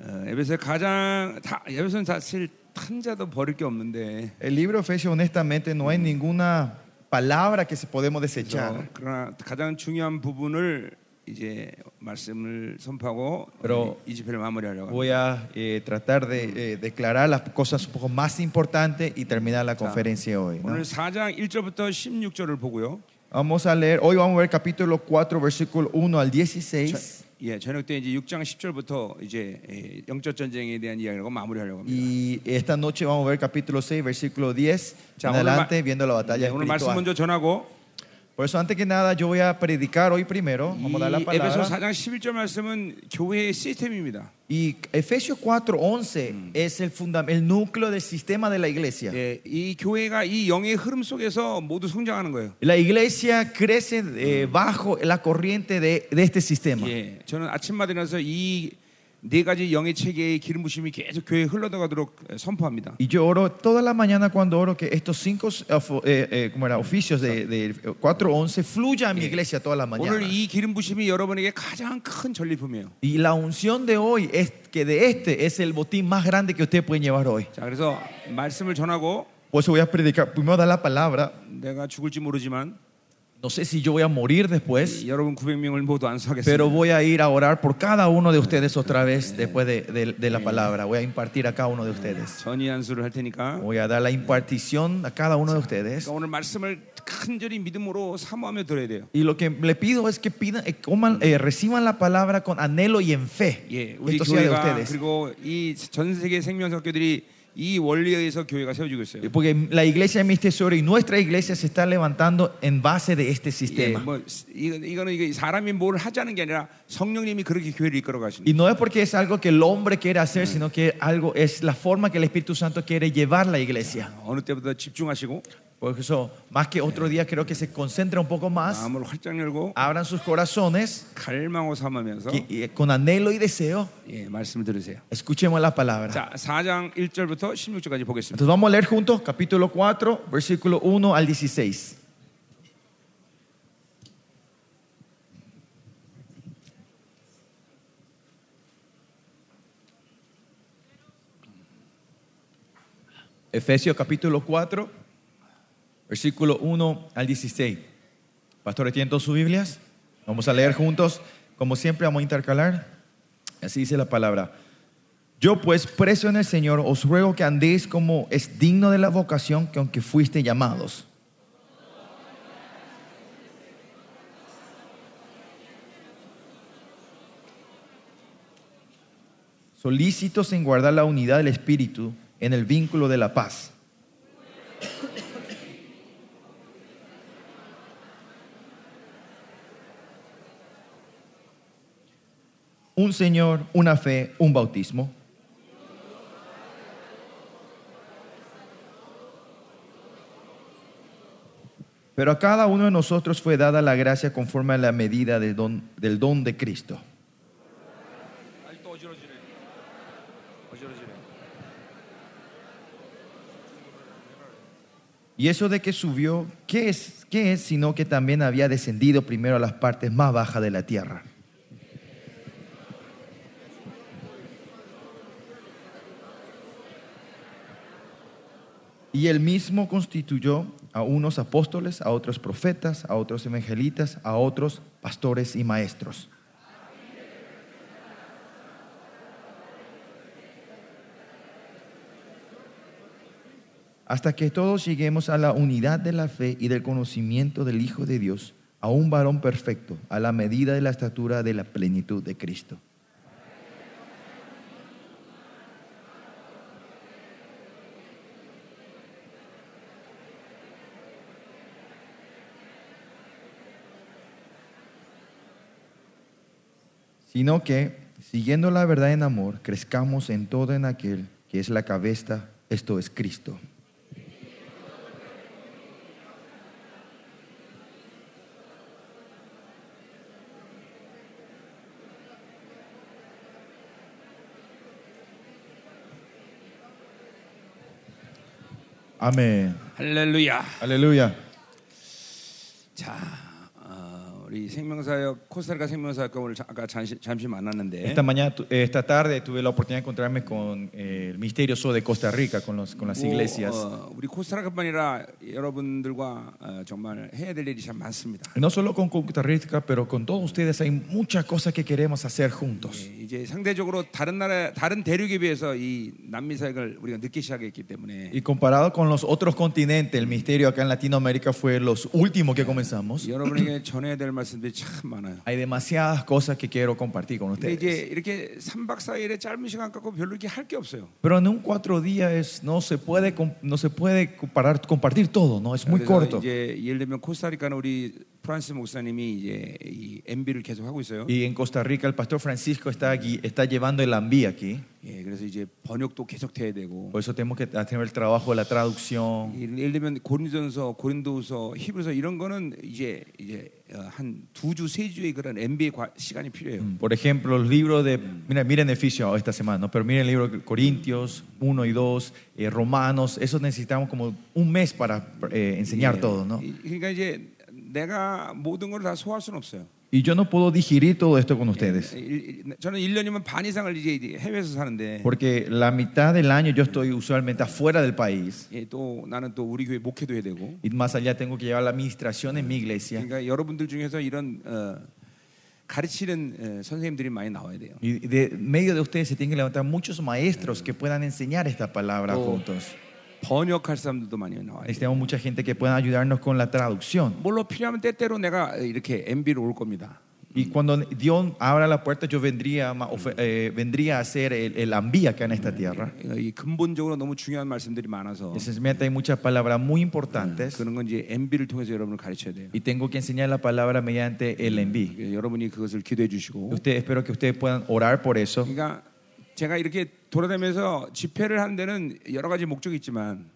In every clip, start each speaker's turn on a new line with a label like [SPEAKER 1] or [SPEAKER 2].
[SPEAKER 1] 어, 에베소에 가장 다 에베소는 사실 한 자도 버릴 게 없는데
[SPEAKER 2] El libro de Efesios, honestamente, no hay ninguna palabra que se podemos
[SPEAKER 1] 그래서
[SPEAKER 2] desechar.
[SPEAKER 1] 그러나 가장 중요한 부분을 이제 말씀을 선포하고
[SPEAKER 2] 그럼-
[SPEAKER 1] 이 집회를 마무리하려고 합니다.
[SPEAKER 2] Voy a eh, tratar de eh, declarar las cosas un poco más importantes y terminar la conferencia hoy. ¿no?
[SPEAKER 1] 오늘 4장 1절부터 16절을 보고요.
[SPEAKER 2] Vamos a leer, hoy vamos a ver capítulo 4, versículo 1 al 16.
[SPEAKER 1] 예, 저녁 때 이제 6장 10절부터 이제 예, 영적 전쟁에 대한 이야기를 하고 마무리하려고 합니다.
[SPEAKER 2] Y esta noche vamos a ver capítulo 6, versículo 10,
[SPEAKER 1] 자, 오늘
[SPEAKER 2] en adelante,
[SPEAKER 1] 마-
[SPEAKER 2] viendo la batalla
[SPEAKER 1] 예, 오늘 말씀
[SPEAKER 2] espiritual.
[SPEAKER 1] 먼저 전하고
[SPEAKER 2] Por eso, antes que nada, yo voy a predicar hoy primero,
[SPEAKER 1] 어, 뭐
[SPEAKER 2] vamos a dar la
[SPEAKER 1] 이 에베소
[SPEAKER 2] palabra.
[SPEAKER 1] 4장 11절 말씀은 교회의 시스템입니다.
[SPEAKER 2] Y Efesios 4, 11 es el, funda- el núcleo del sistema de la iglesia.
[SPEAKER 1] 예, 이 교회가 이 영의 흐름 속에서 모두 성장하는 거예요.
[SPEAKER 2] La iglesia crece eh, bajo la corriente de, de este sistema.
[SPEAKER 1] 예, 저는 아침마다 일어나서 이 네 가지 영의 체계의 기름 부심이 계속 교회에 흘러나가도록 선포합니다.
[SPEAKER 2] Y yo oro toda la mañana cuando oro que estos cinco ofo- eh, eh, ¿cómo era? oficios de, de 4.11 fluya a mi iglesia toda la mañana.
[SPEAKER 1] 오늘 이 기름 부심이 여러분에게 가장 큰 전리품이에요.
[SPEAKER 2] Y la unción de hoy es que de este es el botín más grande que ustedes pueden llevar hoy.
[SPEAKER 1] 자, 그래서 말씀을 전하고
[SPEAKER 2] Por eso voy a predicar, primero dar la palabra.
[SPEAKER 1] 내가 죽을지 모르지만
[SPEAKER 2] No sé si yo voy a morir después,
[SPEAKER 1] 이- 여러분 900명을 모두
[SPEAKER 2] pero
[SPEAKER 1] 안수하겠습니다.
[SPEAKER 2] voy a ir a orar por cada uno de ustedes otra vez después de, de- de la palabra. Voy a impartir a cada uno de ustedes.
[SPEAKER 1] 전이 안수를 할 테니까
[SPEAKER 2] Voy a dar la impartición a cada uno de ustedes.
[SPEAKER 1] 그러니까 오늘 말씀을 간절히 믿음으로 사모하며 들어야 돼요.
[SPEAKER 2] Y lo que le pido es que pidan, eh, coman, eh, reciban la palabra con anhelo y en fe.
[SPEAKER 1] 예,
[SPEAKER 2] Que
[SPEAKER 1] 우리
[SPEAKER 2] Esto sea de
[SPEAKER 1] 교회가
[SPEAKER 2] ustedes.
[SPEAKER 1] 그리고 이 전 세계 생명학교들이 이 원리에 의해서 교회가 세워지고 있어요.
[SPEAKER 2] Porque la iglesia de mis tesoros y nuestra iglesia se está levantando en base de este
[SPEAKER 1] 예,
[SPEAKER 2] sistema.
[SPEAKER 1] 뭐 이거, 이거는 이게 사람이 뭘 하자는 게 아니라 성령님이 그렇게 교회를 이끌어 가시는.
[SPEAKER 2] Y no es porque es algo que el hombre quiere hacer, sino que algo es la forma que el Espíritu Santo quiere llevar la iglesia.
[SPEAKER 1] 어느 때보다 집중하시고
[SPEAKER 2] Por eso, más que otro día, creo que se concentra un poco más,
[SPEAKER 1] 마음을 활짝 열고
[SPEAKER 2] abran sus corazones
[SPEAKER 1] 갈망호 삼으면서
[SPEAKER 2] que- y- con anhelo y deseo.
[SPEAKER 1] 예, 말씀을 들으세요.
[SPEAKER 2] Escuchemos la palabra.
[SPEAKER 1] 자, 4장 1절부터 16절까지 보겠습니다.
[SPEAKER 2] Entonces vamos a leer juntos capítulo 4, versículo 1 al 16. Efesios capítulo 4, versículo 1 al 16. Pastores, ¿tienen todas sus Biblias? Vamos a leer juntos. Como siempre, vamos a intercalar. Así dice la palabra. Yo pues, preso en el Señor, os ruego que andéis como es digno de la vocación que aunque fuiste llamados. Solícitos en guardar la unidad del Espíritu en el vínculo de la paz. Un Señor, una fe, un bautismo. Pero a cada uno de nosotros fue dada la gracia conforme a la medida del don, del don de Cristo.
[SPEAKER 1] 아직도 어지러지네. 어지러지네.
[SPEAKER 2] Y eso de que subió, ¿qué es, qué es sino que también había descendido primero a las partes más bajas de la tierra? Y él mismo constituyó a unos apóstoles, a otros profetas, a otros evangelistas, a otros pastores y maestros. hasta que todos lleguemos a la unidad de la fe y del conocimiento del Hijo de Dios, a un varón perfecto, a la medida de la estatura de la plenitud de Cristo. sino que, siguiendo la verdad en amor, crezcamos en todo en aquel que es la cabeza, esto es Cristo. Amén.
[SPEAKER 1] 할렐루야.
[SPEAKER 2] Aleluya.
[SPEAKER 1] 자, 어, 우리 우리 생명사역 코스타리카 생명사역과 오늘 자- 아까 잠시, 잠시 만났는데
[SPEAKER 2] Esta mañana, tu- eh, esta tarde tuve la oportunidad de encontrarme con eh, el misterioso de Costa Rica, con, los, con las
[SPEAKER 1] 뭐,
[SPEAKER 2] iglesias.
[SPEAKER 1] 어, 우리 코스타리카뿐 아니라 여러분들과 어, 정말 해야 될 일이 참 많습니다.
[SPEAKER 2] No solo con Costa Rica, pero con todos ustedes hay muchas cosas que queremos hacer juntos.
[SPEAKER 1] 예, 이제 상대적으로 다른 나라 다른 대륙에 비해서 이 남미 사역을 우리가 늦게 시작했기 때문에
[SPEAKER 2] Y comparado con los otros continentes, el misterio acá en Latinoamérica fue los últimos que comenzamos.
[SPEAKER 1] 여러분에게 전해야 될 말씀들이 참 많아요.
[SPEAKER 2] Hay demasiadas cosas que quiero compartir con
[SPEAKER 1] 근데 이제
[SPEAKER 2] ustedes.
[SPEAKER 1] 이렇게 3박 4일의 짧은 시간 갖고 별로 이렇게 할 게 없어요.
[SPEAKER 2] Pero en un cuatro días es- no se puede, com- no se puede comparar- compartir todo, ¿no? Es muy
[SPEAKER 1] 그래서
[SPEAKER 2] corto.
[SPEAKER 1] 이제 예를 들면 코스타리카는 우리 프란스 목사님이 이제 이 MB를 계속 하고 있어요.
[SPEAKER 2] Y en Costa Rica el pastor Francisco está aquí, está llevando el AMBI aquí.
[SPEAKER 1] 예, 그래서 이제 번역도 계속 돼야 되고
[SPEAKER 2] Por eso tenemos que hacer el trabajo de la traducción.
[SPEAKER 1] 예를 예를 들면 고린도전서, 고린도후서, 히브리서 이런 거는 이제 이제 어, 한 두 주 세 주의 그런 MB의 시간이 필요해요.
[SPEAKER 2] Por ejemplo, los libros de. Mira, miren Efesios esta semana, ¿no? pero miren el libro de Corintios 1 y 2, eh, Romanos. Eso necesitamos como un mes para eh, enseñar todo, ¿no?
[SPEAKER 1] 예. 이- 그러니까 이제 내가 모든 걸 다 소화할 수는 없어요.
[SPEAKER 2] Y yo no puedo digerir todo esto con ustedes.
[SPEAKER 1] 일- 일- 저는 1년이면 반 이상을 이제 이제 해외에서 사는데
[SPEAKER 2] Porque la mitad del año yo estoy usualmente afuera del país.
[SPEAKER 1] 예, 또 나는 또 우리 교회 목회도 해야 되고
[SPEAKER 2] Y más allá tengo que llevar la administración en mi iglesia.
[SPEAKER 1] 그러니까 여러분들 중에서 이런 어, 가르치는 어, 선생님들이 많이 나와야 돼요.
[SPEAKER 2] Y de medio de ustedes se tienen que levantar muchos maestros que puedan enseñar esta palabra
[SPEAKER 1] Oh.
[SPEAKER 2] juntos.
[SPEAKER 1] 번역할 사람들도 많이 나와야 돼요.
[SPEAKER 2] Necesitamos mucha gente que pueda ayudarnos con la traducción.
[SPEAKER 1] 물론 필요하면 때때로 내가 이렇게 MB로 올 겁니다.
[SPEAKER 2] Y cuando Dios abra la puerta, yo vendría, a ma- ofe- eh, vendría a ser el, el ambí acá en esta tierra.
[SPEAKER 1] 그러니까 이 근본적으로 너무 중요한 말씀들이 많아서
[SPEAKER 2] Esencialmente hay muchas palabras muy importantes
[SPEAKER 1] 그런 건 이제 MB를 통해서 여러분을 가르쳐야 돼요. 예,
[SPEAKER 2] y tengo que enseñar la palabra mediante el enví.
[SPEAKER 1] 여러분이 그것을 기도해 주시고
[SPEAKER 2] Usted, espero que ustedes puedan orar por eso.
[SPEAKER 1] 그러니까 제가 이렇게 돌아다니면서 집회를 하는 데는 여러 가지 목적이 있지만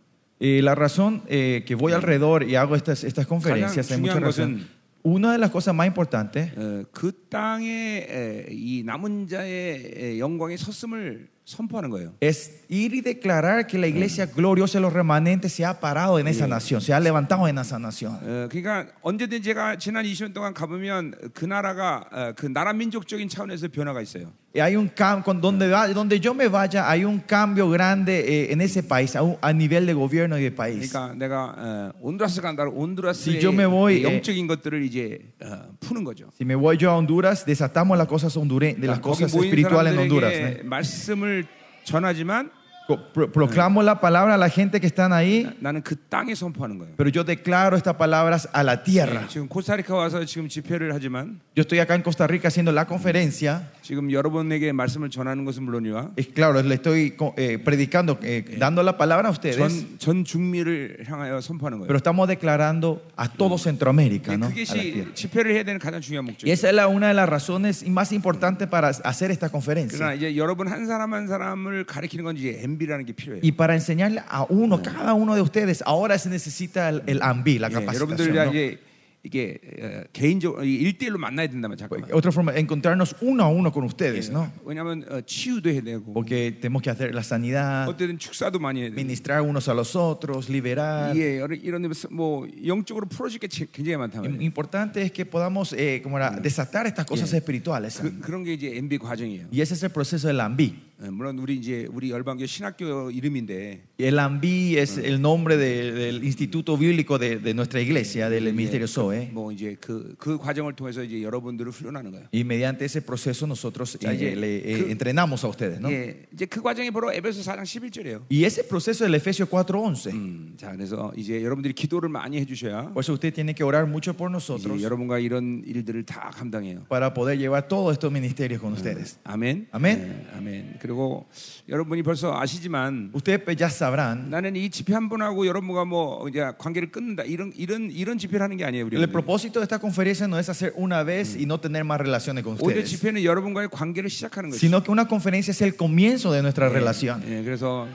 [SPEAKER 2] Y la razón eh, que voy alrededor y hago estas, estas conferencias, hay muchas
[SPEAKER 1] 중요한
[SPEAKER 2] razones.
[SPEAKER 1] 것은-
[SPEAKER 2] Una de las cosas más importantes
[SPEAKER 1] 어, 그 땅에 에, 이 남은 자의 에, 영광에 섰음을 선포하는 거예요.
[SPEAKER 2] es ir y declarar que la iglesia gloriosa de los remanentes se ha parado en esa nación, se ha levantado en esa nación.
[SPEAKER 1] 어, 그러니까 언제든 제가 지난 20년 동안 가보면 그 나라가 어, 그 나라 민족적인 차원에서 변화가 있어요.
[SPEAKER 2] Y Eh, Hay un cam- con donde, va- donde yo me vaya, hay un cambio grande eh, en ese país, a, un- a nivel de gobierno y de país.
[SPEAKER 1] 그러니까 내가 어, 온두라스 간다 온두라스의 그
[SPEAKER 2] Si yo me voy,
[SPEAKER 1] 영적인 것들을 이제 어, 푸는 거죠.
[SPEAKER 2] Si me voy yo a Honduras, desatamos las cosas hondureñas, de las
[SPEAKER 1] 그러니까 거기
[SPEAKER 2] cosas
[SPEAKER 1] 모인
[SPEAKER 2] espirituales en Honduras.
[SPEAKER 1] 사람들에게
[SPEAKER 2] ¿eh?
[SPEAKER 1] 말씀을 전하지만
[SPEAKER 2] Co- pro- proclamo la palabra a la gente que están ahí,
[SPEAKER 1] 나는 그 땅에 선포하는 거예요.
[SPEAKER 2] pero yo declaro estas palabras a la tierra.
[SPEAKER 1] 예, 지금 코스타리카 와서 지금 집회를 하지만
[SPEAKER 2] Yo estoy acá en Costa Rica haciendo la conferencia.
[SPEAKER 1] 지금 여러분에게 말씀을 전하는 것은 물론이와
[SPEAKER 2] Es claro, le estoy co- eh, predicando, eh, dando la palabra a
[SPEAKER 1] 예,
[SPEAKER 2] ustedes,
[SPEAKER 1] 전, 전 중미를 향하여 선포하는
[SPEAKER 2] pero
[SPEAKER 1] 거예요.
[SPEAKER 2] estamos declarando a todo Centroamérica, ¿no?
[SPEAKER 1] 그게
[SPEAKER 2] A la tierra.
[SPEAKER 1] 시, 집회를 해야 되는 가장 중요한
[SPEAKER 2] Y
[SPEAKER 1] 목적이에요.
[SPEAKER 2] esa es la- una de las razones más importantes para hacer esta
[SPEAKER 1] 그러나
[SPEAKER 2] conferencia.
[SPEAKER 1] 이제 여러분 한 사람 한 사람을 가리키는 건 이제 MB라는 게 필요해요. 예,
[SPEAKER 2] Y para enseñarle a uno, cada uno de ustedes, ahora se necesita el, el AMBI, la
[SPEAKER 1] 예, 여러분들
[SPEAKER 2] capacitación.
[SPEAKER 1] 이
[SPEAKER 2] ¿no?
[SPEAKER 1] 이제 이게 어, 개인적으로 이 일대일로 만나야 된다면 잠깐만.
[SPEAKER 2] Pues, Otra forma, encontrarnos uno a uno con ustedes, ¿no?
[SPEAKER 1] 왜냐하면 어, 치유도 해야 되고
[SPEAKER 2] Porque tenemos que hacer la sanidad,
[SPEAKER 1] 어쨌든 축사도 많이 해야 되고
[SPEAKER 2] ministrar unos a los otros, liberar.
[SPEAKER 1] 예, 여러- 이런 뭐 영적으로 풀어질 게 제- 굉장히 많다
[SPEAKER 2] Lo
[SPEAKER 1] 말이에요.
[SPEAKER 2] importante es que podamos eh, como era, desatar estas cosas espirituales.
[SPEAKER 1] 그, 그런 게 이제 MB 과정이에요.
[SPEAKER 2] Y ese es el proceso del AMBI.
[SPEAKER 1] 예, 물론 우리 이제 우리 열방교 신학교 이름인데
[SPEAKER 2] El AMBI es el nombre de- del instituto bíblico de, de nuestra iglesia, del ministerio SOE.
[SPEAKER 1] 뭐 이제 그 그 과정을 통해서 이제 여러분들을 훈련하는 거예요.
[SPEAKER 2] Y mediante ese proceso nosotros
[SPEAKER 1] sea,
[SPEAKER 2] eh,
[SPEAKER 1] ye-
[SPEAKER 2] le, eh,
[SPEAKER 1] que-
[SPEAKER 2] entrenamos a ustedes, ¿no?
[SPEAKER 1] 예, 이제 그 과정이 바로 에베소 4장 11절이에요.
[SPEAKER 2] Y ese proceso del Efesios 4.11,
[SPEAKER 1] 음, 자, 그래서 이제 여러분들이 기도를 많이 해주셔야
[SPEAKER 2] por eso pues usted tiene que orar mucho por nosotros
[SPEAKER 1] 이제 여러분과 이런 일들을 다 감당해요.
[SPEAKER 2] para poder llevar todos estos ministerios con ustedes.
[SPEAKER 1] 아멘.
[SPEAKER 2] 아멘.
[SPEAKER 1] 예, 아멘. 그리고 여러분이 벌써 아시지만
[SPEAKER 2] Ustedes pues, ya sabrán,
[SPEAKER 1] 나는 이 집회 한 분하고 여러분과 뭐 이제 관계를 끊는다 이런 이런 이런 집회를 하는 게 아니에요. 우리
[SPEAKER 2] el propósito de esta conferencia no es hacer una vez y no tener más relaciones con
[SPEAKER 1] 오히려
[SPEAKER 2] ustedes,
[SPEAKER 1] 집회는 여러분과의 관계를 시작하는 거죠.
[SPEAKER 2] sino que una conferencia es el comienzo de nuestra relación.
[SPEAKER 1] 예, 그래서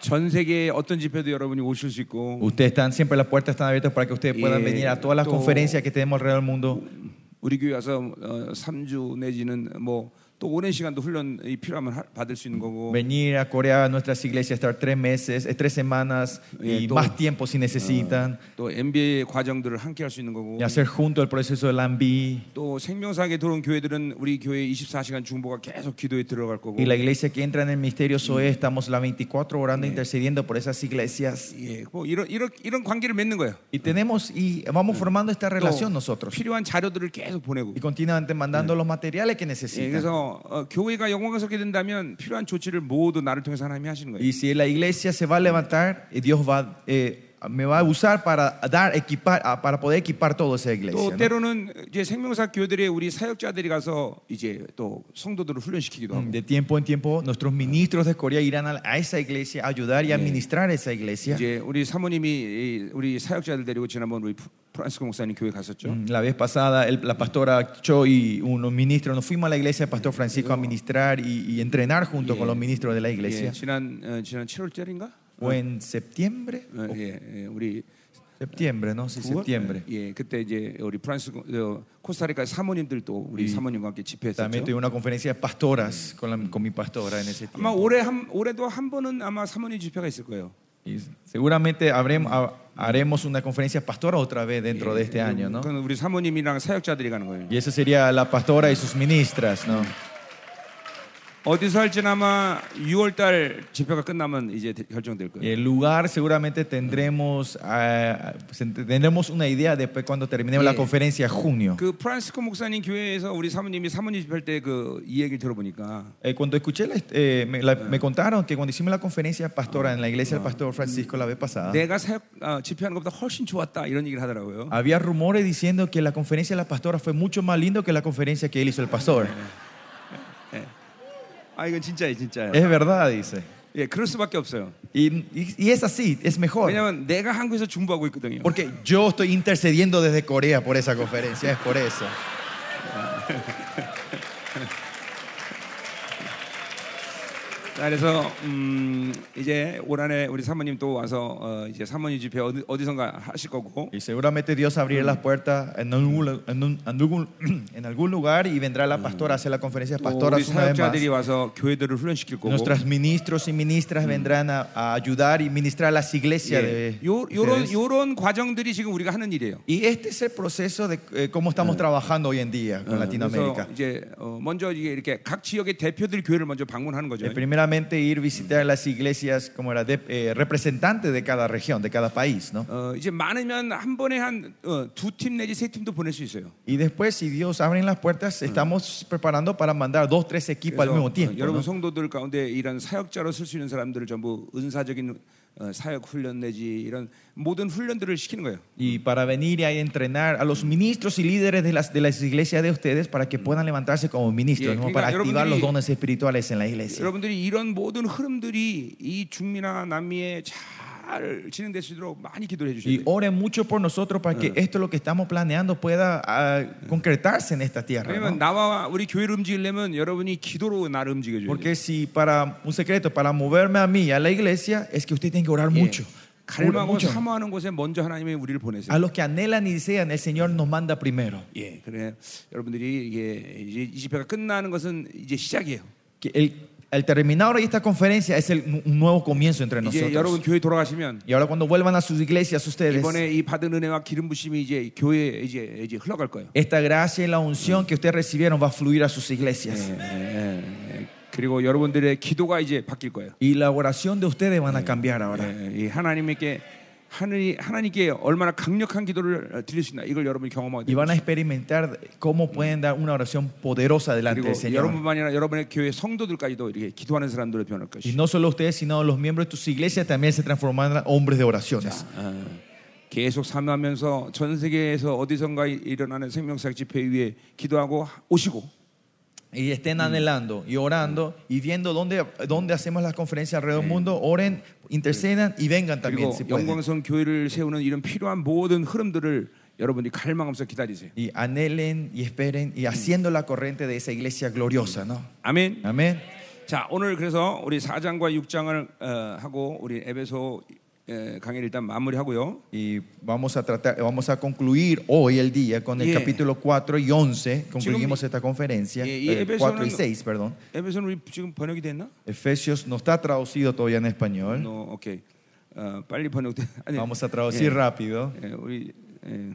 [SPEAKER 1] 전 세계 어떤 집회도 여러분이 오실 수 있고
[SPEAKER 2] Ustedes están siempre, las puertas están abiertas para que ustedes puedan
[SPEAKER 1] Eh,
[SPEAKER 2] venir a todas las
[SPEAKER 1] to-
[SPEAKER 2] conferencias que tenemos alrededor del mundo.
[SPEAKER 1] 우리 교회 와서 어, 3주 내지는 뭐 또 오랜 시간도 훈련이 필요하면 하- 받을 수 있는 거고
[SPEAKER 2] Venir a Corea, a nuestras iglesias, estar tres meses, eh, tres semanas y
[SPEAKER 1] Eh, todo.
[SPEAKER 2] más tiempo si necesitan.
[SPEAKER 1] 또 MBA 과정들을 함께 할 수 있는 거고
[SPEAKER 2] Y hacer junto el proceso del AMBI.
[SPEAKER 1] 또 생명사에 들어온 교회들은 우리 교회 24시간 중보가 계속 기도에 들어갈 거고
[SPEAKER 2] Y la iglesia que entra en el misterio Zoe, estamos las 24 orando, intercediendo por esas iglesias.
[SPEAKER 1] 예, 뭐 이런 이런 이런 관계를 맺는 거예요.
[SPEAKER 2] Y tenemos y vamos formando esta
[SPEAKER 1] 또
[SPEAKER 2] relación nosotros.
[SPEAKER 1] 필요한 자료들을 계속 보내고.
[SPEAKER 2] Y continuamente mandando los materiales que
[SPEAKER 1] 예,
[SPEAKER 2] necesitan.
[SPEAKER 1] 그래서 어, 교회가 영광스럽게 된다면 필요한 조치를 모두 나를 통해서 하나님이 하시는 거예요.
[SPEAKER 2] Y si la iglesia se va a levantar, eh, Dios va, eh, me va a usar para, dar, equipar, ah, para poder equipar toda esa iglesia.
[SPEAKER 1] 또
[SPEAKER 2] ¿no?
[SPEAKER 1] 때로는 이제 생명사 교회들의 우리 사역자들이 가서 이제 또 성도들을 훈련시키기도
[SPEAKER 2] Mm,
[SPEAKER 1] 하고
[SPEAKER 2] De tiempo en tiempo, nuestros ministros de Corea irán a, a esa iglesia a ayudar y administrar esa iglesia.
[SPEAKER 1] 이제 우리 사모님이 이- 우리 사역자들 데리고 지난번 우리 프- 프란스코 목사님 교회 갔었죠.
[SPEAKER 2] Mm, La vez pasada, el- la pastora Cho y unos ministros nos fuimos a la iglesia del pastor Francisco a ministrar y, y entrenar junto con los ministros de la
[SPEAKER 1] 예,
[SPEAKER 2] iglesia.
[SPEAKER 1] 지난 어, 지난 7월달인가?
[SPEAKER 2] Fue en septiembre,
[SPEAKER 1] 예, 예, 우리
[SPEAKER 2] septiembre, ¿no? Sí,
[SPEAKER 1] 구월?
[SPEAKER 2] septiembre.
[SPEAKER 1] 예, 그때 이제 우리 프랑스 어, 코스타리카 사모님들 또 우리 사모님과 함께
[SPEAKER 2] También
[SPEAKER 1] 집회했었죠.
[SPEAKER 2] tuve una conferencia de pastoras con, la- con mi pastora en ese
[SPEAKER 1] 아마
[SPEAKER 2] tiempo.
[SPEAKER 1] 올해 한 올해도 한 번은 아마 사모님 집회가 있을 거예요.
[SPEAKER 2] Y seguramente habremos, ha- haremos una conferencia pastora otra vez dentro de este año, ¿no?
[SPEAKER 1] 그건 우리 사모님이랑 사역자들이 가는 거예요.
[SPEAKER 2] Y eso sería la pastora y sus ministras, ¿no?
[SPEAKER 1] 어디서 할지는 아마 6월달 집회가 끝나면 이제 대- 결정될 거예요.
[SPEAKER 2] El lugar seguramente tendremos, ah, tendremos una idea después cuando terminemos la
[SPEAKER 1] Sí.
[SPEAKER 2] conferencia en junio.
[SPEAKER 1] 그 프란스코 목사님 교회에서 우리 사모님이 사모님 집회할 때 그 이 얘기를 들어보니까
[SPEAKER 2] Eh, cuando escuché, la- eh, me, la- me contaron que cuando hicimos la conferencia pastora en la iglesia del pastor Francisco la vez pasada,
[SPEAKER 1] 내가 사역 아, 집회하는 것보다 훨씬 좋았다 이런 얘기를 하더라고요.
[SPEAKER 2] había rumores diciendo que la conferencia de la pastora fue mucho más lindo que la conferencia que él hizo el pastor.
[SPEAKER 1] 아 이건 진짜예요, 진짜예요.
[SPEAKER 2] Es verdad, dice.
[SPEAKER 1] 예, 그럴 수밖에 없어요.
[SPEAKER 2] Y, y- y es así, es mejor.
[SPEAKER 1] 왜냐면 내가 한국에서 중보하고 있거든요.
[SPEAKER 2] Porque yo estoy intercediendo desde Corea por esa conferencia, es por eso.
[SPEAKER 1] 자, 아, 그래서 음, 이제 올 한해 우리 사모님 또 와서 어, 이제 사모님 집회 어디, 어디선가 하실 거고
[SPEAKER 2] Y seguramente Dios abrirá las puertas en algún, en un- en algún- en algún lugar y vendrá la pastora a hacer la conferencia de
[SPEAKER 1] 또 우리
[SPEAKER 2] pastoras una vez más.
[SPEAKER 1] 사역자들이 와서 교회들을 훈련시킬 거고
[SPEAKER 2] Nuestros ministros y ministras vendrán a, a ayudar y ministrar a las iglesias
[SPEAKER 1] 예,
[SPEAKER 2] de
[SPEAKER 1] 요, 요런,
[SPEAKER 2] ustedes.
[SPEAKER 1] 요런 과정들이 지금 우리가 하는 일이에요
[SPEAKER 2] Y este es el proceso de eh, cómo estamos trabajando hoy en día con Latinoamérica.
[SPEAKER 1] 그래서 이제 어, 먼저 이게 이렇게 각 지역의 대표들 교회를 먼저 방문하는 거죠
[SPEAKER 2] Eh, primeramente ir visitar las iglesias como era de- eh, representante de cada región, de cada país, ¿no?
[SPEAKER 1] 어, 이제 많으면 한 번에 한 어, 두 팀 내지 세 팀도 보낼 수 있어요
[SPEAKER 2] Y después, si Dios abre las puertas, estamos preparando para mandar dos, tres equipos al
[SPEAKER 1] 그래서
[SPEAKER 2] mismo tiempo.
[SPEAKER 1] 어, 여러분
[SPEAKER 2] ¿no?
[SPEAKER 1] 성도들 가운데 이런 사역자로 쓸 수 있는 사람들을 전부 은사적인 어, 사역 훈련 내지 이런 모든 훈련들을 시키는 거예요.
[SPEAKER 2] Y para venir a entrenar a los ministros y líderes de las, de las iglesias de ustedes para que puedan levantarse como ministros,
[SPEAKER 1] Yeah,
[SPEAKER 2] ¿no? para
[SPEAKER 1] 그러니까
[SPEAKER 2] activar los
[SPEAKER 1] 여러분들이-
[SPEAKER 2] dones espirituales en la iglesia.
[SPEAKER 1] 여러분들이 이런 모든 흐름들이 이 중미나 남미에 잘 진행될 수 있도록 많이 기도해 를 주셔야 돼요.
[SPEAKER 2] Y oren mucho por nosotros para que esto lo que estamos planeando pueda ah, concretarse en esta tierra.
[SPEAKER 1] 왜냐면
[SPEAKER 2] ¿no?
[SPEAKER 1] 어, 나와 우리 교회를 움직이려면 여러분이 기도로 나를 움직여 줘야 돼요.
[SPEAKER 2] Porque si para un secreto, para moverme a mí y a la iglesia, es que usted tiene que orar mucho. Oren
[SPEAKER 1] 갈망하고
[SPEAKER 2] mucho.
[SPEAKER 1] 사모하는 곳에 먼저 하나님이 우리를 보내세요.
[SPEAKER 2] A los que anhelan y desean, el Señor nos manda primero.
[SPEAKER 1] 예, 그래 여러분들이 이게 이제 이 집회가 끝나는 것은 이제 시작이에요.
[SPEAKER 2] Que el, al terminar hoy esta conferencia es el, nu- un nuevo comienzo entre
[SPEAKER 1] 이제 여러분
[SPEAKER 2] nosotros.
[SPEAKER 1] 교회 돌아가시면
[SPEAKER 2] Y ahora cuando vuelvan a sus iglesias ustedes,
[SPEAKER 1] 이번에 이 받은 은혜와 기름 부심이 이제 교회에 이제 이제 흘러갈 거예요.
[SPEAKER 2] esta gracia y la unción que ustedes recibieron va a fluir a sus iglesias.
[SPEAKER 1] 예, 예, 예. 그리고 여러분들의 기도가 이제 바뀔 거예요.
[SPEAKER 2] Y la oración de ustedes van a cambiar ahora.
[SPEAKER 1] 예, 이 하나님께 하늘 하나님께 얼마나 강력한 기도를 드릴 수 있나 이걸 여러분이 경험하게
[SPEAKER 2] Y
[SPEAKER 1] 됩니다.
[SPEAKER 2] van a experimentar cómo pueden dar una oración poderosa delante
[SPEAKER 1] 그리고
[SPEAKER 2] del Señor.
[SPEAKER 1] 여러분뿐만 아니라 여러분의 교회 성도들까지도 이렇게 기도하는 사람들로 변할
[SPEAKER 2] Y
[SPEAKER 1] 것이.
[SPEAKER 2] no solo ustedes, sino los miembros de tus iglesias también se transformarán en hombres de oraciones.
[SPEAKER 1] 어, 계속 사모하면서 전 세계에서 어디선가 일어나는 생명사 집회 위에 기도하고 하- 오시고
[SPEAKER 2] Y estén anhelando y orando y viendo dónde, dónde hacemos las conferencias alrededor del mundo. Oren, intercedan y vengan también
[SPEAKER 1] 그리고
[SPEAKER 2] si pueden.
[SPEAKER 1] 영광성 교회를 세우는 이런 필요한 모든 흐름들을 여러분이 갈망 없어 기다리세요.
[SPEAKER 2] Y anhelen y esperen y haciendo la corriente de esa iglesia gloriosa, ¿no?
[SPEAKER 1] 아멘.
[SPEAKER 2] Amén.
[SPEAKER 1] 자 오늘 그래서 우리 4장과 6장을 하고 우리 어, 에베소 에, 강의를 일단 마무리하고요.
[SPEAKER 2] Y vamos a tratar, vamos a concluir hoy el día con el
[SPEAKER 1] Yeah.
[SPEAKER 2] capítulo 4 y 11. Concluimos esta conferencia.
[SPEAKER 1] Yeah, y
[SPEAKER 2] eh,
[SPEAKER 1] Éfeso
[SPEAKER 2] 4 y
[SPEAKER 1] no-
[SPEAKER 2] 6, perdón.
[SPEAKER 1] 에베소는 우리 지금 번역이 됐나?
[SPEAKER 2] Efesios no está traducido todavía en español.
[SPEAKER 1] No, 오케이. 어, 빨리 번역돼. 아니,
[SPEAKER 2] Vamos a traducir rápido.
[SPEAKER 1] 예, 우리 예.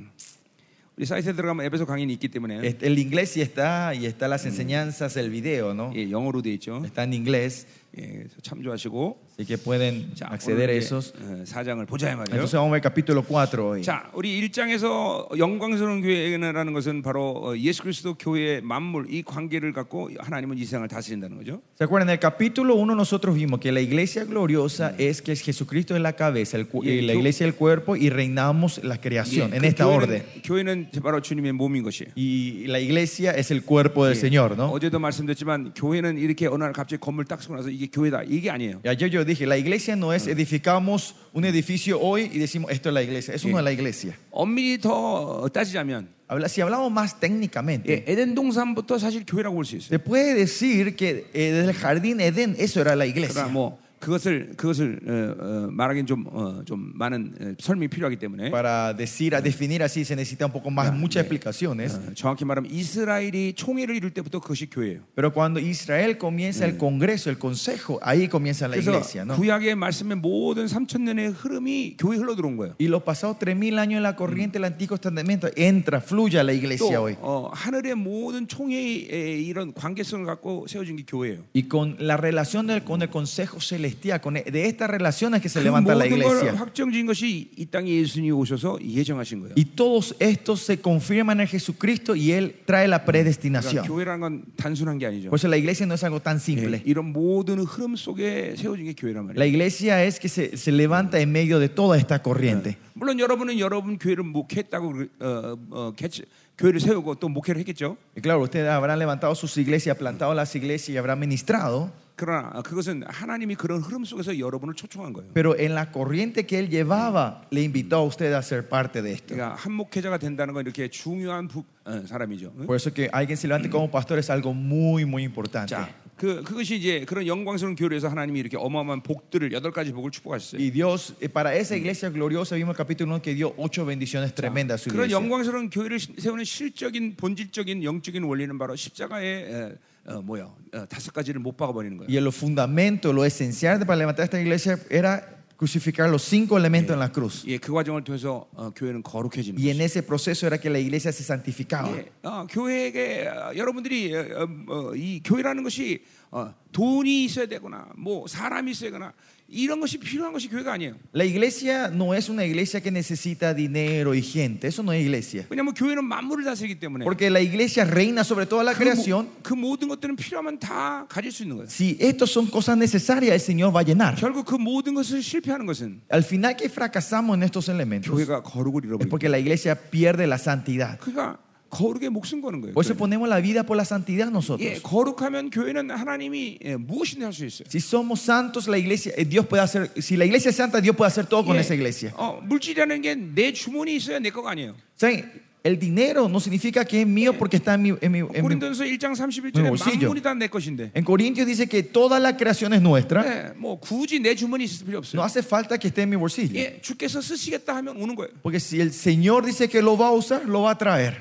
[SPEAKER 1] 우리 사이트에 들어가면 에베소 강의는 있기 때문에
[SPEAKER 2] Este, El inglés sí está, y está
[SPEAKER 1] Mm.
[SPEAKER 2] las enseñanzas, el video, ¿no?
[SPEAKER 1] 예, 영어로 돼 있죠.
[SPEAKER 2] Está en inglés,
[SPEAKER 1] 예, 참조하시고
[SPEAKER 2] así que pueden
[SPEAKER 1] 자,
[SPEAKER 2] acceder
[SPEAKER 1] 오늘
[SPEAKER 2] a esos.
[SPEAKER 1] 이제, 어, 사장을 보자 이 말이에요. 네.
[SPEAKER 2] Entonces vamos a ver capítulo 4 hoy.
[SPEAKER 1] 자, 우리 일장에서 영광스러운 교회라는 것은 바로 어, 예수 그리스도 교회의 만물 이 관계를 갖고 하나님은 이 세상을 다스린다는 거죠.
[SPEAKER 2] ¿Se acuerdan? En el capítulo 1 nosotros vimos que la iglesia gloriosa es que Jesucristo es la cabeza, el cu-
[SPEAKER 1] Mm. Y el
[SPEAKER 2] y la
[SPEAKER 1] yo-
[SPEAKER 2] iglesia el cuerpo y reinamos la creación
[SPEAKER 1] 예,
[SPEAKER 2] en
[SPEAKER 1] 그
[SPEAKER 2] esta orden.
[SPEAKER 1] 교회는, 교회는 바로 주님의 몸인 것이에요.
[SPEAKER 2] Y la iglesia es el cuerpo del
[SPEAKER 1] 예,
[SPEAKER 2] Señor, ¿no?
[SPEAKER 1] 어제도 말씀드렸지만 교회는 이렇게 어느 날 갑자기 건물 딱 쓰고 나서 이게 교회다 이게 아니에요.
[SPEAKER 2] Y Ayer yo dije, la iglesia no
[SPEAKER 1] Mm.
[SPEAKER 2] es edificamos un edificio hoy y decimos esto es la iglesia. Eso
[SPEAKER 1] Sí.
[SPEAKER 2] no es la iglesia.
[SPEAKER 1] 엄밀히 더 따지자면
[SPEAKER 2] Habla- si hablamos más
[SPEAKER 1] 예,
[SPEAKER 2] técnicamente,
[SPEAKER 1] 에덴 동산부터 사실 교회라고 볼 수 있어요.
[SPEAKER 2] se puede decir que eh, desde el jardín Edén eso era la
[SPEAKER 1] 그러나
[SPEAKER 2] iglesia.
[SPEAKER 1] 뭐 그것을 그것을 어, 어, 말하기는 좀좀 많은 어, 설명이 필요하기 때문에
[SPEAKER 2] Para decir,
[SPEAKER 1] Mm.
[SPEAKER 2] a definir así se necesita un poco más, muchas explicaciones.
[SPEAKER 1] 어, 정확히 말하면 이스라엘이 총회를 이룰 때부터 그것이 교회예요.
[SPEAKER 2] Pero cuando Israel comienza el Congreso, el Consejo, ahí comienza la
[SPEAKER 1] 그래서
[SPEAKER 2] iglesia, ¿no?
[SPEAKER 1] 구약의 말씀의 모든 3천 년의 흐름이 교회 흘러 들어온 거예요.
[SPEAKER 2] Y los pasados 3.000 años en la corriente del Antiguo Testamento entra, fluye a la
[SPEAKER 1] 또
[SPEAKER 2] iglesia hoy.
[SPEAKER 1] 어, 하늘의 모든 총회의 이런 관계성을 갖고 세워진 게 교회예요.
[SPEAKER 2] Y con la relación del- con el Consejo Celestial, con e, de estas relaciones que se
[SPEAKER 1] 그
[SPEAKER 2] levanta la
[SPEAKER 1] 모든 걸
[SPEAKER 2] iglesia.
[SPEAKER 1] 확정진 것이 이 땅에 예수님이 오셔서 예정하신 거예요.
[SPEAKER 2] Y todos estos se confirman en Jesucristo y Él trae la
[SPEAKER 1] 그러니까
[SPEAKER 2] predestinación.
[SPEAKER 1] 교회라는 건 단순한 게 아니죠.
[SPEAKER 2] Por eso la iglesia no es algo tan
[SPEAKER 1] 예,
[SPEAKER 2] simple.
[SPEAKER 1] 이런 모든 흐름 속에 세워진 게 교회란 말이에요.
[SPEAKER 2] La iglesia es que se, se levanta en medio de toda esta corriente.
[SPEAKER 1] 물론 여러분은 여러분 교회를 목회했다고 그- 어, 어, 개최- 교회를 세우고 또 목회를 했겠죠.
[SPEAKER 2] Y claro, ustedes habrán levantado sus iglesias, plantado las iglesias y habrán ministrado.
[SPEAKER 1] 그러나 그것은 하나님이 그런 흐름 속에서 여러분을 초청한 거예요.
[SPEAKER 2] Pero en la corriente que él llevaba, le invitó a usted a ser parte de esto.
[SPEAKER 1] 그러니까 한 목회자가 된다는 건 이렇게 중요한 부- 어, 사람이죠. 응?
[SPEAKER 2] Por eso que alguien se levante como pastor es algo muy, muy importante.
[SPEAKER 1] 자, 그 그것이 이제 그런 영광스러운 교회에서 하나님이 이렇게 어마어마한 복들을 여덟 가지 복을 축복하셨어요.
[SPEAKER 2] Y Dios, eh, para esa iglesia gloriosa, vimos el capítulo 1 que dio ocho bendiciones tremendas a su
[SPEAKER 1] 그런
[SPEAKER 2] iglesia.
[SPEAKER 1] 영광스러운 교회를 시- 세우는 실적인 본질적인 영적인 원리는 바로 십자가의 에, 어, 뭐야 어, 다섯 가지를 못 박아버리는 거예요.
[SPEAKER 2] Y en los fundamentos, lo esencial de- para levantar esta iglesia era crucificar los cinco elementos en la cruz.
[SPEAKER 1] 예, 그 과정을 통해서 어, 교회는 거룩해지는
[SPEAKER 2] Y
[SPEAKER 1] 거예요.
[SPEAKER 2] en ese proceso era que la iglesia se santificaba.
[SPEAKER 1] 예, 어, 교회에게 어, 여러분들이 어, 어, 이 교회라는 것이 어, 돈이 있어야 되거나 뭐 사람이 있어야 되거나 이런 것이 필요한 것이 교회가 아니에요.
[SPEAKER 2] La iglesia no es una iglesia que necesita dinero y gente. Eso no es iglesia.
[SPEAKER 1] 왜냐하면 교회는 만물을 다스리기 때문에
[SPEAKER 2] Porque la iglesia reina sobre toda la
[SPEAKER 1] 그, 모-
[SPEAKER 2] creación.
[SPEAKER 1] 그 모든 것들은 필요하면 다 가질 수 있는 거예요.
[SPEAKER 2] Si estos son cosas necesarias, el Señor va a llenar.
[SPEAKER 1] 결국 그 모든 것을 실패하는 것은
[SPEAKER 2] Al final que fracasamos en estos elementos
[SPEAKER 1] 교회가 거룩을
[SPEAKER 2] es
[SPEAKER 1] 잃어버리고
[SPEAKER 2] porque la iglesia pierde la santidad.
[SPEAKER 1] 그러니까 거룩에 목숨 거는 거예요.
[SPEAKER 2] Por eso
[SPEAKER 1] 교회는.
[SPEAKER 2] ponemos la vida por la santidad
[SPEAKER 1] 예,
[SPEAKER 2] nosotros.
[SPEAKER 1] 거룩하면 교회는 하나님이 예, 무엇이든 할수 있어요.
[SPEAKER 2] Si somos santos, la iglesia, eh, Dios puede hacer, si la iglesia es santa, Dios puede hacer todo con
[SPEAKER 1] 예,
[SPEAKER 2] esa iglesia.
[SPEAKER 1] 어, 물질이라는 게 내 주머니 에 있어야 내 거가 아니에요.
[SPEAKER 2] ¿Saben? El dinero no significa que es mío porque está en mi... En, mi- en mi-
[SPEAKER 1] 고린도서 어, 1장
[SPEAKER 2] 네,
[SPEAKER 1] 31절에
[SPEAKER 2] 옷이죠.
[SPEAKER 1] 만물이 다 내 것인데.
[SPEAKER 2] en Corintios dice que toda la creación es nuestra.
[SPEAKER 1] 네, 뭐 굳이 내 주머니 있을 필요
[SPEAKER 2] No
[SPEAKER 1] 없어요.
[SPEAKER 2] hace falta que esté en mi bolsillo.
[SPEAKER 1] 예, 주께서 쓰시겠다 하면 오는 거예요.
[SPEAKER 2] Porque si el Señor dice que lo va a usar, lo va a traer.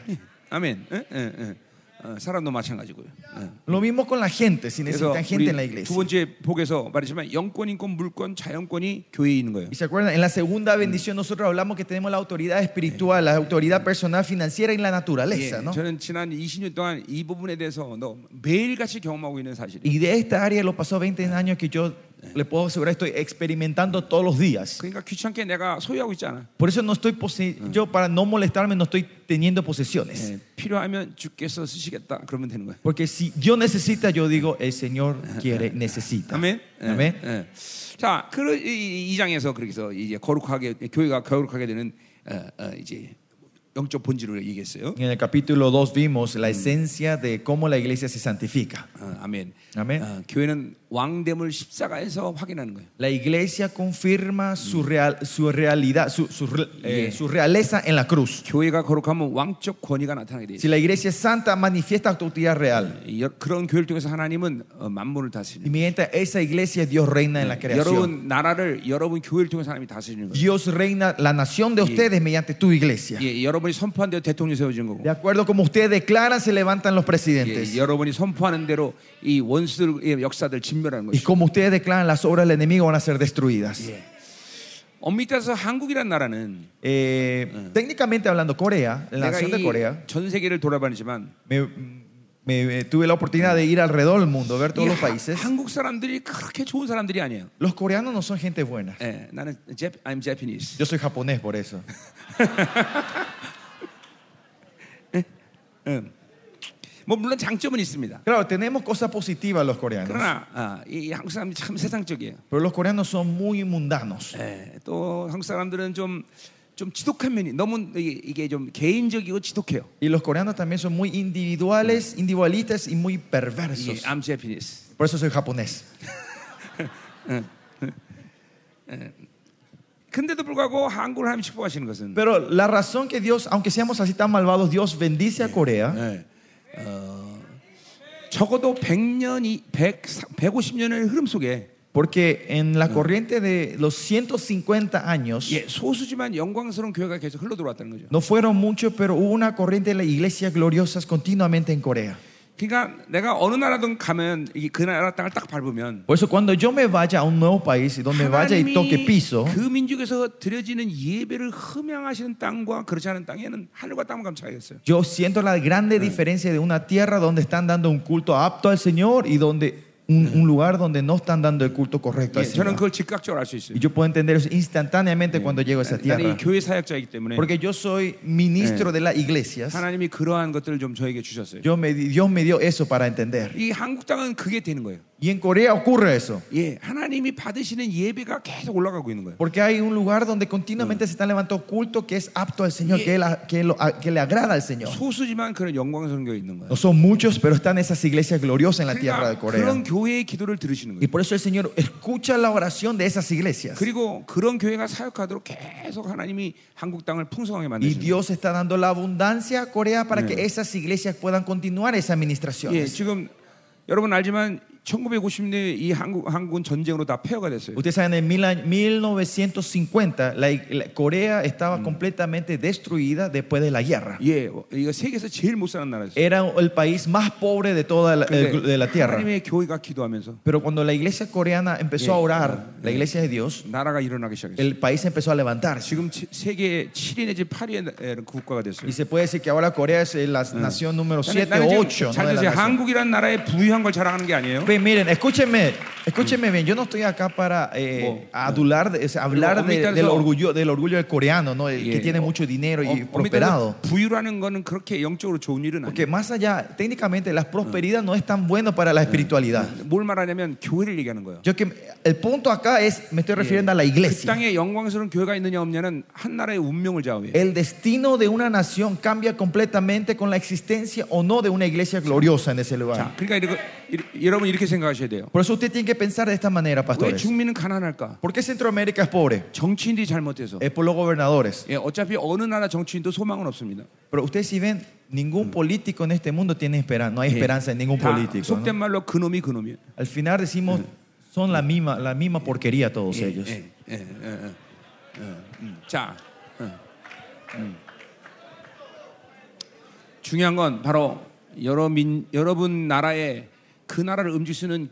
[SPEAKER 1] 아멘. 예, 예, 예. 어, 사람도 마찬가지고요. 예.
[SPEAKER 2] Lo mismo con la gente, si
[SPEAKER 1] 그래서
[SPEAKER 2] necesitan gente en la
[SPEAKER 1] 우리
[SPEAKER 2] iglesia.
[SPEAKER 1] 두 번째 복에서 말했지만 영권, 인권, 물권, 자연권이 교회에 있는 거예요.
[SPEAKER 2] Y se acuerdan, en la segunda bendición nosotros hablamos que tenemos la autoridad espiritual, la autoridad personal, financiera y la
[SPEAKER 1] 예,
[SPEAKER 2] naturaleza, ¿no?
[SPEAKER 1] 저는 지난 20년 동안 이 부분에 대해서 너 매일같이 경험하고 있는 사실이에요.
[SPEAKER 2] Y de esta área, los pasados 20 años que yo le puedo asegurar, estoy experimentando todos los días.
[SPEAKER 1] 그러니까 귀찮게 내가 소유하고 있지 않아.
[SPEAKER 2] Por eso no estoy, pose- yo para no molestarme, no estoy teniendo posesiones.
[SPEAKER 1] 예, 필요하면 주께서 쓰시겠다 그러면 되는 거예요.
[SPEAKER 2] Porque si yo necesita, yo digo, el Señor quiere, necesita.
[SPEAKER 1] 아멘.
[SPEAKER 2] Amén.
[SPEAKER 1] 예, 예. 자, 그런 이- 이- 이 장에서 그렇게 해서 이제 거룩하게 교회가 거룩하게 되는 어, 어, 이제 영적 본질을 얘기했어요.
[SPEAKER 2] En el capítulo 2 vimos la esencia de cómo la iglesia se santifica.
[SPEAKER 1] 어, 아멘.
[SPEAKER 2] 아멘.
[SPEAKER 1] 어, 교회는 왕됨을 십자가에서 확인하는 거예요.
[SPEAKER 2] La iglesia confirma su, real- su realidad, su, su re- eh,
[SPEAKER 1] Yeah.
[SPEAKER 2] su realeza en la cruz.
[SPEAKER 1] 교회가 거룩하면 왕적 권위가 나타나게 돼
[SPEAKER 2] Si
[SPEAKER 1] 있어요.
[SPEAKER 2] la iglesia es santa, manifiesta autoridad real.
[SPEAKER 1] 여- 그런 교회를 통해서 하나님은 어, 만물을
[SPEAKER 2] Y
[SPEAKER 1] 다스리는
[SPEAKER 2] mientras esa iglesia, Dios reina en la
[SPEAKER 1] 거예요. 여러분
[SPEAKER 2] creación.
[SPEAKER 1] 나라를 여러분 교회를 통해서 하나님이 다스리는 거예요.
[SPEAKER 2] Dios reina la nación de ustedes mediante tu iglesia.
[SPEAKER 1] 예, 여러분이 선포한 대로 대통령 세워진 거고.
[SPEAKER 2] De acuerdo como ustedes declaran, se levantan los
[SPEAKER 1] 예,
[SPEAKER 2] presidentes.
[SPEAKER 1] 여러분이 선포하는 대로 이 원수들 역사들 진멸하는
[SPEAKER 2] Y
[SPEAKER 1] 것이.
[SPEAKER 2] como ustedes declaran, las obras del enemigo van a ser destruidas.
[SPEAKER 1] 예. 엄밀히 따서 한국이란 나라는
[SPEAKER 2] Eh, técnicamente hablando, Corea, la
[SPEAKER 1] 내가
[SPEAKER 2] nación de Corea,
[SPEAKER 1] 이 전 세계를 돌아다니지만
[SPEAKER 2] me, me- tuve la oportunidad de ir alrededor del mundo, ver
[SPEAKER 1] 이
[SPEAKER 2] todos los
[SPEAKER 1] 하-
[SPEAKER 2] países.
[SPEAKER 1] 한국 사람들이 그렇게 좋은 사람들이 아니에요.
[SPEAKER 2] Los coreanos no son gente buena.
[SPEAKER 1] 예, 나는 제, I'm Japanese.
[SPEAKER 2] Yo soy japonés por eso.
[SPEAKER 1] 음. 뭐 물론 장점은 있습니다.
[SPEAKER 2] Claro, tenemos cosas positivas los coreanos,
[SPEAKER 1] 그러나 아, 이, 이 한국 사람이 참 세상적이에요.
[SPEAKER 2] pero los coreanos son muy mundanos.
[SPEAKER 1] 예, 또 한국 사람들은 좀, 좀 지독한 면이 너무 이- 이게 좀 개인적이고 지독해요.
[SPEAKER 2] Y los coreanos también son muy individuales, individualistas y muy
[SPEAKER 1] 예,
[SPEAKER 2] perversos.
[SPEAKER 1] I'm Japanese.
[SPEAKER 2] Por eso soy japonés.
[SPEAKER 1] 근데도 불구하고 한국을 하나님 축복하시는 것은
[SPEAKER 2] Pero la razón que Dios, aunque seamos así tan malvados, Dios bendice a Corea.
[SPEAKER 1] 예, 어, 적어도 100년이 100, 150년의 흐름 속에
[SPEAKER 2] Porque en la corriente de los 150 años,
[SPEAKER 1] 예, 소수지만 영광스러운 교회가 계속 흘러 들어왔다는 거죠.
[SPEAKER 2] no fueron muchos, pero hubo una corriente de las iglesias gloriosas continuamente en Corea.
[SPEAKER 1] 그러니까 내가 어느 나라든 가면 이그 나라 땅을 딱 밟으면
[SPEAKER 2] Por eso cuando yo me vaya a un nuevo país y donde vaya y
[SPEAKER 1] 하나님이
[SPEAKER 2] toque piso,
[SPEAKER 1] 그 민족에서 드려지는 예배를 흠양하시는 땅과 그렇지 않은 땅에는 하늘과 땅만 감차하겠어요.
[SPEAKER 2] yo siento la grande diferencia de una tierra donde están dando un culto apto al Señor y donde un, un lugar donde no están dando el culto correcto
[SPEAKER 1] 예,
[SPEAKER 2] al
[SPEAKER 1] 저는
[SPEAKER 2] Señor.
[SPEAKER 1] 그걸 즉각적으로 알 수 있어요. 예,
[SPEAKER 2] Y yo puedo entender eso instantáneamente cuando llego a esa
[SPEAKER 1] 나는 이
[SPEAKER 2] tierra.
[SPEAKER 1] 교회 사역자이기 때문에
[SPEAKER 2] Porque yo soy ministro de las iglesias.
[SPEAKER 1] 하나님이 그러한 것들을 좀 저에게 주셨어요.
[SPEAKER 2] Yo me, di- Dios me dio eso para entender.
[SPEAKER 1] 이 한국 땅은 그게 되는 거예요.
[SPEAKER 2] Y en Corea ocurre eso.
[SPEAKER 1] 예, 하나님이 받으시는 예배가 계속 올라가고 있는 거예요.
[SPEAKER 2] Porque hay un lugar donde continuamente se está levantando culto que es apto al Señor, que, la- que lo- a- que le agrada al Señor.
[SPEAKER 1] 소수지만 그런 영광스러운 교회 있는 거예요.
[SPEAKER 2] No son muchos, pero están esas iglesias gloriosas en la tierra de
[SPEAKER 1] 그러니까
[SPEAKER 2] Corea.
[SPEAKER 1] 그런 교회의 기도를 들으시는
[SPEAKER 2] Y
[SPEAKER 1] 거예요.
[SPEAKER 2] por eso el Señor escucha la oración de esas iglesias.
[SPEAKER 1] 그리고 그런 교회가 사역하도록 계속 하나님이 한국 땅을 풍성하게
[SPEAKER 2] Y
[SPEAKER 1] 만드시는 거예요.
[SPEAKER 2] Dios está dando la abundancia a Corea para que esas iglesias puedan continuar esa
[SPEAKER 1] 예,
[SPEAKER 2] administración.
[SPEAKER 1] 지금 여러분 알지만 1950년에 이 한국 한국은 전쟁으로 다 폐허가 됐어요.
[SPEAKER 2] Ustedes saben, en mil año- 1950 la, ig- la- Corea estaba completamente destruida después de la guerra.
[SPEAKER 1] 예, 어, 이거 세계에서 제일 못 사는 나라였어요.
[SPEAKER 2] Era el país más pobre de toda la,
[SPEAKER 1] 근데
[SPEAKER 2] el- de la tierra.
[SPEAKER 1] 하나님의 교회가 기도하면서
[SPEAKER 2] Pero cuando la iglesia coreana empezó a orar, la iglesia de Dios,
[SPEAKER 1] 나라가 일어나기 시작했어요.
[SPEAKER 2] el país empezó a levantarse.
[SPEAKER 1] 지금 치- 세계 7위 내지 8위의 그 국가가 됐어요.
[SPEAKER 2] Y se puede decir que ahora Corea es eh, la nación número 7
[SPEAKER 1] 나는
[SPEAKER 2] o
[SPEAKER 1] 지금
[SPEAKER 2] 8.
[SPEAKER 1] 잘 들으세요. 한국이란 나라의 부유한 걸 자랑하는 게 아니에요.
[SPEAKER 2] miren, escúchenme, escúchenme bien. Yo no estoy acá para eh, adular, de- o sea, hablar de-
[SPEAKER 1] omitar
[SPEAKER 2] del,
[SPEAKER 1] eso.
[SPEAKER 2] orgullo, del orgullo del coreano, ¿no? El
[SPEAKER 1] Yeah.
[SPEAKER 2] que tiene mucho dinero y
[SPEAKER 1] 어, 어미 따라서
[SPEAKER 2] prosperado.
[SPEAKER 1] 부유라는 거는 그렇게 영적으로 좋은 일은 아니에요.
[SPEAKER 2] Porque más allá, técnicamente, la prosperidad no es tan bueno para la espiritualidad.
[SPEAKER 1] 뭘 말하냐면 교회를 얘기하는 거예요.
[SPEAKER 2] Yo que el punto acá es, me estoy refiriendo a la
[SPEAKER 1] 이
[SPEAKER 2] iglesia.
[SPEAKER 1] 땅에 영광스러운 교회가 있느냐 없냐는 한 나라의 운명을 좌우해요.
[SPEAKER 2] El destino de una nación cambia completamente con la existencia o no de una iglesia gloriosa en ese lugar.
[SPEAKER 1] 자, 그러니까 이렇게, 이- 여러분 이렇게 생각하셔야 돼요.
[SPEAKER 2] Por eso usted tiene que pensar de esta manera,
[SPEAKER 1] 왜
[SPEAKER 2] pastores.
[SPEAKER 1] 중민은 가난할까?
[SPEAKER 2] ¿Por qué Centroamérica es pobre?
[SPEAKER 1] 정치인들이 잘못해서.
[SPEAKER 2] Es por los gobernadores.
[SPEAKER 1] 예, 어차피 어느 나라 정치인도 소망은 없습니다.
[SPEAKER 2] Pero ustedes si ven, ningún político en este mundo tiene esperanza. No hay esperanza en ningún
[SPEAKER 1] 다
[SPEAKER 2] político. ¿no?
[SPEAKER 1] 속된 말로 그놈이 그놈이에요.
[SPEAKER 2] Al final decimos, son la misma, la misma porquería todos
[SPEAKER 1] 예,
[SPEAKER 2] ellos.
[SPEAKER 1] 예, 예, 예, 예, 예, 음. 자, 음. 음. 중요한 건 바로 여러 민, 여러분 나라에 그 나라를 움직일 수 있는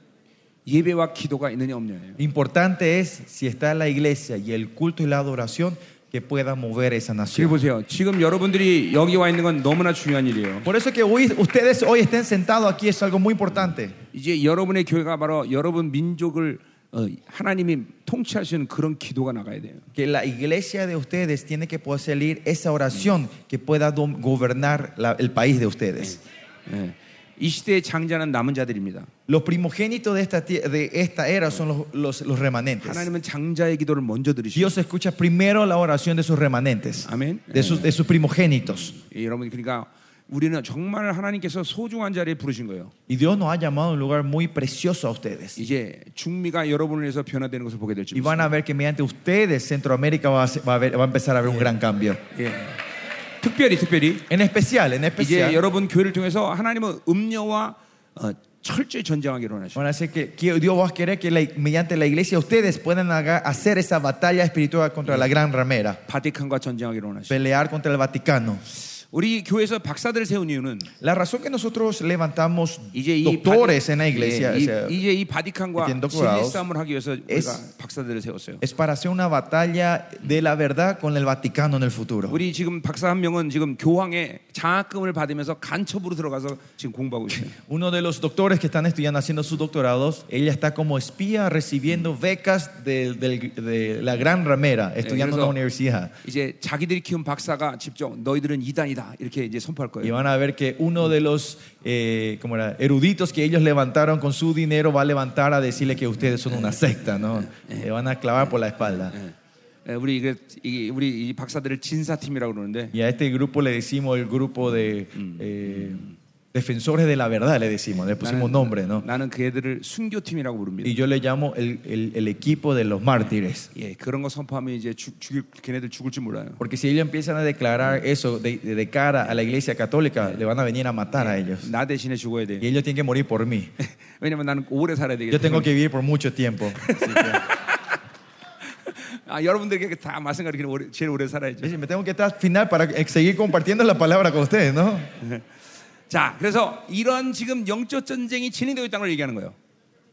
[SPEAKER 1] 예배와 기도가 있느냐 없느냐예요.
[SPEAKER 2] Importante es, si está la iglesia y el culto y la adoración, que pueda mover esa
[SPEAKER 1] 지금
[SPEAKER 2] nación.
[SPEAKER 1] 보세요. 지금 여러분들이 여기 와 있는 건 너무나 중요한 일이에요.
[SPEAKER 2] Por eso que hoy, ustedes hoy estén sentados aquí es algo muy importante.
[SPEAKER 1] 이제 여러분의 교회가 바로 여러분 민족을 어, 하나님이 통치하시는 그런 기도가 나가야 돼요.
[SPEAKER 2] Que la iglesia de ustedes tiene que poder salir esa oración que pueda dom- gobernar la- el país de ustedes.
[SPEAKER 1] 예. 이 시대의 장자는 남은 자들입니다.
[SPEAKER 2] Los primogénitos de esta, tie- de esta era son los, los- los remanentes.
[SPEAKER 1] 하나님은 장자의 기도를 먼저 들으시고
[SPEAKER 2] Dios escucha primero la oración de sus remanentes,
[SPEAKER 1] Amén.
[SPEAKER 2] de sus, de sus primogénitos.
[SPEAKER 1] 예, 여러분 그러니까 우리는 정말 하나님께서 소중한 자리에 부르신 거예요.
[SPEAKER 2] Y Dios nos ha llamado a un lugar muy precioso a ustedes.
[SPEAKER 1] 이제 중미가 여러분을 위해서 변화되는 것을 보게 될
[SPEAKER 2] Y
[SPEAKER 1] 줄입니다.
[SPEAKER 2] van a ver que mediante ustedes Centroamérica va a, ser- va a ver- va a empezar a haber un gran cambio.
[SPEAKER 1] 예. 특별히 특별히
[SPEAKER 2] En especial, en
[SPEAKER 1] 이제
[SPEAKER 2] especial.
[SPEAKER 1] 여러분 교회를 통해서 하나님은 음녀와 어, 철저히 전쟁하기로 하시고
[SPEAKER 2] Van a hacer que, que Dios va a querer que la- mediante la iglesia ustedes puedan haga- hacer esa batalla espiritual contra la gran ramera,
[SPEAKER 1] 바티칸과 전쟁하기로 하시고
[SPEAKER 2] pelear contra el Vaticano.
[SPEAKER 1] 우리 교회에서 박사들을 세운 이유는
[SPEAKER 2] La razón que nosotros levantamos
[SPEAKER 1] 이제 이
[SPEAKER 2] doctores
[SPEAKER 1] 바디-
[SPEAKER 2] en la iglesia
[SPEAKER 1] 예, 이-
[SPEAKER 2] o sea,
[SPEAKER 1] 이제 이 바디칸과
[SPEAKER 2] 이렇게 doctorados
[SPEAKER 1] 진리 싸움을 하기 위해서 우리가
[SPEAKER 2] es-
[SPEAKER 1] 박사들을 세웠어요.
[SPEAKER 2] es para hacer una batalla de la verdad con el Vaticano en el futuro.
[SPEAKER 1] 우리 지금 박사 한 명은 지금 교황의 장학금을 받으면서 간첩으로 들어가서 지금 공부하고 있어요.
[SPEAKER 2] Uno de los doctores que están estudiando, haciendo sus doctorados, ella está como espía recibiendo becas de, del- de la gran ramera, estudiando en la
[SPEAKER 1] eso-
[SPEAKER 2] universidad.
[SPEAKER 1] 이제 자기들이 키운 박사가 직접 너희들은 이단이다 이렇게 이제 선포할
[SPEAKER 2] Y
[SPEAKER 1] 거예요.
[SPEAKER 2] van a ver que uno de los eh, ¿cómo era? eruditos que ellos levantaron con su dinero va a levantar a decirle que ustedes son una secta, ¿no? Le van a clavar por la espalda.
[SPEAKER 1] 예, 우리 이게 이- 우리 이 박사들을 진사팀이라고 그러는데
[SPEAKER 2] Y a este grupo le decimos el grupo de eh, defensores de la verdad, le decimos, le pusimos nombre, ¿no?
[SPEAKER 1] 나는 그 애들을 순교팀이라고 부릅니다.
[SPEAKER 2] Y yo le llamo el- el- el equipo de los mártires.
[SPEAKER 1] 예, 그런 거 선포하면 이제 죽, 죽일 걔네들 죽을 줄 몰라요.
[SPEAKER 2] Porque si ellos empiezan a declarar eso de, de- de cara a la iglesia católica, le van a venir a matar a ellos.
[SPEAKER 1] 나 대신에 죽어야 돼.
[SPEAKER 2] Y ellos tienen que morir por mí.
[SPEAKER 1] 왜냐면 나는 오래 살아야 되기
[SPEAKER 2] Yo tengo
[SPEAKER 1] 때문에.
[SPEAKER 2] que vivir por mucho tiempo. Así
[SPEAKER 1] 아, 여러분들에게 다 마찬가지로 그냥 오래- 제일 오래 살아야죠.
[SPEAKER 2] que, me tengo que estar final para eh, seguir compartiendo la palabra con ustedes, ¿no?
[SPEAKER 1] 자, 그래서 이런 지금 영적 전쟁이 진행되고 있다는 걸 얘기하는 거예요.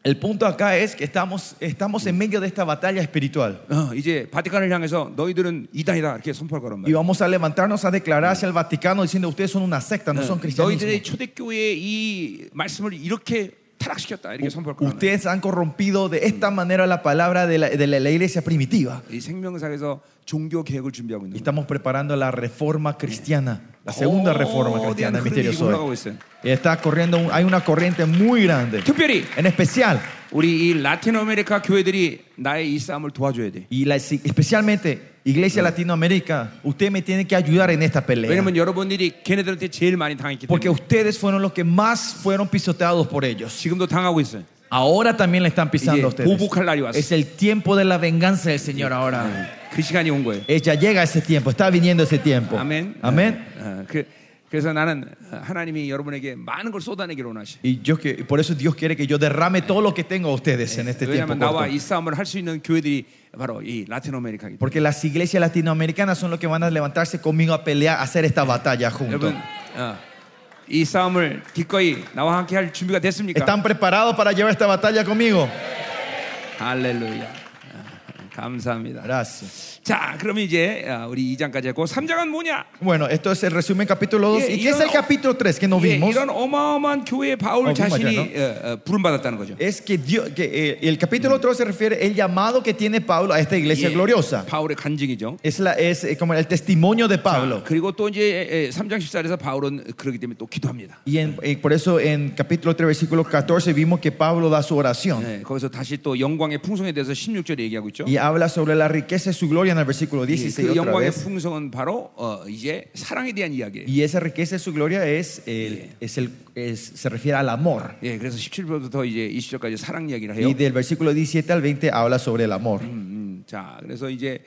[SPEAKER 2] El punto acá es que estamos, estamos en medio de esta batalla espiritual.
[SPEAKER 1] 어, 이제 바티칸을 향해서 너희들은 이단이다 이렇게 선포할 거란
[SPEAKER 2] Y
[SPEAKER 1] 말이에요.
[SPEAKER 2] vamos a levantarnos a declarar hacia el Vaticano diciendo ustedes son una secta, no son cristianos.
[SPEAKER 1] 너희들의 초대교회의 이 말씀을 이렇게 타락시켰다 이렇게 선포할 거란 말이에요.
[SPEAKER 2] Ustedes han corrompido de esta manera la palabra de la, de la- la iglesia primitiva.
[SPEAKER 1] 이 생명사에서 종교 개혁을 준비하고
[SPEAKER 2] Y
[SPEAKER 1] 있는 거예요.
[SPEAKER 2] estamos preparando la reforma cristiana, la segunda reforma cristiana,
[SPEAKER 1] 거대한
[SPEAKER 2] el misterio
[SPEAKER 1] 흐름이
[SPEAKER 2] soy.
[SPEAKER 1] 올라가고 있어요.
[SPEAKER 2] Y está corriendo, un- hay una corriente muy grande,
[SPEAKER 1] 특별히
[SPEAKER 2] en especial,
[SPEAKER 1] 우리 이 라틴 아메리카 교회들이 나의 이 싸움을 도와줘야 돼.
[SPEAKER 2] y la- especialmente Iglesia Latinoamérica, usted me tiene que ayudar en esta pelea.
[SPEAKER 1] 왜냐면 여러분들이 걔네들한테 제일 많이 당했기 때문에
[SPEAKER 2] Porque ustedes fueron los que más fueron pisoteados por ellos.
[SPEAKER 1] 지금도 당하고 있어요.
[SPEAKER 2] Ahora también le están pisando a
[SPEAKER 1] 이제
[SPEAKER 2] ustedes.
[SPEAKER 1] 보복할 날이 왔어.
[SPEAKER 2] Es el tiempo de la venganza del Señor ahora.
[SPEAKER 1] 그 시간이 온 거예요.
[SPEAKER 2] Eh, Ya llega ese tiempo, está viniendo ese tiempo.
[SPEAKER 1] 아멘.
[SPEAKER 2] Amén.
[SPEAKER 1] 어, 어, 그, 그래서 나는 하나님이 여러분에게 많은 걸 쏟아내기를 원하시.
[SPEAKER 2] Y yo que, por eso Dios quiere que yo derrame todo lo que tengo a ustedes en este tiempo.
[SPEAKER 1] 왜냐하면 나와
[SPEAKER 2] corto.
[SPEAKER 1] 이 싸움을 할 수 있는 교회들이 바로 이 라틴 아메리카기. 때문에.
[SPEAKER 2] Porque las iglesias latinoamericanas son los que van a levantarse conmigo a pelear, a hacer esta batalla juntos.
[SPEAKER 1] 여러분, 어, 이 싸움을 기꺼이 나와 함께 할 준비가 됐습니까?
[SPEAKER 2] ¿Están preparados para llevar esta batalla conmigo?
[SPEAKER 1] 할렐루야. 어, 감사합니다.
[SPEAKER 2] Gracias.
[SPEAKER 1] 자, 그러면 이제 어, 우리 2장까지 했고 3장은 뭐냐?
[SPEAKER 2] Bueno, esto es el resumen capítulo 2.
[SPEAKER 1] Yeah,
[SPEAKER 2] ¿Y
[SPEAKER 1] you
[SPEAKER 2] qué es el
[SPEAKER 1] know-
[SPEAKER 2] capítulo 3 que no
[SPEAKER 1] 예,
[SPEAKER 2] vimos?
[SPEAKER 1] 이런 어마어마한 교회의 바울
[SPEAKER 2] 어,
[SPEAKER 1] 자신이
[SPEAKER 2] 그건
[SPEAKER 1] 어, 어, 부름받았다는 거죠.
[SPEAKER 2] Es que, Dios, que eh, el capítulo 3 se refiere el llamado que tiene Pablo a esta iglesia
[SPEAKER 1] 예,
[SPEAKER 2] gloriosa.
[SPEAKER 1] 바울의 간증이죠.
[SPEAKER 2] Es, la, es eh, como el testimonio de Pablo.
[SPEAKER 1] 그리고 또 이제 3장 14절에서 바울은 그러기 때문에 또 기도합니다.
[SPEAKER 2] Y en- eh, por eso en capítulo 3, versículo 14, vimos que Pablo da su oración.
[SPEAKER 1] 네, 거기서 다시 또 영광의 풍성에 대해서 16절에 얘기하고 있죠.
[SPEAKER 2] Y habla sobre la riqueza de su gloria en el versículo
[SPEAKER 1] 예,
[SPEAKER 2] 16.
[SPEAKER 1] 그
[SPEAKER 2] otra
[SPEAKER 1] 영광의
[SPEAKER 2] vez.
[SPEAKER 1] 풍성은 bajo 어, 이제 사랑에 대한 이야기예요.
[SPEAKER 2] Y esa riqueza de su gloria es, el- es el, es- se refiere al amor.
[SPEAKER 1] 예, 그래서 17절부터 이제 20절까지 사랑 이야기를 해요.
[SPEAKER 2] Y del versículo 17 al 20 habla sobre el amor.
[SPEAKER 1] 음, 음, 자, 그래서 이제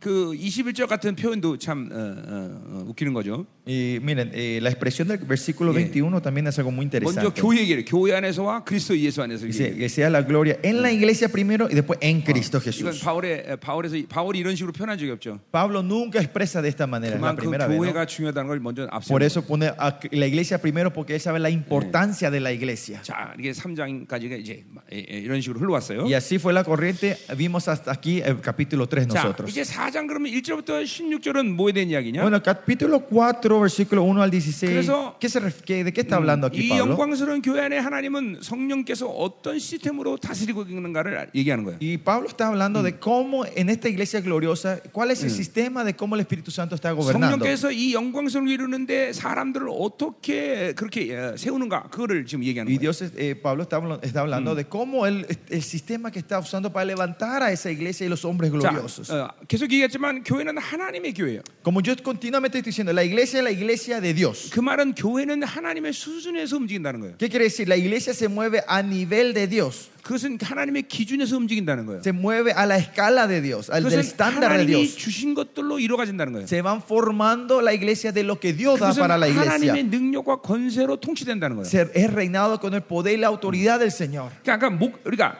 [SPEAKER 1] 그 21절 같은 표현도 참 어, 어, 어, 웃기는 거죠.
[SPEAKER 2] Y miren, eh, la expresión del versículo 21 también es algo muy
[SPEAKER 1] 먼저
[SPEAKER 2] interesante.
[SPEAKER 1] 교회 얘기를 교회 안에서와 그리스도 예수 안에서
[SPEAKER 2] Dice
[SPEAKER 1] 얘기해요.
[SPEAKER 2] que sea la gloria en la iglesia primero y después en Cristo
[SPEAKER 1] 이건
[SPEAKER 2] Jesús.
[SPEAKER 1] 바울의 바울에서 바울이 이런 식으로 표현한 적이 없죠.
[SPEAKER 2] Pablo nunca expresa de esta manera, es la
[SPEAKER 1] 네, 그만큼
[SPEAKER 2] primera vez. ¿no?
[SPEAKER 1] 교회가 중요하다는 걸 먼저 앞서.
[SPEAKER 2] Por eso pone a la iglesia primero porque él sabe la importancia de la iglesia.
[SPEAKER 1] 자, 이게 3장까지가 이제 예, 예, 이런 식으로 흘러왔어요.
[SPEAKER 2] Y así fue la corriente, vimos hasta aquí el capítulo 3
[SPEAKER 1] 자,
[SPEAKER 2] nosotros.
[SPEAKER 1] 이제 4장 그러면 1절부터 16절은 뭐에 대한 이야기냐?
[SPEAKER 2] Bueno, capítulo 4 4, versículo 1 al 16.
[SPEAKER 1] 그래서-
[SPEAKER 2] ¿Qué se ref- qué- ¿De qué está hablando aquí
[SPEAKER 1] 이
[SPEAKER 2] Pablo?
[SPEAKER 1] 영광스러운 교회 안에 하나님은 성령께서 어떤 시스템으로 다스리고 있는가를 알- 얘기하는 거예요.
[SPEAKER 2] Y Pablo está hablando de cómo en esta iglesia gloriosa, cuál es el sistema de cómo el Espíritu Santo está
[SPEAKER 1] 뭐
[SPEAKER 2] gobernando.
[SPEAKER 1] 성령께서 이 영광스러운 이루는데 사람들을 어떻게 그렇게 어, 세우는가 그거를 지금 얘기하는
[SPEAKER 2] Y
[SPEAKER 1] 거예요.
[SPEAKER 2] Dios, eh, Pablo está, habla- está hablando de cómo el, el sistema que está usando para levantar a esa iglesia y los hombres gloriosos.
[SPEAKER 1] 자, 어, 계속 얘기했지만 교회는 하나님의 교회예요.
[SPEAKER 2] Como yo continuamente estoy diciendo, la iglesia es la iglesia de Dios.
[SPEAKER 1] 그 말은 교회는 하나님의 수준에서 움직인다는 거예요.
[SPEAKER 2] ¿Qué quiere decir? La iglesia se mueve a nivel de Dios,
[SPEAKER 1] 그것은 하나님의 기준에서 움직인다는 거예요.
[SPEAKER 2] se mueve a la escala de Dios, al del
[SPEAKER 1] 그것은
[SPEAKER 2] estándar de
[SPEAKER 1] 하나님이
[SPEAKER 2] Dios.
[SPEAKER 1] 주신 것들로 이루어진다는 거예요.
[SPEAKER 2] Se van formando la iglesia de lo que Dios da
[SPEAKER 1] 그것은
[SPEAKER 2] para la
[SPEAKER 1] 하나님의
[SPEAKER 2] iglesia.
[SPEAKER 1] 능력과 권세로 통치된다는 거예요.
[SPEAKER 2] Ser- es reinado con el poder y la autoridad del Señor.
[SPEAKER 1] 그러니까 아까 목, 우리가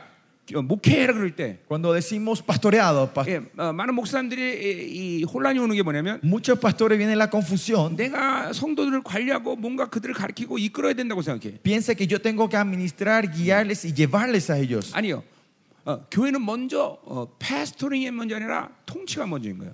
[SPEAKER 1] 어, 목회라 그럴 때
[SPEAKER 2] Cuando decimos pastoreado, pas-
[SPEAKER 1] 예, 어, 많은 목사님들이 예, 이, 이 혼란이 오는 게 뭐냐면
[SPEAKER 2] muchos pastores vienen la confusión.
[SPEAKER 1] 내가 성도들을 관리하고 뭔가 그들을 가르치고 이끌어야 된다고 생각해.
[SPEAKER 2] Piensa que yo tengo que administrar, guiarles y llevarles a ellos.
[SPEAKER 1] 아니요. 어, 교회는 먼저 어, 패스토링이 먼저 아니라 통치가 먼저인 거예요.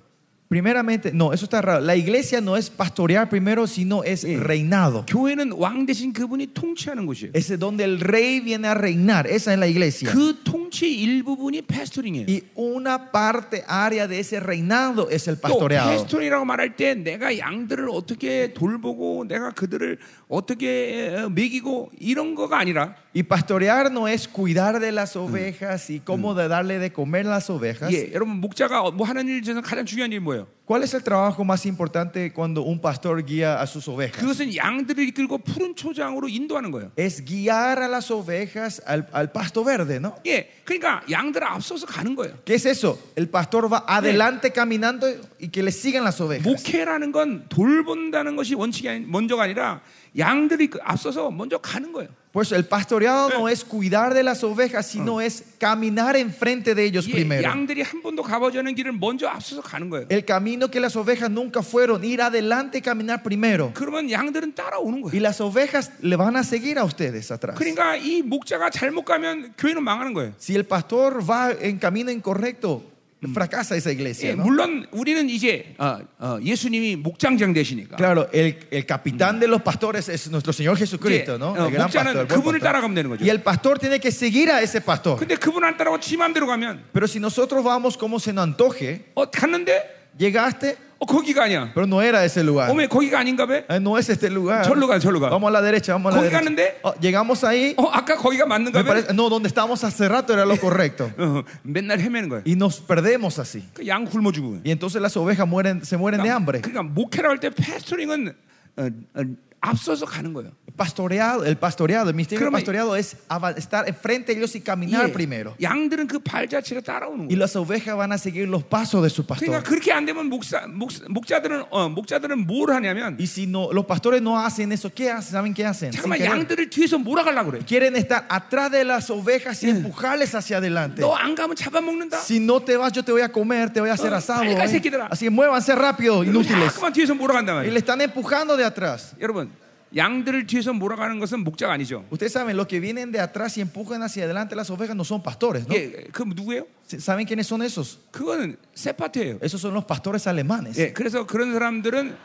[SPEAKER 2] Primeramente, no, eso está raro. La iglesia no es pastorear primero, sino es reinado.
[SPEAKER 1] 교회는 왕 대신 그분이 통치하는 곳이에요.
[SPEAKER 2] Ese donde el rey viene a reinar, esa es la iglesia.
[SPEAKER 1] 그 통치의 일부분이 패스토링이에요.
[SPEAKER 2] Y una parte área de ese reinado es el
[SPEAKER 1] 또
[SPEAKER 2] pastoreado.
[SPEAKER 1] 패스토링이라고 말할 때 내가 양들을 어떻게 돌보고 내가 그들을 어떻게 어, 먹이고 이런 거가 아니라
[SPEAKER 2] Y pastorear no es cuidar de las ovejas y cómo de darle de comer a las ovejas.
[SPEAKER 1] 예, 여러분 목자가 뭐 하는 일 중에서 가장 중요한 일이 뭐예요?
[SPEAKER 2] ¿Cuál es el trabajo más importante cuando un pastor guía a sus ovejas?
[SPEAKER 1] 그것은 양들을 이끌고 푸른 초장으로 인도하는 거예요.
[SPEAKER 2] Es guiar a las ovejas al, al pasto verde, ¿no?
[SPEAKER 1] 예, 그러니까 양들을 앞서서 가는 거예요.
[SPEAKER 2] ¿Qué es eso? El pastor va adelante caminando y que le sigan las
[SPEAKER 1] 네,
[SPEAKER 2] ovejas.
[SPEAKER 1] 목회라는 건 돌본다는 것이 원칙이 아닌, 먼저가 아니라 양들이 그 앞서서 먼저 가는 거예요.
[SPEAKER 2] Por eso el pastoreado no es cuidar de las ovejas, sino es caminar enfrente de ellos
[SPEAKER 1] 예,
[SPEAKER 2] primero.
[SPEAKER 1] 양들이 한 번도 가보지 않은 길을 먼저 앞서서 가는 거예요.
[SPEAKER 2] El camino que las ovejas nunca fueron, ir adelante y caminar primero.
[SPEAKER 1] 그러면 양들은 따라오는
[SPEAKER 2] Y
[SPEAKER 1] 거예요.
[SPEAKER 2] las ovejas le van a seguir a ustedes atrás.
[SPEAKER 1] 그러니까 이 목자가 잘못 가면 교회는 망하는 거예요.
[SPEAKER 2] Si el pastor va en camino incorrecto,
[SPEAKER 1] Mm.
[SPEAKER 2] fracasa esa
[SPEAKER 1] 예,
[SPEAKER 2] iglesia. ¿no?
[SPEAKER 1] 물론 우리는 이제 어, 어, 예수님이 목장장 되시니까
[SPEAKER 2] Claro, el, el capitán de los pastores es nuestro Señor Jesucristo,
[SPEAKER 1] Mm. Sí,
[SPEAKER 2] ¿no?
[SPEAKER 1] no,
[SPEAKER 2] El gran
[SPEAKER 1] 예, 어, 목자는
[SPEAKER 2] pastor, el buen
[SPEAKER 1] 그분을
[SPEAKER 2] pastor.
[SPEAKER 1] 따라가면 되는 거죠.
[SPEAKER 2] Y el pastor tiene que seguir a ese pastor.
[SPEAKER 1] 근데 그분 안 따라고 지 맘대로 가면
[SPEAKER 2] Pero si nosotros vamos como se nos antoje,
[SPEAKER 1] 어, 갔는데
[SPEAKER 2] llegaste,
[SPEAKER 1] 어, 거기가 아니야.
[SPEAKER 2] pero no era ese lugar.
[SPEAKER 1] 어메 거기가 아닌가 봐.
[SPEAKER 2] Eh, No es este lugar.
[SPEAKER 1] Chol lugar, chol lugar.
[SPEAKER 2] Vamos a la derecha, vamos a la
[SPEAKER 1] ¿Kogi
[SPEAKER 2] derecha.
[SPEAKER 1] ga는데?
[SPEAKER 2] Oh, llegamos ahí.
[SPEAKER 1] 어 아까 거기가
[SPEAKER 2] me
[SPEAKER 1] 맞는가 봐.
[SPEAKER 2] parece- no, donde estábamos hace rato era lo correcto.
[SPEAKER 1] 어, 맨날 헤매는 거예요.
[SPEAKER 2] Y nos perdemos así.
[SPEAKER 1] 그양 굶어 죽으면.
[SPEAKER 2] Y entonces las ovejas mueren, se mueren de hambre.
[SPEAKER 1] 그러니까 목회라고 할 때 패스토링은 어, 어, 앞서서 가는 거예요.
[SPEAKER 2] Pastoreado, el pastoreado, el misterio del
[SPEAKER 1] Créeme.
[SPEAKER 2] pastoreado es ava- estar enfrente de ellos y caminar
[SPEAKER 1] 예,
[SPEAKER 2] primero.
[SPEAKER 1] 양들은 그 발자취를 따라오는
[SPEAKER 2] Y
[SPEAKER 1] 거예요.
[SPEAKER 2] las ovejas van a seguir los pasos de su pastor.
[SPEAKER 1] 그러니까 그렇게 안 되면 목사, 목 목자들은 어, 목자들은 뭘 하냐면
[SPEAKER 2] Y si no, los pastores no hacen eso, ¿qué hacen? ¿Saben qué hacen? Sin
[SPEAKER 1] 잠깐만
[SPEAKER 2] querer.
[SPEAKER 1] 양들을 뒤에서 몰아가려고 그래.
[SPEAKER 2] Quieren estar atrás de las ovejas y empujarles hacia adelante.
[SPEAKER 1] 너 안 가면 잡아먹는다.
[SPEAKER 2] Si no te vas, yo te voy a comer, te voy a hacer
[SPEAKER 1] Ah,
[SPEAKER 2] asado.
[SPEAKER 1] ay,
[SPEAKER 2] ¿eh?
[SPEAKER 1] cállate, quítala.
[SPEAKER 2] Así que muévanse rápido, inútiles.
[SPEAKER 1] 자꾸만 뒤에서 몰아간단
[SPEAKER 2] Y
[SPEAKER 1] 말이에요.
[SPEAKER 2] le están empujando de atrás.
[SPEAKER 1] 여러분, 양들을 뒤에서 몰아가는 것은 목자가 아니죠.
[SPEAKER 2] Ustedes saben, los que vienen de atrás y empujan hacia adelante las ovejas no son pastores, ¿no?
[SPEAKER 1] 예, 그 누구예요?
[SPEAKER 2] ¿Saben quiénes son esos?
[SPEAKER 1] 그거는 세파트예요.
[SPEAKER 2] Esos son los pastores alemanes.
[SPEAKER 1] 예, 그래서 그런 사람들은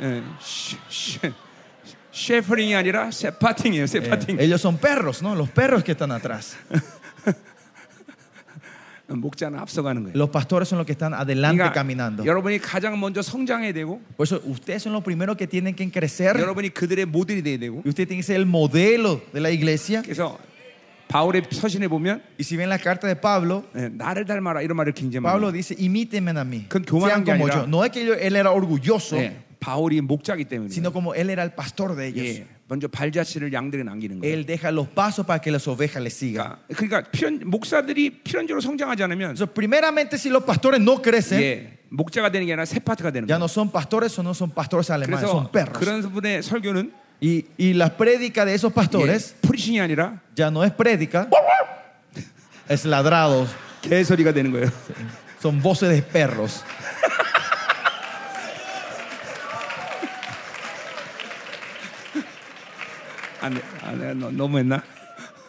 [SPEAKER 1] 예, 쉐- 쉐- 셰퍼링이 아니라 세파팅이에요.
[SPEAKER 2] Eh,
[SPEAKER 1] 세파팅.
[SPEAKER 2] ellos son perros, ¿no? Los perros que están atrás.
[SPEAKER 1] 목자는 앞서가는 거예요. 그러니까
[SPEAKER 2] Los pastores son los que están adelante caminando.
[SPEAKER 1] 여러분이 가장 먼저 성장해야 되고
[SPEAKER 2] Por eso ustedes son los primeros que tienen que crecer.
[SPEAKER 1] 여러분이 그들의 모델이 돼야 되고
[SPEAKER 2] Y usted tiene que ser el modelo de la iglesia.
[SPEAKER 1] 그래서 바울의 서신에 보면
[SPEAKER 2] Y si ven la carta de Pablo,
[SPEAKER 1] 예, 나를 닮아라 이런 말을 굉장히 많이
[SPEAKER 2] Pablo
[SPEAKER 1] 해요.
[SPEAKER 2] dice, imítenme a mí.
[SPEAKER 1] Con que humano
[SPEAKER 2] Sean
[SPEAKER 1] que
[SPEAKER 2] como
[SPEAKER 1] era.
[SPEAKER 2] yo. No es que yo- él era orgulloso,
[SPEAKER 1] 예, 바울이 목자기 때문에
[SPEAKER 2] sino como él era el pastor de ellos.
[SPEAKER 1] 예, 먼저 발자취를 양들에 남기는 거예요.
[SPEAKER 2] Él deja los pasos para que las ovejas le sigan.
[SPEAKER 1] 그러니까, 그러니까 필연, 목사들이 필연적으로 성장하지 않으면
[SPEAKER 2] Entonces, primeramente, si los pastores no crecen,
[SPEAKER 1] 예, 목자가 되는 게 아니라 새 파트가 되는
[SPEAKER 2] ya
[SPEAKER 1] 거예요.
[SPEAKER 2] no son pastores o no son pastores alemanes,
[SPEAKER 1] 그래서
[SPEAKER 2] son perros.
[SPEAKER 1] 그런 분의 설교는
[SPEAKER 2] Y, y la prédica de esos pastores
[SPEAKER 1] 예, 프리싱이 아니라
[SPEAKER 2] ya no es prédica, es ladrados,
[SPEAKER 1] 개소리가 되는 거예요.
[SPEAKER 2] son voces de perros.
[SPEAKER 1] 안, 안, 너, 너무했나? 네.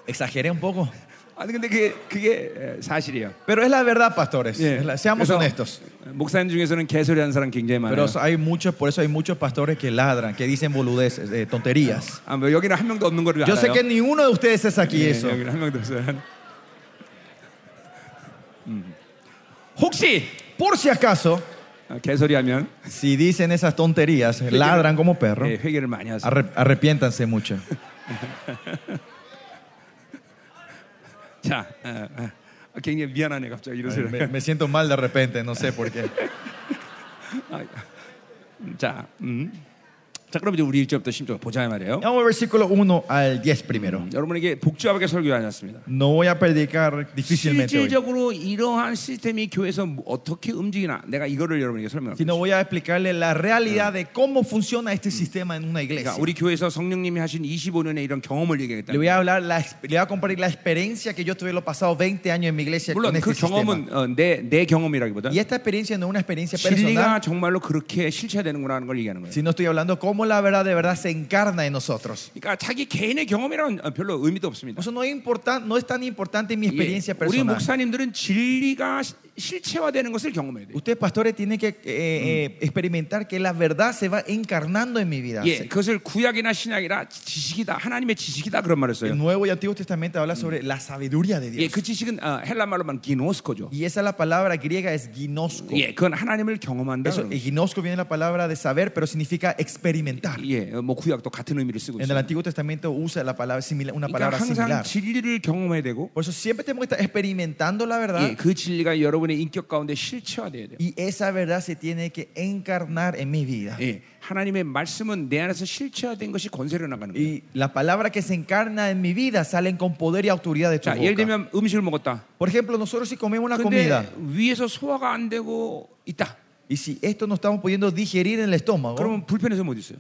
[SPEAKER 2] Exageré un poco.
[SPEAKER 1] 아, 아니 근데 그게, 그게 에, 사실이에요.
[SPEAKER 2] Pero es la verdad, pastores.
[SPEAKER 1] 예.
[SPEAKER 2] Es la- Seamos
[SPEAKER 1] 그래서
[SPEAKER 2] honestos.
[SPEAKER 1] 목사님 중에서는 개소리하는 사람 굉장히 많아요.
[SPEAKER 2] Pero hay muchos, por eso hay muchos pastores que ladran, que dicen boludeces, eh, tonterías.
[SPEAKER 1] 아, 뭐 여기는 한 명도 없는 거를
[SPEAKER 2] Yo
[SPEAKER 1] 알아요.
[SPEAKER 2] sé que ni uno de ustedes es aquí
[SPEAKER 1] 예,
[SPEAKER 2] eso.
[SPEAKER 1] 여기는 한 명도 없어요. 음. 혹시
[SPEAKER 2] Por si acaso,
[SPEAKER 1] 아, 개소리하면
[SPEAKER 2] si dicen esas tonterías, ladran como perro,
[SPEAKER 1] 예, 회개를 많이 하세요.
[SPEAKER 2] arre- arrepiéntanse mucho.
[SPEAKER 1] 자, 아, 아, 굉장히 아, 미안하네 갑자기 이런 소리.
[SPEAKER 2] Me, me siento mal de repente, no sé por qué.
[SPEAKER 1] 아, 자, 음. 자, 그럼 이제 우리 1절부터 10절 보자 이 말이에요.
[SPEAKER 2] Vamos al versículo 1 al 10 primero.
[SPEAKER 1] 여러분에게 복잡하게 설교하지 않습니다.
[SPEAKER 2] No voy a predicar difícilmente hoy,
[SPEAKER 1] 실질적으로 이러한 시스템이 교회에서 뭐 어떻게 움직이나 내가 이거를 여러분에게 설명합니다.
[SPEAKER 2] sino voy a explicarle la realidad de cómo funciona este sistema en una iglesia.
[SPEAKER 1] 그러니까 우리 교회에서 성령님이 하신 25년의 이런 경험을 얘기하겠다.
[SPEAKER 2] Le voy a hablar, la, ex- le voy a compartir la experiencia que yo tuve los pasados 20 años en mi iglesia con
[SPEAKER 1] 물론
[SPEAKER 2] este
[SPEAKER 1] 그
[SPEAKER 2] sistema.
[SPEAKER 1] 경험은 어, 내, 내 경험이라기보다
[SPEAKER 2] Y esta experiencia no es una experiencia
[SPEAKER 1] 진리가
[SPEAKER 2] personal,
[SPEAKER 1] 정말로 그렇게 실체되는구나 하는 걸 얘기하는 거예요.
[SPEAKER 2] sino estoy hablando cómo la verdad de verdad se encarna en nosotros.
[SPEAKER 1] 그러니까 자기 개인의 경험이란 어, 별로 의미도 없습니다.
[SPEAKER 2] Eso no es, importan- no es tan importante mi
[SPEAKER 1] 예,
[SPEAKER 2] experiencia
[SPEAKER 1] 우리
[SPEAKER 2] personal.
[SPEAKER 1] 목사님들은 진리가 시- 실체화되는 것을 경험해야 돼요.
[SPEAKER 2] Ustedes, pastores, tienen que eh, eh, experimentar que la verdad se va encarnando en mi vida.
[SPEAKER 1] 예, 그것을 구약이나 신약이라 지식이다 하나님의 지식이다 그런 말을
[SPEAKER 2] El
[SPEAKER 1] 써요.
[SPEAKER 2] Nuevo y Antiguo Testamento habla sobre la sabiduría de
[SPEAKER 1] 예,
[SPEAKER 2] Dios.
[SPEAKER 1] 그 지식은 어, 헬라 말로만 기노스코죠.
[SPEAKER 2] Y esa la palabra griega es ginosco.
[SPEAKER 1] 예, 그건 하나님을 경험한다.
[SPEAKER 2] Eso,
[SPEAKER 1] 그런
[SPEAKER 2] y ginosco viene la palabra de saber, pero significa
[SPEAKER 1] 거예요.
[SPEAKER 2] experimentar.
[SPEAKER 1] 예, 뭐 구약도 같은 의미를 쓰고
[SPEAKER 2] En el
[SPEAKER 1] 있어요.
[SPEAKER 2] Antiguo Testamento usa la palabra similar, una
[SPEAKER 1] 그러니까
[SPEAKER 2] palabra
[SPEAKER 1] 항상
[SPEAKER 2] similar.
[SPEAKER 1] 진리를 경험해야 되고
[SPEAKER 2] Por eso siempre tenemos que estar experimentando la verdad
[SPEAKER 1] 예, 그 진리가 여러분의 인격 가운데 실체화돼야 돼요.
[SPEAKER 2] y esa verdad se tiene que encarnar en mi vida.
[SPEAKER 1] 예, 하나님의 말씀은 내 안에서 실체화된 것이 권세로 나가는 거예요.
[SPEAKER 2] Y la palabra que se encarna en mi vida salen con poder y autoridad de tu
[SPEAKER 1] 자, 예를
[SPEAKER 2] boca.
[SPEAKER 1] 들면 음식을 먹었다.
[SPEAKER 2] Por ejemplo, nosotros si comemos una comida
[SPEAKER 1] 근데 위에서 소화가 안 되고 있다.
[SPEAKER 2] y si esto no estamos pudiendo digerir en el estómago,
[SPEAKER 1] 그러면 불편해서 못 있어요.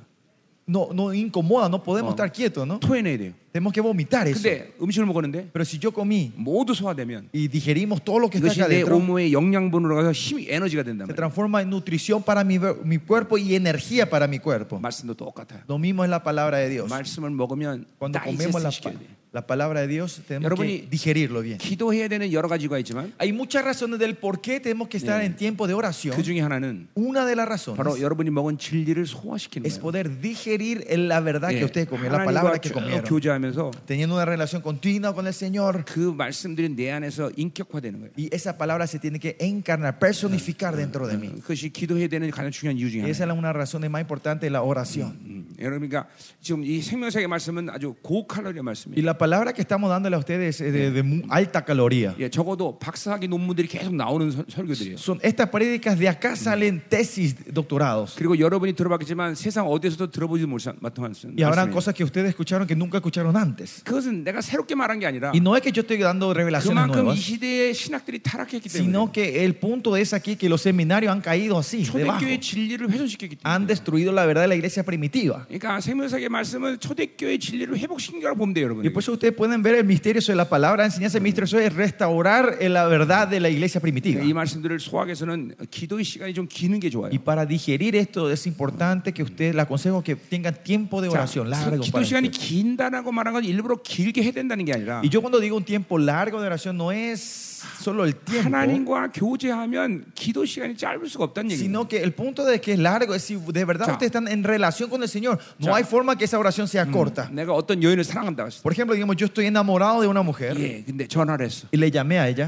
[SPEAKER 2] no, no incomoda, no podemos
[SPEAKER 1] Oh.
[SPEAKER 2] estar quietos, ¿no?
[SPEAKER 1] 토해내야 돼요.
[SPEAKER 2] Tenemos que vomitar eso.
[SPEAKER 1] 근데 음식을 먹었는데
[SPEAKER 2] Pero si yo comí
[SPEAKER 1] 모두 소화되면
[SPEAKER 2] y digerimos todo lo que está
[SPEAKER 1] 이것이
[SPEAKER 2] acá
[SPEAKER 1] 내
[SPEAKER 2] dentro,
[SPEAKER 1] 오모의 영양분으로 가서 힘이 에너지가 된단
[SPEAKER 2] se
[SPEAKER 1] 말이에요.
[SPEAKER 2] transforma en nutrición para mi, mi cuerpo y energía para mi cuerpo.
[SPEAKER 1] 말씀도 똑같아요.
[SPEAKER 2] Lo mismo es la palabra de Dios.
[SPEAKER 1] 말씀을 먹으면
[SPEAKER 2] Cuando comemos
[SPEAKER 1] 다이제스트 예.
[SPEAKER 2] la,
[SPEAKER 1] 시켜야
[SPEAKER 2] pa-
[SPEAKER 1] 돼요.
[SPEAKER 2] la palabra de Dios, tenemos
[SPEAKER 1] 여러분이-
[SPEAKER 2] que digerirlo bien.
[SPEAKER 1] 기도해야 되는 여러 가지가 있지만
[SPEAKER 2] Hay muchas razones del por qué tenemos que estar en tiempo de oración.
[SPEAKER 1] 그 중에 하나는
[SPEAKER 2] Una de las
[SPEAKER 1] 바로
[SPEAKER 2] razones
[SPEAKER 1] 여러분이 먹은 진리를 소화시키는
[SPEAKER 2] es
[SPEAKER 1] 거예요.
[SPEAKER 2] poder digerir en la verdad
[SPEAKER 1] 예,
[SPEAKER 2] que ustedes comieron, la
[SPEAKER 1] 하나님과
[SPEAKER 2] palabra que
[SPEAKER 1] 쭉
[SPEAKER 2] comieron.
[SPEAKER 1] 교제하면서
[SPEAKER 2] Teniendo una relación continua con el Señor.
[SPEAKER 1] 그 말씀들이 내 안에서 인격화되는 거예요.
[SPEAKER 2] Y esa palabra se tiene que encarnar, personificar dentro de mí.
[SPEAKER 1] 그것이 기도해야 되는 가장 중요한 이유 중에
[SPEAKER 2] Y
[SPEAKER 1] 하나예요.
[SPEAKER 2] esa es una razón más importante de la oración.
[SPEAKER 1] 음, 여러분 그러니까 지금 이 생명사의 말씀은 아주 고칼로리의
[SPEAKER 2] Y
[SPEAKER 1] 말씀이에요.
[SPEAKER 2] la palabra que estamos dándole a ustedes es de, de mu- alta caloría.
[SPEAKER 1] 예, 적어도 박사학위 논문들이 계속 나오는 설- 설교들이에요.
[SPEAKER 2] Son estas prédicas de acá salen tesis, doctorados.
[SPEAKER 1] 그리고 여러분이 들어봤겠지만 세상 어디에서도 들어보지 못한 말씀.
[SPEAKER 2] Y habrán cosas que ustedes escucharon que nunca escucharon antes.
[SPEAKER 1] 그것은 내가 새롭게 말한 게 아니라
[SPEAKER 2] Y no es que yo estoy dando revelaciones
[SPEAKER 1] 그만큼 이
[SPEAKER 2] nuevas,
[SPEAKER 1] 시대의 신학들이 타락했기 때문에
[SPEAKER 2] sino que el punto es aquí que los seminarios han caído así, debajo.
[SPEAKER 1] 초대교회 진리를 훼손시켰기 때문에
[SPEAKER 2] Han destruido la verdad de la iglesia primitiva.
[SPEAKER 1] 그러니까 생명사의 말씀은 초대교회 진리를 회복시킨 거라고 보면 돼요
[SPEAKER 2] Y
[SPEAKER 1] 여러분
[SPEAKER 2] por eso ustedes pueden ver el misterio de la palabra, la enseñanza del misterio es restaurar eh, la verdad de la iglesia primitiva.
[SPEAKER 1] 이 말씀들을 소화해서는 기도의 시간이 좀 기는 게 좋아요
[SPEAKER 2] Y para digerir esto es importante que ustedes, les aconsejo que tengan tiempo de
[SPEAKER 1] 자,
[SPEAKER 2] oración largo.
[SPEAKER 1] 기도
[SPEAKER 2] para
[SPEAKER 1] 시간이
[SPEAKER 2] ustedes.
[SPEAKER 1] 긴다라고 말한 건 일부러 길게 해야 된다는 게 아니라
[SPEAKER 2] Y yo cuando digo un tiempo largo de oración no es solo
[SPEAKER 1] Ah,
[SPEAKER 2] el
[SPEAKER 1] 뭐.
[SPEAKER 2] tiempo.
[SPEAKER 1] 하나님과 교제하면 기도 시간이 짧을 수가 없다는 얘기예요
[SPEAKER 2] sino que el punto de que es largo es si de verdad
[SPEAKER 1] Ya.
[SPEAKER 2] ustedes están en relación con el Señor, no
[SPEAKER 1] Ya.
[SPEAKER 2] hay forma que esa oración
[SPEAKER 1] Mm.
[SPEAKER 2] sea corta.
[SPEAKER 1] 내가 어떤 여인을 사랑한다고 했어
[SPEAKER 2] Por ejemplo, digamos, yo estoy enamorado de una mujer
[SPEAKER 1] 예, 근데 전화를 했어
[SPEAKER 2] y le llamé a ella,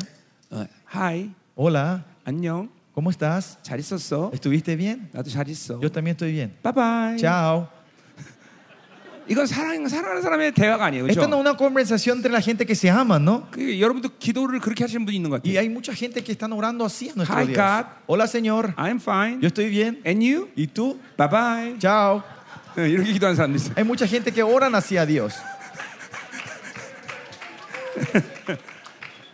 [SPEAKER 1] 어, 하이
[SPEAKER 2] hola,
[SPEAKER 1] 안녕
[SPEAKER 2] ¿cómo estás?
[SPEAKER 1] 잘 있었어
[SPEAKER 2] ¿Estuviste bien?
[SPEAKER 1] 나도 잘 있어
[SPEAKER 2] Yo también estoy bien.
[SPEAKER 1] 바이바이
[SPEAKER 2] Chao.
[SPEAKER 1] 이건 사랑, 사랑하는 사람의 대화가 아니에요
[SPEAKER 2] Esto no
[SPEAKER 1] 그렇죠?
[SPEAKER 2] es una conversación entre la gente que se ama, ¿no?
[SPEAKER 1] 그, 여러분도 기도를 그렇게 하시는 분이 있는 것
[SPEAKER 2] Y
[SPEAKER 1] 같아요
[SPEAKER 2] hay mucha gente que están orando así a nuestro
[SPEAKER 1] Hi,
[SPEAKER 2] Dios.
[SPEAKER 1] God.
[SPEAKER 2] Hola, Señor.
[SPEAKER 1] I'm fine
[SPEAKER 2] Yo estoy bien.
[SPEAKER 1] and you?
[SPEAKER 2] ¿Y tú?
[SPEAKER 1] 바이바이
[SPEAKER 2] Chao.
[SPEAKER 1] 예, 이렇게 기도하는 사람도 있어요
[SPEAKER 2] Hay mucha gente que oran así a Dios.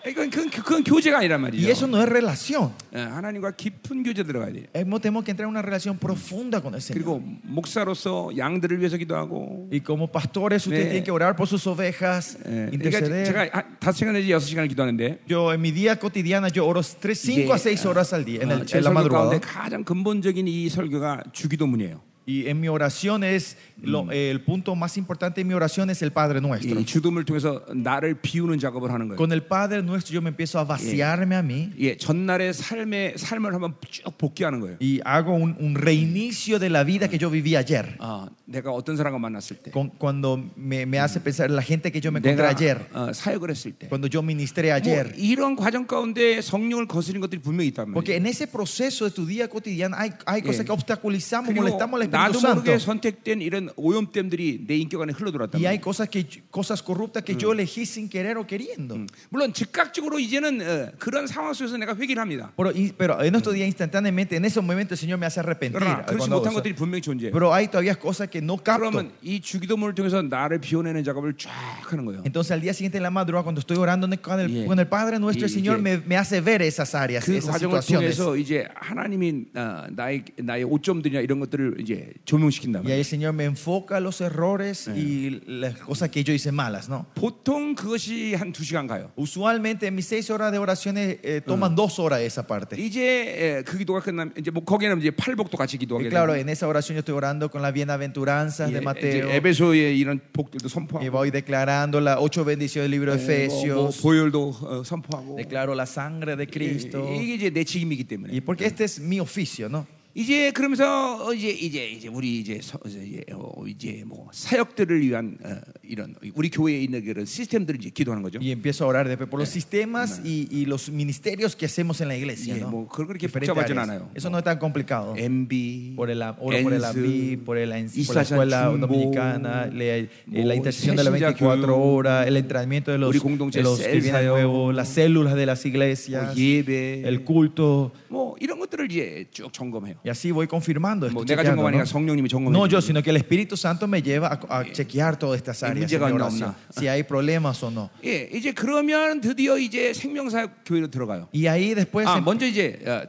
[SPEAKER 1] 이건, 그건, 그건 교제가 아니란
[SPEAKER 2] Y
[SPEAKER 1] 말이죠
[SPEAKER 2] eso no es relación.
[SPEAKER 1] 예, 하나님과 깊은 교제 들어가야 돼요
[SPEAKER 2] Eh, Tenemos que entrar en una relación profunda con el Señor.
[SPEAKER 1] 그리고 목사로서 양들을 위해서 기도하고
[SPEAKER 2] Y como pastores, ustedes
[SPEAKER 1] Sí.
[SPEAKER 2] tienen que orar por sus ovejas,
[SPEAKER 1] 예, 그러니까
[SPEAKER 2] interceder.
[SPEAKER 1] 제가 한 다섯 시간 내지 여섯 시간을 기도하는데
[SPEAKER 2] Yo en mi día cotidiana, yo oro 5
[SPEAKER 1] 이게,
[SPEAKER 2] a 6 horas al día, en,
[SPEAKER 1] 어,
[SPEAKER 2] el-
[SPEAKER 1] 제
[SPEAKER 2] en la
[SPEAKER 1] 설교
[SPEAKER 2] madrugada.
[SPEAKER 1] 가운데 가장 근본적인 이 설교가 주기도문이에요.
[SPEAKER 2] Y en mi oración es, lo- el punto más importante de mi oración es el Padre Nuestro.
[SPEAKER 1] 이 주둠을 통해서 나를 비우는 작업을 하는 거예요.
[SPEAKER 2] Con el Padre Nuestro yo me empiezo a vaciarme a mí
[SPEAKER 1] 예, 전날의 삶의 삶을 한번 쭉 복귀하는 거예요.
[SPEAKER 2] y hago un, un reinicio de la vida que yo viví ayer.
[SPEAKER 1] 아, 내가 어떤 사람과 만났을 때,
[SPEAKER 2] Con- cuando me, me hace pensar en la gente que yo me encontré
[SPEAKER 1] 내가
[SPEAKER 2] ayer,
[SPEAKER 1] 어, 사역을 했을 때,
[SPEAKER 2] cuando yo ministré
[SPEAKER 1] 뭐
[SPEAKER 2] ayer.
[SPEAKER 1] 이런 과정 가운데 성령을 거스린 것들이 분명히 있단
[SPEAKER 2] Porque
[SPEAKER 1] 말이에요.
[SPEAKER 2] en ese proceso de tu día cotidiano hay, hay
[SPEAKER 1] Yeah.
[SPEAKER 2] cosas que obstaculizamos,
[SPEAKER 1] 그리고
[SPEAKER 2] molestamos al Espíritu
[SPEAKER 1] 나도 모르게
[SPEAKER 2] Santo.
[SPEAKER 1] 선택된 이런 오염됨들이 내 인격 안에 흘러들어왔단
[SPEAKER 2] Y hay
[SPEAKER 1] 말이에요.
[SPEAKER 2] cosas, que, cosas corruptas que yo elegí sin querer o queriendo.
[SPEAKER 1] 물론 즉각적으로 이제는 어, 그런 상황 속에서 내가 회개를 합니다.
[SPEAKER 2] Pero, y- pero en estos días instantáneamente, en ese momento el Señor me hace arrepentir. eh,
[SPEAKER 1] 그러나 그렇지
[SPEAKER 2] Cuando-
[SPEAKER 1] 못한 것들이 분명히 존재해요.
[SPEAKER 2] pero hay todavía cosas que no capto.
[SPEAKER 1] 그러면 이 주기도문을 통해서 나를 비워내는 작업을 쫙 하는 거예요.
[SPEAKER 2] Entonces al día siguiente en la madrugada, cuando estoy orando con el,
[SPEAKER 1] Yeah.
[SPEAKER 2] con el Padre nuestro, el
[SPEAKER 1] Y-
[SPEAKER 2] Señor
[SPEAKER 1] yeah.
[SPEAKER 2] me, me hace ver esas áreas,
[SPEAKER 1] 그
[SPEAKER 2] esas
[SPEAKER 1] 과정을
[SPEAKER 2] situaciones.
[SPEAKER 1] 통해서 이제 하나님이 어, 나의 나의 오점들이나 이런 것들을 이제 조명시킨다.
[SPEAKER 2] Y ahí el Señor me enfoca los errores y las cosas que yo hice malas, ¿no?
[SPEAKER 1] 보통 그것이 한 두 시간 가요.
[SPEAKER 2] Usualmente en mis seis horas de oraciones eh, toman dos horas esa parte.
[SPEAKER 1] 이제 에, 그 기도가 끝나면 이제 뭐 거기는 이제 팔복도 같이
[SPEAKER 2] Y
[SPEAKER 1] 기도하게
[SPEAKER 2] claro,
[SPEAKER 1] 되고
[SPEAKER 2] en esa oración yo estoy orando con las bienaventuranzas
[SPEAKER 1] 예,
[SPEAKER 2] de Mateo.
[SPEAKER 1] 이제 에베소의 이런 복들도
[SPEAKER 2] Y
[SPEAKER 1] 선포하고
[SPEAKER 2] voy declarando las ocho bendiciones del libro de
[SPEAKER 1] 예, 뭐, 뭐
[SPEAKER 2] Efesios.
[SPEAKER 1] 보혈도 어, 선포하고
[SPEAKER 2] Declaro la sangre de Cristo.
[SPEAKER 1] 예, 이게 이제 내 책임이기 때문에
[SPEAKER 2] Y porque este es mi oficio, ¿no?
[SPEAKER 1] 이제 그러면서 어, 이제 이제 이제 우리 이제 서- 이제, 어, 이제 뭐 사역들을 위한 어, 이런 우리 교회에 있는 그런 시스템들을 이제 기도하는 거죠.
[SPEAKER 2] Y empiezo a orar después por los sistemas y, y los ministerios que hacemos en la iglesia.
[SPEAKER 1] 예,
[SPEAKER 2] ¿no?
[SPEAKER 1] 뭐 그걸 그렇게
[SPEAKER 2] Diferentes
[SPEAKER 1] 복잡하진
[SPEAKER 2] áreas.
[SPEAKER 1] 않아요.
[SPEAKER 2] Eso no es tan complicado.
[SPEAKER 1] Eh, MB,
[SPEAKER 2] Por el, oro por el AMBI, por, el, por la
[SPEAKER 1] 이사장
[SPEAKER 2] escuela
[SPEAKER 1] 중보,
[SPEAKER 2] dominicana, le- eh, la
[SPEAKER 1] 뭐
[SPEAKER 2] intercesión de las
[SPEAKER 1] 세신자
[SPEAKER 2] 24
[SPEAKER 1] 교육, 뭐
[SPEAKER 2] horas, el entrenamiento de los,
[SPEAKER 1] 우리 공동체
[SPEAKER 2] de los que
[SPEAKER 1] 셀
[SPEAKER 2] vienen
[SPEAKER 1] 사역,
[SPEAKER 2] nuevos, las células de las
[SPEAKER 1] 뭐
[SPEAKER 2] iglesias,
[SPEAKER 1] 예배,
[SPEAKER 2] el culto.
[SPEAKER 1] 뭐 이런 것들을 이제 쭉 점검해요.
[SPEAKER 2] Y así voy confirmando.
[SPEAKER 1] 뭐
[SPEAKER 2] estoy
[SPEAKER 1] 내가
[SPEAKER 2] chequeando,
[SPEAKER 1] 점검하니까
[SPEAKER 2] ¿no?
[SPEAKER 1] 성령님이 점검해.
[SPEAKER 2] No yo,
[SPEAKER 1] 주는
[SPEAKER 2] sino que el Espíritu Santo me lleva a, a chequear todas estas
[SPEAKER 1] 예,
[SPEAKER 2] áreas.
[SPEAKER 1] 문제가
[SPEAKER 2] en mi
[SPEAKER 1] 있나
[SPEAKER 2] oración,
[SPEAKER 1] 없나.
[SPEAKER 2] si hay problemas o no.
[SPEAKER 1] 거예요. 예, 이제 그러면 드디어 이제 생명사 교회로 들어가요.
[SPEAKER 2] Y ahí después,
[SPEAKER 1] 아,
[SPEAKER 2] em-
[SPEAKER 1] 먼저 이제 어,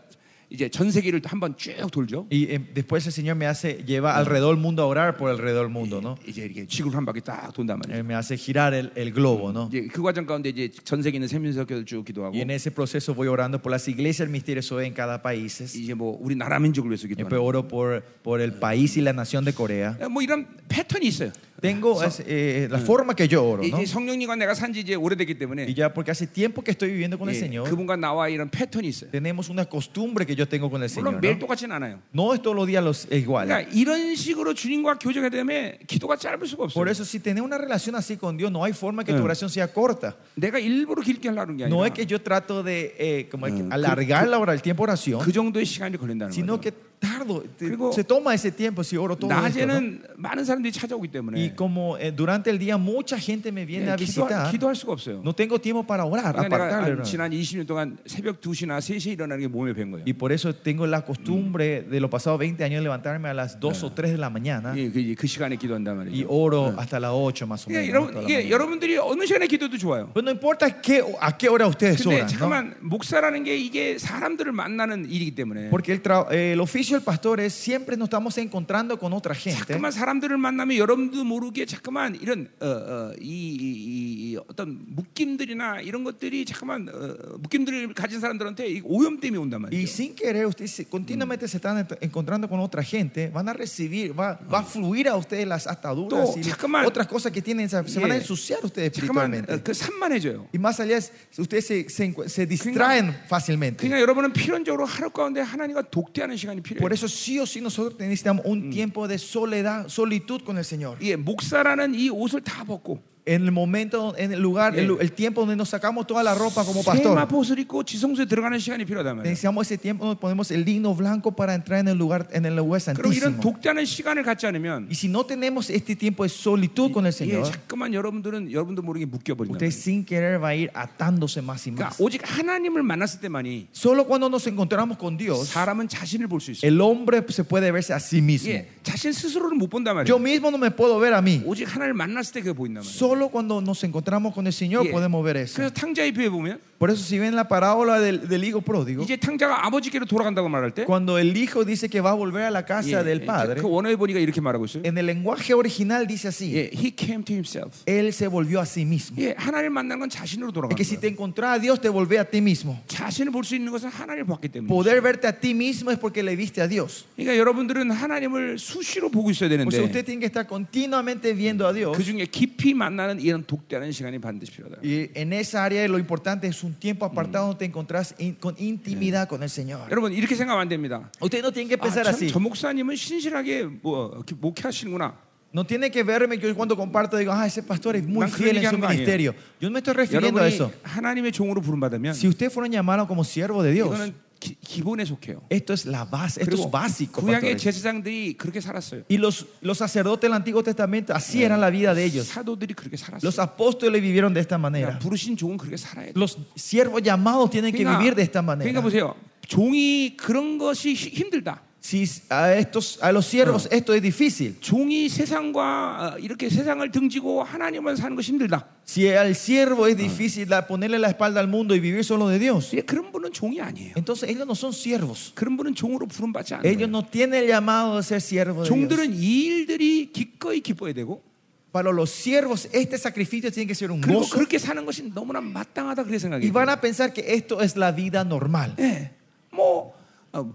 [SPEAKER 1] 이제 전 세계를 한번 쭉 돌죠.
[SPEAKER 2] y, em, después el Señor me hace lleva alrededor del mundo a orar por alrededor del mundo, ¿no?
[SPEAKER 1] 이제 이렇게 지구를 한 바퀴 딱 돈단 말이에요.
[SPEAKER 2] Él me hace girar el, el globo, ¿no?
[SPEAKER 1] 이제 그 과정 가운데 이제 전 세계 있는 생명사 교회를 쭉 기도하고
[SPEAKER 2] Y en ese proceso voy orando por las iglesias del misterio SOE en cada país.
[SPEAKER 1] 이제 뭐 우리 나라 민족을 위해서
[SPEAKER 2] Después
[SPEAKER 1] 기도하고
[SPEAKER 2] oro por, por el país y la nación de Corea.
[SPEAKER 1] 뭐 이런 패턴이 있어요.
[SPEAKER 2] Tengo es, eh, la forma que yo oro, ¿no?
[SPEAKER 1] 이제 성령님과 내가 산지 이제 오래됐기 때문에
[SPEAKER 2] Y ya porque hace tiempo que estoy viviendo con el
[SPEAKER 1] 예,
[SPEAKER 2] Señor,
[SPEAKER 1] 그분과 나와 이런 패턴이 있어요.
[SPEAKER 2] tenemos una costumbre que yo tengo con el
[SPEAKER 1] 물론
[SPEAKER 2] Señor.
[SPEAKER 1] 매일
[SPEAKER 2] No,
[SPEAKER 1] 똑같진 않아요.
[SPEAKER 2] No es todos los días los, es igual.
[SPEAKER 1] 그러니까 이런 식으로 주님과 교제가 되면 기도가 짧을 수가 없어요.
[SPEAKER 2] Por eso, si tenés una relación así con Dios, no hay forma que tu oración sea corta.
[SPEAKER 1] 내가 일부러 길게 하려는 게 아니라
[SPEAKER 2] No es que yo trato de eh, como es que
[SPEAKER 1] Mm.
[SPEAKER 2] alargar la hora, el tiempo de oración,
[SPEAKER 1] 그 정도의 시간이 걸린다는
[SPEAKER 2] sino
[SPEAKER 1] 거예요.
[SPEAKER 2] que tardo, te-
[SPEAKER 1] 그리고
[SPEAKER 2] se toma ese tiempo si oro todo esto, ¿no?
[SPEAKER 1] 낮에는 많은 사람들이 찾아오기
[SPEAKER 2] Y
[SPEAKER 1] 때문에
[SPEAKER 2] como eh, durante el día mucha gente me
[SPEAKER 1] 예,
[SPEAKER 2] viene a
[SPEAKER 1] 기도할,
[SPEAKER 2] visitar,
[SPEAKER 1] 기도할 수가 없어요.
[SPEAKER 2] no tengo tiempo para orar,
[SPEAKER 1] 그러니까 내가
[SPEAKER 2] apartarle,
[SPEAKER 1] 한
[SPEAKER 2] ¿no?
[SPEAKER 1] 지난 20년 동안 새벽 2시나 3시에 일어나는 게 몸에 밴 거예요.
[SPEAKER 2] Y por eso tengo la costumbre de los pasados 20 años de levantarme a las 2 o 3 de la mañana
[SPEAKER 1] 예, 그, 그 시간에 기도한단
[SPEAKER 2] y
[SPEAKER 1] 말이에요.
[SPEAKER 2] oro hasta las 8 más o
[SPEAKER 1] 그러니까
[SPEAKER 2] menos. ¿no? toda
[SPEAKER 1] 여러분,
[SPEAKER 2] la
[SPEAKER 1] 이게
[SPEAKER 2] mañana.
[SPEAKER 1] 여러분들이 어느 시간에 기도도 좋아요.
[SPEAKER 2] Pues no importa qué, a qué hora ustedes
[SPEAKER 1] 근데
[SPEAKER 2] oran, ¿no?
[SPEAKER 1] 잠깐만 목사라는 게 이게 사람들을 만나는 일이기 때문에
[SPEAKER 2] porque el, tra- eh, el oficio del pastor es siempre nos estamos encontrando con otra gente.
[SPEAKER 1] 자꾸만 사람들을 만나면 여러분도 모르게 자꾸만 이런 어, 어, 이, 이, 이, 이 어떤 묶임들이나 이런 것들이 자꾸만 어, 묶임들을 가진 사람들한테 이 오염됨이 온단
[SPEAKER 2] Y
[SPEAKER 1] 말이에요.
[SPEAKER 2] sin querer, ustedes se- continuamente se están ent- encontrando con otra gente, van a recibir, va, va a fluir a ustedes las ataduras
[SPEAKER 1] Todo,
[SPEAKER 2] y
[SPEAKER 1] 잠깐만.
[SPEAKER 2] otras cosas que tienen, se se van a
[SPEAKER 1] 예.
[SPEAKER 2] ensuciar ustedes
[SPEAKER 1] 잠깐만 어,
[SPEAKER 2] espiritualmente.
[SPEAKER 1] 그 산만해져요.
[SPEAKER 2] Y más allá, es- ustedes se, se encu- se distraen fácilmente.
[SPEAKER 1] 그러니까 여러분은 필연적으로 하루 가운데 하나님과 독대하는 시간이 필요해요.
[SPEAKER 2] Por eso sí o sí nosotros necesitamos un tiempo de soledad, solitud con el Señor.
[SPEAKER 1] 예, 목사라는 이 옷을 다 벗고
[SPEAKER 2] En el momento, en el lugar, el, lu- el tiempo donde nos sacamos toda la ropa como
[SPEAKER 1] 세마
[SPEAKER 2] pastor.
[SPEAKER 1] 옷을 입고 지성소에 들어가는 시간이 필요하단 뭐 네, 말이에요.
[SPEAKER 2] Necesitamos ese tiempo donde ponemos el lino blanco para entrar en el lugar, en el lugar
[SPEAKER 1] 그리고 네, 이런
[SPEAKER 2] santísimo.
[SPEAKER 1] 독대하는 시간을 갖지 않으면
[SPEAKER 2] Y si no tenemos este tiempo de solitud con el
[SPEAKER 1] 예,
[SPEAKER 2] Señor,
[SPEAKER 1] 자꾸만 여러분들은 여러분도 모르게 묶여버린다.
[SPEAKER 2] usted sin querer va a ir atándose más y
[SPEAKER 1] 그러니까
[SPEAKER 2] más.
[SPEAKER 1] 오직 하나님을 만났을 때만이
[SPEAKER 2] Solo cuando nos encontramos con Dios,
[SPEAKER 1] 사람은 자신을 볼 수 있어요.
[SPEAKER 2] el hombre se puede verse a sí mismo.
[SPEAKER 1] 예, 자신 스스로를 못 본단 말이에요.
[SPEAKER 2] Yo mismo no me puedo ver a mí.
[SPEAKER 1] 오직 하나님을 만났을 때 그게 보인단 말이에요.
[SPEAKER 2] Solo Solo cuando nos encontramos con el Señor
[SPEAKER 1] 예.
[SPEAKER 2] podemos ver eso.
[SPEAKER 1] 그래서 탕자의 비유에 보면
[SPEAKER 2] Por eso si ven la parábola del, del hijo pródigo,
[SPEAKER 1] 이제 탕자가 아버지께로 돌아간다고 말할 때
[SPEAKER 2] cuando el hijo dice que va a volver a la
[SPEAKER 1] 예,
[SPEAKER 2] casa del
[SPEAKER 1] 예,
[SPEAKER 2] padre,
[SPEAKER 1] 그 원어에 보니까 이렇게 말하고 있어요.
[SPEAKER 2] en el lenguaje original dice así,
[SPEAKER 1] 예, he came to himself.
[SPEAKER 2] él se volvió a sí mismo.
[SPEAKER 1] 예, 하나님을 만난 건 자신으로 돌아가는
[SPEAKER 2] Es que si
[SPEAKER 1] 거예요.
[SPEAKER 2] te encontrás a Dios, te volvés a ti mismo.
[SPEAKER 1] 자신을 볼 수 있는 것은 하나님을 봤기 때문에.
[SPEAKER 2] Poder verte a ti mismo es porque le viste a Dios.
[SPEAKER 1] 그러니까 여러분들은 하나님을 수시로 보고 있어야
[SPEAKER 2] O sea,
[SPEAKER 1] 되는데
[SPEAKER 2] usted tiene que estar continuamente viendo a Dios.
[SPEAKER 1] 그 중에 깊이 만나는 이런 독대하는 시간이 반드시 필요하다.
[SPEAKER 2] Y en esa área lo importante es un tiempo apartado donde te encontrás in- con intimidad con el Señor.
[SPEAKER 1] 여러분 이렇게 생각하면 안 됩니다.
[SPEAKER 2] Usted no tiene que
[SPEAKER 1] 아,
[SPEAKER 2] pensar
[SPEAKER 1] 참,
[SPEAKER 2] así.
[SPEAKER 1] 저 목사님은 신실하게 뭐, 이렇게 목회하시는구나.
[SPEAKER 2] No tiene que verme que yo cuando comparto digo, ah, ese pastor es muy
[SPEAKER 1] 난 그런
[SPEAKER 2] fiel en
[SPEAKER 1] 얘기하는
[SPEAKER 2] su
[SPEAKER 1] 거 아니에요.
[SPEAKER 2] ministerio. Yo no me estoy refiriendo a
[SPEAKER 1] 여러분이
[SPEAKER 2] eso.
[SPEAKER 1] 하나님의 종으로 부름받으면
[SPEAKER 2] Si ustedes fueron llamados como siervos de Dios,
[SPEAKER 1] 이거는 기, 기본에 속해요.
[SPEAKER 2] esto es la base, esto es básico.
[SPEAKER 1] 구약의
[SPEAKER 2] pastores.
[SPEAKER 1] 제사장들이 그렇게 살았어요.
[SPEAKER 2] Y los, los sacerdotes del Antiguo Testamento, así era la vida de ellos.
[SPEAKER 1] 사도들이 그렇게
[SPEAKER 2] Los
[SPEAKER 1] 살았어요.
[SPEAKER 2] apóstoles vivieron de esta manera.
[SPEAKER 1] 그러니까 부르신 종은 그렇게 살아야 돼.
[SPEAKER 2] Los siervos llamados tienen que vivir de esta
[SPEAKER 1] 그러니까
[SPEAKER 2] manera.
[SPEAKER 1] 보세요. 종이 그런 것이 히- 힘들다.
[SPEAKER 2] Si a, estos, a los siervos esto es difícil.
[SPEAKER 1] 종이 세상과 어, 이렇게 세상을 등지고 하나님만 사는 것이 힘들다.
[SPEAKER 2] Si al siervo es difícil la- ponerle la espalda al mundo y vivir solo de Dios,
[SPEAKER 1] 예, 그런 분은 종이 아니에요.
[SPEAKER 2] entonces ellos no son siervos.
[SPEAKER 1] 그런 분은 종으로 부름받지 않아요.
[SPEAKER 2] Ellos no tienen el llamado de ser siervos de Dios.
[SPEAKER 1] 종들은 이 일들이 기꺼이 기뻐야 되고
[SPEAKER 2] Para los siervos este sacrificio tiene que ser un
[SPEAKER 1] 그리고
[SPEAKER 2] gozo.
[SPEAKER 1] 그렇게 사는 것이 너무나 마땅하다 그렇게
[SPEAKER 2] Y
[SPEAKER 1] 생각해요.
[SPEAKER 2] van a pensar que esto es la vida normal.
[SPEAKER 1] 예, 뭐 어,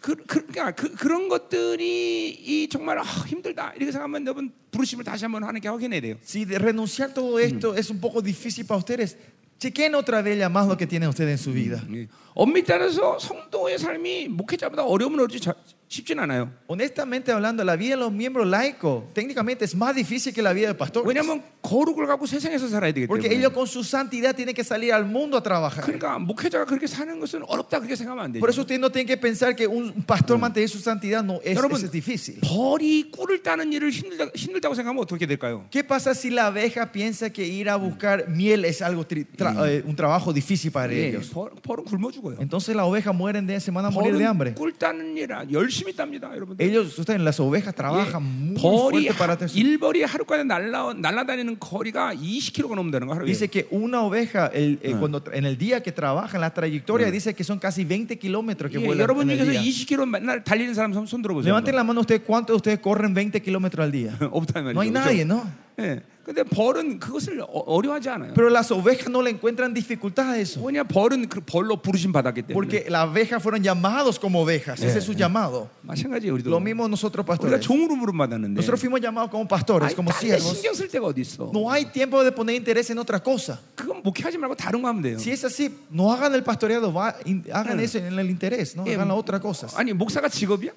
[SPEAKER 1] 그, 그, 그러니까 그, 그런 것들이 이 정말 아, 힘들다 이렇게 생각하면 여러분 부르심을 다시 한번 하나님께 확인해야 돼요.
[SPEAKER 2] Si de renunciar todo esto es un poco difícil para ustedes, chequen otra vez el llamado que tienen ustedes en su vida.
[SPEAKER 1] 예. 엄밀히 따라서 성도의 삶이 목회자보다 어려우면 어렵지 자- 쉽진 않아요.
[SPEAKER 2] Honestamente hablando, la vida de los miembros laicos técnicamente es más difícil que la vida del pastor.
[SPEAKER 1] 왜냐하면 거룩을 갖고 세상에서 살아야 되기
[SPEAKER 2] Porque
[SPEAKER 1] 때문에.
[SPEAKER 2] ellos con su santidad tienen que salir al mundo a trabajar.
[SPEAKER 1] 그러니까 목회자가 그렇게 사는 것은 어렵다 그렇게 생각하면 안 돼요.
[SPEAKER 2] Por eso ustedes no tienen que pensar que un pastor mantener su santidad no es,
[SPEAKER 1] 여러분,
[SPEAKER 2] eso es difícil.
[SPEAKER 1] 벌이 꿀을 따는 일을 힘들다, 힘들다고 생각하면 어떻게 될까요?
[SPEAKER 2] ¿Qué pasa si la abeja piensa que ir a buscar miel es algo tri- tra- eh, un trabajo difícil para
[SPEAKER 1] 예,
[SPEAKER 2] ellos?
[SPEAKER 1] 벌, 벌은 굶어 죽어요.
[SPEAKER 2] Entonces las ovejas mueren de se van a morir de
[SPEAKER 1] 벌은
[SPEAKER 2] hambre.
[SPEAKER 1] 꿀 따는 일 아- 열심히 땁니다, 여러분들.
[SPEAKER 2] Ellos, ustedes, las ovejas trabajan muy
[SPEAKER 1] 예, 벌이
[SPEAKER 2] fuerte
[SPEAKER 1] 하-
[SPEAKER 2] para tener su-
[SPEAKER 1] 일벌이 하루간에 날라 날아다니는 거리가 20km가 넘는다는 거 하루에.
[SPEAKER 2] Dice que una oveja el- eh, cuando, tra- en el día que trabaja, en la trayectoria, dice que son casi 20 kilómetros que
[SPEAKER 1] 예,
[SPEAKER 2] vuelan. en
[SPEAKER 1] 여러분
[SPEAKER 2] el
[SPEAKER 1] 중에서
[SPEAKER 2] día.
[SPEAKER 1] 20km 맨날 달리는 사람 손- 손 들어보세요.
[SPEAKER 2] Levanten la mano ustedes, ¿cuántos de ustedes corren 20 kilómetros al día?
[SPEAKER 1] 없다는 말이죠.
[SPEAKER 2] No hay
[SPEAKER 1] 그렇죠?
[SPEAKER 2] nadie, ¿no?
[SPEAKER 1] 예. 근데 벌은 그것을 어- 어려워하지 않아요.
[SPEAKER 2] Pero las ovejas no le encuentran dificultad a eso.
[SPEAKER 1] 뭐냐 벌은 그 벌로 부르심 받았기 때문에.
[SPEAKER 2] Porque las ovejas fueron llamados como ovejas. Ese es su llamado.
[SPEAKER 1] 마찬가지예요, 우리도.
[SPEAKER 2] Lo mismo nosotros,
[SPEAKER 1] 우리가
[SPEAKER 2] pastores.
[SPEAKER 1] 종으로 부름 받았는데.
[SPEAKER 2] Nosotros fuimos llamados como pastores,
[SPEAKER 1] 아니,
[SPEAKER 2] como
[SPEAKER 1] 딴데
[SPEAKER 2] siervos.
[SPEAKER 1] 신경 쓸 데가 어디 있어?
[SPEAKER 2] No hay tiempo de poner interés en otra cosa.
[SPEAKER 1] 그건 목회하지 말고 다른 거 하면 돼요.
[SPEAKER 2] Si es así, no hagan el pastoreado, va- in- hagan eso en el interés, no
[SPEAKER 1] Eh,
[SPEAKER 2] hagan otras cosas.
[SPEAKER 1] 아니 목사가 직업이야?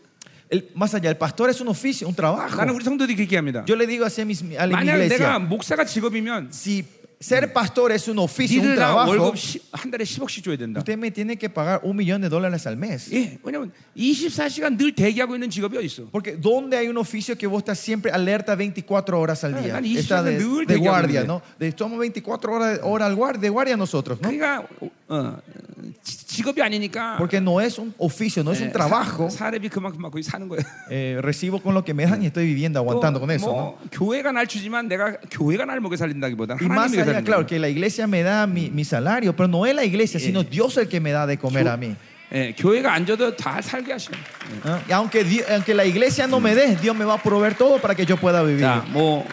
[SPEAKER 2] El- más allá, el pastor es un oficio, un trabajo.
[SPEAKER 1] 나는 우리 성도들이 아, 그렇게 합니다.
[SPEAKER 2] Yo le digo así a, mis, a la
[SPEAKER 1] 만약 내가
[SPEAKER 2] iglesia,
[SPEAKER 1] 목사가 직업이면
[SPEAKER 2] si ser pastor es un oficio, un
[SPEAKER 1] 니들 나
[SPEAKER 2] trabajo,
[SPEAKER 1] 월급 시- 한 달에 10억씩 줘야 된다.
[SPEAKER 2] usted me tiene que pagar un millón de dólares al mes.
[SPEAKER 1] 예, 왜냐면 24시간 늘 대기하고 있는 직업이 어디 있어?
[SPEAKER 2] Porque ¿dónde hay un oficio que vos estás siempre alerta 24 horas al
[SPEAKER 1] Ah,
[SPEAKER 2] día?
[SPEAKER 1] man, y
[SPEAKER 2] Está
[SPEAKER 1] yo
[SPEAKER 2] de,
[SPEAKER 1] me duele
[SPEAKER 2] de
[SPEAKER 1] que
[SPEAKER 2] guardia,
[SPEAKER 1] hable.
[SPEAKER 2] ¿no? De- Estamos 24 horas, horas al guardia, de guardia nosotros, ¿no?
[SPEAKER 1] 그러니까 어, 어, 지- 직업이 아니니까
[SPEAKER 2] Porque no es un oficio, no es
[SPEAKER 1] 예,
[SPEAKER 2] un trabajo.
[SPEAKER 1] 사- 사례비 그만큼 받고 사는 거예요.
[SPEAKER 2] Eh, recibo con lo que me dan y estoy viviendo aguantando con eso, ¿no?
[SPEAKER 1] 뭐, 교회가 날 주지만 내가 교회가 날 먹여 살린다기보다
[SPEAKER 2] Y más
[SPEAKER 1] 하나님이 그러니까 살는
[SPEAKER 2] allá,
[SPEAKER 1] 거예요.
[SPEAKER 2] claro, que la iglesia me da mi, mi salario, pero no es la iglesia, sino Dios el que me da de comer a mí.
[SPEAKER 1] 예, 교회가 안 줘도 다 살게 하시는 거예요.
[SPEAKER 2] ¿Ah? Y aunque, Di- aunque la iglesia no me dé, Dios me va a proveer todo para que yo pueda vivir.
[SPEAKER 1] 자, 뭐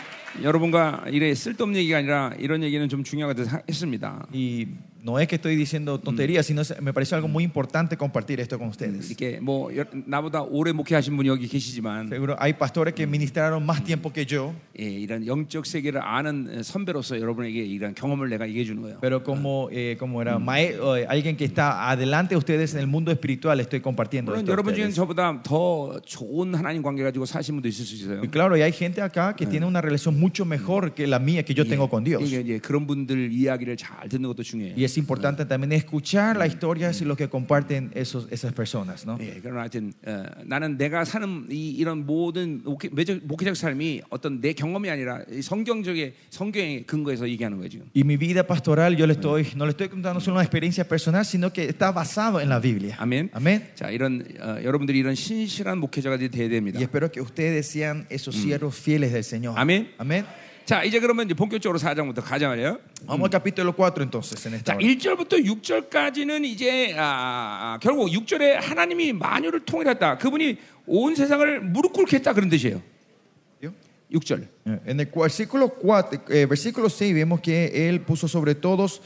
[SPEAKER 1] 여러분과 이래 쓸데없는 얘기가 아니라 이런 얘기는 좀 중요하게 하- 했습니다.
[SPEAKER 2] Y no es que estoy diciendo tonterías, sino es- me pareció algo muy importante compartir esto con ustedes.
[SPEAKER 1] 이렇게 뭐 여- 나보다 오래 목회하신 분이 여기 계시지만
[SPEAKER 2] Seguro hay pastores que ministraron más tiempo que yo,
[SPEAKER 1] 예, 이런 영적 세계를 아는 선배로서 여러분에게 이런 경험을 내가 얘기해 주는 거예요.
[SPEAKER 2] pero como, eh, como era mae- eh, alguien que está adelante de ustedes en el mundo espiritual, estoy compartiendo
[SPEAKER 1] 물론
[SPEAKER 2] esto. a
[SPEAKER 1] 여러분 중에
[SPEAKER 2] ustedes.
[SPEAKER 1] 저보다 더 좋은 하나님 관계 가지고 사신 분도 있을 수 있어요.
[SPEAKER 2] Y claro, y hay gente acá que tiene una relación mucho mejor que la mía que yo tengo con Dios.
[SPEAKER 1] 이게 이제 예, 그런 분들 이야기를 잘 듣는 것도 중요해요.
[SPEAKER 2] Y es importante también escuchar las historias y lo que comparten esos, esas personas, ¿no?
[SPEAKER 1] 예, 그러나 하여튼 어, 나는 내가 사는 이, 이런 모든 목회, 매적- 목회적 삶이 어떤 내 경험이 아니라 이 성경적인 성경의 근거에서 얘기하는 거예요 지금.
[SPEAKER 2] Y mi vida pastoral, yo le estoy, no le estoy contando solo una experiencia personal, sino que está basado en la Biblia.
[SPEAKER 1] 아멘.
[SPEAKER 2] Amén.
[SPEAKER 1] 자, 이런 어, 여러분들이 이런 신실한 목회자가 돼야 됩니다. 예.
[SPEAKER 2] Y espero que ustedes sean esos siervos fieles del Señor.
[SPEAKER 1] Amén.
[SPEAKER 2] Amén.
[SPEAKER 1] 자, 이제 그러면 이제 본격적으로 4장부터 가자 말이에요.
[SPEAKER 2] Vamos al capítulo 4 entonces en esta
[SPEAKER 1] 자,
[SPEAKER 2] hora.
[SPEAKER 1] 1절부터 6절까지는 이제 아, 아, 결국 6절에 하나님이 만유를 통일했다. 그분이 온 세상을 무릎 꿇게 했다 그런 뜻이에요.
[SPEAKER 2] ¿Vio?
[SPEAKER 1] 6절.
[SPEAKER 2] Eh, En el cu- versículo, 4, eh, versículo 6 vemos que Él puso sobre todos,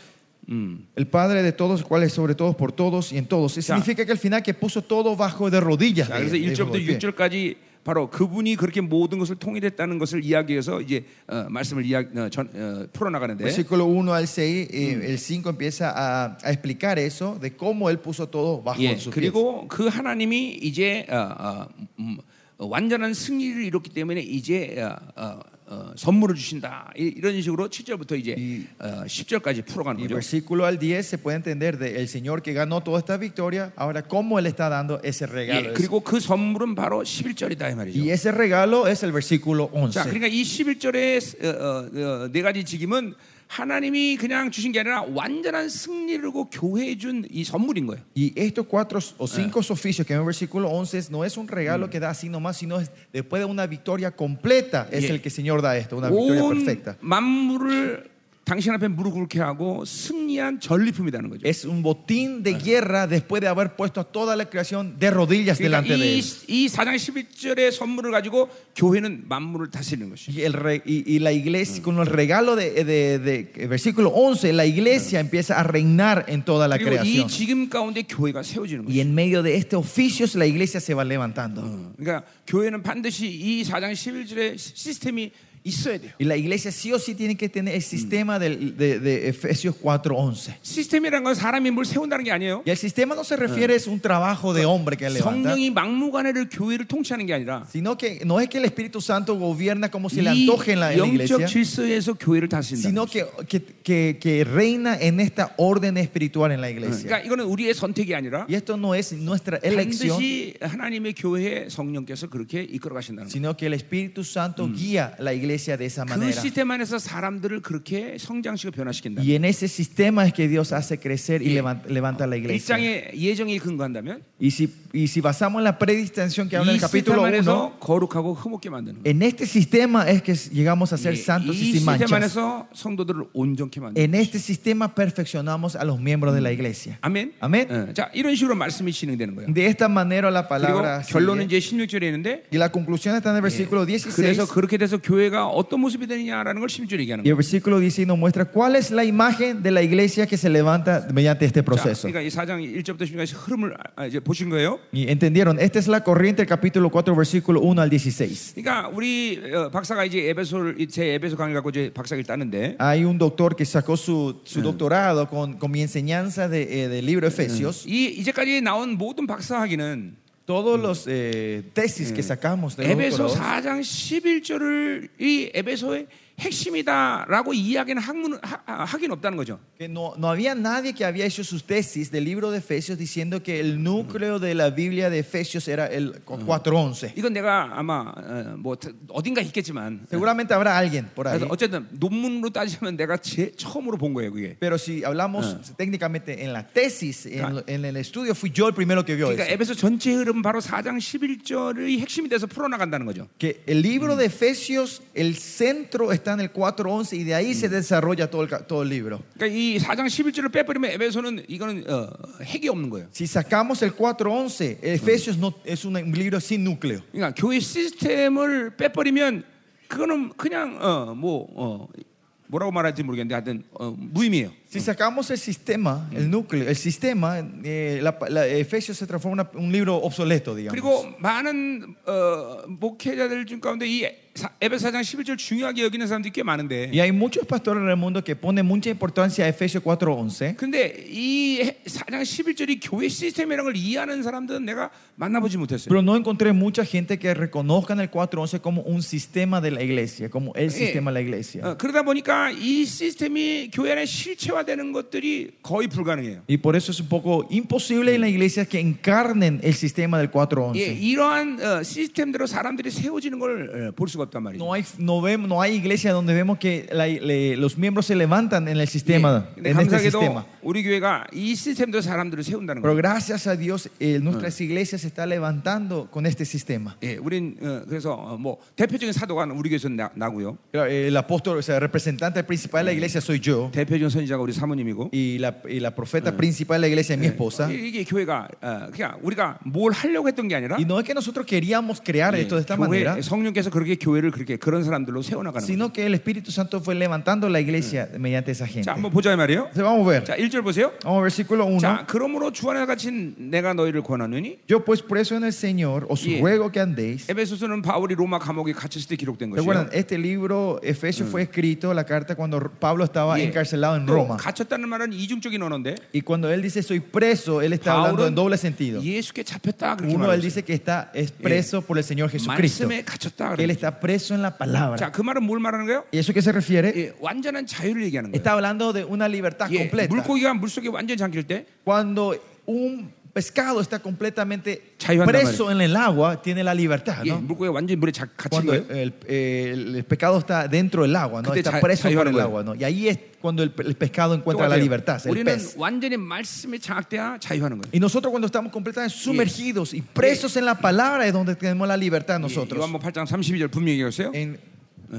[SPEAKER 2] el Padre de todos, el cual es sobre todos, por todos y en todos. Y
[SPEAKER 1] Ya.
[SPEAKER 2] significa que al final que puso todo bajo de rodillas.
[SPEAKER 1] 자,
[SPEAKER 2] de-
[SPEAKER 1] 그래서
[SPEAKER 2] de-
[SPEAKER 1] 1절부터
[SPEAKER 2] bajo de pie.
[SPEAKER 1] 6절까지 바로 그분이 그렇게 모든 것을 통일했다는 것을 이야기해서 이제 어, 말씀을 이야, 어, 전, 어, 풀어나가는데
[SPEAKER 2] Versículo 1 al 6, eh, el 5 empieza a, a explicar eso, de cómo Él puso todo bajo
[SPEAKER 1] 예,
[SPEAKER 2] de sus pies.
[SPEAKER 1] 그리고 그 하나님이 이제 어, 어, 음, 어, 완전한 승리를 이뤘기 때문에 이제 어, 어, 어, 선물을 주신다 이, 런 식으로 7절부터 이제 어, 10절까지 풀어가는
[SPEAKER 2] Y
[SPEAKER 1] 거죠.
[SPEAKER 2] versículo al 10 se puede entender de el Señor que ganó toda esta victoria, ahora cómo Él está dando ese regalo.
[SPEAKER 1] 예, 그리고 그 선물은 바로 11절이다 이 말이죠.
[SPEAKER 2] Y ese regalo es el versículo
[SPEAKER 1] 자,
[SPEAKER 2] 11.
[SPEAKER 1] 그러니까 이 11절의 네 가지 직임은 하나님이 그냥 주신 게 아니라 완전한 승리를 고 교회에 준 이 선물인 거예요.
[SPEAKER 2] Y estos cuatro o cinco oficios que en el versículo 11 no es un regalo que da así nomás, sino es después de una victoria completa es
[SPEAKER 1] Yeah.
[SPEAKER 2] el que el Señor da esto, una victoria
[SPEAKER 1] 온
[SPEAKER 2] perfecta.
[SPEAKER 1] 만물을 당신 앞에 무릎 꿇게 하고 승리한 전리품이라는 거죠.
[SPEAKER 2] Es un botín de guerra después de haber puesto a toda la creación de rodillas delante
[SPEAKER 1] 그러니까
[SPEAKER 2] de
[SPEAKER 1] 이,
[SPEAKER 2] Él.
[SPEAKER 1] 이 4장 11절의 선물을 가지고 교회는 만물을 다스리는 것이.
[SPEAKER 2] Y, el re- y- y la iglesia, con el regalo de, de- de- el versículo 11, la iglesia empieza a reinar en toda la
[SPEAKER 1] 그리고 이
[SPEAKER 2] creación.
[SPEAKER 1] 지금 가운데 교회가 세워지는
[SPEAKER 2] Y
[SPEAKER 1] 거예요.
[SPEAKER 2] en medio de este oficio la iglesia se va
[SPEAKER 1] Ah.
[SPEAKER 2] levantando.
[SPEAKER 1] 그러니까 교회는 반드시 이 4장 11절의 시스템이 있어야 돼요.
[SPEAKER 2] Y la iglesia sí o sí tiene que tener el sistema del- de, de Efesios 4:11.
[SPEAKER 1] 시스템이란 건 사람이 뭘 세운다는 게 아니에요.
[SPEAKER 2] Y el sistema no se refiere es un trabajo de hombre
[SPEAKER 1] 예,
[SPEAKER 2] que levanta,
[SPEAKER 1] 성령이 막무가내를 교회를 통치하는 게 아니라
[SPEAKER 2] sino que no es que el Espíritu Santo gobierna como se le
[SPEAKER 1] 이
[SPEAKER 2] antoje en la, en la
[SPEAKER 1] 영적
[SPEAKER 2] iglesia,
[SPEAKER 1] 질서에서 교회를 다스린다.
[SPEAKER 2] sino que, que, que- que reina en esta orden espiritual en
[SPEAKER 1] 그러니까
[SPEAKER 2] la iglesia.
[SPEAKER 1] 이거는 우리의 선택이 아니라
[SPEAKER 2] Y esto no es nuestra elección,
[SPEAKER 1] 반드시 하나님의 교회에 성령께서 그렇게 이끌어 가신다는 거예요.
[SPEAKER 2] sino que el Espíritu Santo guía la iglesia de esa
[SPEAKER 1] 그
[SPEAKER 2] manera.
[SPEAKER 1] 시스템 안에서 사람들을 그렇게 성장시켜 변화시킨다.
[SPEAKER 2] Y en ese sistema es que Dios hace crecer y levanta, levanta la iglesia.
[SPEAKER 1] 일장의 예정에 근거한다면
[SPEAKER 2] Y si, y si basamos en la predistinción que habla
[SPEAKER 1] 이
[SPEAKER 2] en el
[SPEAKER 1] 시스템
[SPEAKER 2] capítulo 1,
[SPEAKER 1] 안에서 거룩하고 흐뭇게 만드는 거예요.
[SPEAKER 2] en este sistema es que llegamos a
[SPEAKER 1] 예,
[SPEAKER 2] ser santos
[SPEAKER 1] 이
[SPEAKER 2] y sin
[SPEAKER 1] 시스템
[SPEAKER 2] manchas.
[SPEAKER 1] 안에서 성도들을 온전케 만드는
[SPEAKER 2] En este sistema perfeccionamos a los miembros de la iglesia.
[SPEAKER 1] 아멘.
[SPEAKER 2] 아멘.
[SPEAKER 1] 예, 자 이런 식으로 말씀이 진행되는 거예요.
[SPEAKER 2] De esta manera
[SPEAKER 1] 그리고
[SPEAKER 2] la palabra
[SPEAKER 1] 결론은
[SPEAKER 2] sigue.
[SPEAKER 1] 이제 16절에 있는데
[SPEAKER 2] y la conclusión está en el versículo 16
[SPEAKER 1] 그래서 그렇게 돼서 교회가 어떤 모습이 되느냐라는 걸 심지어 얘기하는
[SPEAKER 2] y
[SPEAKER 1] 거예요.
[SPEAKER 2] el versículo 16 nos muestra cuál es la imagen de la iglesia que se levanta mediante este
[SPEAKER 1] 자,
[SPEAKER 2] proceso.
[SPEAKER 1] 그러니까 이 4장 1절부터 16절까지 흐름을 아, 이제 보신 거예요.
[SPEAKER 2] Y entendieron, esta es la corriente del capítulo 4 versículo 1 al 16.
[SPEAKER 1] 그러니까 우리 어, 박사가 이제 에베소를 이- 제 에베소 강의 갖고 이제 박사를 따는데
[SPEAKER 2] Hay un doctor que sacó su, su doctorado con, con mi enseñanza de, eh, del libro Efesios.
[SPEAKER 1] 이 이제까지 나온 모든 박사 학위는
[SPEAKER 2] Todos los eh, tesis que sacamos del
[SPEAKER 1] 에베소
[SPEAKER 2] doctorado
[SPEAKER 1] 4장 11절을 이 에베소의 핵심이다라고 이야기는 학문 하- 아, 하긴 없다는 거죠.
[SPEAKER 2] Que no, no había nadie que había hecho sus tesis del libro de Efesios diciendo que el núcleo de la Biblia de Efesios era el 4.11.
[SPEAKER 1] 이건 내가 아마 어, 뭐 다- 어딘가 있겠지만
[SPEAKER 2] Seguramente habrá alguien por ahí.
[SPEAKER 1] 그래서 어쨌든 논문으로 따지면 내가 제 처음으로 본 거예요, 그게.
[SPEAKER 2] Pero si hablamos técnicamente en la tesis, en, en el estudio, fui yo el primero que vio
[SPEAKER 1] 그러니까
[SPEAKER 2] eso.
[SPEAKER 1] 에베소 전체 흐름은 바로 4장 11절의 핵심이 돼서 풀어나간다는 거죠.
[SPEAKER 2] Que el libro de Efesios, el centro está en el 4.11 y de ahí se desarrolla todo el, ca- todo el libro.
[SPEAKER 1] 그러니까 이 4장 11절을 빼버리면 에베소는 이거는 어, 핵이 없는 거예요.
[SPEAKER 2] Si sacamos el 4.11, Efesios no, es un libro sin núcleo.
[SPEAKER 1] 그러니까 교회 시스템을 빼버리면 그거는 그냥 어, 뭐 어, 뭐라고 말할지 모르겠는데 하여튼 어, 무의미해요.
[SPEAKER 2] Si sacamos el sistema, el núcleo, el sistema, eh, la, la- Efesios se transforma en un libro obsoleto, digamos.
[SPEAKER 1] 그리고 많은 어, 목회자들 중 가운데 이 사- 에베소 4장 11절 중요하게 여기는 사람들이 꽤 많은데
[SPEAKER 2] Y hay muchos pastores en el mundo que ponen mucha importancia a Efesios 4.11,
[SPEAKER 1] 근데 이 해- 4장 11절이 교회 시스템이라는 걸 이해하는 사람들은 내가 만나보지 못했어요.
[SPEAKER 2] pero no encontré mucha gente que reconozcan el 4.11 como
[SPEAKER 1] 예.
[SPEAKER 2] un
[SPEAKER 1] ah.
[SPEAKER 2] sistema de la iglesia, como el sistema de la iglesia.
[SPEAKER 1] 어, 그러다 보니까 이 시스템이 교회 안에 실체화 실체화되는 것들이 거의 불가능해요.
[SPEAKER 2] Y por eso es un poco imposible en la iglesia que encarnen el sistema del
[SPEAKER 1] 예,
[SPEAKER 2] 411.
[SPEAKER 1] 이러한 어, 시스템대로 사람들이 세워지는 걸 어, 볼 수가 없단 말이죠.
[SPEAKER 2] No hay, no, vemos, no hay iglesia donde vemos que la- le- los miembros se levantan en el sistema,
[SPEAKER 1] 예, 근데
[SPEAKER 2] en este
[SPEAKER 1] 감사하게도
[SPEAKER 2] sistema.
[SPEAKER 1] 우리 교회가 이 시스템대로 사람들을 세운다는
[SPEAKER 2] Pero
[SPEAKER 1] 거예요.
[SPEAKER 2] gracias a Dios, eh, nuestras iglesias se están levantando con este sistema.
[SPEAKER 1] 예, 우린 어, 그래서 어, 뭐 대표적인 sado가 우리 교회에서 나, 나고요.
[SPEAKER 2] Claro, El apóstol, o sea, el representante principal de la iglesia soy yo.
[SPEAKER 1] 대표적인 선지자가 우리 사모님이고
[SPEAKER 2] Y la, y la profeta principal de la iglesia es mi esposa.
[SPEAKER 1] 이- 이게 교회가 어, 그냥 우리가 뭘 하려고 했던 게 아니라
[SPEAKER 2] Y no es que nosotros queríamos crear
[SPEAKER 1] 예,
[SPEAKER 2] esto de esta
[SPEAKER 1] 교회,
[SPEAKER 2] manera,
[SPEAKER 1] 성령께서 그렇게 교회를 그렇게 그런 사람들로 세워나가는 거예요.
[SPEAKER 2] sino que el Espíritu Santo fue levantando la iglesia mediante esa gente.
[SPEAKER 1] 자, 한번 보자 이 말이에요.
[SPEAKER 2] Entonces, vamos a ver.
[SPEAKER 1] 자, 1절 보세요.
[SPEAKER 2] Vamos a versículo 1.
[SPEAKER 1] 자, 그러므로 주 안에 갇힌 내가 너희를 권하느니
[SPEAKER 2] Yo pues preso en el Señor, os
[SPEAKER 1] Yeah.
[SPEAKER 2] ruego que andéis.
[SPEAKER 1] 에베소서는 바울이 로마 감옥에 갇혔을 때 기록된
[SPEAKER 2] Recuerdan,
[SPEAKER 1] 것이에요.
[SPEAKER 2] este libro, Efesios, fue escrito, la carta, cuando Pablo estaba
[SPEAKER 1] Yeah.
[SPEAKER 2] encarcelado en
[SPEAKER 1] 또
[SPEAKER 2] Roma.
[SPEAKER 1] 예. 그 갇혔다는 말은 이중적인 언어인데
[SPEAKER 2] Y cuando él dice soy preso, él está hablando
[SPEAKER 1] 바울은
[SPEAKER 2] en doble sentido.
[SPEAKER 1] 예수께 잡혔다 그렇게
[SPEAKER 2] Uno, él
[SPEAKER 1] 말했어요.
[SPEAKER 2] dice que está es preso por el Señor Jesucristo.
[SPEAKER 1] 말씀에 갇혔다
[SPEAKER 2] Él
[SPEAKER 1] 그래요.
[SPEAKER 2] está preso en la palabra.
[SPEAKER 1] 자, 그 말은 뭘 말하는 거예요?
[SPEAKER 2] ¿Y eso qué se refiere?
[SPEAKER 1] 예, 완전한 자유를 얘기하는 거예요.
[SPEAKER 2] Está 하blando de una libertad
[SPEAKER 1] 예,
[SPEAKER 2] completa.
[SPEAKER 1] 물고기가 물속에 완전 히 잠길 때
[SPEAKER 2] Cuando un pescado está completamente
[SPEAKER 1] 자유한단
[SPEAKER 2] preso en el agua, tiene la libertad,
[SPEAKER 1] 예,
[SPEAKER 2] ¿no?
[SPEAKER 1] 물고기가 완전히 물에 자- 갇힌
[SPEAKER 2] Cuando
[SPEAKER 1] 거예요.
[SPEAKER 2] el, el- el pescado está dentro del agua, ¿no?
[SPEAKER 1] 그때
[SPEAKER 2] Está
[SPEAKER 1] 자-
[SPEAKER 2] preso por
[SPEAKER 1] 자유하는
[SPEAKER 2] el
[SPEAKER 1] 거예요.
[SPEAKER 2] agua, ¿no? Y ahí es cuando el, el pescado encuentra la
[SPEAKER 1] 똑같아요.
[SPEAKER 2] libertad, el
[SPEAKER 1] 우리는
[SPEAKER 2] pez.
[SPEAKER 1] 완전히 말씀에 장악돼야 자유하는 거예요.
[SPEAKER 2] Y nosotros cuando estamos completamente sumergidos y presos en la palabra es donde tenemos la libertad
[SPEAKER 1] 예,
[SPEAKER 2] nosotros.
[SPEAKER 1] 요한복 8장 32절 분명히 얘기했어요.
[SPEAKER 2] En,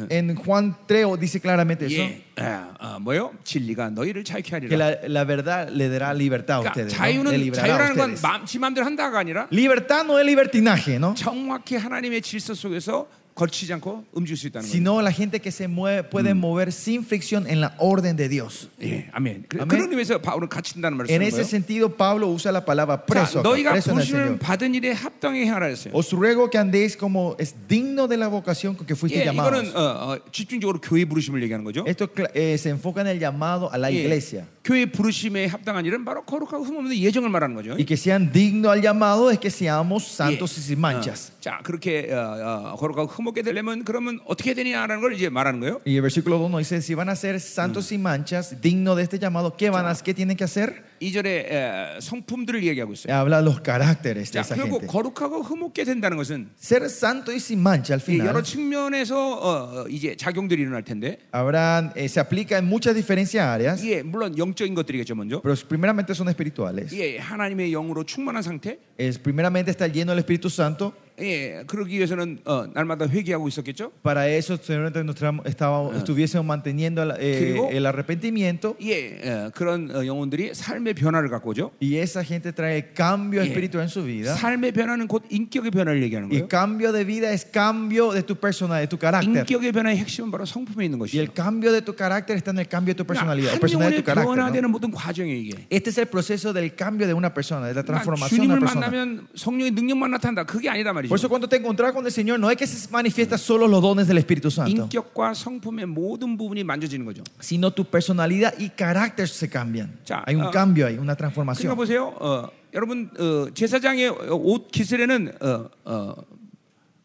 [SPEAKER 2] en Juan 3 dice claramente eso,
[SPEAKER 1] 예, 아, 아, 뭐요? 진리가 너희를 자유케
[SPEAKER 2] que
[SPEAKER 1] 하리라.
[SPEAKER 2] la, la verdad le dará libertad a
[SPEAKER 1] 그러니까
[SPEAKER 2] ustedes. ¿no? Le
[SPEAKER 1] 자유는
[SPEAKER 2] librará a
[SPEAKER 1] 자유라는
[SPEAKER 2] ustedes.
[SPEAKER 1] 건지 마음대로 한다가 아니라
[SPEAKER 2] Libertad no es libertinaje, ¿no?
[SPEAKER 1] 정확히 하나님의 질서 속에서 걸치지 않고 움직일 수 있다는 거예요.
[SPEAKER 2] Sino la gente que se mueve, puede mover sin fricción en la orden de Dios.
[SPEAKER 1] 예, 아멘. 그,
[SPEAKER 2] 아멘.
[SPEAKER 1] 런 의미에서 바울은 갇힌다는 말을
[SPEAKER 2] En
[SPEAKER 1] 쓰는
[SPEAKER 2] ese
[SPEAKER 1] 거예요.
[SPEAKER 2] sentido, Pablo usa la palabra
[SPEAKER 1] 자,
[SPEAKER 2] preso. acá,
[SPEAKER 1] 너희가
[SPEAKER 2] preso en el
[SPEAKER 1] 부르심을
[SPEAKER 2] Señor.
[SPEAKER 1] 받은 일에 합당히 하라 했어요.
[SPEAKER 2] Os ruego que andéis como es digno de la vocación con que fuiste
[SPEAKER 1] 예,
[SPEAKER 2] llamados.
[SPEAKER 1] 이거는 어, 어, 집중적으로 교회 부르심을 얘기하는 거죠.
[SPEAKER 2] Esto cla- eh, se enfoca en el llamado a la
[SPEAKER 1] 예,
[SPEAKER 2] iglesia.
[SPEAKER 1] 교회 부르심에 합당한 일은 바로 거룩하고 흠없는 예정을 말하는 거죠.
[SPEAKER 2] Y que sean dignos al llamado es que seamos santos y sin manchas.
[SPEAKER 1] 어, 자, 그렇게 어, 어, 거룩하고 흠없게 되려면 그러면 어떻게 해야 되냐라는 걸 이제 말하는 거예요.
[SPEAKER 2] Y el versículo 2 nos dice, si van a ser santos y manchas, dignos de este llamado, ¿qué, van a, ¿qué tienen que hacer?
[SPEAKER 1] 이절에 성품들을 얘기하고 있어요.
[SPEAKER 2] Habla los caracteres
[SPEAKER 1] 자,
[SPEAKER 2] de esa
[SPEAKER 1] 결국
[SPEAKER 2] gente.
[SPEAKER 1] 거룩하고 흠없게 된다는 것은
[SPEAKER 2] Ser santo y sin mancha al
[SPEAKER 1] 이 여러
[SPEAKER 2] final
[SPEAKER 1] 측면에서 어, 어, 이제 작용들이 일어날 텐데,
[SPEAKER 2] habrán, eh, se aplica en muchas diferentes áreas,
[SPEAKER 1] 예, 물론 영적인 것들이겠죠 먼저.
[SPEAKER 2] pero primeramente son espirituales.
[SPEAKER 1] 예, 하나님의 영으로 충만한 상태.
[SPEAKER 2] Es, primeramente está lleno del Espíritu Santo.
[SPEAKER 1] 예, 그러기 위해서는 어, 날마다 회개하고 있었겠죠.
[SPEAKER 2] Para eso, seguramente nos tra- estaba- estuviésemos manteniendo la- eh,
[SPEAKER 1] Creo-
[SPEAKER 2] el arrepentimiento
[SPEAKER 1] 예, 어, 그런 어, 영혼들이 삶의 변화를 갖고 오죠.
[SPEAKER 2] y esa gente trae el cambio
[SPEAKER 1] Yeah.
[SPEAKER 2] espiritual en su vida.
[SPEAKER 1] 삶의 변화는 곧 인격의 변화를 얘기하는
[SPEAKER 2] Y
[SPEAKER 1] 거예요.
[SPEAKER 2] el cambio de vida es cambio de tu personalidad, de tu carácter.
[SPEAKER 1] 인격의 변화의 핵심은 바로 성품에 있는
[SPEAKER 2] Y
[SPEAKER 1] 것이죠.
[SPEAKER 2] el cambio de tu carácter está en el cambio de tu personalidad,
[SPEAKER 1] 그러니까 한
[SPEAKER 2] el
[SPEAKER 1] 영혼의
[SPEAKER 2] personalidad de tu carácter. Ah, ¿no?
[SPEAKER 1] 변화되는 모든 과정이 이게.
[SPEAKER 2] Este es el proceso del cambio de una persona, de la
[SPEAKER 1] 그러니까
[SPEAKER 2] transformación de
[SPEAKER 1] 주님을
[SPEAKER 2] una persona.
[SPEAKER 1] 만나면 성령의 능력만 나타난다. 그게 아니다 말이죠.
[SPEAKER 2] Por eso cuando te encontrás con el Señor, no es que se manifiestan solo los dones del Espíritu Santo,
[SPEAKER 1] 인격과 성품의 모든 부분이 만져지는 거죠.
[SPEAKER 2] sino tu personalidad y carácter se cambian.
[SPEAKER 1] Ya,
[SPEAKER 2] Hay un
[SPEAKER 1] ah.
[SPEAKER 2] cambio ahí, una
[SPEAKER 1] 그러니까
[SPEAKER 2] transformación.
[SPEAKER 1] 보세요. 어, 여러분 어, 제사장의 옷 기슬에는 어, 어,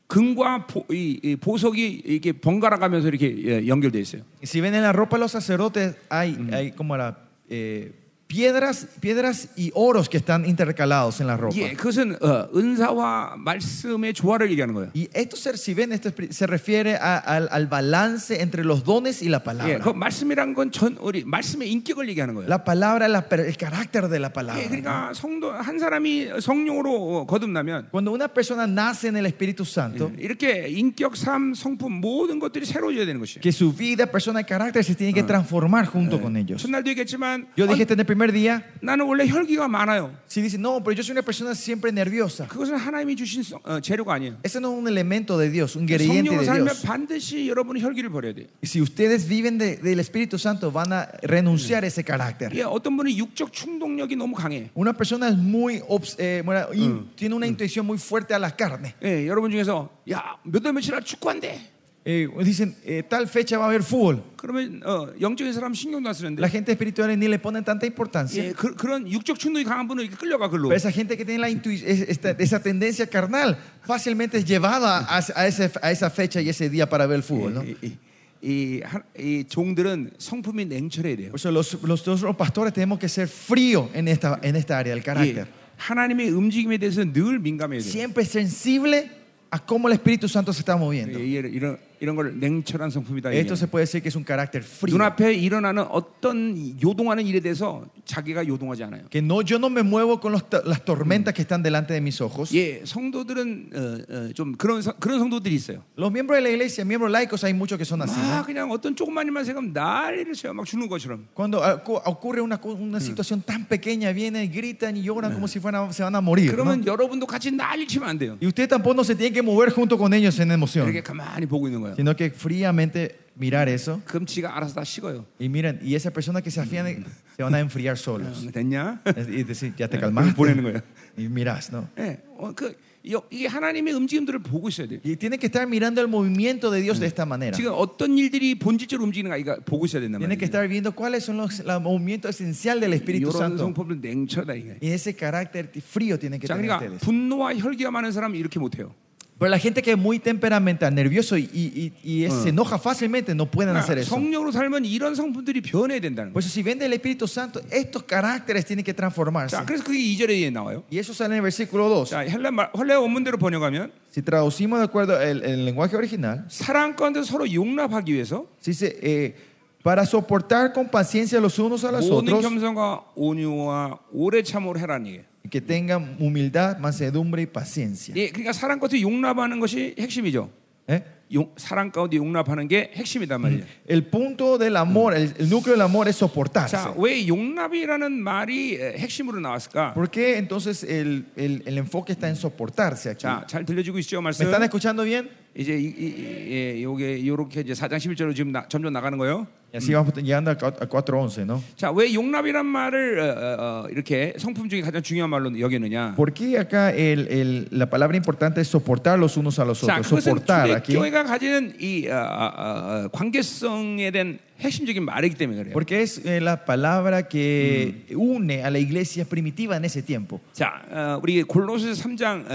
[SPEAKER 1] 금과 보, 이, 이 보석이 이렇게 번갈아 가면서 이렇게 예, 연결돼 있어요.
[SPEAKER 2] Y Si ven en la ropa de los sacerdotes, hay, hay como la, eh, piedras, piedras y oros que están intercalados en la ropa.
[SPEAKER 1] 예, 그것은 어, 은사와 말씀의 조화를 얘기하는 거예요.
[SPEAKER 2] Y esto, se- si ven, esto es- se refiere a- al, al balance entre los dones y la
[SPEAKER 1] 예,
[SPEAKER 2] palabra.
[SPEAKER 1] 그 말씀이란 건 전 우리 말씀의 인격을 얘기하는 거예요.
[SPEAKER 2] La palabra, la per- el carácter de la palabra.
[SPEAKER 1] 예, 그러니까 성도 한 사람이 성령으로 어, 거듭나면
[SPEAKER 2] Cuando una persona nace en el Espíritu Santo,
[SPEAKER 1] 이렇게 인격, 삶, 성품 모든 것들이 새로워져야 되는 것이에요.
[SPEAKER 2] que su vida, persona y carácter se tiene que transformar junto con ellos.
[SPEAKER 1] 첫날도 얘기했지만
[SPEAKER 2] Yo dije
[SPEAKER 1] 어,
[SPEAKER 2] esto en el primer día,
[SPEAKER 1] 나는 원래 혈기가 많아요.
[SPEAKER 2] si dice, no, pero yo soy una persona siempre nerviosa.
[SPEAKER 1] 그것은 하나님이 주신 성- 어, 재료가 아니에요.
[SPEAKER 2] Ese no es un elemento de Dios, un ingrediente
[SPEAKER 1] 성령으로
[SPEAKER 2] de
[SPEAKER 1] 살면
[SPEAKER 2] Dios.
[SPEAKER 1] 반드시 여러분은 혈기를 버려야 돼요.
[SPEAKER 2] Y si ustedes viven de- del Espíritu Santo, van a renunciar a ese carácter.
[SPEAKER 1] 예, 어떤 분은 육적 충동력이 너무 강해.
[SPEAKER 2] Una persona es muy, obs- eh, bueno, in- tiene una intuición muy fuerte a la carne.
[SPEAKER 1] 예, 여러분 중에서 야, 몇월 며칠 날 축구한대.
[SPEAKER 2] Eh, dicen, eh, tal fecha va a haber fútbol.
[SPEAKER 1] 그러면 어, 영적인 사람 신경도 안 쓰는데.
[SPEAKER 2] La gente espiritual ni le ponen tanta
[SPEAKER 1] 예,
[SPEAKER 2] importancia.
[SPEAKER 1] 그, 그런 육적 충동이 강한 분은 이렇게 끌려가 글로.
[SPEAKER 2] Pero esa gente que tiene la intui- es- esta- esa tendencia carnal fácilmente es llevada a, a ese- a esa fecha y ese día para ver el fútbol. ¿no?
[SPEAKER 1] 예, 예. 이, 하- 이 종들은 성품이 냉철해야 돼요.
[SPEAKER 2] Por eso los, los- nosotros pastores tenemos que ser fríos en esta, en esta área del
[SPEAKER 1] 예,
[SPEAKER 2] carácter.
[SPEAKER 1] 하나님의 움직임에 대해서 늘 민감해야 돼요.
[SPEAKER 2] Siempre sensible a cómo el Espíritu Santo se está moviendo.
[SPEAKER 1] 예, 이런 이런 걸 냉철한 성품이다.
[SPEAKER 2] Esto
[SPEAKER 1] 얘기하는
[SPEAKER 2] se puede decir que es un carácter
[SPEAKER 1] 거예요.
[SPEAKER 2] frío.
[SPEAKER 1] 눈앞에 일어나는 어떤 요동하는 일에 대해서 자기가 요동하지 않아요.
[SPEAKER 2] Que no, yo no me muevo con los to- las tormentas que están delante de mis ojos.
[SPEAKER 1] 예, 성도들은 어, 어, 좀 그런 성- 그런 성도들이 있어요.
[SPEAKER 2] Los miembros de la iglesia, miembros laicos, hay muchos que son así. ¿no?
[SPEAKER 1] 막 그냥 어떤 조그만 일만 생각하면 난리를 쳐요. 막 죽는 것처럼.
[SPEAKER 2] Cuando ah, cu- ocurre una, co- una situación tan pequeña, vienen, gritan y lloran como si fueran, se van a morir. ¿no?
[SPEAKER 1] 그러면 여러분도 같이 난리 치면 안 돼요.
[SPEAKER 2] Y usted tampoco no se tiene que mover junto con ellos en
[SPEAKER 1] 이렇게
[SPEAKER 2] emoción,
[SPEAKER 1] 가만히 보고 있는 거예요.
[SPEAKER 2] sino que fríamente mirar eso.
[SPEAKER 1] 그럼 지가 알아서 다 식어요.
[SPEAKER 2] Y miren, y esas personas que se afían se van a enfriar solos.
[SPEAKER 1] Hmm. 어, 됐냐?
[SPEAKER 2] Es- Y decir, ya te
[SPEAKER 1] 그걸 그렇죠. 보내는
[SPEAKER 2] calmaste.
[SPEAKER 1] 거예요.
[SPEAKER 2] Y mirás, ¿no?
[SPEAKER 1] 예, 어, 그 여- 이게 하나님의 움직임들을 보고 있어야 돼요.
[SPEAKER 2] Y tiene que estar mirando el movimiento de Dios de esta manera.
[SPEAKER 1] 지금 어떤 일들이 본질적으로 움직이는가 이거 보고 있어야 된단
[SPEAKER 2] Tiene que
[SPEAKER 1] 말이에요.
[SPEAKER 2] estar viendo cuáles son los, los movimientos esenciales del Espíritu
[SPEAKER 1] 이런
[SPEAKER 2] Santo.
[SPEAKER 1] 성품은 냉철하다 이게.
[SPEAKER 2] Y ese carácter frío tienen que
[SPEAKER 1] 자,
[SPEAKER 2] tener
[SPEAKER 1] 그러니까
[SPEAKER 2] ustedes.
[SPEAKER 1] 분노와 혈기가 많은 사람은 이렇게 못해요.
[SPEAKER 2] Pero la gente que es muy temperamental, nervioso y, y- y- y es-
[SPEAKER 1] Ah.
[SPEAKER 2] se enoja fácilmente, no pueden
[SPEAKER 1] 그러니까
[SPEAKER 2] hacer eso.
[SPEAKER 1] 성령으로 살면 이런 성품들이 변해야 된다는
[SPEAKER 2] Por
[SPEAKER 1] 거예요.
[SPEAKER 2] eso, si vende el Espíritu Santo, estos caracteres tienen que transformarse.
[SPEAKER 1] 자, 그래서 그게 2절에 나와요.
[SPEAKER 2] Y eso sale en el versículo 2.
[SPEAKER 1] 자, 헬라 말, 헬라 원문대로 번역하면
[SPEAKER 2] Si traducimos de acuerdo al el lenguaje original,
[SPEAKER 1] 사랑 가운데 서로 용납하기 위해서
[SPEAKER 2] se dice: eh, para soportar con paciencia los unos a los
[SPEAKER 1] 모든
[SPEAKER 2] otros,
[SPEAKER 1] 겸손과 온유와 오래 참으로 해라는 얘기예요.
[SPEAKER 2] y que tengan humildad, mansedumbre y paciencia.
[SPEAKER 1] 예, 그러니까 사랑 가운데 용납하는 것이 핵심이죠.
[SPEAKER 2] ¿Eh?
[SPEAKER 1] 용- 사랑 가운데 용납하는 게 핵심이단 말이에요.
[SPEAKER 2] El punto del amor, el, el núcleo del amor es soportarse.
[SPEAKER 1] 자, 왜 용납이라는 말이 에, 핵심으로 나왔을까?
[SPEAKER 2] ¿Por qué entonces el, el- el enfoque está en soportarse aquí?
[SPEAKER 1] 자, 잘 들려주고 있죠,
[SPEAKER 2] ¿Me
[SPEAKER 1] 말씀.
[SPEAKER 2] están escuchando bien?
[SPEAKER 1] 이제 이, 이, 이- 예, 요게 요렇게 이제 4장 11절로 지금 나- 점점 나가는 거예요.
[SPEAKER 2] Y así vamos llegando a 4.11, ¿no?
[SPEAKER 1] 자, 왜 용납이란 말을 어, 어, 어, 이렇게 성품 중에 가장 중요한 말로 여기느냐?
[SPEAKER 2] ¿Por qué acá el- el- la palabra importante es soportar los unos a los
[SPEAKER 1] 자,
[SPEAKER 2] otros?
[SPEAKER 1] 그것은
[SPEAKER 2] Soportar
[SPEAKER 1] 주의
[SPEAKER 2] aquí.
[SPEAKER 1] 교회가 가지는 이 어, 어, 어, 관계성에 대한 핵심적인 말이기 때문에 그래요.
[SPEAKER 2] Porque es eh, la palabra que une a la iglesia primitiva en ese tiempo.
[SPEAKER 1] 자, 어, 우리 골로새 3장 어,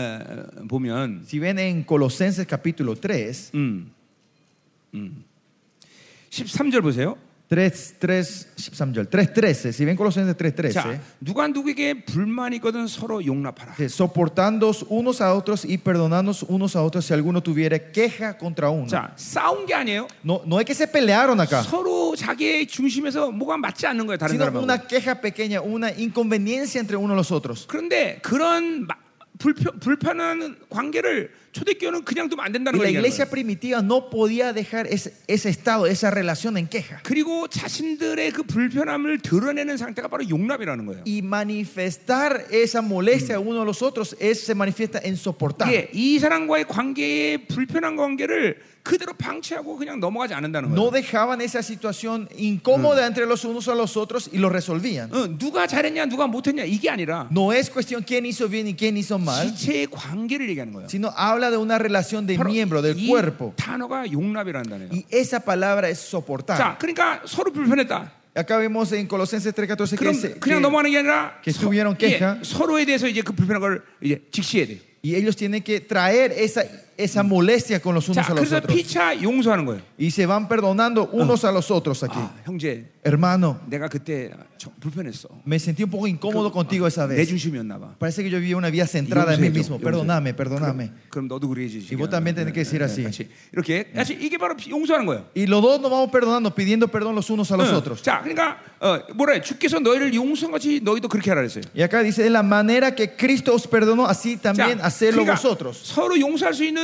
[SPEAKER 1] 어, 보면
[SPEAKER 2] Si ven en Colosenses capítulo 3,
[SPEAKER 1] 음, 음. 13절 보세요.
[SPEAKER 2] 3, 3, 3, 13, si ven Colosenses 3, 13,
[SPEAKER 1] 자, 누가 누구에게 불만이 있거든 서로 용납하라.
[SPEAKER 2] 네. soportando unos a otros y perdonándonos unos a otros si alguno tuviera queja contra uno.
[SPEAKER 1] 자, 싸운 게 아니에요.
[SPEAKER 2] No, no es que se pelearon acá,
[SPEAKER 1] 서로 자기의 중심에서 뭐가 그러니까 맞지 않는 거예요, 다른
[SPEAKER 2] sino
[SPEAKER 1] 사람하고.
[SPEAKER 2] una queja pequeña, una inconveniencia entre uno y los otros.
[SPEAKER 1] 그런데 그런 마- 불편, 불편한 관계를 초대교회는 그냥 두면 안
[SPEAKER 2] Y
[SPEAKER 1] 된다는
[SPEAKER 2] la
[SPEAKER 1] 거예요.
[SPEAKER 2] iglesia primitiva no podía dejar ese, ese estado, esa relación en queja.
[SPEAKER 1] 그리고 자신들의 그 불편함을 드러내는 상태가 바로 용납이라는 거예요.
[SPEAKER 2] Y manifestar esa molestia a uno de los otros es- se manifiesta en soportar.
[SPEAKER 1] 이게 예, 이 사람과의 관계의 불편한 관계를 그대로 방치하고 그냥 넘어가지 않는다는
[SPEAKER 2] No
[SPEAKER 1] 거예요.
[SPEAKER 2] dejaban esa situación incómoda entre los unos a los otros y lo resolvían.
[SPEAKER 1] 어, 누가 잘했냐, 누가 못했냐 이게 아니라
[SPEAKER 2] No es cuestión quién hizo bien y quién hizo mal,
[SPEAKER 1] 지체의 관계를 얘기하는 거예요.
[SPEAKER 2] sino habla de una relación de
[SPEAKER 1] 바로
[SPEAKER 2] miembro, del
[SPEAKER 1] 이
[SPEAKER 2] cuerpo.
[SPEAKER 1] 단어가 용납이라는 단어예요.
[SPEAKER 2] Y esa palabra es
[SPEAKER 1] 자,
[SPEAKER 2] soportar.
[SPEAKER 1] 그러니까 서로 불편했다.
[SPEAKER 2] Acá vemos en Colosenses 3.14 que,
[SPEAKER 1] 그럼
[SPEAKER 2] se-
[SPEAKER 1] 그냥
[SPEAKER 2] que-
[SPEAKER 1] 넘어가는 게 아니라
[SPEAKER 2] que estuvieron queja.
[SPEAKER 1] 예, 서로에 대해서 이제 그 불편한 걸 이제 직시해야 돼.
[SPEAKER 2] y ellos tienen que traer esa, esa molestia con los unos
[SPEAKER 1] 자,
[SPEAKER 2] a los
[SPEAKER 1] 그래서
[SPEAKER 2] otros.
[SPEAKER 1] 피차 용서하는 거예요.
[SPEAKER 2] Y se van perdonando unos a los otros aquí.
[SPEAKER 1] 아, 형제,
[SPEAKER 2] Hermano,
[SPEAKER 1] 내가 그때 정- 불편했어.
[SPEAKER 2] me sentí un poco incómodo contigo esa
[SPEAKER 1] 내
[SPEAKER 2] vez.
[SPEAKER 1] 중심이었나 봐.
[SPEAKER 2] Parece que yo vivía una vida centrada en mí
[SPEAKER 1] 용서해줘,
[SPEAKER 2] mismo.
[SPEAKER 1] 용서해.
[SPEAKER 2] Perdóname, perdóname.
[SPEAKER 1] 그럼, 그럼 너도 그래 주지. 네,
[SPEAKER 2] Y vos también tenés que decir así.
[SPEAKER 1] 같이 이렇게 같이 이게 바로 피- 용서하는 거예요.
[SPEAKER 2] Y los dos nos vamos perdonando, pidiendo perdón los unos a los
[SPEAKER 1] 응.
[SPEAKER 2] otros.
[SPEAKER 1] 자, 그러니까 어, 뭐래? 주께서 너희를 용서한 같이 너희도 그렇게 하라 그랬어요.
[SPEAKER 2] Y acá dice, de la manera que Cristo os perdonó, así
[SPEAKER 1] 자,
[SPEAKER 2] también hacedlo
[SPEAKER 1] 그러니까
[SPEAKER 2] vosotros.
[SPEAKER 1] 서로 용서할 수 있는 어,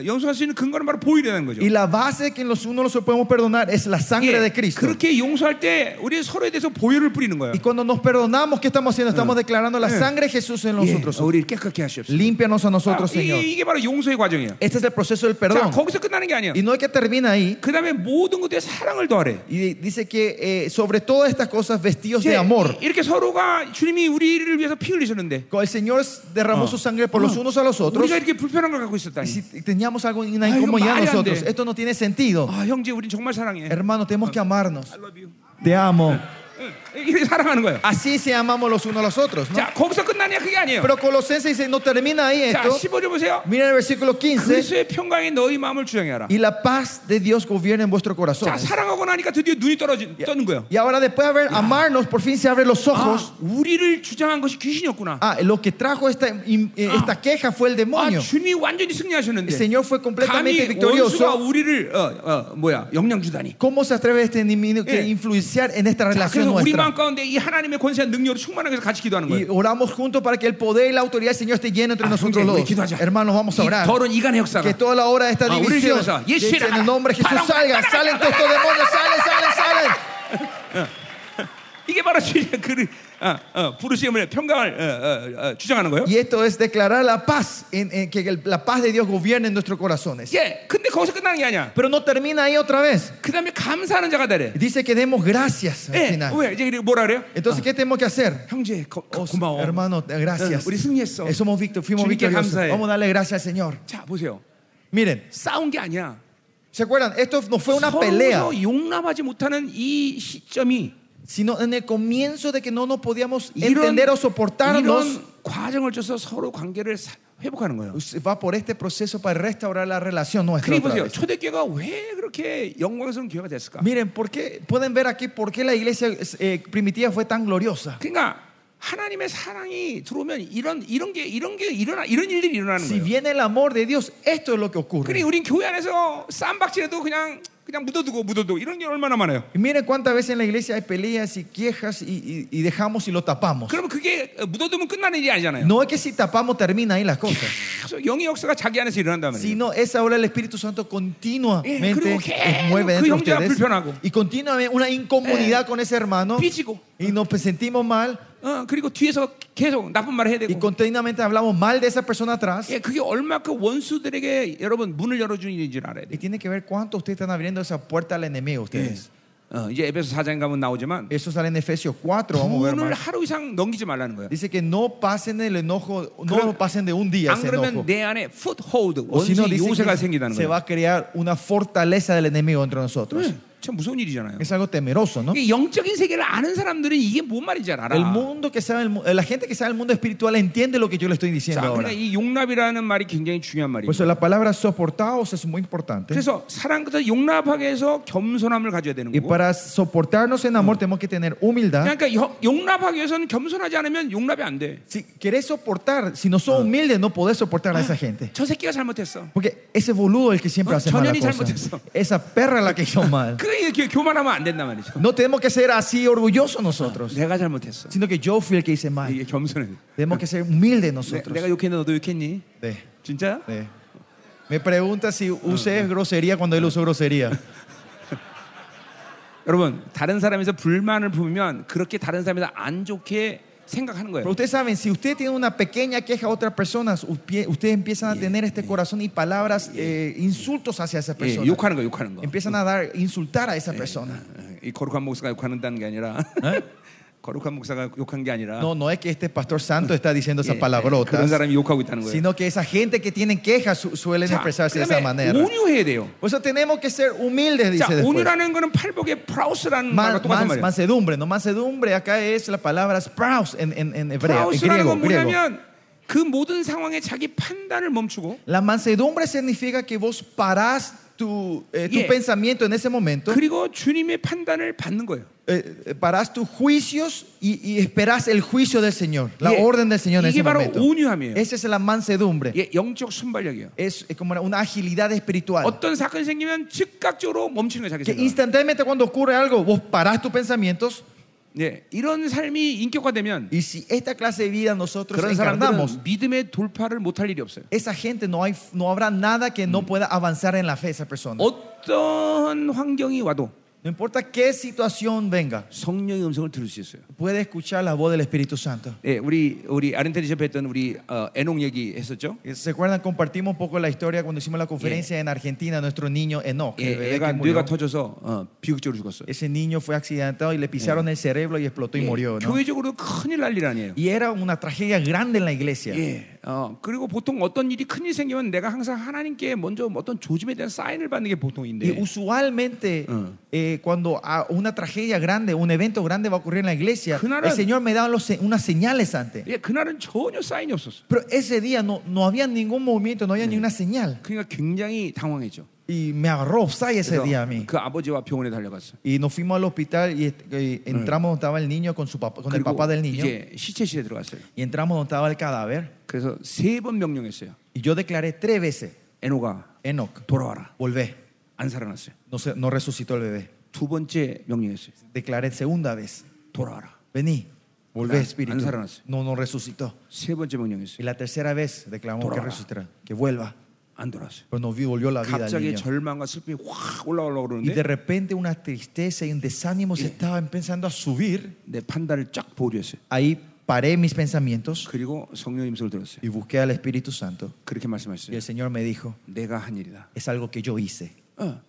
[SPEAKER 1] 어, 용서할 수 있는 근거는 바로 보이라는 거죠.
[SPEAKER 2] Y la base que los unos los podemos perdonar es la sangre
[SPEAKER 1] 예,
[SPEAKER 2] de Cristo.
[SPEAKER 1] 그렇게 용서할 때 우리 서로에 대해서 보혈을 뿌리는 거예요.
[SPEAKER 2] Y cuando nos perdonamos, ¿qué estamos haciendo? Estamos declarando la
[SPEAKER 1] Eh.
[SPEAKER 2] sangre de Jesús
[SPEAKER 1] 예,
[SPEAKER 2] en nosotros.
[SPEAKER 1] 우리 깨끗게 하시옵소서.
[SPEAKER 2] Límpianos a nosotros,
[SPEAKER 1] 아, 이게,
[SPEAKER 2] Señor.
[SPEAKER 1] 이게 바로 용서의 과정이에요.
[SPEAKER 2] Este es el proceso del
[SPEAKER 1] 자,
[SPEAKER 2] perdón.
[SPEAKER 1] 거기서 끝나는 게 아니에요.
[SPEAKER 2] Y no es que termina ahí.
[SPEAKER 1] 그 다음에 모든 것에 사랑을 더하래.
[SPEAKER 2] Y dice que eh, sobre todas estas cosas vestidos
[SPEAKER 1] 이제
[SPEAKER 2] de amor.
[SPEAKER 1] 이- 이렇게 서로가 주님이 우리를 위해서 피 흘리셨는데
[SPEAKER 2] El Señor derramó su sangre por los unos a los otros.
[SPEAKER 1] 우리가 이렇게 불편한 걸 갖고
[SPEAKER 2] Y
[SPEAKER 1] 있었다니.
[SPEAKER 2] si teníamos algo Ah. en
[SPEAKER 1] Ay,
[SPEAKER 2] incomodidad
[SPEAKER 1] María,
[SPEAKER 2] nosotros,
[SPEAKER 1] ande.
[SPEAKER 2] esto no tiene sentido.
[SPEAKER 1] 아 형제, 우린 정말 사랑해.
[SPEAKER 2] Ah. Hermano, tenemos que amarnos.
[SPEAKER 1] I love you.
[SPEAKER 2] Te amo.
[SPEAKER 1] 응. 이렇게 사랑하는 거예요.
[SPEAKER 2] Así se amamos los unos a los otros. ¿no?
[SPEAKER 1] 자, 거기서 끝나냐? 아, 그게 아니에요.
[SPEAKER 2] Pero Colosenses dice, no termina ahí
[SPEAKER 1] 자,
[SPEAKER 2] esto.
[SPEAKER 1] 15절 보세요.
[SPEAKER 2] Mira el versículo 15.
[SPEAKER 1] 그리스도의 네. 평강이 너희 마음을 주장해라.
[SPEAKER 2] Y la paz de Dios gobierna en vuestro corazón.
[SPEAKER 1] 자, 사랑하고 나니까 드디어 눈이 떨어진 떠는 거예요.
[SPEAKER 2] Y ahora después de haber amarnos, por fin se abren los ojos.
[SPEAKER 1] 아, 우리를 주장한 것이 귀신이었구나.
[SPEAKER 2] Ah, lo que trajo esta, in- eh, esta queja fue el
[SPEAKER 1] 아,
[SPEAKER 2] demonio.
[SPEAKER 1] 주님이 완전히
[SPEAKER 2] El
[SPEAKER 1] 승리하셨는데.
[SPEAKER 2] Señor fue completamente
[SPEAKER 1] 감히 원수가
[SPEAKER 2] victorioso.
[SPEAKER 1] 우리를 어, 어, 뭐야 영향 주다니.
[SPEAKER 2] ¿Cómo se atreve este enemigo a
[SPEAKER 1] Eh.
[SPEAKER 2] influenciar en esta
[SPEAKER 1] 자, 그래서
[SPEAKER 2] relación
[SPEAKER 1] 우리 마음
[SPEAKER 2] nuestra?
[SPEAKER 1] 가운데 이 하나님의 권세와 능력으로 충만하게 해서 같이 기도하는
[SPEAKER 2] Y
[SPEAKER 1] 거예요.
[SPEAKER 2] oramos juntos para que el poder y la autoridad del Señor esté lleno entre
[SPEAKER 1] Ah,
[SPEAKER 2] nosotros
[SPEAKER 1] 형제, 우리
[SPEAKER 2] dos.
[SPEAKER 1] 기도하자.
[SPEAKER 2] Hermanos, vamos a
[SPEAKER 1] 이
[SPEAKER 2] orar.
[SPEAKER 1] 더러운 이간의
[SPEAKER 2] Que
[SPEAKER 1] 역사가
[SPEAKER 2] toda la obra de esta
[SPEAKER 1] Ah, 우리
[SPEAKER 2] división
[SPEAKER 1] 기도하자.
[SPEAKER 2] de-
[SPEAKER 1] 예수의
[SPEAKER 2] en el
[SPEAKER 1] 나라.
[SPEAKER 2] nombre de Jesús
[SPEAKER 1] 사랑,
[SPEAKER 2] salgan,
[SPEAKER 1] 사랑,
[SPEAKER 2] salen todos estos demonios, salen, salen, salen.
[SPEAKER 1] 이게 바로 주님의 그 어, 어, 부르심을 평강을 어, 어, 어, 주장하는 거예요.
[SPEAKER 2] Y esto es declarar la paz, en, en que el- la paz de Dios gobierne en nuestros corazones.
[SPEAKER 1] 예, 근데 거기서 끝나는 게 아니야.
[SPEAKER 2] Pero no termina ahí otra vez.
[SPEAKER 1] 그 다음에 감사하는 자가 되래.
[SPEAKER 2] Dice que demos gracias al
[SPEAKER 1] 예,
[SPEAKER 2] final.
[SPEAKER 1] 왜 이제 그리고 뭐라 그래요?
[SPEAKER 2] Entonces, ¿qué tenemos que hacer?
[SPEAKER 1] 형제 거, 거,
[SPEAKER 2] Oh,
[SPEAKER 1] 고마워.
[SPEAKER 2] hermano, gracias.
[SPEAKER 1] 응, 우리 승리했어.
[SPEAKER 2] Eh, Somos victor, fuimos
[SPEAKER 1] 주님께
[SPEAKER 2] victoriosos.
[SPEAKER 1] 감사해.
[SPEAKER 2] Vamos a darle gracias al Señor.
[SPEAKER 1] 자 보세요.
[SPEAKER 2] Miren,
[SPEAKER 1] 싸운 게 아니야.
[SPEAKER 2] ¿se acuerdan? Esto no fue una pelea,
[SPEAKER 1] 서로 용납하지 못하는 이 시점이
[SPEAKER 2] sino en el comienzo de que no nos podíamos
[SPEAKER 1] 이런,
[SPEAKER 2] entender o soportarnos.
[SPEAKER 1] 이런 과정을 쳐서 서로 관계를 사- 회복하는 거예요.
[SPEAKER 2] Va por este proceso para restaurar la relación nuestra.
[SPEAKER 1] 그리고 보세요.
[SPEAKER 2] otra vez.
[SPEAKER 1] 초대교회가 왜 그렇게 영광스러운 교회가 됐을까?
[SPEAKER 2] Miren, ¿por qué? pueden ver aquí por qué la iglesia eh, primitiva fue tan gloriosa.
[SPEAKER 1] 그러니까 하나님의 사랑이 들어오면 이런 이런 게 이런 게 일어나 이런 일들이 일어나는
[SPEAKER 2] Si
[SPEAKER 1] 거예요.
[SPEAKER 2] viene el amor de Dios, esto es lo que ocurre.
[SPEAKER 1] 그러니 우린 교회 안에서 쌈박질해도 그냥 그냥 묻어두고 묻어두고 이런 게 얼마나 많아요.
[SPEAKER 2] Y miren cuántas veces en la iglesia hay peleas y quejas y, y- y dejamos y lo tapamos.
[SPEAKER 1] 그러면 그게 묻어두면 끝나는 일이 아니잖아요.
[SPEAKER 2] No es que si tapamos termina ahí las cosas,
[SPEAKER 1] 계속 영의 역사가 자기 안에서 일어난다면.
[SPEAKER 2] sino esa obra del Espíritu Santo
[SPEAKER 1] Eh,
[SPEAKER 2] continuamente
[SPEAKER 1] 그리고
[SPEAKER 2] os mueve
[SPEAKER 1] 계속 그
[SPEAKER 2] dentro de
[SPEAKER 1] 형제가
[SPEAKER 2] ustedes
[SPEAKER 1] 불편하고.
[SPEAKER 2] y continuamente una incomunidad con ese hermano
[SPEAKER 1] 삐지고.
[SPEAKER 2] y nos sentimos mal
[SPEAKER 1] 어, 그리고 뒤에서 계속 나쁜 말을 해야
[SPEAKER 2] y
[SPEAKER 1] 되고.
[SPEAKER 2] continuamente hablamos mal de esa persona atrás.
[SPEAKER 1] 예, 그게 얼마큼 원수들에게 여러분 문을 열어주는지 를 알아야
[SPEAKER 2] Y
[SPEAKER 1] 돼.
[SPEAKER 2] tiene que ver cuánto ustedes están abriendo esa puerta al enemigo ustedes.
[SPEAKER 1] 어, 이제 에베소 4장 가면 나오지만
[SPEAKER 2] Eso sale en Efesios 4, vamos a ver
[SPEAKER 1] 분을
[SPEAKER 2] más.
[SPEAKER 1] 하루 이상 넘기지 말라는 거예요.
[SPEAKER 2] Dice que no pasen el enojo, no
[SPEAKER 1] 그럼-
[SPEAKER 2] lo pasen de un día
[SPEAKER 1] 안
[SPEAKER 2] ese enojo.
[SPEAKER 1] 그러면 내 안에 foothold
[SPEAKER 2] O si no,
[SPEAKER 1] 원수
[SPEAKER 2] dice
[SPEAKER 1] 요새가
[SPEAKER 2] que
[SPEAKER 1] 어, 생기다는
[SPEAKER 2] se
[SPEAKER 1] 거예요.
[SPEAKER 2] va a crear una fortaleza del enemigo entre nosotros.
[SPEAKER 1] 네, 참 무서운 일이잖아요. 그러니까
[SPEAKER 2] Es algo temeroso, ¿no?
[SPEAKER 1] 이게 영적인 세계를 아는 사람들은 이게 뭔 말인지 잘 알아.
[SPEAKER 2] El mundo que sabe, el mu- la gente que sabe el mundo espiritual entiende lo que yo le estoy diciendo
[SPEAKER 1] 자,
[SPEAKER 2] ahora.
[SPEAKER 1] 그러니까 이 용납이라는 말이 굉장히 중요한 말이에요.
[SPEAKER 2] Por eso la palabra soportados es muy importante.
[SPEAKER 1] 그래서 사랑부터 용납하게 해서 겸손함을 가져야 되는
[SPEAKER 2] Y
[SPEAKER 1] 거고.
[SPEAKER 2] para soportarnos en amor tenemos que tener humildad.
[SPEAKER 1] 그러니까 여- 용납하기 위해서는 겸손하지 않으면 용납이 안 돼.
[SPEAKER 2] Si querés soportar, si no sos humilde, no podés soportar a esa gente.
[SPEAKER 1] 저 새끼가 잘못했어.
[SPEAKER 2] Porque ese boludo es el que siempre
[SPEAKER 1] Ah,
[SPEAKER 2] hace mala
[SPEAKER 1] Chonyeon이
[SPEAKER 2] cosa.
[SPEAKER 1] 잘못했어.
[SPEAKER 2] Esa perra es la que hizo mal.
[SPEAKER 1] 그게 이렇게 교만하면 안 된단 말이죠.
[SPEAKER 2] No tenemos que ser así orgullosos nosotros,
[SPEAKER 1] 내가 잘못했어.
[SPEAKER 2] sino que yo fui el que hice mal.
[SPEAKER 1] 이게 겸손해.
[SPEAKER 2] Tenemos que ser humildes
[SPEAKER 1] 내,
[SPEAKER 2] nosotros.
[SPEAKER 1] 내가 욕했는데 너도 욕했니?
[SPEAKER 2] Sí,
[SPEAKER 1] 진짜?
[SPEAKER 2] sí. Me pregunta si usé grosería cuando él usó grosería.
[SPEAKER 1] 여러분 다른 사람에서 불만을 품으면 그렇게 다른 사람에서 안 좋게 생각하는
[SPEAKER 2] Pero
[SPEAKER 1] 거예요.
[SPEAKER 2] ustedes saben, si usted tiene una pequeña queja a otras personas, upie- ustedes empiezan a tener este corazón y palabras, eh, insultos hacia esa
[SPEAKER 1] 예,
[SPEAKER 2] persona.
[SPEAKER 1] 욕하는 거, 욕하는 거.
[SPEAKER 2] Empiezan a dar, insultar a esa persona.
[SPEAKER 1] 예, 이 거룩한 목사가 욕하는다는 게 아니라 거룩한 목사가 욕한 게 아니라
[SPEAKER 2] No, no es que este pastor santo está diciendo
[SPEAKER 1] 예,
[SPEAKER 2] esas
[SPEAKER 1] 예, 그런
[SPEAKER 2] palabrotas,
[SPEAKER 1] 사람이 욕하고 있다는 거예요.
[SPEAKER 2] sino que esa gente que tiene quejas su- suelen
[SPEAKER 1] 자,
[SPEAKER 2] expresarse de esa
[SPEAKER 1] 그다음에
[SPEAKER 2] manera.
[SPEAKER 1] 온유해야 돼요.
[SPEAKER 2] Por eso tenemos que ser humildes,
[SPEAKER 1] 자,
[SPEAKER 2] dice después.
[SPEAKER 1] 온유라는 거는 팔복의 프라우스라는
[SPEAKER 2] Man-
[SPEAKER 1] 말과 똑같은
[SPEAKER 2] man-
[SPEAKER 1] 말이에요.
[SPEAKER 2] mansedumbre, no mansedumbre, acá es la palabra sprouse en, en, en hebreo, en
[SPEAKER 1] 프라우스라는
[SPEAKER 2] griego,
[SPEAKER 1] 건
[SPEAKER 2] griego.
[SPEAKER 1] 뭐냐면 그 모든 상황에 자기 판단을 멈추고
[SPEAKER 2] La mansedumbre significa que vos parás tu, eh, tu
[SPEAKER 1] Yeah.
[SPEAKER 2] pensamiento en ese momento,
[SPEAKER 1] 그리고 주님의 판단을 받는 거예요.
[SPEAKER 2] eh, eh, parás tus juicios y, y esperás el juicio del Señor, la
[SPEAKER 1] Yeah.
[SPEAKER 2] orden del Señor en
[SPEAKER 1] 이게
[SPEAKER 2] ese
[SPEAKER 1] 바로
[SPEAKER 2] momento.
[SPEAKER 1] 온유함이에요.
[SPEAKER 2] Esa es la mansedumbre.
[SPEAKER 1] 예, 영적 순발력이에요.
[SPEAKER 2] Es, es como una agilidad espiritual.
[SPEAKER 1] 어떤 사건이 생기면 즉각적으로 멈추는 거예요, 자기
[SPEAKER 2] que
[SPEAKER 1] 생각.
[SPEAKER 2] instantáneamente cuando ocurre algo, vos parás tus pensamientos
[SPEAKER 1] 예, 이런 삶이 인격화되면
[SPEAKER 2] y si esta clase de vida nosotros
[SPEAKER 1] 그런
[SPEAKER 2] encarnamos,
[SPEAKER 1] 사람들은 뭐- 믿음의 돌파를 못할 일이 없어요.
[SPEAKER 2] esa gente no, hay, no habrá nada que no pueda avanzar en la fe esa persona.
[SPEAKER 1] 어떤 환경이 와도
[SPEAKER 2] No importa qué situación venga,
[SPEAKER 1] 성령의 음성을 들을 수 있어요.
[SPEAKER 2] puede escuchar la voz del Espíritu Santo.
[SPEAKER 1] 예, 우리 우리 아르헨티나에서 했던 우리 어, 애농 얘기 했었죠.
[SPEAKER 2] Eh, ¿Se acuerdan? Compartimos un poco la historia cuando hicimos la conferencia en Argentina, nuestro niño Enoch. el
[SPEAKER 1] 예,
[SPEAKER 2] bebé
[SPEAKER 1] 애가
[SPEAKER 2] que murió.
[SPEAKER 1] 뇌가 터져서 어, 비극적으로 죽었어요.
[SPEAKER 2] Ese niño fue accidentado y le pisaron el cerebro y explotó y
[SPEAKER 1] 예,
[SPEAKER 2] murió. ¿no?
[SPEAKER 1] 교회적으로 큰일 날 일 아니에요.
[SPEAKER 2] Y era una tragedia grande en la iglesia.
[SPEAKER 1] 예, 어, 그리고 보통 어떤 일이 큰 일이 생기면 내가 항상 하나님께 먼저 어떤 조짐에 대한 사인을 받는 게 보통인데
[SPEAKER 2] Y usualmente, eh, cuando a- una tragedia grande, un evento grande va a ocurrir en la iglesia,
[SPEAKER 1] Claro.
[SPEAKER 2] el Señor me da los se- unas señales antes.
[SPEAKER 1] 예, 그날은 전혀 사인이 없었어.
[SPEAKER 2] Pero ese día no, no había ningún movimiento, no había ni una señal.
[SPEAKER 1] 그러니까 굉장히 당황했죠.
[SPEAKER 2] Y me agarró offside ese
[SPEAKER 1] 그래서
[SPEAKER 2] día a mí.
[SPEAKER 1] 그 아버지와 병원에 달려갔어.
[SPEAKER 2] Y nos fuimos al hospital y, est- eh, entramos donde estaba el niño con, su papá, con el
[SPEAKER 1] 그리고
[SPEAKER 2] papá del niño.
[SPEAKER 1] 이제 시체실에 들어갔어요.
[SPEAKER 2] Y entramos donde estaba el cadáver.
[SPEAKER 1] 그래서 세 번 명령했어요.
[SPEAKER 2] Y yo declaré tres veces,
[SPEAKER 1] 에노가
[SPEAKER 2] Enoch,
[SPEAKER 1] 돌아와라.
[SPEAKER 2] volvé.
[SPEAKER 1] 안 살아났어요.
[SPEAKER 2] No, se- no resucitó el bebé.
[SPEAKER 1] 두 번째 명령했어요.
[SPEAKER 2] Declaré segunda vez,
[SPEAKER 1] 돌아와라.
[SPEAKER 2] vení, volvé
[SPEAKER 1] Nah,
[SPEAKER 2] espíritu.
[SPEAKER 1] ansárnanos.
[SPEAKER 2] No, no resucitó.
[SPEAKER 1] 세 번째
[SPEAKER 2] Y
[SPEAKER 1] 명령했어요.
[SPEAKER 2] la tercera vez declaramos
[SPEAKER 1] Torara.
[SPEAKER 2] que resucitará, que vuelva.
[SPEAKER 1] 안 돌아왔어요.
[SPEAKER 2] Pero no vi- volvió la vida al
[SPEAKER 1] 갑자기
[SPEAKER 2] niño.
[SPEAKER 1] 절망과 슬픔이 확 올라오려고
[SPEAKER 2] Y de
[SPEAKER 1] 그러는데
[SPEAKER 2] repente una tristeza y un desánimo se estaban empezando a subir.
[SPEAKER 1] 내 판단을 쫙 보류했어요.
[SPEAKER 2] Ahí paré mis pensamientos
[SPEAKER 1] 그리고 성령님 소리 들었어요.
[SPEAKER 2] y busqué al Espíritu Santo.
[SPEAKER 1] 그렇게
[SPEAKER 2] Y
[SPEAKER 1] 말씀하셨어요.
[SPEAKER 2] el Señor me dijo,
[SPEAKER 1] 내가 한 일이다.
[SPEAKER 2] es algo que yo hice.
[SPEAKER 1] 어.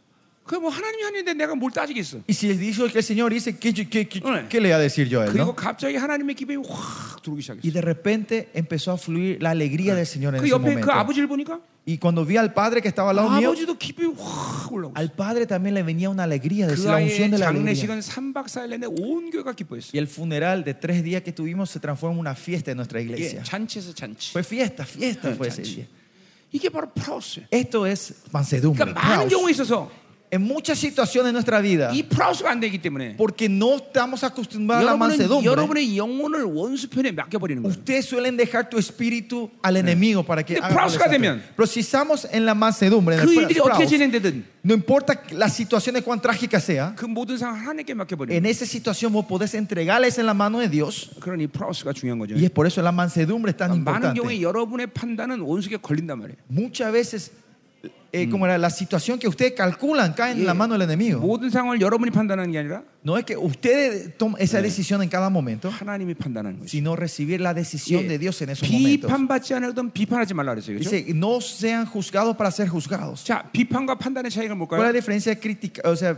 [SPEAKER 1] 그뭐 하나님이 한 일인데 내가 뭘 따지겠어.
[SPEAKER 2] Y si él dijo que el Señor hice, ¿qué, yo- qué- qué-
[SPEAKER 1] Bueno.
[SPEAKER 2] qué le voy a decir yo a él?
[SPEAKER 1] 그리고
[SPEAKER 2] no?
[SPEAKER 1] 갑자기 하나님의 기쁨이 확 들어오기
[SPEAKER 2] Y
[SPEAKER 1] 시작했어요.
[SPEAKER 2] de repente empezó a fluir la alegría del Señor en
[SPEAKER 1] 그
[SPEAKER 2] ese
[SPEAKER 1] 옆에 그
[SPEAKER 2] momento.
[SPEAKER 1] 아버지를 보니까
[SPEAKER 2] Y cuando vi al padre que estaba al lado mío,
[SPEAKER 1] 아버지도 기쁨이 확 올라오고 있어요.
[SPEAKER 2] al padre también le venía una alegría, de
[SPEAKER 1] 그
[SPEAKER 2] la unción
[SPEAKER 1] 아이의
[SPEAKER 2] de la alegría.
[SPEAKER 1] 장례식은 3박 4일 내내 온 교회가 기뻐했어요.
[SPEAKER 2] Y el funeral de tres días que tuvimos se transformó en una fiesta en nuestra
[SPEAKER 1] 예,
[SPEAKER 2] iglesia.
[SPEAKER 1] 잔치에서 잔치.
[SPEAKER 2] Fue fiesta, fiesta fue ese
[SPEAKER 1] Chanchi.
[SPEAKER 2] día.
[SPEAKER 1] 이게 바로 프라우스예요.
[SPEAKER 2] Esto es mansedumbre.
[SPEAKER 1] 그러니까 많은
[SPEAKER 2] praus.
[SPEAKER 1] 경우에 있어서
[SPEAKER 2] En muchas situaciones de nuestra vida,
[SPEAKER 1] 이 프라우스가 안 되기 때문에
[SPEAKER 2] porque no estamos acostumbrados a la
[SPEAKER 1] 여러분은
[SPEAKER 2] mansedumbre,
[SPEAKER 1] 여러분의 영혼을 원수편에 맡겨버리는 거예요.
[SPEAKER 2] ustedes suelen dejar tu espíritu al enemigo para que
[SPEAKER 1] Pero
[SPEAKER 2] haga
[SPEAKER 1] praus가
[SPEAKER 2] por
[SPEAKER 1] 되면
[SPEAKER 2] desastre. Pero si estamos en la mansedumbre, en el
[SPEAKER 1] 그 일들이
[SPEAKER 2] praus,
[SPEAKER 1] 어떻게 진행되든
[SPEAKER 2] no importa las situaciones cuán trágicas sea,
[SPEAKER 1] 그 모든 상황 하나님께 맡겨버리는
[SPEAKER 2] en esa situación vos podés entregarles en la mano de Dios.
[SPEAKER 1] 거예요. 그런 이 프라우스가 중요한 거죠.
[SPEAKER 2] Y es por eso la mansedumbre es tan
[SPEAKER 1] 그러니까 많은 경우에
[SPEAKER 2] importante.
[SPEAKER 1] 여러분의 판단은 원수에게 걸린단 말이에요.
[SPEAKER 2] Muchas veces, eh, como era la situación que ustedes calculan, cae en la mano del enemigo.
[SPEAKER 1] 모든 상황을 여러분이 판단하는 게 아니라
[SPEAKER 2] No es que ustedes tomen esa decisión en cada momento,
[SPEAKER 1] 하나님이 판단하는 거죠.
[SPEAKER 2] sino recibir la decisión de Dios en esos momentos.
[SPEAKER 1] 비판받지 않으든 비판하지 말라 그랬어요. 그죠?
[SPEAKER 2] Dice, no sean juzgados para ser juzgados.
[SPEAKER 1] 자, 비판과 판단의 차이가
[SPEAKER 2] ¿Cuál es
[SPEAKER 1] 뭘까요?
[SPEAKER 2] la diferencia de criticar, o sea,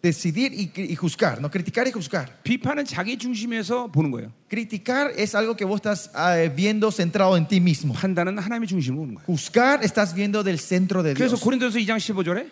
[SPEAKER 2] decidir y, cri- y juzgar? No, criticar y juzgar.
[SPEAKER 1] 비판은 자기 중심에서 보는 거예요.
[SPEAKER 2] Criticar es algo que vos estás ah, eh, viendo centrado en ti mismo.
[SPEAKER 1] 판단은 하나님의 중심으로 보는 거예요.
[SPEAKER 2] Juzgar estás viendo del centro de
[SPEAKER 1] 그래서
[SPEAKER 2] Dios.
[SPEAKER 1] 고린도서 2장 15절에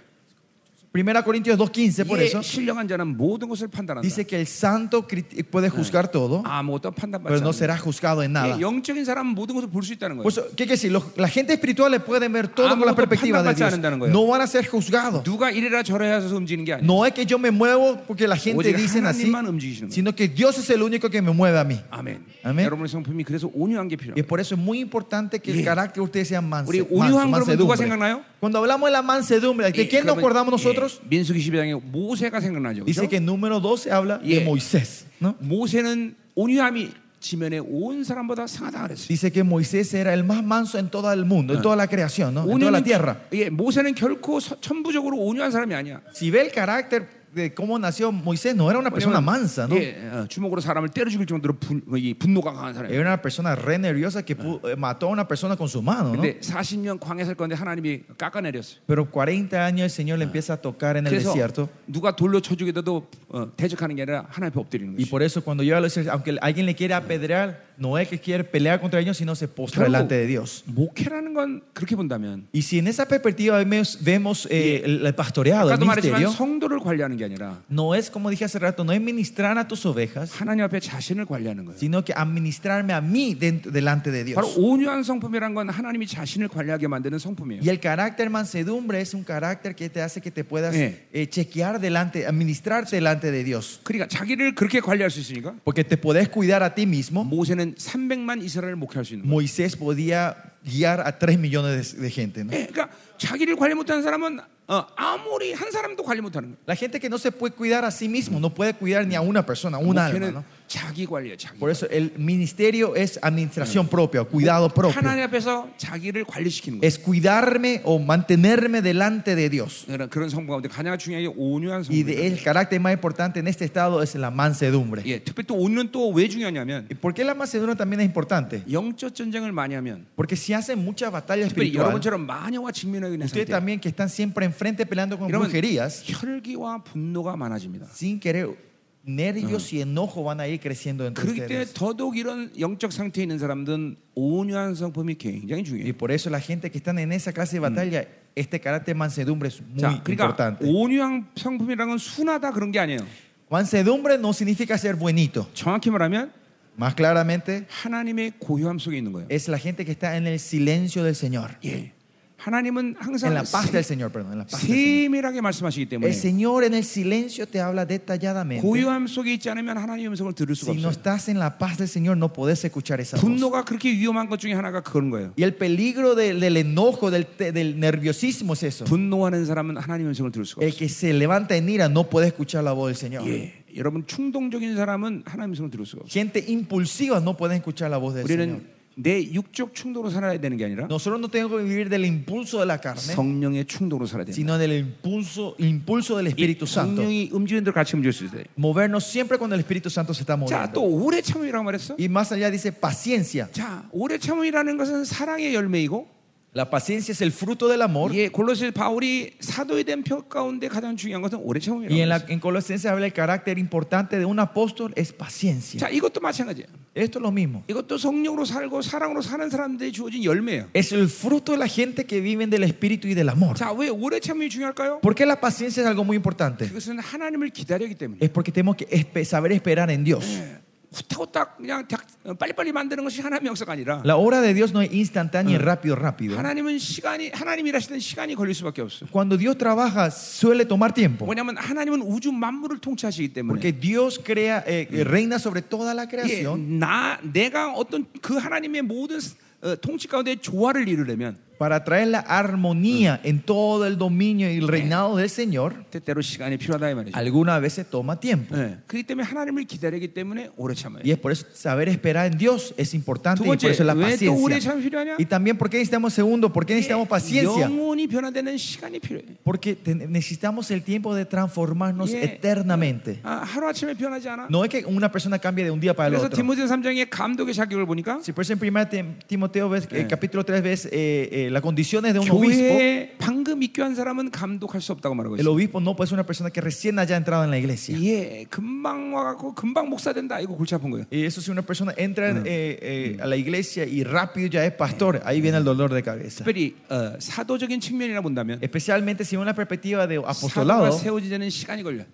[SPEAKER 2] 1 Corintios 2.15, por eso,
[SPEAKER 1] 이에 신령한 자는 모든 것을 판단한다.
[SPEAKER 2] dice que el santo criti- puede juzgar todo,
[SPEAKER 1] 아무것도
[SPEAKER 2] pero
[SPEAKER 1] 판단받지
[SPEAKER 2] no
[SPEAKER 1] 않는다.
[SPEAKER 2] será juzgado en nada.
[SPEAKER 1] 예, 영적인 사람은 모든 것을 볼 수 있다는 거예요.
[SPEAKER 2] Por eso, ¿Qué quiere decir? Los- la gente espiritual le pueden ver todo con la
[SPEAKER 1] Amu것도
[SPEAKER 2] perspectiva de
[SPEAKER 1] 판단받지
[SPEAKER 2] Dios.
[SPEAKER 1] 않는다는 거예요.
[SPEAKER 2] No van a ser juzgados.
[SPEAKER 1] 누가 이래라 저래라 해서 움직이는 게 아니에요.
[SPEAKER 2] No es que yo me muevo porque la gente
[SPEAKER 1] 오직
[SPEAKER 2] dicen así,
[SPEAKER 1] 하나님만 움직이시는 거예요.
[SPEAKER 2] sino que Dios es el único que me mueve a mí.
[SPEAKER 1] 아멘.
[SPEAKER 2] 아멘.
[SPEAKER 1] 여러분의 성품이 그래서 온유한 게
[SPEAKER 2] Y
[SPEAKER 1] 필요해요.
[SPEAKER 2] por eso es muy importante que el
[SPEAKER 1] Yeah.
[SPEAKER 2] carácter de ustedes sea manso.
[SPEAKER 1] 우리 온유한 그러면 누가 생각나요?
[SPEAKER 2] Cuando hablamos de la mansedumbre, ¿de quién nos acordamos nosotros?
[SPEAKER 1] 예, 민수기 12장에 모세가 생각나죠. 그죠?
[SPEAKER 2] Dice que en número 12 habla de
[SPEAKER 1] Yeah.
[SPEAKER 2] Moisés. ¿no?
[SPEAKER 1] 모세는 온유함이 지면에 온 사람보다 상하다 그랬어요.
[SPEAKER 2] Dice que Moisés era el más manso en todo el mundo, en toda la creación, ¿no? en toda la tierra.
[SPEAKER 1] 예, 모세는 결코 서- 천부적으로 온유한 사람이 아니야.
[SPEAKER 2] Si ve el carácter de cómo nació Moisés, no era una persona
[SPEAKER 1] 왜냐면,
[SPEAKER 2] mansa, ¿no?
[SPEAKER 1] 예, 어, 주먹으로 사람을 때려 죽일 정도로 분, 어, 이 분노가 강한 사람이에요.
[SPEAKER 2] Era una persona re nerviosa que pu- eh, mató a una persona con su mano, ¿no?
[SPEAKER 1] 근데 40년 광야 살 건데 하나님이 깎아내렸어요.
[SPEAKER 2] Pero 40 años el Señor le empieza a tocar en el
[SPEAKER 1] 그래서
[SPEAKER 2] 네, desierto.
[SPEAKER 1] 누가 돌로 쳐 죽이더라도 어, 대적하는 게 아니라 하나님 앞에 엎드리는
[SPEAKER 2] Y
[SPEAKER 1] 거죠.
[SPEAKER 2] por eso cuando llega al desierto, aunque alguien le quiera apedrear, no es que quiere pelear contra ellos, sino se postra
[SPEAKER 1] Claro.
[SPEAKER 2] delante de Dios.
[SPEAKER 1] 목회라는 건 그렇게 본다면
[SPEAKER 2] Y si en esa perspectiva vemos, vemos, eh, el pastoreado, el
[SPEAKER 1] 아까도 말했지만
[SPEAKER 2] ministerio,
[SPEAKER 1] 성도를 관리하는 게 아니라
[SPEAKER 2] no es como dije hace rato, no es ministrar a tus ovejas,
[SPEAKER 1] 하나님 앞에 자신을 관리하는 거예요.
[SPEAKER 2] sino que administrarme a mí dent- delante de
[SPEAKER 1] 바로
[SPEAKER 2] Dios.
[SPEAKER 1] 온유한 성품이란 건 하나님이 자신을 관리하게 만드는 성품이에요.
[SPEAKER 2] Y el carácter mansedumbre es un carácter que te hace que te puedas
[SPEAKER 1] Eh.
[SPEAKER 2] eh, chequear delante, administrarte delante de Dios.
[SPEAKER 1] 그러니까 자기를 그렇게 관리할 수 있으니까
[SPEAKER 2] Porque te podés cuidar a ti mismo.
[SPEAKER 1] 모세는 300만 이스라엘을 목회할 수 있는 거예요.
[SPEAKER 2] Moisés podía guiar a 3 millones de, de gente. ¿no?
[SPEAKER 1] 예, 그러니까 자기를 관리 못하는 사람은 어, 아무리 한 사람도 관리 못하는 거예요.
[SPEAKER 2] La gente que no se puede cuidar a sí mismo no puede cuidar ni a una persona, un alma.
[SPEAKER 1] 목회는
[SPEAKER 2] ¿no?
[SPEAKER 1] 자기 관리예요. 자기.
[SPEAKER 2] Por eso el ministerio es administración propia, cuidado propio.
[SPEAKER 1] 하나님 앞에서 자기를 관리시키는 거예요.
[SPEAKER 2] Es cuidarme o mantenerme delante de Dios.
[SPEAKER 1] 그런- 그런 성품 가운데 가장 중요한 게 온유한
[SPEAKER 2] Y
[SPEAKER 1] 성품.
[SPEAKER 2] de- el carácter más importante en este estado es la mansedumbre.
[SPEAKER 1] 예, 특별히 또 온유는 또 왜 중요하냐면
[SPEAKER 2] ¿Y por qué la mansedumbre también es importante?
[SPEAKER 1] 영적 전쟁을 많이 하면
[SPEAKER 2] Porque si hacen mucha batalla
[SPEAKER 1] 특별히
[SPEAKER 2] espiritual,
[SPEAKER 1] 여러분처럼 마녀와 직면하게 되는
[SPEAKER 2] ustedes
[SPEAKER 1] 상태.
[SPEAKER 2] también que están siempre enfrente peleando con
[SPEAKER 1] 이러면
[SPEAKER 2] brujerías,
[SPEAKER 1] 혈기와 분노가 많아집니다.
[SPEAKER 2] sin querer nervios y enojo van a ir creciendo entre
[SPEAKER 1] 그렇기 때문에
[SPEAKER 2] ustedes.
[SPEAKER 1] 더더욱 이런 영적 상태에 있는 사람들은 온유한 성품이 굉장히
[SPEAKER 2] Y
[SPEAKER 1] 중요해요.
[SPEAKER 2] por eso la gente que están en esa clase de batalla, este carácter mansedumbre es muy
[SPEAKER 1] 자, 그러니까
[SPEAKER 2] importante.
[SPEAKER 1] 온유한 성품이라는 건 순하다 그런 게 아니에요.
[SPEAKER 2] Mansedumbre no significa ser buenito.
[SPEAKER 1] 정확히 말하면
[SPEAKER 2] Más claramente,
[SPEAKER 1] 하나님의 고요함 속에 있는 거예요.
[SPEAKER 2] es la gente que está en el silencio del Señor.
[SPEAKER 1] 예. 하나님은
[SPEAKER 2] En la
[SPEAKER 1] 항상
[SPEAKER 2] paz
[SPEAKER 1] 세-
[SPEAKER 2] del Señor, perdón. En la paz del Señor.
[SPEAKER 1] 세밀하게 말씀하시기 때문에
[SPEAKER 2] El Señor en el silencio te habla detalladamente.
[SPEAKER 1] 고요함 속에 있지 않으면 하나님의 음성을 들을 수가
[SPEAKER 2] Si no
[SPEAKER 1] 없어요.
[SPEAKER 2] estás en la paz del Señor, no podés escuchar esa voz.
[SPEAKER 1] 분노가 그렇게 위험한 것 중에 하나가 그런 거예요.
[SPEAKER 2] Y el peligro del, del enojo, del, te- del nerviosismo es eso.
[SPEAKER 1] 분노하는 사람은 하나님의 음성을 들을 수가
[SPEAKER 2] El
[SPEAKER 1] 없어요.
[SPEAKER 2] que se levanta en ira no puede escuchar la voz del Señor.
[SPEAKER 1] 예. 여러분 충동적인 사람은 하나님의 음성을 들을 수가 없어요.
[SPEAKER 2] Gente impulsiva no puede escuchar la voz del 네, Señor.
[SPEAKER 1] 우리는 내 육적 충동으로 살아야 되는 게 아니라
[SPEAKER 2] Nosotros no tenemos que vivir del impulso de la carne,
[SPEAKER 1] 성령의 충동으로 살아야 돼요.
[SPEAKER 2] sino del impulso, impulso del Espíritu Santo.
[SPEAKER 1] 성령이 움직이는 대로 같이 움직일 수 있어요.
[SPEAKER 2] Movernos siempre cuando el Espíritu Santo se está
[SPEAKER 1] 자, 또
[SPEAKER 2] moviendo.
[SPEAKER 1] 오래 참음이라고 말했어?
[SPEAKER 2] Y más allá dice paciencia.
[SPEAKER 1] 자, 오래 참음이라는 것은 사랑의 열매이고
[SPEAKER 2] La paciencia es el fruto del amor.
[SPEAKER 1] 예, 골로새 바울이 사도에 대한 평 가운데 가장 중요한 것은 오래 참음이라고.
[SPEAKER 2] Y en, la,
[SPEAKER 1] 그랬어요.
[SPEAKER 2] en Colosenses habla el carácter importante de un apóstol es paciencia.
[SPEAKER 1] 자, 이것도 마찬가지예요.
[SPEAKER 2] Esto es lo mismo.
[SPEAKER 1] 이것도 성령으로 살고 사랑으로 사는 사람들이 주어진 열매예요.
[SPEAKER 2] Es el fruto de la gente que viven del espíritu y del amor.
[SPEAKER 1] 자, 왜 오래 참음이 중요할까요?
[SPEAKER 2] ¿Por qué la paciencia es algo muy importante?
[SPEAKER 1] 그것은 하나님을 기다리기 때문에.
[SPEAKER 2] Es porque tenemos que espe- saber esperar en Dios.
[SPEAKER 1] 후딱후딱 그냥 닥- 어, 빨리빨리 만드는 것이 하나님의 역사가 아니라
[SPEAKER 2] La obra de Dios no es instantánea y rápido, rápido.
[SPEAKER 1] 하나님은 시간이 하나님 일하시는 시간이 걸릴 수밖에 없어요.
[SPEAKER 2] Cuando Dios trabaja suele tomar tiempo.
[SPEAKER 1] 뭐냐면 하나님은 우주 만물을 통치하시기 때문에
[SPEAKER 2] Porque Dios crea, eh, eh, reina sobre toda la
[SPEAKER 1] 예,
[SPEAKER 2] creación.
[SPEAKER 1] 나 내가 어떤 그 하나님의 모든 어, 통치 가운데 조화를 이루려면
[SPEAKER 2] para traer la armonía en todo el dominio y el reinado del Señor,
[SPEAKER 1] 때때로 시간이 필요하다 이 말이죠.
[SPEAKER 2] alguna vez se toma tiempo.
[SPEAKER 1] 예, 그렇기 때문에 하나님을 기다리기 때문에 오래 참아요.
[SPEAKER 2] Y es por eso saber esperar en Dios es importante
[SPEAKER 1] 두
[SPEAKER 2] y por
[SPEAKER 1] 번째
[SPEAKER 2] eso la
[SPEAKER 1] 왜 또 오래
[SPEAKER 2] paciencia.
[SPEAKER 1] 참이 필요하냐?
[SPEAKER 2] Y también, ¿por qué necesitamos segundo? ¿Por qué necesitamos paciencia?
[SPEAKER 1] 영혼이 변화되는 시간이 필요해.
[SPEAKER 2] Porque te- necesitamos el tiempo de transformarnos
[SPEAKER 1] Yeah.
[SPEAKER 2] eternamente.
[SPEAKER 1] 아, 하루 아침에 변하지 않아.
[SPEAKER 2] No es que una persona cambie de un día para el
[SPEAKER 1] 그래서
[SPEAKER 2] otro.
[SPEAKER 1] 디모데 3장의 감독의 자격을 보니까
[SPEAKER 2] Si por eso en 1 Tim- Timoteo ves, eh,
[SPEAKER 1] Yeah.
[SPEAKER 2] capítulo 3 ves eh, eh, las condiciones de un obispo,
[SPEAKER 1] 교회에 방금 입교한 사람은 감독할 수 없다고 말하고
[SPEAKER 2] el
[SPEAKER 1] 있어요.
[SPEAKER 2] obispo no puede ser una persona que recién haya entrado en la iglesia.
[SPEAKER 1] 예, 금방 와갖고 금방 목사 된다. 이거 골치 아픈 거예요.
[SPEAKER 2] Y eso si una persona entra eh, eh, a la iglesia y rápido ya es pastor, ahí viene el dolor de cabeza.
[SPEAKER 1] 특별히 어, 사도적인 측면이라 본다면
[SPEAKER 2] Especialmente si una perspectiva de
[SPEAKER 1] 사도가
[SPEAKER 2] apostolado,
[SPEAKER 1] 세워지는 시간이 걸려.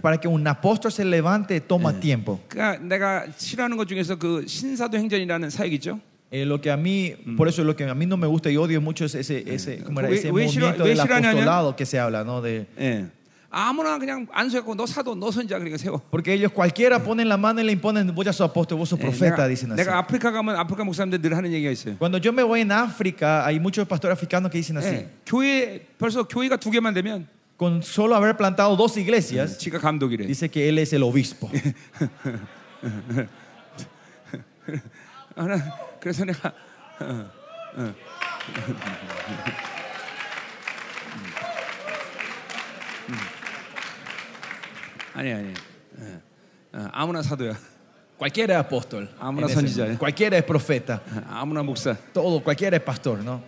[SPEAKER 2] para que un apóstol se levante toma tiempo.
[SPEAKER 1] 그러니까 내가 싫어하는 것 중에서 그 신사도 행전이라는 사역 있죠.
[SPEAKER 2] Eh, lo que a mí, por eso lo que a mí no me gusta y odio mucho es ese, ese, ¿cómo era?
[SPEAKER 1] Ve-
[SPEAKER 2] ese
[SPEAKER 1] ve-
[SPEAKER 2] movimiento
[SPEAKER 1] ve-
[SPEAKER 2] del
[SPEAKER 1] ve-
[SPEAKER 2] apostolado que se habla, ¿no? De,
[SPEAKER 1] 예. 아무나 그냥 안수했고 너 사도 너 선자 그러니까 세워.
[SPEAKER 2] porque ellos cualquiera ponen la mano y le imponen, vos ya sos apóstol, vos sos
[SPEAKER 1] 예,
[SPEAKER 2] profeta,
[SPEAKER 1] 내가,
[SPEAKER 2] dicen así.
[SPEAKER 1] 내가 아프리카 가면 아프리카 목사님들 늘 하는 얘기가 있어요.
[SPEAKER 2] Cuando yo me voy en África, hay muchos pastores africanos que dicen así,
[SPEAKER 1] 예, 교회 벌써 교회가 두 개만 되면
[SPEAKER 2] con solo haber plantado dos iglesias,
[SPEAKER 1] 지가 감독이래.
[SPEAKER 2] dice que él es el obispo.
[SPEAKER 1] 아, 나- 그래서 내가 어, 어. 음. 아니 아니 예. 어, 아무나 사도야
[SPEAKER 2] Cualquiera es apóstol.
[SPEAKER 1] Aún no
[SPEAKER 2] En
[SPEAKER 1] son
[SPEAKER 2] ese-
[SPEAKER 1] ya, ¿eh?
[SPEAKER 2] cualquiera es profeta.
[SPEAKER 1] 아무나 목사
[SPEAKER 2] Todo, cualquiera es pastor, ¿no?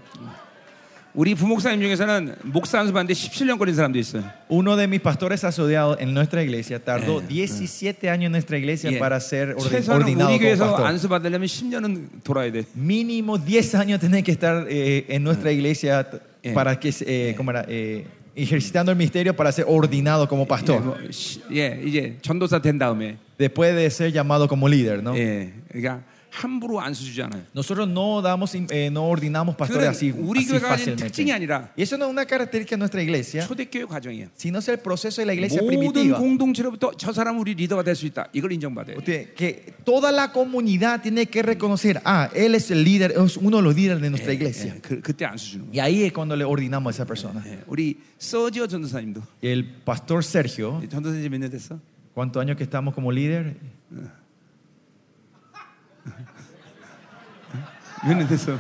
[SPEAKER 1] 우리 부목사님 중에서는 목사 연습하는데 17년 걸린 사람도 있어요
[SPEAKER 2] Uno de mis pastores asociados en nuestra iglesia tardó 17 años en nuestra iglesia
[SPEAKER 1] 예.
[SPEAKER 2] para ser orden-
[SPEAKER 1] 최소한
[SPEAKER 2] ordenado
[SPEAKER 1] 우리
[SPEAKER 2] como
[SPEAKER 1] 교회에서
[SPEAKER 2] pastor.
[SPEAKER 1] 안수 받으려면 10년은 돌아야 돼
[SPEAKER 2] Mínimo 10 años tenés que estar eh, en nuestra iglesia t-
[SPEAKER 1] 예.
[SPEAKER 2] para que se- eh, ¿cómo era? Eh, ejercitando el ministerio para ser ordenado como
[SPEAKER 1] 예,
[SPEAKER 2] pastor.
[SPEAKER 1] 뭐, 시- 예, 이제 전도사 된 다음에
[SPEAKER 2] Después de ser llamado como líder, ¿no?
[SPEAKER 1] 예, 그러니까 함부로 안수 주지 않아요
[SPEAKER 2] Nosotros no damos, im- eh, no ordenamos pastores
[SPEAKER 1] 그거는
[SPEAKER 2] así,
[SPEAKER 1] 우리
[SPEAKER 2] así
[SPEAKER 1] 교회가 가진 특징이
[SPEAKER 2] fácilmente.
[SPEAKER 1] 아니라
[SPEAKER 2] Y eso no es una característica de nuestra iglesia,
[SPEAKER 1] 초대교회 과정이에요
[SPEAKER 2] sino es el proceso de la 예? iglesia
[SPEAKER 1] 모든
[SPEAKER 2] primitiva.
[SPEAKER 1] 공동체로부터 저 사람 은 우리 리더가 될 수 있다. 이걸 인정받아요.
[SPEAKER 2] Usted, que toda la comunidad tiene que reconocer, ah, él es el líder, es uno de los líderes de nuestra iglesia.
[SPEAKER 1] 예, 그, 그때 안수 주는 거예요.
[SPEAKER 2] Y ahí es cuando le ordinamos a esa persona.
[SPEAKER 1] 예, 우리 서지어 전도사님도
[SPEAKER 2] El pastor Sergio,
[SPEAKER 1] 전도사님 몇년 됐어?
[SPEAKER 2] ¿cuántos años que estamos como líder?
[SPEAKER 1] 몇 년 됐어?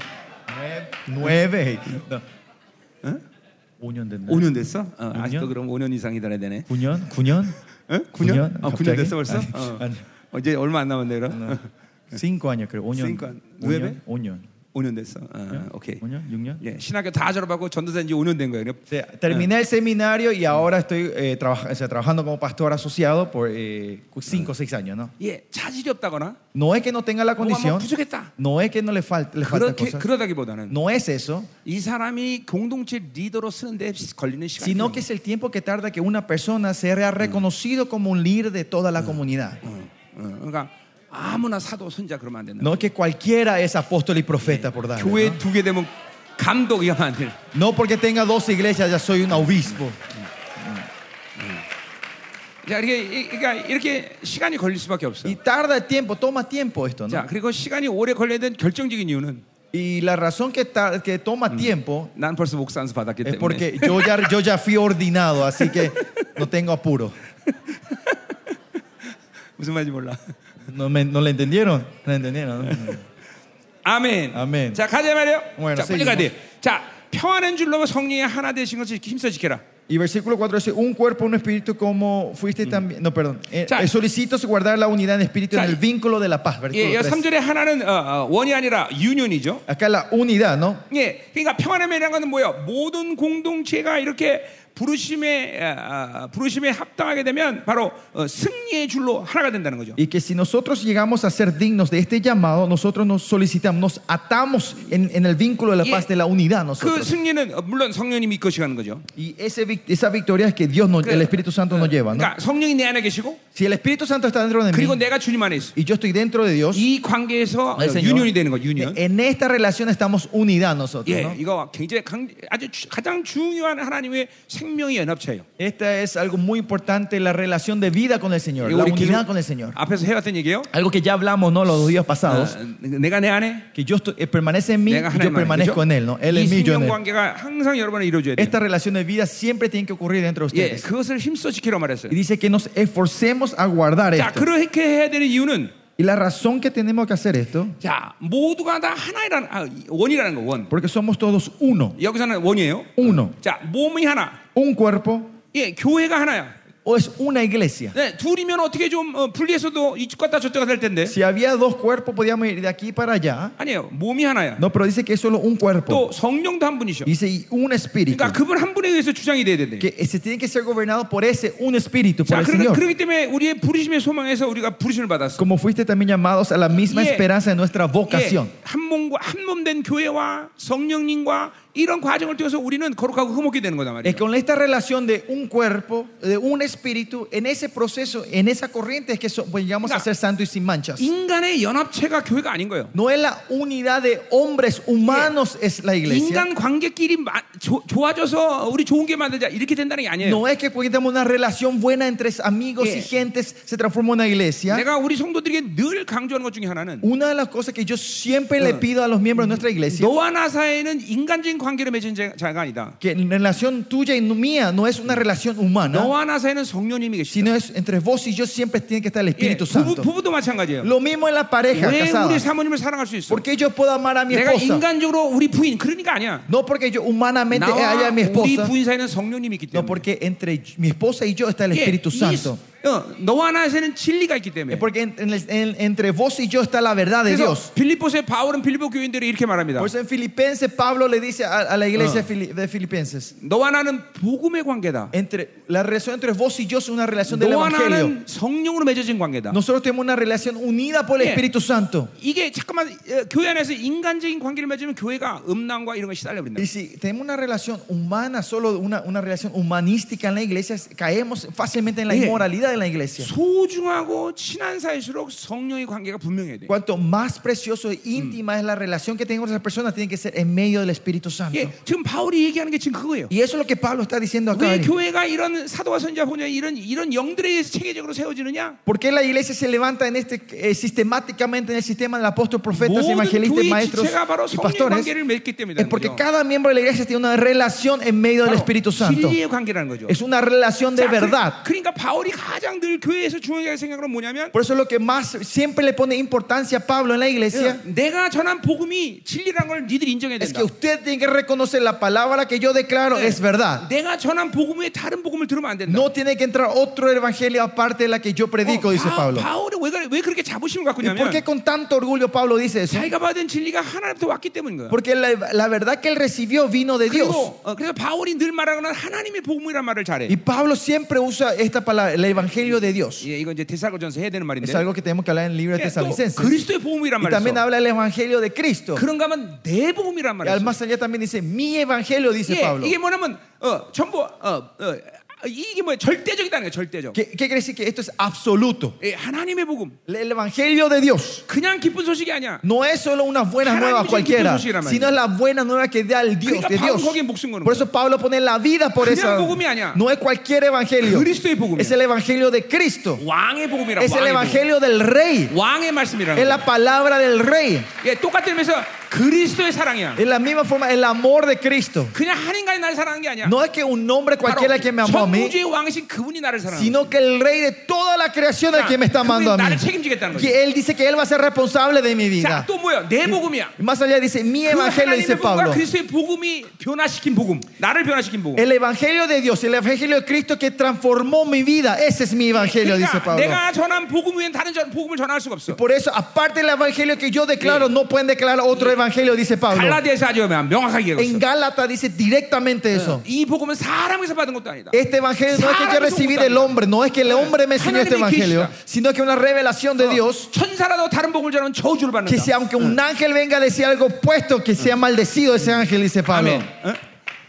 [SPEAKER 2] Nueve. Nueve. No. ¿Eh? Unión de nueve.
[SPEAKER 1] 5년 됐어? 어, 아직도
[SPEAKER 2] 네. 년?
[SPEAKER 1] 그럼 5년 이상 기다려야 되네.
[SPEAKER 2] Cuñón, ¿Eh? cuñón. Ah,
[SPEAKER 1] 어? 9년?
[SPEAKER 2] 구년?
[SPEAKER 1] 아, 9년 됐어 벌써?
[SPEAKER 2] 갑자기?
[SPEAKER 1] 어.
[SPEAKER 2] 아니, 아니.
[SPEAKER 1] 어, 이제 얼마 안 남았네 그럼.
[SPEAKER 2] Cinco años Ah, creo. Unión.
[SPEAKER 1] Cinco años. Nueve.
[SPEAKER 2] Unión.
[SPEAKER 1] 5년 됐어. 어, 오케이.
[SPEAKER 2] 네. 5년? 6년?
[SPEAKER 1] 예, 신학교 다 졸업하고 전도사 이제 5년 된 거예요. 그냥
[SPEAKER 2] terminé el seminario y ahora estoy eh, traba- o sea, trabajando como pastor asociado por 5 o 6 años, ¿no?
[SPEAKER 1] 예, 차질이 없다거나
[SPEAKER 2] No es que no tenga la
[SPEAKER 1] 뭐가 막
[SPEAKER 2] condición,
[SPEAKER 1] 부족했다.
[SPEAKER 2] no es que no le, falta le falta
[SPEAKER 1] 그렇게
[SPEAKER 2] cosas,
[SPEAKER 1] 그러다기보다는
[SPEAKER 2] no es eso,
[SPEAKER 1] 이 사람이 공동체 리더로 쓰는데 걸리는 시간이
[SPEAKER 2] sino que es el tiempo que tarda que una persona sea reconocido como un líder de toda la comunidad.
[SPEAKER 1] 어, 어, 그러니까 아무나 사도 선자 그러면 안 된다.
[SPEAKER 2] No es que cualquiera es apóstol y profeta por dar.
[SPEAKER 1] 교회
[SPEAKER 2] ¿no?
[SPEAKER 1] 두 개 되면 감독이 하면 안 돼.
[SPEAKER 2] No porque tenga dos iglesias ya soy un obispo.
[SPEAKER 1] 자, 이렇게 이- 그러니까 이렇게 시간이 걸릴 수밖에 없어.
[SPEAKER 2] Y tarda el tiempo, toma tiempo esto,
[SPEAKER 1] 자,
[SPEAKER 2] ¿no?
[SPEAKER 1] 그리고 시간이 오래 걸려야 되는 결정적인 이유는
[SPEAKER 2] Y la razón que, tar- que toma tiempo
[SPEAKER 1] 난 벌써 목사 안수 받았기
[SPEAKER 2] es
[SPEAKER 1] 때문에.
[SPEAKER 2] porque yo ya, yo ya fui ordenado, así que no tengo apuro.
[SPEAKER 1] 무슨 말인지 몰라.
[SPEAKER 2] ¿No, me- no le entendieron? ¿No le entendieron? ¿no?
[SPEAKER 1] 아멘.
[SPEAKER 2] 아멘.
[SPEAKER 1] 자, 가자 말이요.
[SPEAKER 2] Bueno,
[SPEAKER 1] 자, 빨리
[SPEAKER 2] seguimos.
[SPEAKER 1] 가야 돼. 자, 평안한 줄로 성령의 하나 되신 것을 힘써 지켜라.
[SPEAKER 2] Y versículo 4 dice, un cuerpo, un espíritu, como fuiste también... No, perdón. Eh,
[SPEAKER 1] Cha-
[SPEAKER 2] eh, solicito guardar la unidad en espíritu en
[SPEAKER 1] Cha-
[SPEAKER 2] el vínculo de la paz.
[SPEAKER 1] 예,
[SPEAKER 2] Versículo 3.
[SPEAKER 1] 3절에 하나는 어, 어, 원이 아니라 유년이죠.
[SPEAKER 2] Acá la unidad, ¿no?
[SPEAKER 1] 예, 그러니까 평안함이라는 것은 뭐예요? 모든 공동체가 이렇게 부르심에 아, 아, 부르심에 합당하게 되면 바로 어, 승리의 줄로 하나가 된다는 거죠.
[SPEAKER 2] Y que si nosotros llegamos a ser dignos de este llamado, nosotros nos solicitamos, nos atamos en, en el vínculo de la
[SPEAKER 1] Y-
[SPEAKER 2] paz, de la unidad
[SPEAKER 1] 그
[SPEAKER 2] nosotros.
[SPEAKER 1] 승리는 어, 물론 성령님이 이끄시는 거죠.
[SPEAKER 2] Y ese vic- esa victoria es que Dios, nos-
[SPEAKER 1] Claro.
[SPEAKER 2] el Espíritu Santo nos lleva, ¿no?
[SPEAKER 1] 그러니까 성령이 내 안에 계시고
[SPEAKER 2] Si el Espíritu Santo está dentro de
[SPEAKER 1] 그리고
[SPEAKER 2] mí
[SPEAKER 1] 내가 주님 안에 있어.
[SPEAKER 2] y yo estoy dentro de Dios,
[SPEAKER 1] 이 관계에서 어,
[SPEAKER 2] el Señor,
[SPEAKER 1] 유년이 되는 거 유년.
[SPEAKER 2] en esta relación estamos unidad nosotros,
[SPEAKER 1] 예,
[SPEAKER 2] ¿no?
[SPEAKER 1] 이거 굉장히 강, 아주 주- 가장 중요한 하나님의 생명의 연합체예요.
[SPEAKER 2] 네, Esta es algo muy importante, la relación de vida con el Señor,
[SPEAKER 1] 이거
[SPEAKER 2] la
[SPEAKER 1] 우리 계속
[SPEAKER 2] unidad con el Señor.
[SPEAKER 1] 앞에서 해왔던 얘기예요.
[SPEAKER 2] Algo que ya hablamos, ¿no? Los dos días
[SPEAKER 1] 어,
[SPEAKER 2] pasados,
[SPEAKER 1] 내가 내 안에
[SPEAKER 2] que yo estoy- él permanece en mí
[SPEAKER 1] 내가
[SPEAKER 2] Ah. y yo
[SPEAKER 1] 하나님 안에
[SPEAKER 2] permanezco en Él, ¿no? Él
[SPEAKER 1] 이
[SPEAKER 2] en mí, yo en
[SPEAKER 1] 생명
[SPEAKER 2] Él.
[SPEAKER 1] 관계가 항상 여러분이 이루어져야 돼요.
[SPEAKER 2] Esta relación de vida siempre tiene que ocurrir dentro de
[SPEAKER 1] 예,
[SPEAKER 2] ustedes.
[SPEAKER 1] 그것을 힘써 지키라 말했어요.
[SPEAKER 2] Y dice que nos esforcemos a guardar
[SPEAKER 1] 자,
[SPEAKER 2] esto.
[SPEAKER 1] 그렇게 해야 되는 이유는
[SPEAKER 2] Y la razón que tenemos que hacer esto,
[SPEAKER 1] 자, 모두가 다 하나이라는 아, 원이라는 거 원.
[SPEAKER 2] porque somos todos uno,
[SPEAKER 1] 여기서는 원이에요.
[SPEAKER 2] uno,
[SPEAKER 1] 자, 몸이 하나.
[SPEAKER 2] un cuerpo,
[SPEAKER 1] 예, 교회가 하나야.
[SPEAKER 2] o es una iglesia.
[SPEAKER 1] 네, 둘이면 어떻게 좀 어, 분리해서도 이쪽 갔다 저쪽 갔다 할 텐데.
[SPEAKER 2] Si había dos cuerpos, podíamos ir de aquí para allá.
[SPEAKER 1] 아니에요. 몸이 하나야.
[SPEAKER 2] No, pero dice que es solo un cuerpo.
[SPEAKER 1] 또 성령도 한 분이셔.
[SPEAKER 2] Dice y un espíritu.
[SPEAKER 1] 그러니까 그분 한 분에 의해서 주장이 돼야 된대.
[SPEAKER 2] Que se tiene que ser gobernado por ese un espíritu, por
[SPEAKER 1] 자, 그러니까
[SPEAKER 2] el
[SPEAKER 1] 그러,
[SPEAKER 2] Señor.
[SPEAKER 1] 그렇기 때문에 우리의 부르심의 소망에서 우리가 부르심을 받았어.
[SPEAKER 2] Como fuiste también llamados a la misma
[SPEAKER 1] Yeah.
[SPEAKER 2] esperanza de nuestra
[SPEAKER 1] 예,
[SPEAKER 2] vocación.
[SPEAKER 1] 한 몸과 한 몸 된 교회와 성령님과 이런 과정을 통해서 우리는 거룩하고 흠없게 되는 거다 말이에요.
[SPEAKER 2] Es con esta relación de un cuerpo, de un espíritu, en ese proceso, en esa corriente es que so- pues, llegamos a
[SPEAKER 1] Mira.
[SPEAKER 2] ser santos y sin manchas.
[SPEAKER 1] 인간의 연합체가 교회가 아닌 거예요.
[SPEAKER 2] No es la unidad de hombres humanos es la iglesia.
[SPEAKER 1] 인간 관계끼리 마- 조- 좋아져서 우리 좋은 게 만들자 이렇게 된다는 게 아니에요.
[SPEAKER 2] No es que porque tenemos una relación buena entre amigos
[SPEAKER 1] Yeah.
[SPEAKER 2] y gentes se transforma en una iglesia.
[SPEAKER 1] 내가 우리 성도들에게 늘 강조하는 것 중에 하나는
[SPEAKER 2] Una de las cosas que yo siempre le pido a los miembros de nuestra iglesia,
[SPEAKER 1] 너와 나 사이에는 인간적인 관계를 맺은 자- 자가 아니다.
[SPEAKER 2] que la relación tuya y mía no es una relación humana,
[SPEAKER 1] 너와 나 사이에는 성령님이 계시다.
[SPEAKER 2] sino es entre vos y yo siempre tiene que estar el
[SPEAKER 1] 예,
[SPEAKER 2] Espíritu
[SPEAKER 1] 부부,
[SPEAKER 2] Santo.
[SPEAKER 1] 부부도 마찬가지예요.
[SPEAKER 2] Lo mismo en la pareja
[SPEAKER 1] 왜 우리
[SPEAKER 2] casada.
[SPEAKER 1] 사모님을 사랑할 수 있어?
[SPEAKER 2] Porque yo puedo amar a mi
[SPEAKER 1] 내가
[SPEAKER 2] esposa.
[SPEAKER 1] 인간적으로 우리 부인 그러니까 아니야.
[SPEAKER 2] No porque yo humanamente haya
[SPEAKER 1] 나와
[SPEAKER 2] a mi
[SPEAKER 1] 우리
[SPEAKER 2] esposa,
[SPEAKER 1] 부인 사이에는 성령님이 있기
[SPEAKER 2] no
[SPEAKER 1] 때문에.
[SPEAKER 2] porque entre mi esposa y yo está el
[SPEAKER 1] 예,
[SPEAKER 2] Espíritu
[SPEAKER 1] 이-
[SPEAKER 2] Santo.
[SPEAKER 1] 어, 너와 나 사이에는 진리가 있기
[SPEAKER 2] Es
[SPEAKER 1] 때문에.
[SPEAKER 2] porque en- en el- en- entre vos y yo está la verdad
[SPEAKER 1] 그래서
[SPEAKER 2] de Dios.
[SPEAKER 1] 빌립보서의 바울은 빌립보 교인들이 이렇게 말합니다.
[SPEAKER 2] Por eso en Filipenses Pablo le dice a, a la iglesia fili- de Filipenses,
[SPEAKER 1] 너와 나는 복음의 관계다.
[SPEAKER 2] entre, la relación entre vos y yo es una relación del
[SPEAKER 1] 너와
[SPEAKER 2] Evangelio.
[SPEAKER 1] 나는 성령으로 맺어진 관계다.
[SPEAKER 2] Nosotros tenemos una relación unida por el
[SPEAKER 1] Yeah.
[SPEAKER 2] Espíritu Santo.
[SPEAKER 1] 이게 잠깐만 어, 교회 안에서 인간적인 관계를 맺으면 교회가 음란과 이런 거 시달려 버린다.
[SPEAKER 2] Y si tenemos una relación humana, solo una, una relación humanística en la iglesia, caemos fácilmente en la
[SPEAKER 1] Yeah.
[SPEAKER 2] inmoralidad en la iglesia.
[SPEAKER 1] 소중하고 친한 사이일수록 성령의 관계가 분명해야 돼.
[SPEAKER 2] Cuanto más precioso e íntima es la relación que tengo con esa persona, tiene que ser en medio del Espíritu Santo.
[SPEAKER 1] 예, 지금 바울이 얘기하는 게 지금 그거예요.
[SPEAKER 2] Y eso es lo que Pablo está diciendo acá.
[SPEAKER 1] 왜
[SPEAKER 2] Dani.
[SPEAKER 1] 교회가 이런 사도와 선지자 보냐 이런 이런 영들에 의해서 체계적으로 세워지느냐?
[SPEAKER 2] ¿Por qué la iglesia se levanta en este, eh, sistemáticamente en el sistema del apóstol, profetas,
[SPEAKER 1] 모든
[SPEAKER 2] evangelistas,
[SPEAKER 1] 교회
[SPEAKER 2] maestros
[SPEAKER 1] 지체가 바로
[SPEAKER 2] y
[SPEAKER 1] 성령의
[SPEAKER 2] pastores?
[SPEAKER 1] 관계를 맺기 때문이다.
[SPEAKER 2] Es porque cada miembro de la iglesia tiene una relación en medio del Espíritu Santo.
[SPEAKER 1] 진리의 관계라는 거죠.
[SPEAKER 2] Es una relación de
[SPEAKER 1] 자, 그-
[SPEAKER 2] verdad.
[SPEAKER 1] 그러니까 바울이 가, 가장 늘 교회에서 중요하게 생각하는 건 뭐냐면
[SPEAKER 2] Por eso lo que más siempre le pone importancia a Pablo en la
[SPEAKER 1] 어,
[SPEAKER 2] iglesia
[SPEAKER 1] 내가 전한 복음이 진리라는 걸 니들이 인정해야
[SPEAKER 2] es
[SPEAKER 1] 된다.
[SPEAKER 2] que usted tiene que reconocer la palabra que yo declaro es verdad.
[SPEAKER 1] 내가 전한 복음 외에 다른 복음을 들으면 안 된다.
[SPEAKER 2] No tiene que entrar otro evangelio aparte de la que yo
[SPEAKER 1] Oh,
[SPEAKER 2] predico,
[SPEAKER 1] ah,
[SPEAKER 2] dice Pablo.
[SPEAKER 1] 어, 바울이 왜, 그래- 왜 그렇게 자부심을 갖고
[SPEAKER 2] ¿Y por
[SPEAKER 1] 있냐면
[SPEAKER 2] qué con tanto orgullo Pablo dice eso?
[SPEAKER 1] 자기가 받은 진리가 하나님부터 왔기 때문인 거야.
[SPEAKER 2] Porque la, la verdad que él recibió vino de Dios.
[SPEAKER 1] 그리고 어, 그래서 바울이 늘 말하는 하나님의 복음이란 말을 잘해.
[SPEAKER 2] Y Pablo siempre usa esta palabra, el evangelio de Dios.
[SPEAKER 1] 예, 이건 이제 데살로전서 해야 되는 말인데.
[SPEAKER 2] Es algo que tenemos que hablar en el libro de
[SPEAKER 1] 예, 또
[SPEAKER 2] Tesalonicenses.
[SPEAKER 1] 그리스도의 복음이란 말을
[SPEAKER 2] Y también
[SPEAKER 1] 써.
[SPEAKER 2] habla el evangelio de Cristo.
[SPEAKER 1] 그런가 하면 내 복음이란
[SPEAKER 2] Y
[SPEAKER 1] 말을
[SPEAKER 2] al
[SPEAKER 1] 써.
[SPEAKER 2] más allá también dice mi evangelio, dice
[SPEAKER 1] 예,
[SPEAKER 2] Pablo.
[SPEAKER 1] 이게 뭐냐면 어, 전부 어, 어, 이게 뭐야 절대적이다는 거야 절대적.
[SPEAKER 2] ¿Qué, qué quiere decir que esto es absoluto?
[SPEAKER 1] 예, 하나님의 복음.
[SPEAKER 2] El- El evangelio de Dios
[SPEAKER 1] 그냥 기쁜 소식이 아니야.
[SPEAKER 2] no es solo unas buenas
[SPEAKER 1] 하나님이
[SPEAKER 2] nuevas
[SPEAKER 1] 주신
[SPEAKER 2] cualquiera,
[SPEAKER 1] 기쁜 소식이란 말이야.
[SPEAKER 2] sino es la buena nueva que da el Dios
[SPEAKER 1] 그러니까
[SPEAKER 2] de
[SPEAKER 1] 바울은
[SPEAKER 2] Dios.
[SPEAKER 1] 거기에 목숨 거는
[SPEAKER 2] Por eso Pablo pone la vida por
[SPEAKER 1] 그냥
[SPEAKER 2] esa.
[SPEAKER 1] 복음이 아니야.
[SPEAKER 2] No es cualquier evangelio,
[SPEAKER 1] 그리스도의 복음이야.
[SPEAKER 2] es el evangelio de Cristo,
[SPEAKER 1] 거야. 왕의 복음이라.
[SPEAKER 2] es el
[SPEAKER 1] 왕의, 복음.
[SPEAKER 2] evangelio del Rey,
[SPEAKER 1] 왕의 말씀이라는
[SPEAKER 2] es
[SPEAKER 1] 거야.
[SPEAKER 2] la palabra del Rey.
[SPEAKER 1] 예, 똑같은 면서 그리스도의 사랑이야.
[SPEAKER 2] En la misma forma, el amor de Cristo.
[SPEAKER 1] 그냥 한 인간이 나를 사랑하는 게 아니야.
[SPEAKER 2] No es que un hombre cualquiera que me amó a mí,
[SPEAKER 1] 천우주의 왕이신 그분이 나를 사랑하는
[SPEAKER 2] sino que el Rey de toda la creación es el que me está amando a
[SPEAKER 1] 나를
[SPEAKER 2] mí.
[SPEAKER 1] 책임지겠다는 거지.
[SPEAKER 2] Que él dice que él va a ser responsable de mi vida.
[SPEAKER 1] 자또 뭐야? 내 복음이야.
[SPEAKER 2] Y Más allá dice, mi
[SPEAKER 1] 그
[SPEAKER 2] evangelio, dice
[SPEAKER 1] 하나님의 복음과
[SPEAKER 2] Pablo.
[SPEAKER 1] 그리스도의 복음이 변화시킨 복음, 나를 변화시킨 복음.
[SPEAKER 2] El evangelio de Dios, el evangelio de Cristo que transformó mi vida. Ese es mi evangelio, dice
[SPEAKER 1] 그러니까
[SPEAKER 2] Pablo.
[SPEAKER 1] 내가 전한 복음 외엔 다른 전- 복음을 전할 수가 없어.
[SPEAKER 2] Por eso, aparte del evangelio que yo declaro, no pueden declarar otro evangelio, dice Pablo.
[SPEAKER 1] 갈라디아서 아주 명확하게
[SPEAKER 2] En
[SPEAKER 1] 얘기했어.
[SPEAKER 2] Gálata dice directamente eso.
[SPEAKER 1] 이 복음은 사람에서 받은 것도 아니다.
[SPEAKER 2] Este evangelio no es que yo recibí del hombre, no es que el hombre me enseñó este evangelio, sino que una revelación de Dios
[SPEAKER 1] 천사라도 다른 복음을 전하면 저주를
[SPEAKER 2] que
[SPEAKER 1] 받는다.
[SPEAKER 2] sea aunque un ángel venga a decir algo opuesto, que sea maldecido ese ángel, dice Pablo.
[SPEAKER 1] 아멘. 어?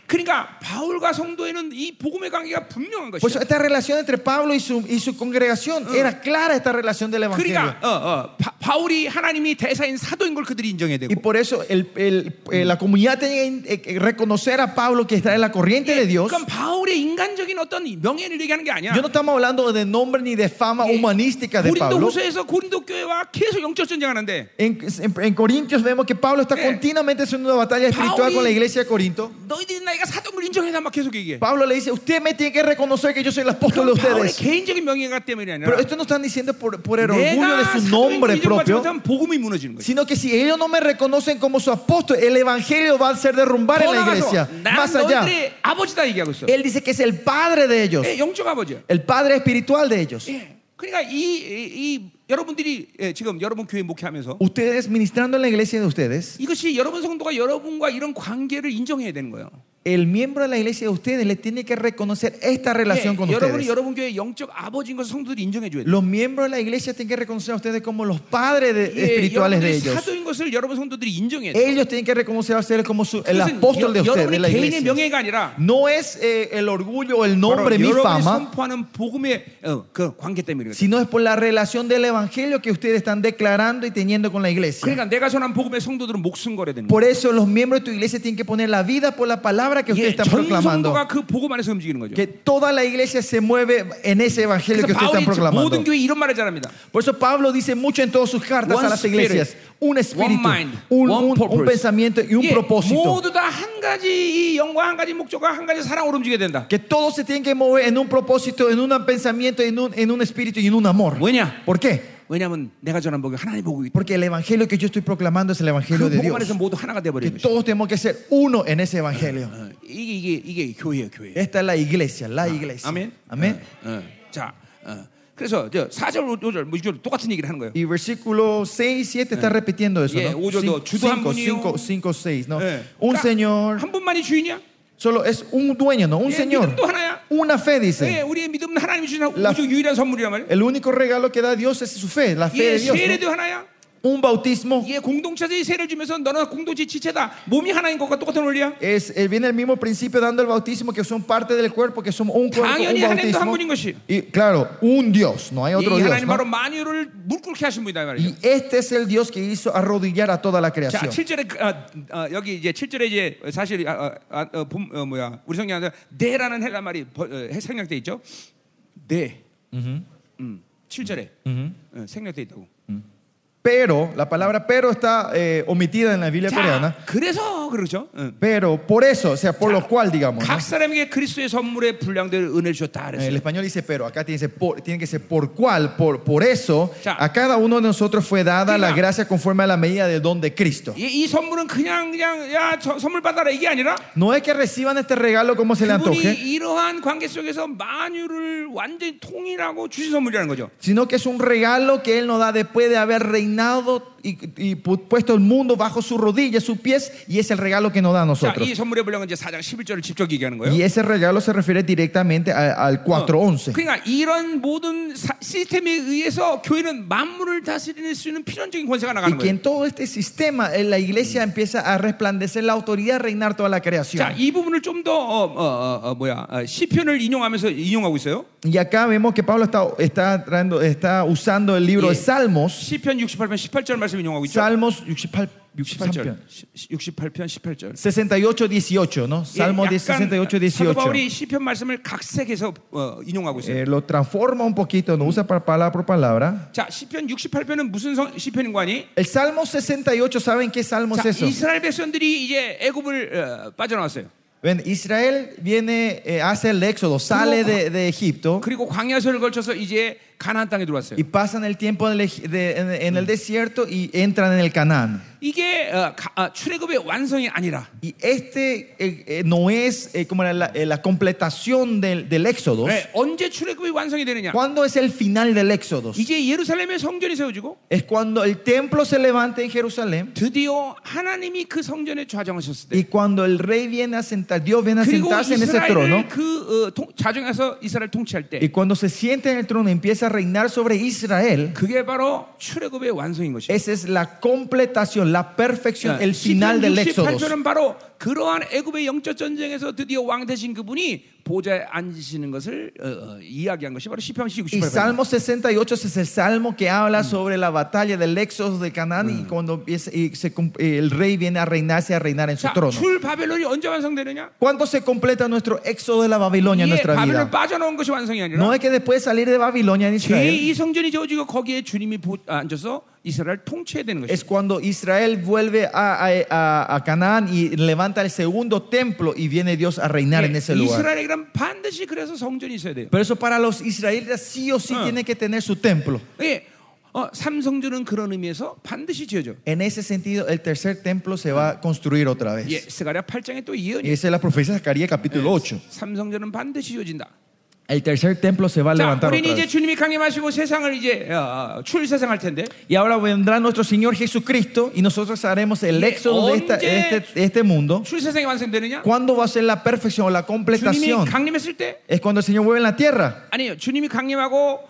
[SPEAKER 1] 그러니까 바울과 성도에는 이 복음의 관계가 분명한
[SPEAKER 2] Por eso
[SPEAKER 1] 것이야.
[SPEAKER 2] esta relación entre Pablo y su, y su congregación era clara esta relación del
[SPEAKER 1] 그러니까
[SPEAKER 2] evangelio.
[SPEAKER 1] 어, 어, 바, 바울이 하나님이 대사인 사도인 걸 그들이 인정해야 되고
[SPEAKER 2] Y por eso el- el- eh, la comunidad tenía que eh, reconocer a Pablo que está en la corriente de Dios.
[SPEAKER 1] 그건 바울의 인간적인 어떤 명예를 얘기하는 게 아니야.
[SPEAKER 2] Yo no estamos hablando de nombre ni de fama humanística de
[SPEAKER 1] 고린도
[SPEAKER 2] Pablo.
[SPEAKER 1] 후서에서 고린도 교회와 계속 영적 전쟁하는데
[SPEAKER 2] En, en- en Corintios vemos que Pablo está
[SPEAKER 1] Eh.
[SPEAKER 2] continuamente haciendo una batalla espiritual con la iglesia de Corinto.
[SPEAKER 1] 너희들이 나이가 사도인 걸 인정해라 막 계속 얘기해.
[SPEAKER 2] Pablo le dice, usted me tiene que reconocer que yo soy el apóstol de
[SPEAKER 1] 그건 바울의
[SPEAKER 2] ustedes.
[SPEAKER 1] 개인적인 명예가 때문이 아니라
[SPEAKER 2] Pero 그 esto no están diciendo por, por el orgullo de
[SPEAKER 1] 내가
[SPEAKER 2] su
[SPEAKER 1] 사도인 걸
[SPEAKER 2] nombre
[SPEAKER 1] 인정받지
[SPEAKER 2] propio,
[SPEAKER 1] 못하면 복음이 무너지는 거지.
[SPEAKER 2] sino que si ellos no me reconocen como su apóstol, el evangelio va a ser derrumbar en
[SPEAKER 1] 더
[SPEAKER 2] la
[SPEAKER 1] 나가서
[SPEAKER 2] iglesia.
[SPEAKER 1] 난
[SPEAKER 2] Más allá,
[SPEAKER 1] 너희들의 아버지다 얘기하고 있어.
[SPEAKER 2] él dice que es el padre de ellos,
[SPEAKER 1] 예, 영적 아버지야.
[SPEAKER 2] el padre espiritual de ellos.
[SPEAKER 1] 예. 그러니까 이, 이, 이 여러분들이 예, 지금 여러분 교회 목회하면서
[SPEAKER 2] Ustedes ministrando en la iglesia de ustedes,
[SPEAKER 1] 이것이 여러분 성도가 여러분과 이런 관계를 인정해야 되는 거예요.
[SPEAKER 2] el miembro de la iglesia de ustedes le tiene que reconocer esta relación con
[SPEAKER 1] 예, 여러분이
[SPEAKER 2] ustedes.
[SPEAKER 1] 여러분 교회 영적 아버지인 것을 성도들이 인정해 줘야 돼.
[SPEAKER 2] Los miembros de la iglesia tienen que reconocer a ustedes como los padres de-
[SPEAKER 1] 예,
[SPEAKER 2] espirituales de
[SPEAKER 1] 여러분들이
[SPEAKER 2] ellos.
[SPEAKER 1] 사도인 것을 여러분 성도들이 인정해야 돼.
[SPEAKER 2] Ellos tienen que reconocer a ustedes como su- el
[SPEAKER 1] 그것은
[SPEAKER 2] apóstol de
[SPEAKER 1] 여-
[SPEAKER 2] ustedes, de la
[SPEAKER 1] 여러분의 개인의
[SPEAKER 2] iglesia.
[SPEAKER 1] 명예가 아니라
[SPEAKER 2] No es eh, el orgullo o el
[SPEAKER 1] 바로
[SPEAKER 2] nombre, mi
[SPEAKER 1] 여러분이
[SPEAKER 2] fama,
[SPEAKER 1] 선포하는 복음의 어, 그 관계 때문이거든.
[SPEAKER 2] sino es por la relación del evangelio que ustedes están declarando y teniendo con la iglesia.
[SPEAKER 1] 그러니까 내가 전한 복음의 성도들은 목숨 걸어야 되는 거야.
[SPEAKER 2] Por eso los miembros de tu iglesia tienen que poner la vida por la palabra que
[SPEAKER 1] 예,
[SPEAKER 2] ustedes están
[SPEAKER 1] 전
[SPEAKER 2] proclamando.
[SPEAKER 1] 성도가 그 복음 안에서 움직이는 거죠.
[SPEAKER 2] Que toda la iglesia se mueve en ese evangelio
[SPEAKER 1] 그래서
[SPEAKER 2] que ustedes
[SPEAKER 1] 바울이
[SPEAKER 2] están proclamando.
[SPEAKER 1] 모든 교회 이런 말을 잘합니다.
[SPEAKER 2] Por eso Pablo dice mucho en todas sus cartas
[SPEAKER 1] One
[SPEAKER 2] a las iglesias:
[SPEAKER 1] spirit,
[SPEAKER 2] un espíritu,
[SPEAKER 1] one mind,
[SPEAKER 2] un,
[SPEAKER 1] one
[SPEAKER 2] un- un
[SPEAKER 1] purpose.
[SPEAKER 2] pensamiento y un
[SPEAKER 1] 예,
[SPEAKER 2] propósito.
[SPEAKER 1] 모두 다 한 가지 이 영과 한 가지 목적과 한 가지 사랑으로 움직여야 된다.
[SPEAKER 2] Que todos se tienen que mover en un propósito, en un pensamiento, en un, en un espíritu y en un amor.
[SPEAKER 1] 왜냐?
[SPEAKER 2] ¿Por qué?
[SPEAKER 1] 왜냐하면 내가 전한 복이 하나님 복음이
[SPEAKER 2] Porque el evangelio que yo estoy proclamando es el
[SPEAKER 1] 그
[SPEAKER 2] evangelio de
[SPEAKER 1] 복음 안에서
[SPEAKER 2] Dios.
[SPEAKER 1] 모두 하나가
[SPEAKER 2] Que
[SPEAKER 1] 돼버리는 거죠.
[SPEAKER 2] todos tenemos que ser uno en ese evangelio.
[SPEAKER 1] 어, 이게 이게 이게 교회예요, 교회.
[SPEAKER 2] Esta es la iglesia,
[SPEAKER 1] Ah,
[SPEAKER 2] la iglesia.
[SPEAKER 1] 아멘.
[SPEAKER 2] Amén.
[SPEAKER 1] 어, 어. 자, 어. 그래서 저 4절, 5절, 6절 똑같은 얘기를 하는 거예요.
[SPEAKER 2] Y versículo 6 y 7 está repitiendo eso,
[SPEAKER 1] Yeah,
[SPEAKER 2] ¿no?
[SPEAKER 1] ocho, dos, judo han
[SPEAKER 2] 5,
[SPEAKER 1] venido.
[SPEAKER 2] 5, 5, 6, ¿no?
[SPEAKER 1] 예.
[SPEAKER 2] Un
[SPEAKER 1] 그러니까
[SPEAKER 2] Señor,
[SPEAKER 1] 한 분만이 주인이야.
[SPEAKER 2] solo es un dueño, ¿no? Un
[SPEAKER 1] 예,
[SPEAKER 2] Señor.
[SPEAKER 1] 믿음도 하나야.
[SPEAKER 2] Una fe,
[SPEAKER 1] 예,
[SPEAKER 2] dice.
[SPEAKER 1] 우리의 믿음은 하나님이 주신
[SPEAKER 2] La-
[SPEAKER 1] 우주 유일한 선물이란 말이야.
[SPEAKER 2] El único regalo que da Dios es su fe, la fe
[SPEAKER 1] 예,
[SPEAKER 2] de Dios.
[SPEAKER 1] 세례도 하나야.
[SPEAKER 2] ¿no? Un bautismo.
[SPEAKER 1] 예, 공동체에 세례를 주면서 너는 공동체 지체다. 몸이 하나인 것과 똑같은 원리야.
[SPEAKER 2] Es, eh, viene el mismo principio dando el bautismo que son parte del cuerpo, que somos un cuerpo,
[SPEAKER 1] 당연히
[SPEAKER 2] un
[SPEAKER 1] 하나님도 한 분인
[SPEAKER 2] bautismo.
[SPEAKER 1] 것이.
[SPEAKER 2] Y claro, un Dios, no hay
[SPEAKER 1] 이
[SPEAKER 2] otro Dios.
[SPEAKER 1] 하나님
[SPEAKER 2] ¿no?
[SPEAKER 1] 바로 만유를 물끓게 하신 분이다 이 말이죠.
[SPEAKER 2] Y este es el Dios que hizo arrodillar a toda la
[SPEAKER 1] 자,
[SPEAKER 2] creación.
[SPEAKER 1] 7절에 그, 아, 어, 여기 이제 7절에 이제 사실 아, 아, 아, 어, 봄, 어, 뭐야 우리 성경에 네라는 헬라 말이 번- 어, 생략돼 있죠. 어, 네. 음, 7절에 생략돼 있다고.
[SPEAKER 2] Pero, la palabra pero está eh, omitida en la Biblia
[SPEAKER 1] 자,
[SPEAKER 2] coreana.
[SPEAKER 1] 그래서 그렇죠. 응.
[SPEAKER 2] Pero por eso, o sea, por lo cual, digamos. ¿no?
[SPEAKER 1] 각 사람에게 그리스도의 선물의 분량대로 은혜를 주었다
[SPEAKER 2] El
[SPEAKER 1] 그랬어요.
[SPEAKER 2] español dice pero, acá tiene que ser por, tiene que ser por cuál, por, por eso,
[SPEAKER 1] Ya.
[SPEAKER 2] a cada uno de nosotros fue dada la
[SPEAKER 1] Mira.
[SPEAKER 2] gracia conforme a la medida del don de Cristo.
[SPEAKER 1] 이, 이 선물은 그냥 그냥 야 저- 선물 받아라 이게 아니라
[SPEAKER 2] No es que reciban este regalo como se le antoje,
[SPEAKER 1] 그분이 이러한 관계 속에서 만유를 완전히 통일하고 주신 선물이라는 거죠.
[SPEAKER 2] sino que es un regalo que Él nos da después de haber reinado y, y pu- puesto el mundo bajo sus rodillas, sus pies, y es el regalo que nos da a
[SPEAKER 1] 자,
[SPEAKER 2] nosotros.
[SPEAKER 1] 이 선물의 분량은 이제 4장 11절을 직접 얘기하는 거예요.
[SPEAKER 2] Y ese regalo se refiere directamente a-
[SPEAKER 1] 어,
[SPEAKER 2] al 4.11.
[SPEAKER 1] 그러니까 이런 모든 사- 시스템에 의해서 교회는 만물을 다스릴 수 있는 필연적인 권세가
[SPEAKER 2] Y
[SPEAKER 1] 나가는
[SPEAKER 2] que
[SPEAKER 1] 거예요.
[SPEAKER 2] en todo este sistema, en la iglesia empieza a resplandecer la autoridad, reinar toda la
[SPEAKER 1] 자,
[SPEAKER 2] creación.
[SPEAKER 1] 이 부분을 좀 더 어, 어, 어, 어, 뭐야 어, 시편을 인용하면서 인용하고 있어요.
[SPEAKER 2] Y acá vemos que Pablo está, está, trayendo- está usando el libro de
[SPEAKER 1] Yeah.
[SPEAKER 2] Salmos,
[SPEAKER 1] 시편 68편 18절 말씀 인용하고 있죠.
[SPEAKER 2] Salmos 68,
[SPEAKER 1] 18절,
[SPEAKER 2] 68,
[SPEAKER 1] 68편 18절.
[SPEAKER 2] 68, 18, ¿no?
[SPEAKER 1] 뭐
[SPEAKER 2] Salmos 68, 18.
[SPEAKER 1] 사도 바울이 시편 말씀을 각색해서 어, 인용하고 있어요.
[SPEAKER 2] Eh, lo transforma un poquito, no usa para palabra por palabra.
[SPEAKER 1] 자, 시편 68편은 무슨 성- 시편인 거 아니?
[SPEAKER 2] El Salmo 68, ¿saben qué Salmo
[SPEAKER 1] 자,
[SPEAKER 2] es eso?
[SPEAKER 1] 이스라엘 백성들이 이제 애굽을 어, 빠져나왔어요.
[SPEAKER 2] Ven, Israel viene, eh, hace el éxodo, sale de, de Egipto
[SPEAKER 1] 그리고 광야서를 걸쳐서 이제 가나안 땅에 들어왔어요.
[SPEAKER 2] y pasan el tiempo en el, Eg- de- en- en el desierto y entran en el Canaán.
[SPEAKER 1] 이게 어, 가- 아, 출애굽의 완성이 아니라
[SPEAKER 2] Y este eh, eh, no es eh, como la, la- eh, la completación del, del éxodo.
[SPEAKER 1] 네, 언제 출애굽이 완성이 되느냐?
[SPEAKER 2] ¿Cuándo es el final del éxodo?
[SPEAKER 1] 이제 예루살렘의 성전이 세워지고
[SPEAKER 2] Es cuando el templo se levanta en Jerusalén
[SPEAKER 1] 드디어 하나님이 그 성전에 좌정하셨을 때
[SPEAKER 2] y cuando el rey viene a sentar, Dios viene a
[SPEAKER 1] 그리고
[SPEAKER 2] sentarse en ese trono.
[SPEAKER 1] 이스라엘을 그 어, 통- 좌정해서 이스라엘 통치할 때
[SPEAKER 2] Y cuando se sienta en el trono y empieza a reinar sobre Israel,
[SPEAKER 1] 그게 바로 출애굽의 완성인 것이죠.
[SPEAKER 2] esa es la completación, la
[SPEAKER 1] 그
[SPEAKER 2] perfección,
[SPEAKER 1] 그러니까
[SPEAKER 2] el final del éxodo.
[SPEAKER 1] 68편은 바로 그러한 애굽의 영적 전쟁에서 드디어 왕 되신 그분이 보좌에 앉으시는 것을 어, 어, 이야기한 것이 바로 시편
[SPEAKER 2] Y
[SPEAKER 1] 68편.
[SPEAKER 2] Salmo 68 es el salmo que habla sobre la batalla del éxodo de Canaán y cuando empieza- y se cum- eh, el rey viene a reinarse, a reinar en su
[SPEAKER 1] 자,
[SPEAKER 2] trono.
[SPEAKER 1] 출 바벨론이 언제 완성되느냐?
[SPEAKER 2] ¿Cuándo se completa nuestro éxodo de la Babilonia en
[SPEAKER 1] 이게
[SPEAKER 2] nuestra
[SPEAKER 1] 바벨론
[SPEAKER 2] vida?
[SPEAKER 1] 빠져나온 것이 완성이 아니라
[SPEAKER 2] No es que después de salir de Babilonia en Israel,
[SPEAKER 1] 제2 성전이 지어지고 거기에 주님이 보- 아, 앉아서 이스라엘 통치해야 되는
[SPEAKER 2] es
[SPEAKER 1] 것이죠.
[SPEAKER 2] cuando Israel vuelve a, a- a- a Canaán y levanta el segundo templo y viene Dios a reinar en ese lugar.
[SPEAKER 1] 예, 이스라엘이란 반드시 그래서 성전이 있어야 돼요.
[SPEAKER 2] Pero eso para los israelitas sí o sí
[SPEAKER 1] Ah.
[SPEAKER 2] tiene que tener su templo.
[SPEAKER 1] 예, 어, 삼성전은 그런 의미에서 반드시 지어져.
[SPEAKER 2] En ese sentido, el tercer templo se va a construir otra
[SPEAKER 1] 예,
[SPEAKER 2] vez.
[SPEAKER 1] 스가랴 8장에 또 예언이
[SPEAKER 2] Y esa es la profecía de Zacarías capítulo 8.
[SPEAKER 1] 삼성전은 반드시 지어진다.
[SPEAKER 2] El tercer templo se va a
[SPEAKER 1] 자,
[SPEAKER 2] levantar
[SPEAKER 1] 우리는
[SPEAKER 2] otra
[SPEAKER 1] 이제
[SPEAKER 2] vez.
[SPEAKER 1] 주님이 강림하시고 세상을 이제 어, 출세상할 텐데
[SPEAKER 2] Y ahora vendrá nuestro Señor Jesucristo y nosotros haremos el éxodo de, esta- de este, de este mundo.
[SPEAKER 1] 출세상이 완성되느냐?
[SPEAKER 2] ¿Cuándo va a ser la perfección o la
[SPEAKER 1] 주님이
[SPEAKER 2] completación?
[SPEAKER 1] 강림했을 때
[SPEAKER 2] Es cuando el Señor vuelve en la tierra.
[SPEAKER 1] 아니요, 주님이 강림하고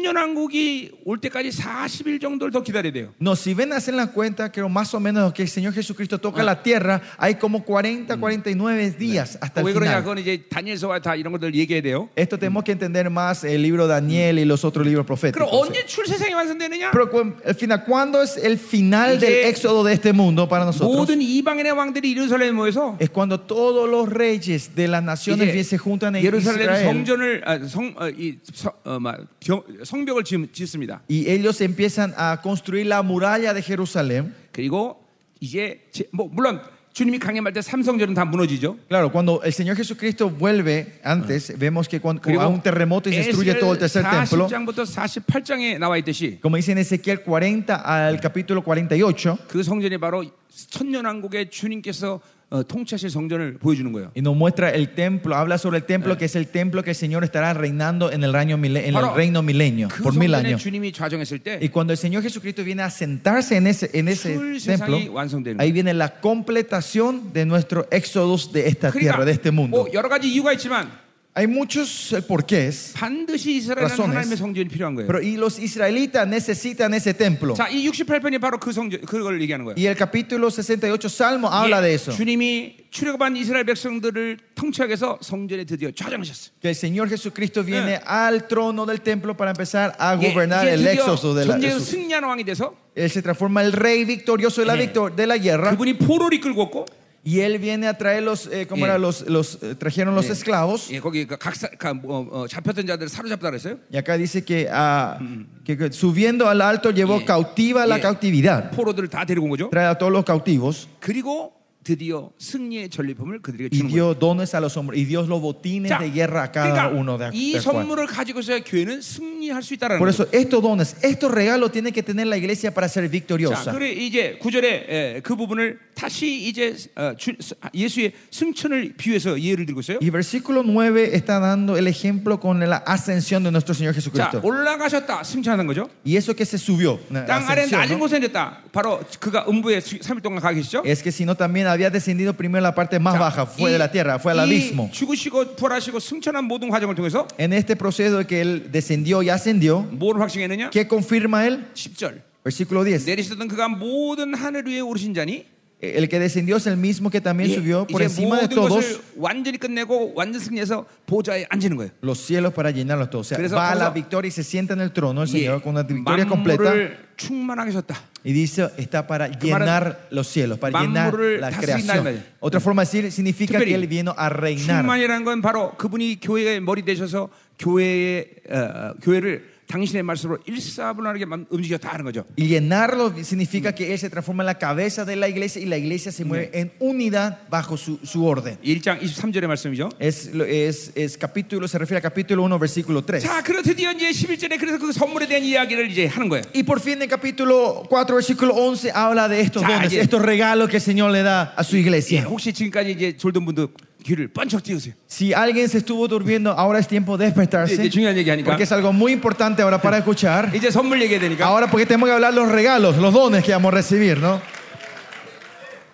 [SPEAKER 1] 천년왕국이 올 때까지 40일 정도를 더 기다려야 돼요.
[SPEAKER 2] No, si ven a hacer la cuenta, creo más o menos que el Señor Jesucristo toca la tierra, hay como 40, 49 días hasta el
[SPEAKER 1] 왜 그러냐?
[SPEAKER 2] final.
[SPEAKER 1] 그건 이제 다니엘서와 다 이런 것들 얘기해야 돼요.
[SPEAKER 2] Esto tenemos que entender más el libro de Daniel y los otros libros
[SPEAKER 1] 네, 그럼
[SPEAKER 2] proféticos.
[SPEAKER 1] 언제 출세상이 완성되느냐?
[SPEAKER 2] Pero cu- al final, ¿cuándo es el final del
[SPEAKER 1] Dice-
[SPEAKER 2] éxodo de este mundo para nosotros?
[SPEAKER 1] 모든 이방인의 왕들이 예루살렘에 모여서
[SPEAKER 2] Es cuando todos los reyes de las naciones
[SPEAKER 1] 이제
[SPEAKER 2] bien se juntan en
[SPEAKER 1] 예루살렘
[SPEAKER 2] Israel
[SPEAKER 1] 성전을 아, 성, 어, 이, 성, 어, 막, 경- 성벽을 짓- 짓습니다.
[SPEAKER 2] y ellos empiezan a construir la muralla de Jerusalén.
[SPEAKER 1] 그리고 이제 제- 뭐 물론 주님이 강림할 때 삼성전은 다 무너지죠.
[SPEAKER 2] Claro, cuando el Señor Jesucristo vuelve antes, vemos que cuando
[SPEAKER 1] 그리고
[SPEAKER 2] a un terremoto y se destruye todo el tercer templo.
[SPEAKER 1] 40장부터 48장에 나와 있듯이
[SPEAKER 2] Como dice en Ezequiel 40 al capítulo 48,
[SPEAKER 1] 그 성전이 바로 천년왕국의 주님께서 어, 통치하실 성전을 보여주는 거예요.
[SPEAKER 2] y nos muestra el templo, habla sobre el templo que es el templo que el Señor estará reinando en el reino, mile- en
[SPEAKER 1] Ahora,
[SPEAKER 2] el reino milenio,
[SPEAKER 1] 그
[SPEAKER 2] por mil
[SPEAKER 1] 성전에
[SPEAKER 2] años.
[SPEAKER 1] 주님이 좌정했을 때
[SPEAKER 2] Y cuando el Señor Jesucristo viene a sentarse en ese, en ese
[SPEAKER 1] 술 세상이
[SPEAKER 2] templo,
[SPEAKER 1] 완성되는
[SPEAKER 2] ahí
[SPEAKER 1] 거예요.
[SPEAKER 2] viene la completación de nuestro éxodo de esta tierra, de este
[SPEAKER 1] 그러니까
[SPEAKER 2] mundo.
[SPEAKER 1] 뭐 여러 가지 이유가 있지만
[SPEAKER 2] Hay muchos eh, porqués,
[SPEAKER 1] 반드시 이스라엘은
[SPEAKER 2] Razones.
[SPEAKER 1] 하나님의 성전이 필요한 거예요.
[SPEAKER 2] pero y los israelitas necesitan ese templo.
[SPEAKER 1] 자, 이 68편이 바로 그 성전 그걸 얘기하는 거예요.
[SPEAKER 2] Y el capítulo 68 Salmo habla
[SPEAKER 1] 예,
[SPEAKER 2] de eso.
[SPEAKER 1] 주님이 출애굽한 이스라엘 백성들을 통치하기 위해서 성전에 드디어 좌정하셨어요.
[SPEAKER 2] Que el Señor Jesucristo viene
[SPEAKER 1] Eh.
[SPEAKER 2] al trono del templo para empezar a
[SPEAKER 1] 예,
[SPEAKER 2] gobernar Ah. el
[SPEAKER 1] 이제 드디어
[SPEAKER 2] éxodo de la
[SPEAKER 1] 전쟁에서
[SPEAKER 2] de su-
[SPEAKER 1] 승리하는 왕이 돼서
[SPEAKER 2] Él se transforma en el rey victorioso de la,
[SPEAKER 1] Eh.
[SPEAKER 2] victor- de la guerra
[SPEAKER 1] 그분이 포로를 이끌고 왔고
[SPEAKER 2] Y él viene a traer los, eh,
[SPEAKER 1] 예.
[SPEAKER 2] ¿cómo era? Los, los, eh, trajeron los
[SPEAKER 1] 예.
[SPEAKER 2] esclavos.
[SPEAKER 1] 예, 거기 그 각사 가- 어, 어, 잡혔던 자들 을 사로잡다 그랬어요.
[SPEAKER 2] Y acá dice que, ah, que- que subiendo al alto llevó
[SPEAKER 1] 예.
[SPEAKER 2] cautiva la
[SPEAKER 1] 예.
[SPEAKER 2] cautividad.
[SPEAKER 1] 포로들을 다 데리고 온 거죠.
[SPEAKER 2] Trae a todos los cautivos
[SPEAKER 1] 그리고 드디어 승리의 전리품을 그들에게
[SPEAKER 2] y
[SPEAKER 1] 주는 거예요.
[SPEAKER 2] dio dones a los hombres y Dios los botines
[SPEAKER 1] 자,
[SPEAKER 2] de guerra a cada uno de,
[SPEAKER 1] 그러니까 이
[SPEAKER 2] de cual.
[SPEAKER 1] 선물을 가지고 있어야 교회는 승리할 수 있다라는
[SPEAKER 2] Por
[SPEAKER 1] 거죠.
[SPEAKER 2] eso estos dones, estos regalos tiene que tener la iglesia para ser
[SPEAKER 1] 자,
[SPEAKER 2] victoriosa.
[SPEAKER 1] 그래 이제 구절에 에, 그 부분을 다시 이제 어, 주, 예수의 승천을 비유해서 예를 들고 있어요.
[SPEAKER 2] Y versículo 9 está dando el ejemplo con la ascensión de nuestro
[SPEAKER 1] 자,
[SPEAKER 2] Señor Jesucristo.
[SPEAKER 1] 올라가셨다 승천하는 거죠.
[SPEAKER 2] Y eso que se subió, la
[SPEAKER 1] 땅 아래
[SPEAKER 2] ascensión,
[SPEAKER 1] 낮은
[SPEAKER 2] ¿no?
[SPEAKER 1] 곳에 앉았다. 바로 그가 음부에 3일 동안 가 계시죠.
[SPEAKER 2] es que si no también había descendido primero a la parte más
[SPEAKER 1] 자,
[SPEAKER 2] baja, fue de la tierra, fue al
[SPEAKER 1] 이
[SPEAKER 2] abismo.
[SPEAKER 1] 죽으시고 부활하시고 승천한 모든 과정을 통해서
[SPEAKER 2] En este proceso de que él descendió y ascendió,
[SPEAKER 1] 뭘 확증했느냐?
[SPEAKER 2] ¿qué confirma él?
[SPEAKER 1] 10절.
[SPEAKER 2] Versículo 10.
[SPEAKER 1] 내리시던 그가 모든 ha늘 위에 오르신 자니
[SPEAKER 2] El que descendió es el mismo que también
[SPEAKER 1] 예,
[SPEAKER 2] subió por
[SPEAKER 1] 이제
[SPEAKER 2] encima de
[SPEAKER 1] 모든
[SPEAKER 2] todos
[SPEAKER 1] 것을 완전히 끝내고 완전 승리해서 보좌에 앉는 거예요.
[SPEAKER 2] los cielos para llenarlos todos. O sea,
[SPEAKER 1] 그래서
[SPEAKER 2] va a la
[SPEAKER 1] 거기서-
[SPEAKER 2] victoria y se sienta en el trono el
[SPEAKER 1] 예,
[SPEAKER 2] Señor con una victoria completa.
[SPEAKER 1] 만물을 충만하게 셨다.
[SPEAKER 2] Y dice, está para llenar los cielos, para llenar
[SPEAKER 1] 만물을
[SPEAKER 2] la
[SPEAKER 1] 다스린다, 이
[SPEAKER 2] creación.
[SPEAKER 1] 말이에요.
[SPEAKER 2] Otra forma de decir, significa
[SPEAKER 1] 특별히
[SPEAKER 2] que Él vino a reinar.
[SPEAKER 1] 충만이라는 건 바로 그분이 교회의 머리 되셔서 교회의 어, 어, 교회를 당신의 말씀으로 일사분란하게 만- 움직였다 하는 거죠.
[SPEAKER 2] Y llenarlo significa que Él se transforma en la cabeza de la iglesia y la iglesia se mueve en unidad bajo su, su orden.
[SPEAKER 1] 1장 23절의 말씀이죠.
[SPEAKER 2] Es, lo- es, es capítulo, se refiere a capítulo 1, versículo 3.
[SPEAKER 1] 자, 그래 드디어 이제 11절에 그래서 그 선물에 대한 이야기를 이제 하는 거예요.
[SPEAKER 2] Y por fin en capítulo 4, versículo 11, habla de estos
[SPEAKER 1] Ya,
[SPEAKER 2] dones,
[SPEAKER 1] ya. uh,
[SPEAKER 2] estos regalos que el Señor le da a su
[SPEAKER 1] 예,
[SPEAKER 2] iglesia.
[SPEAKER 1] 혹시 지금까지 이제 졸던 분도 귀를 번쩍 띄우세요.
[SPEAKER 2] Si alguien se estuvo durmiendo, ahora es tiempo de
[SPEAKER 1] 예, 이제
[SPEAKER 2] despertarse.
[SPEAKER 1] 중요한 얘기하니까
[SPEAKER 2] Porque es algo muy importante ahora
[SPEAKER 1] Eh,
[SPEAKER 2] para escuchar.
[SPEAKER 1] 이제 선물 얘기해야 되니까.
[SPEAKER 2] Ahora porque tenemos que hablar los regalos, los dones que vamos a recibir, ¿no?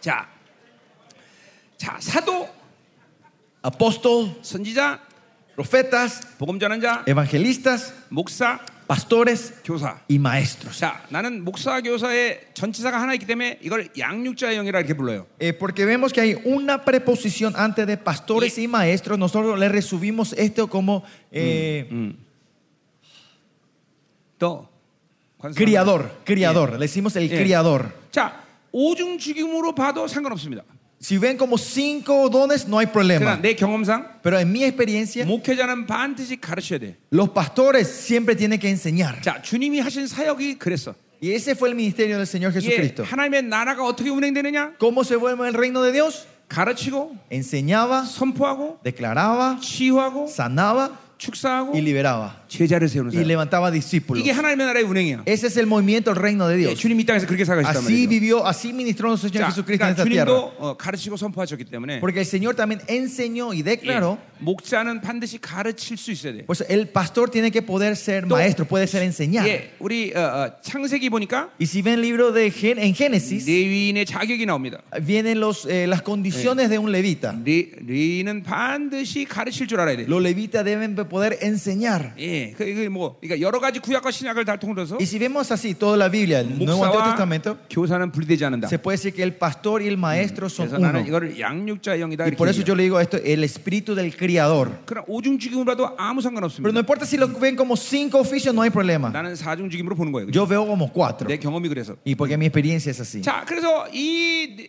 [SPEAKER 1] 자, 자 사도,
[SPEAKER 2] Apóstol,
[SPEAKER 1] 선지자,
[SPEAKER 2] profetas,
[SPEAKER 1] 복음 전환자,
[SPEAKER 2] 예. evangelistas,
[SPEAKER 1] 목사,
[SPEAKER 2] pastores
[SPEAKER 1] 교사.
[SPEAKER 2] y maestros.
[SPEAKER 1] 자, 나는 목사 교사의 전치사가 하나 있기 때문에 이걸 양육자의 영이라 이렇게 불러요.
[SPEAKER 2] Eh, porque vemos que hay una preposición antes de pastores y maestros. Nosotros le resumimos esto como eh,
[SPEAKER 1] Mm, 또 관습.
[SPEAKER 2] criador,
[SPEAKER 1] Eh,
[SPEAKER 2] criador. Le decimos el
[SPEAKER 1] Yeah.
[SPEAKER 2] criador.
[SPEAKER 1] 자, 오중 죽임으로 봐도 상관없습니다.
[SPEAKER 2] Si ven como cinco dones, no hay
[SPEAKER 1] 그러나
[SPEAKER 2] problema.
[SPEAKER 1] 내 경험상
[SPEAKER 2] Pero en mi experiencia,
[SPEAKER 1] 목회자는 반드시 가르쳐야 돼.
[SPEAKER 2] los pastores siempre tienen que enseñar.
[SPEAKER 1] 자, 주님이 하신 사역이 그랬어.
[SPEAKER 2] Y ese fue el ministerio del Señor
[SPEAKER 1] 이게
[SPEAKER 2] Jesucristo.
[SPEAKER 1] 하나님의 나라가 어떻게 운행되느냐?
[SPEAKER 2] ¿Cómo se vuelve el reino de Dios?
[SPEAKER 1] 가르치고
[SPEAKER 2] Enseñaba,
[SPEAKER 1] 선포하고
[SPEAKER 2] declaraba,
[SPEAKER 1] 치유하고
[SPEAKER 2] sanaba
[SPEAKER 1] 축사하고
[SPEAKER 2] y liberaba.
[SPEAKER 1] 제자를 세우는
[SPEAKER 2] Y
[SPEAKER 1] 사역.
[SPEAKER 2] levantaba discípulos.
[SPEAKER 1] 이게 하나님의 나라의 운행이야.
[SPEAKER 2] Ese es el movimiento, el reino de
[SPEAKER 1] 예,
[SPEAKER 2] Dios.
[SPEAKER 1] 주님 이 땅에서 그렇게 살아가셨단
[SPEAKER 2] Así
[SPEAKER 1] 말이에요.
[SPEAKER 2] vivió, así ministró nuestro
[SPEAKER 1] 자,
[SPEAKER 2] Señor Jesucristo en
[SPEAKER 1] 그러니까
[SPEAKER 2] esta tierra.
[SPEAKER 1] 주님도 어, 가르치고 선포하셨기 때문에
[SPEAKER 2] Porque el Señor también enseñó y declaró.
[SPEAKER 1] 예, 목자는 반드시 가르칠 수 있어야 돼.
[SPEAKER 2] Por eso el pastor tiene que poder ser
[SPEAKER 1] No.
[SPEAKER 2] maestro, puede ser enseñado.
[SPEAKER 1] 예, 우리 어, 어, 창세기 보니까
[SPEAKER 2] Y si ven el libro de Gen- en Génesis,
[SPEAKER 1] 레위인의 자격이 나옵니다.
[SPEAKER 2] vienen los, eh, las condiciones de un levita.
[SPEAKER 1] 레, 레위인은 반드시 가르칠 줄 알아야 돼.
[SPEAKER 2] Los levitas deben poder enseñar.
[SPEAKER 1] 예, 그, 그 뭐, 그러니까 여러 가지 구약과 신약을 다 통틀어서
[SPEAKER 2] Y si vemos así toda la Biblia, el Nuevo Antiguo
[SPEAKER 1] 목사와
[SPEAKER 2] Testamento,
[SPEAKER 1] 교사는 분리되지 않는다.
[SPEAKER 2] se puede decir que el pastor y el maestro son
[SPEAKER 1] 그래서
[SPEAKER 2] uno.
[SPEAKER 1] 나는 이거를 양육자 영이다
[SPEAKER 2] Y
[SPEAKER 1] 이렇게.
[SPEAKER 2] por eso
[SPEAKER 1] 얘기해요.
[SPEAKER 2] yo le digo esto, el espíritu del criador.
[SPEAKER 1] 그러나 오중 죽임으로도 아무
[SPEAKER 2] Pero no
[SPEAKER 1] 상관없습니다.
[SPEAKER 2] importa si lo ven como cinco oficios, no hay problema.
[SPEAKER 1] 나는 사중 죽임으로 보는 거예요.
[SPEAKER 2] Yo veo como cuatro.
[SPEAKER 1] 내 경험이 그래서.
[SPEAKER 2] Y porque mi experiencia es así.
[SPEAKER 1] 자, 그래서 이,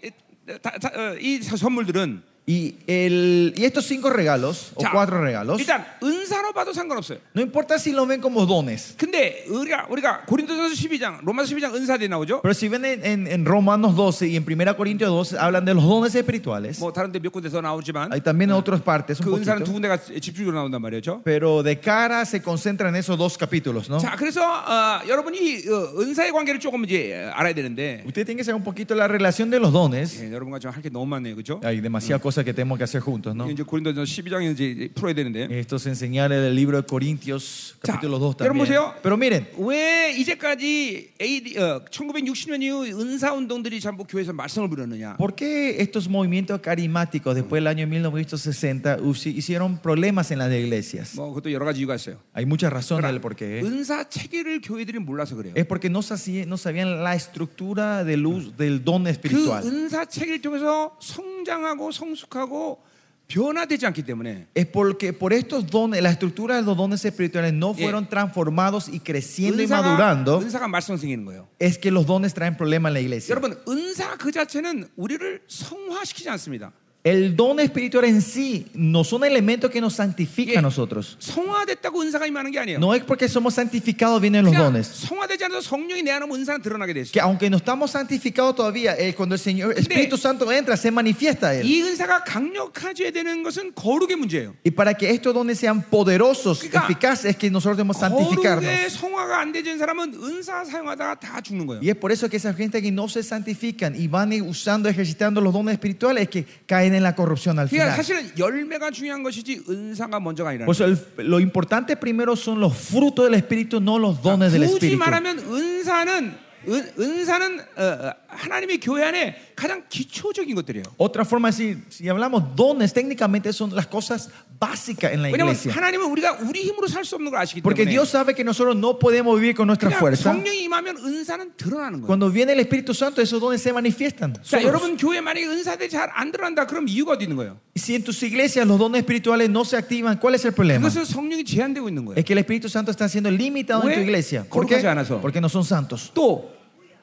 [SPEAKER 1] 다- 다- 어, 이 선물들은
[SPEAKER 2] Y, el, y estos cinco regalos, o
[SPEAKER 1] 자,
[SPEAKER 2] cuatro regalos,
[SPEAKER 1] 일단 은사로 봐도 상관없어요.
[SPEAKER 2] no importa si lo ven como dones.
[SPEAKER 1] 근데 우리가 우리가 고린도전서 12장, 로마서 12장 은사들이 나오죠.
[SPEAKER 2] Pero si ven en, en- en Romanos 12 y en 1 Corintios 12, hablan de los dones espirituales.
[SPEAKER 1] 뭐 다른데 몇 군데서 나오지만
[SPEAKER 2] Hay también en otras partes, un
[SPEAKER 1] 그 은사는 두
[SPEAKER 2] poquito.
[SPEAKER 1] 군데가 집중적으로 나온단 말이죠.
[SPEAKER 2] Pero de cara se concentran en esos dos capítulos, ¿no?
[SPEAKER 1] 자, 그래서 어, 여러분이 어, 은사의 관계를 조금 이제 알아야 되는데
[SPEAKER 2] Usted tiene que saber un poquito la relación de los dones.
[SPEAKER 1] 예, 여러분과 좀 할 게 너무 많네요, 그렇죠?
[SPEAKER 2] Hay demasiadas cosas que tenemos que hacer juntos, ¿no?
[SPEAKER 1] 이제 고린도전서 12장에 이제 풀어야 되는데
[SPEAKER 2] Esto se enseñará en el libro de Corintios,
[SPEAKER 1] 자,
[SPEAKER 2] capítulo 2
[SPEAKER 1] 여러분
[SPEAKER 2] también.
[SPEAKER 1] 보세요.
[SPEAKER 2] Pero miren,
[SPEAKER 1] 왜 이제까지 AD, 어, 1960년 이후 은사 운동들이 전부 교회에서 말씀을 부르느냐?
[SPEAKER 2] ¿por qué estos movimientos carismáticos después del año 1960 us- hicieron problemas en las iglesias?
[SPEAKER 1] 뭐 그것도 여러 가지 이유가 있어요.
[SPEAKER 2] Hay muchas razones del
[SPEAKER 1] 그러나
[SPEAKER 2] por qué. ¿eh?
[SPEAKER 1] 은사 체계를 교회들이 몰라서 그래요.
[SPEAKER 2] Es porque no, saci- no sabían la estructura de luz del don
[SPEAKER 1] 그
[SPEAKER 2] espiritual.
[SPEAKER 1] 은사 체계를 통해서 성장하고 성숙하고 변화되지 않기 때문에
[SPEAKER 2] Es porque por estos dones, las estructuras de los dones espirituales no
[SPEAKER 1] Yeah.
[SPEAKER 2] fueron transformados y creciendo y
[SPEAKER 1] 은사가,
[SPEAKER 2] madurando,
[SPEAKER 1] 은사가 말썽 생기는 거예요.
[SPEAKER 2] es que los dones traen problemas en la iglesia.
[SPEAKER 1] 여러분 은사 그 자체는 우리를 성화시키지 않습니다.
[SPEAKER 2] El don espiritual en sí no son elementos que nos santifica
[SPEAKER 1] Yeah.
[SPEAKER 2] a nosotros.
[SPEAKER 1] 성화됐다고 은사가 임하는 게 아니에요.
[SPEAKER 2] No es porque somos santificados vienen los
[SPEAKER 1] 그냥
[SPEAKER 2] dones.
[SPEAKER 1] 성화되지 않아서 성령이 내 안에 오면 은사는 드러나게 돼
[SPEAKER 2] Que
[SPEAKER 1] 있어요.
[SPEAKER 2] aunque no estamos santificados todavía, eh, cuando el Señor Espíritu Santo entra, se manifiesta Él.
[SPEAKER 1] 이 은사가 강력해져야 되는 것은 거룩의 문제예요.
[SPEAKER 2] Y para que estos dones sean poderosos,
[SPEAKER 1] Kika.
[SPEAKER 2] eficaces, es que nosotros debemos santificarnos.
[SPEAKER 1] 거룩의 성화가 안 되는 사람은 은사 사용하다가 다 죽는 거예요.
[SPEAKER 2] Y es por eso que esa gente que no se santifican y van usando, ejercitando los dones espirituales, es que caen en la corrupción al
[SPEAKER 1] 그러니까
[SPEAKER 2] final.
[SPEAKER 1] 사실은 열매가 중요한 것이지 은사가 먼저가 아니라.
[SPEAKER 2] Por eso el- lo importante primero son los frutos del Espíritu, no los dones del
[SPEAKER 1] 굳이
[SPEAKER 2] Espíritu.
[SPEAKER 1] 말하면 은사는 은, 은사는 어, 어, 하나님의 교회 안에 가장 기초적인 것들이에요.
[SPEAKER 2] Otra forma, si, si hablamos dones, técnicamente son las cosas básicas en la
[SPEAKER 1] 왜냐하면
[SPEAKER 2] iglesia.
[SPEAKER 1] 하나님은 우리가 우리 힘으로 살 수 없는 걸 아시기
[SPEAKER 2] 네, Porque
[SPEAKER 1] 때문에
[SPEAKER 2] Dios sabe que nosotros no podemos vivir con nuestra
[SPEAKER 1] 그냥
[SPEAKER 2] fuerza.
[SPEAKER 1] 성령이 임하면 은사는 드러나는 거예요.
[SPEAKER 2] Cuando viene el Espíritu Santo, esos dones se manifiestan.
[SPEAKER 1] 자,
[SPEAKER 2] solos.
[SPEAKER 1] 여러분 교회 만약에 은사들이 잘 안 드러난다 그럼 이유가 어디 있는 거예요?
[SPEAKER 2] Y Si en tus iglesias los dones espirituales no se activan, ¿cuál es el problema?
[SPEAKER 1] 그것은 성령이 제한되고 있는 거예요.
[SPEAKER 2] Es que el Espíritu Santo está siendo limitado en
[SPEAKER 1] Ue,
[SPEAKER 2] tu iglesia. ¿Por qué?
[SPEAKER 1] 거룩하지 않아서.
[SPEAKER 2] Porque no son santos.
[SPEAKER 1] 또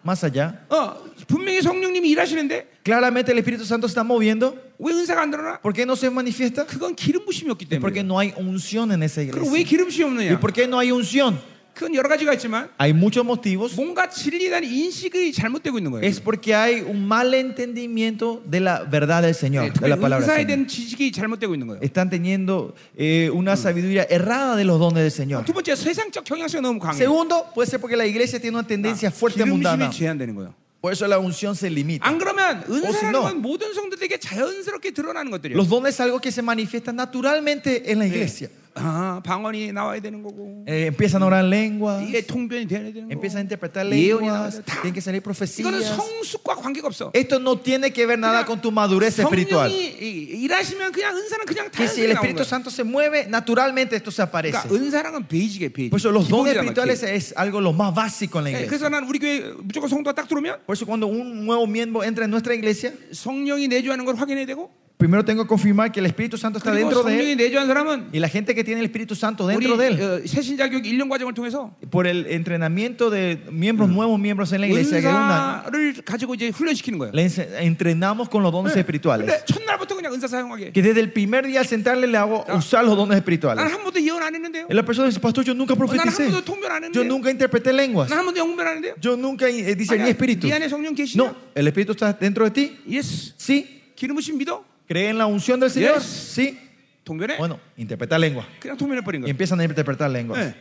[SPEAKER 2] Más allá,
[SPEAKER 1] 어, 분명히 성령님이 일하시는데
[SPEAKER 2] claramente el Espíritu Santo se está moviendo.
[SPEAKER 1] 왜 은사가 안 드러나?
[SPEAKER 2] ¿Por qué no se manifiesta?
[SPEAKER 1] 그건 기름 부심이 없기
[SPEAKER 2] Porque
[SPEAKER 1] 때문에.
[SPEAKER 2] no hay unción en esa
[SPEAKER 1] 그럼 왜
[SPEAKER 2] iglesia.
[SPEAKER 1] 기름 부심이
[SPEAKER 2] ¿Y
[SPEAKER 1] 없느냐?
[SPEAKER 2] por qué no hay unción?
[SPEAKER 1] 그건 여러 가지가 있지만
[SPEAKER 2] Hay muchos motivos.
[SPEAKER 1] 뭔가 진리에 대한 인식이 잘못되고 있는 거예요.
[SPEAKER 2] Es porque hay un mal entendimiento de la verdad del
[SPEAKER 1] 네,
[SPEAKER 2] Señor, de
[SPEAKER 1] 특별히
[SPEAKER 2] la palabra del
[SPEAKER 1] 은사에
[SPEAKER 2] Señor.
[SPEAKER 1] 대한 지식이 잘못되고 있는 거예요.
[SPEAKER 2] Están teniendo eh, una sabiduría errada de los dones del Señor.
[SPEAKER 1] 두 번째 세상적 경향성이 너무 강해요.
[SPEAKER 2] Segundo, puede ser porque la iglesia tiene una
[SPEAKER 1] Ah,
[SPEAKER 2] tendencia fuerte mundana.
[SPEAKER 1] 기름심이 제한되는 거예요.
[SPEAKER 2] Por eso la unción se limita.
[SPEAKER 1] 안 그러면 은사라는
[SPEAKER 2] no.
[SPEAKER 1] 건 모든 성도들에게 자연스럽게 드러나는 것들이에요.
[SPEAKER 2] Los dones es algo que se manifiesta naturalmente en la iglesia.
[SPEAKER 1] 아, 방언이 나와야 되는 거고
[SPEAKER 2] Eh, empiezan a orar en lengua,
[SPEAKER 1] 이게 통변이 돼야 되는 거고
[SPEAKER 2] empiezan a interpretar
[SPEAKER 1] 예언이
[SPEAKER 2] lenguas,
[SPEAKER 1] 나와야 돼.
[SPEAKER 2] tienen que salir
[SPEAKER 1] 이거는
[SPEAKER 2] profecías.
[SPEAKER 1] 성숙과 관계가 없어.
[SPEAKER 2] Esto no tiene que ver nada con tu madurez espiritual.
[SPEAKER 1] 성령이 이- 일하시면 그냥 은사는 그냥
[SPEAKER 2] Que si
[SPEAKER 1] 자연스럽게 나오는
[SPEAKER 2] el Espíritu
[SPEAKER 1] 거야.
[SPEAKER 2] Santo se mueve, naturalmente esto se aparece.
[SPEAKER 1] 그러니까 은사라는 건 베이직의 베이직.
[SPEAKER 2] Por eso los dones
[SPEAKER 1] 기본이란 말이야,
[SPEAKER 2] espirituales es algo lo más básico en la
[SPEAKER 1] 기본. 예,
[SPEAKER 2] iglesia.
[SPEAKER 1] 그래서 난 우리 교회 무조건 성도가 딱 들어오면
[SPEAKER 2] Por eso cuando un nuevo miembro entra en nuestra iglesia,
[SPEAKER 1] 성령이 내주하는 걸 확인해야 되고
[SPEAKER 2] primero tengo que confirmar que el Espíritu Santo está
[SPEAKER 1] 그리고
[SPEAKER 2] dentro de él
[SPEAKER 1] 성령이 내주한 사람은
[SPEAKER 2] y la gente que tiene el Espíritu Santo
[SPEAKER 1] 우리
[SPEAKER 2] dentro de él.
[SPEAKER 1] 어, 새신자 교육 1년 과정을 통해서
[SPEAKER 2] Por el entrenamiento de miembros, nuevos miembros en la iglesia, que es un año,
[SPEAKER 1] 은사를 가지고 이제 훈련시키는 거예요.
[SPEAKER 2] le ense- entrenamos con los
[SPEAKER 1] Eh,
[SPEAKER 2] dones espirituales.
[SPEAKER 1] 근데 첫날부터 그냥 은사 사용하게.
[SPEAKER 2] Que desde el primer día al sentarle le hago usar los dones
[SPEAKER 1] 난
[SPEAKER 2] espirituales.
[SPEAKER 1] 한 번도 예언 안 했는데요.
[SPEAKER 2] Y la persona dice, pastor, yo nunca
[SPEAKER 1] 난 한
[SPEAKER 2] profeticé.
[SPEAKER 1] 번도 통변 안
[SPEAKER 2] Yo
[SPEAKER 1] 했는데요.
[SPEAKER 2] nunca interpreté lenguas.
[SPEAKER 1] 난 한 번도 영변 안 했는데요.
[SPEAKER 2] Yo nunca eh, discerní
[SPEAKER 1] 아니야,
[SPEAKER 2] espíritu.
[SPEAKER 1] 네 안에 성령 계시냐?
[SPEAKER 2] No, ¿el espíritu está dentro de ti?
[SPEAKER 1] 예스.
[SPEAKER 2] Sí.
[SPEAKER 1] 기름 부심 믿어?
[SPEAKER 2] ¿Cree en la unción del Señor?
[SPEAKER 1] Yes.
[SPEAKER 2] Sí.
[SPEAKER 1] 통변해?
[SPEAKER 2] Bueno, interpreta lengua.
[SPEAKER 1] 그냥 통변해 버린
[SPEAKER 2] Y
[SPEAKER 1] 뭐 거예요.
[SPEAKER 2] empiezan a interpretar lenguas.
[SPEAKER 1] 예.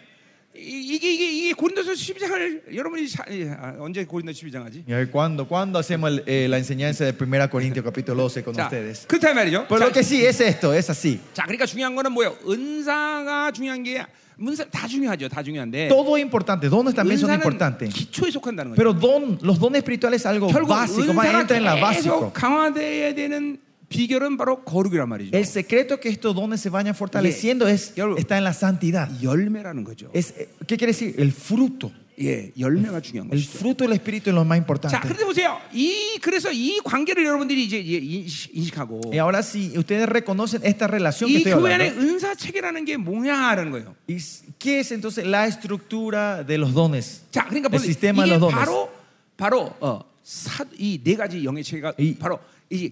[SPEAKER 1] 이- 이게 이게 이게 고린도서 12장을 여러분이 자- 예, 아, 언제 고린도 12장 하지?
[SPEAKER 2] Y a ver, ¿cuándo, cuándo hacemos el- eh, la enseñanza de 1 Corintios capítulo 12 con
[SPEAKER 1] 자,
[SPEAKER 2] ustedes?
[SPEAKER 1] 그렇다 이 말이죠.
[SPEAKER 2] Pero
[SPEAKER 1] 자,
[SPEAKER 2] lo que sí es esto, es así.
[SPEAKER 1] 자, 그러니까 중요한 거는 뭐예요? 은사가 중요한 게 은사 다 중요하죠. 다 중요한데
[SPEAKER 2] Todo es importante, dones también son
[SPEAKER 1] 은사는
[SPEAKER 2] importantes.
[SPEAKER 1] 기초에 속한다는 거예요.
[SPEAKER 2] Pero don, los dones espirituales es algo
[SPEAKER 1] 결국
[SPEAKER 2] básico, más
[SPEAKER 1] 은사가
[SPEAKER 2] entra en la
[SPEAKER 1] 계속
[SPEAKER 2] básico.
[SPEAKER 1] 강화돼야 되는 비결은 바로 거룩이란 말이죠.
[SPEAKER 2] El secreto que estos dones se vayan fortaleciendo es,
[SPEAKER 1] Yo-
[SPEAKER 2] está en la santidad.
[SPEAKER 1] 열매라는 거죠.
[SPEAKER 2] Es, eh, ¿Qué quiere decir? El fruto.
[SPEAKER 1] 예, 열매가 중요한
[SPEAKER 2] El
[SPEAKER 1] 것이죠.
[SPEAKER 2] fruto del Espíritu es lo más
[SPEAKER 1] 자,
[SPEAKER 2] importante.
[SPEAKER 1] 그런데 보세요. 이 그래서 이 관계를 여러분들이 이제 예, 인식- 인식하고
[SPEAKER 2] Y ahora si ustedes reconocen esta relación
[SPEAKER 1] 이
[SPEAKER 2] que estoy
[SPEAKER 1] 교회 안에
[SPEAKER 2] hablando,
[SPEAKER 1] 은사 체계라는 게 뭐냐라는 거예요.
[SPEAKER 2] ¿y s- ¿qué es entonces la estructura de los dones?
[SPEAKER 1] 자, 그러니까
[SPEAKER 2] El
[SPEAKER 1] 보세요.
[SPEAKER 2] sistema de
[SPEAKER 1] 이게
[SPEAKER 2] los dones.
[SPEAKER 1] 바로 바로 어, 이네 가지 영의 체계가
[SPEAKER 2] 이-
[SPEAKER 1] 바로 이,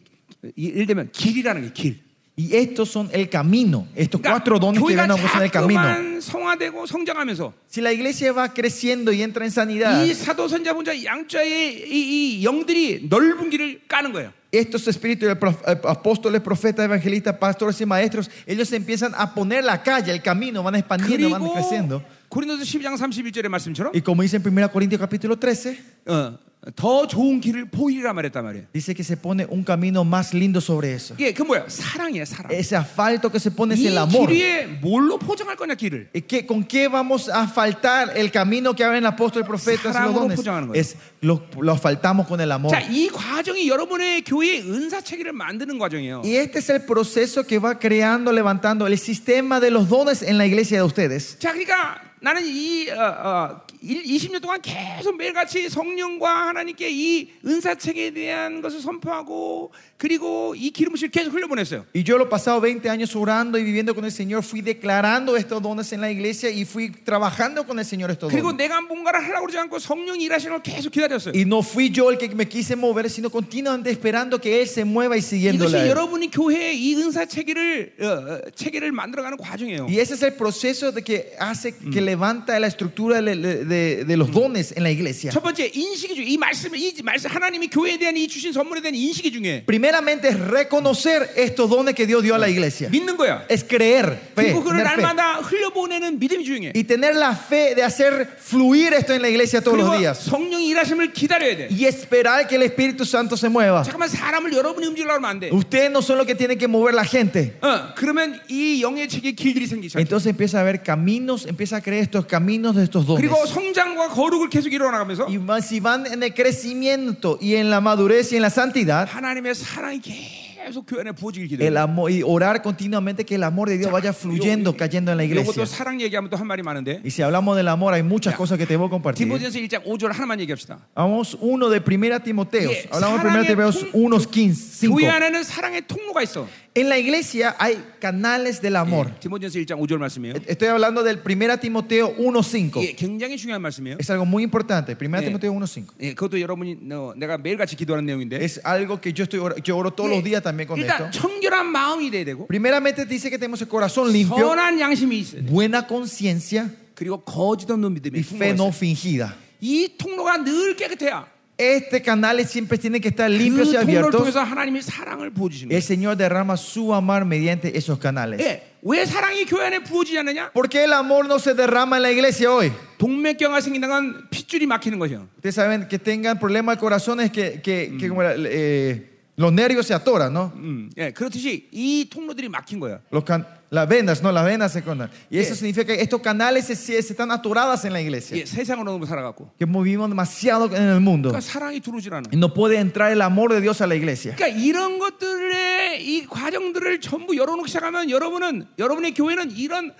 [SPEAKER 1] 이 예를 들면 길이라는 게 길.
[SPEAKER 2] Y estos son el camino, estos cuatro dones que
[SPEAKER 1] 교회가
[SPEAKER 2] ven a en el camino.
[SPEAKER 1] 자꾸만 성화되고 성장하면서
[SPEAKER 2] Si la iglesia va creciendo y entra en sanidad,
[SPEAKER 1] 이 사도 선자 본자 양자의 이, 이 영들이 넓은 길을 까는 거예요.
[SPEAKER 2] estos espíritus de prof- eh, apóstoles, profetas, evangelistas, pastores y maestros, ellos empiezan a poner la calle, el camino, van expandiendo, van
[SPEAKER 1] 그리고
[SPEAKER 2] creciendo.
[SPEAKER 1] 고린도서 12장 31절의 말씀처럼
[SPEAKER 2] Y como dice en 1 Corintios capítulo 13,
[SPEAKER 1] 어, 더 좋은 길을 보이라 말했단 말이에요.
[SPEAKER 2] dice que se pone un camino más lindo sobre eso.
[SPEAKER 1] 이게 그 뭐야? 사랑이야, 사랑.
[SPEAKER 2] Ese asfalto que se pone es
[SPEAKER 1] 이
[SPEAKER 2] el amor.
[SPEAKER 1] 길이에 뭘로 포장할 거냐 길을?
[SPEAKER 2] ¿Y qué- ¿Con qué vamos a faltar el camino que abren el apóstol, profetas y los
[SPEAKER 1] Saramuro
[SPEAKER 2] dones?
[SPEAKER 1] 포장하는 거예요.
[SPEAKER 2] Es, lo, lo asfaltamos con el amor.
[SPEAKER 1] 자, 이 과정이 여러분의 교회의 은사 체계를 만드는 과정이에요.
[SPEAKER 2] Y este es el proceso que va creando, levantando el sistema de los dones en la iglesia de ustedes.
[SPEAKER 1] 자, 그러니까 나는 이 어, 어, 일- 20년 동안 계속 매일같이 성령과 하나님께 이 은사책에 대한 것을 선포하고 그리고 이 기름을 계속 흘려보냈어요.
[SPEAKER 2] Y yo los pasados 20 años orando y viviendo con el Señor, fui declarando estos dones en la iglesia y fui trabajando con el Señor estos
[SPEAKER 1] 그리고
[SPEAKER 2] dones.
[SPEAKER 1] 내가 뭔가를 하려고 그러지 않고 성령이 일하시는 걸 계속 기다렸어요.
[SPEAKER 2] Y no fui yo el que me quise mover, sino continuamente esperando que Él se mueva y
[SPEAKER 1] 이것이
[SPEAKER 2] siguiéndole. a Él.
[SPEAKER 1] 여러분이 교회에 이 은사 체계를 어, 어, 체계를 만들어가는 과정이에요.
[SPEAKER 2] Y ese es el proceso de que hace que levanta la estructura de, de- de los dones en la iglesia.
[SPEAKER 1] 첫 번째 인식이 중요. 이 말씀, 이 말씀 하나님이 교회에 대한 이 주신 선물에 대한 인식이 중요해.
[SPEAKER 2] Primeramente es reconocer estos dones que Dios dio a la iglesia.
[SPEAKER 1] 믿는 거야.
[SPEAKER 2] Es creer, fe,
[SPEAKER 1] 그리고 그걸
[SPEAKER 2] tener fe.
[SPEAKER 1] 날마다 흘려보내는 네, 믿음이 중요해.
[SPEAKER 2] Y tener la fe de hacer fluir esto en la iglesia todos los
[SPEAKER 1] 그리고
[SPEAKER 2] días.
[SPEAKER 1] 성령이 일하심을 기다려야 돼.
[SPEAKER 2] Y esperar que el Espíritu Santo se mueva.
[SPEAKER 1] 잠깐만 사람을 여러분이 움직이려고 하면 안 돼.
[SPEAKER 2] Ustedes no son los que tienen que mover la gente.
[SPEAKER 1] 어, 그러면 이 영의 책에 길들이 생기기 시작해.
[SPEAKER 2] Entonces empieza a ver caminos, empieza a creer estos caminos de estos dones.
[SPEAKER 1] 그리고 성장과 거룩을 계속 이뤄나가면서
[SPEAKER 2] Y más si van en el crecimiento y en la madurez y en la santidad,
[SPEAKER 1] 하나님의 사랑이 계속 교회 안에 부어지길 기도해.
[SPEAKER 2] el amor, y orar continuamente que el amor de Dios vaya fluyendo, cayendo en la
[SPEAKER 1] 이것도
[SPEAKER 2] iglesia.
[SPEAKER 1] 사랑 얘기하면 또 한 말이 많은데.
[SPEAKER 2] Y si hablamos del amor, hay muchas cosas que te voy a compartir.
[SPEAKER 1] 디모데전서 1장 5절 하나만 얘기합시다.
[SPEAKER 2] Vamos uno de 1 Timoteo.
[SPEAKER 1] Yeah,
[SPEAKER 2] Hablamos de
[SPEAKER 1] 사랑의
[SPEAKER 2] 1 Timoteo
[SPEAKER 1] 통-
[SPEAKER 2] 1, 15.
[SPEAKER 1] 교회 안에는 사랑의 통로가 있어.
[SPEAKER 2] En la iglesia hay canales del amor.
[SPEAKER 1] 예, 디모데전서 1장 5절 말씀이에요.
[SPEAKER 2] Estoy hablando del 1 Timoteo 1, 5.
[SPEAKER 1] 예, 굉장히 중요한 말씀이에요.
[SPEAKER 2] Es algo muy importante. 1
[SPEAKER 1] Yeah.
[SPEAKER 2] Timoteo 1, 5.
[SPEAKER 1] 예, 그것도 여러분이 어, 내가 매일같이 기도하는 내용인데.
[SPEAKER 2] Es algo que yo estoy or- yo oro todos
[SPEAKER 1] 예,
[SPEAKER 2] los días también con
[SPEAKER 1] 일단
[SPEAKER 2] esto.
[SPEAKER 1] 청결한 마음이 돼야 되고
[SPEAKER 2] Primeramente dice que tenemos el corazón limpio,
[SPEAKER 1] 선한 양심이 있어야 돼.
[SPEAKER 2] buena conciencia
[SPEAKER 1] 그리고 거짓 없는 믿음이
[SPEAKER 2] y fe no fingida.
[SPEAKER 1] 이 통로가 늘 깨끗해야
[SPEAKER 2] Este canal siempre tiene que estar
[SPEAKER 1] 그
[SPEAKER 2] limpios y
[SPEAKER 1] 통로를
[SPEAKER 2] abiertos.
[SPEAKER 1] 통해서 하나님이 사랑을 부어주시는 거예요.
[SPEAKER 2] El Señor derrama su amor mediante esos canales.
[SPEAKER 1] 예, 왜 사랑이 교회 안에 부어지지 않느냐?
[SPEAKER 2] ¿Por qué el amor no se derrama en la iglesia hoy?
[SPEAKER 1] 동맥경화 생긴다는 건 핏줄이 막히는 것이에요.
[SPEAKER 2] Ustedes saben que tengan problemas de corazón es que, que- que como era, eh, los nervios se atoran, ¿no?
[SPEAKER 1] 음, 예, 그렇듯이 이 통로들이 막힌 거예요.
[SPEAKER 2] Los can- las venas, ¿no? Las venas se contan. Y eso
[SPEAKER 1] Sí.
[SPEAKER 2] significa que estos canales se, se están atoradas en la iglesia.
[SPEAKER 1] 예, 세상으로 너무 살아갔고.
[SPEAKER 2] Que movimos demasiado en el mundo.
[SPEAKER 1] 그러니까 사랑이 들어오질 않아.
[SPEAKER 2] Y no puede entrar el amor de Dios a la iglesia.
[SPEAKER 1] 그러니까 이런 것들의 이 과정들을 전부 열어놓기 시작하면 여러분은 여러분의 교회는 이런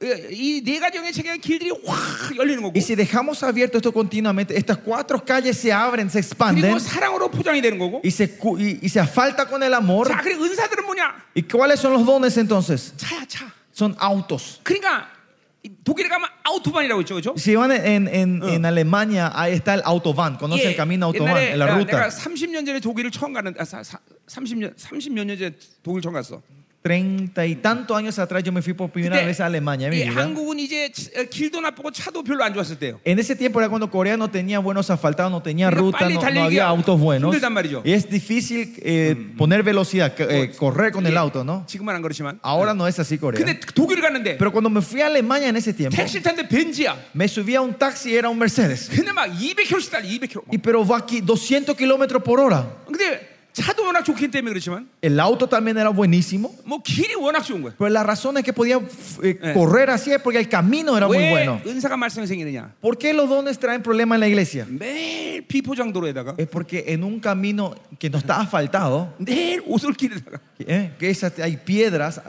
[SPEAKER 1] 이 네 가정의 체계의 길들이 확 열리는 거고
[SPEAKER 2] Y si dejamos abierto esto continuamente, estas cuatro calles se abren, se expanden
[SPEAKER 1] 그리고 사랑으로 포장이 되는 거고
[SPEAKER 2] y se, cu- y, y se asfalta con el amor.
[SPEAKER 1] 자 그리고 은사들은 뭐냐
[SPEAKER 2] ¿Y cuáles son los dones entonces?
[SPEAKER 1] 차야 차
[SPEAKER 2] Son autos.
[SPEAKER 1] 그러니까 이 독일에 가면 아우토반이라고 있죠 그죠
[SPEAKER 2] Si van en, en, en Alemania, ahí está el autobahn. Conoce el camino autobahn,
[SPEAKER 1] 예. 옛날에 아,
[SPEAKER 2] la ruta.
[SPEAKER 1] 내가 30년 전에 독일을 처음 가는 아, 사, 사, 30년 30몇 년 전에 독일 처음 갔어
[SPEAKER 2] Treinta y tantos años atrás yo me fui por primera vez a Alemania. en mi
[SPEAKER 1] 이
[SPEAKER 2] vida.
[SPEAKER 1] 한국은 이제 치- 어, 길도 나쁘고 차도 별로 안 좋았을 때요
[SPEAKER 2] En ese tiempo era cuando Corea no tenía buenos asfaltados, no tenía
[SPEAKER 1] Pero
[SPEAKER 2] ruta,
[SPEAKER 1] 빨리
[SPEAKER 2] no, no
[SPEAKER 1] 달리기가
[SPEAKER 2] había autos buenos.
[SPEAKER 1] 힘들단 말이죠.
[SPEAKER 2] Y es difícil eh, poner velocidad, que- eh, correr con el auto, ¿no?
[SPEAKER 1] 지금은 안 어? 아, 그렇지만
[SPEAKER 2] Ahora no es así Corea.
[SPEAKER 1] 근데 독일 갔는데
[SPEAKER 2] Pero cuando me fui a Alemania en ese tiempo,
[SPEAKER 1] 택시 탄데 벤지야.
[SPEAKER 2] me subí a un taxi, era un Mercedes.
[SPEAKER 1] 근데 막 200km씩 달려 200km.
[SPEAKER 2] Y pero va aquí 200 kilómetros por hora.
[SPEAKER 1] 근데 차도 워낙 좋기 때문에 그렇지만
[SPEAKER 2] El auto también era buenísimo.
[SPEAKER 1] 뭐 길이 워낙 좋은 거야.
[SPEAKER 2] Pero la razón es que podía eh,
[SPEAKER 1] Eh.
[SPEAKER 2] correr así es porque el camino era muy
[SPEAKER 1] 왜
[SPEAKER 2] bueno.
[SPEAKER 1] 은사가 말씀이 생기느냐?
[SPEAKER 2] ¿Por qué los dones traen problemas en la iglesia?
[SPEAKER 1] 매일 비포장 도로에다가
[SPEAKER 2] Es porque en un camino que no está asfaltado,
[SPEAKER 1] 매일 오솔길에다가
[SPEAKER 2] eh, que es- hay piedras,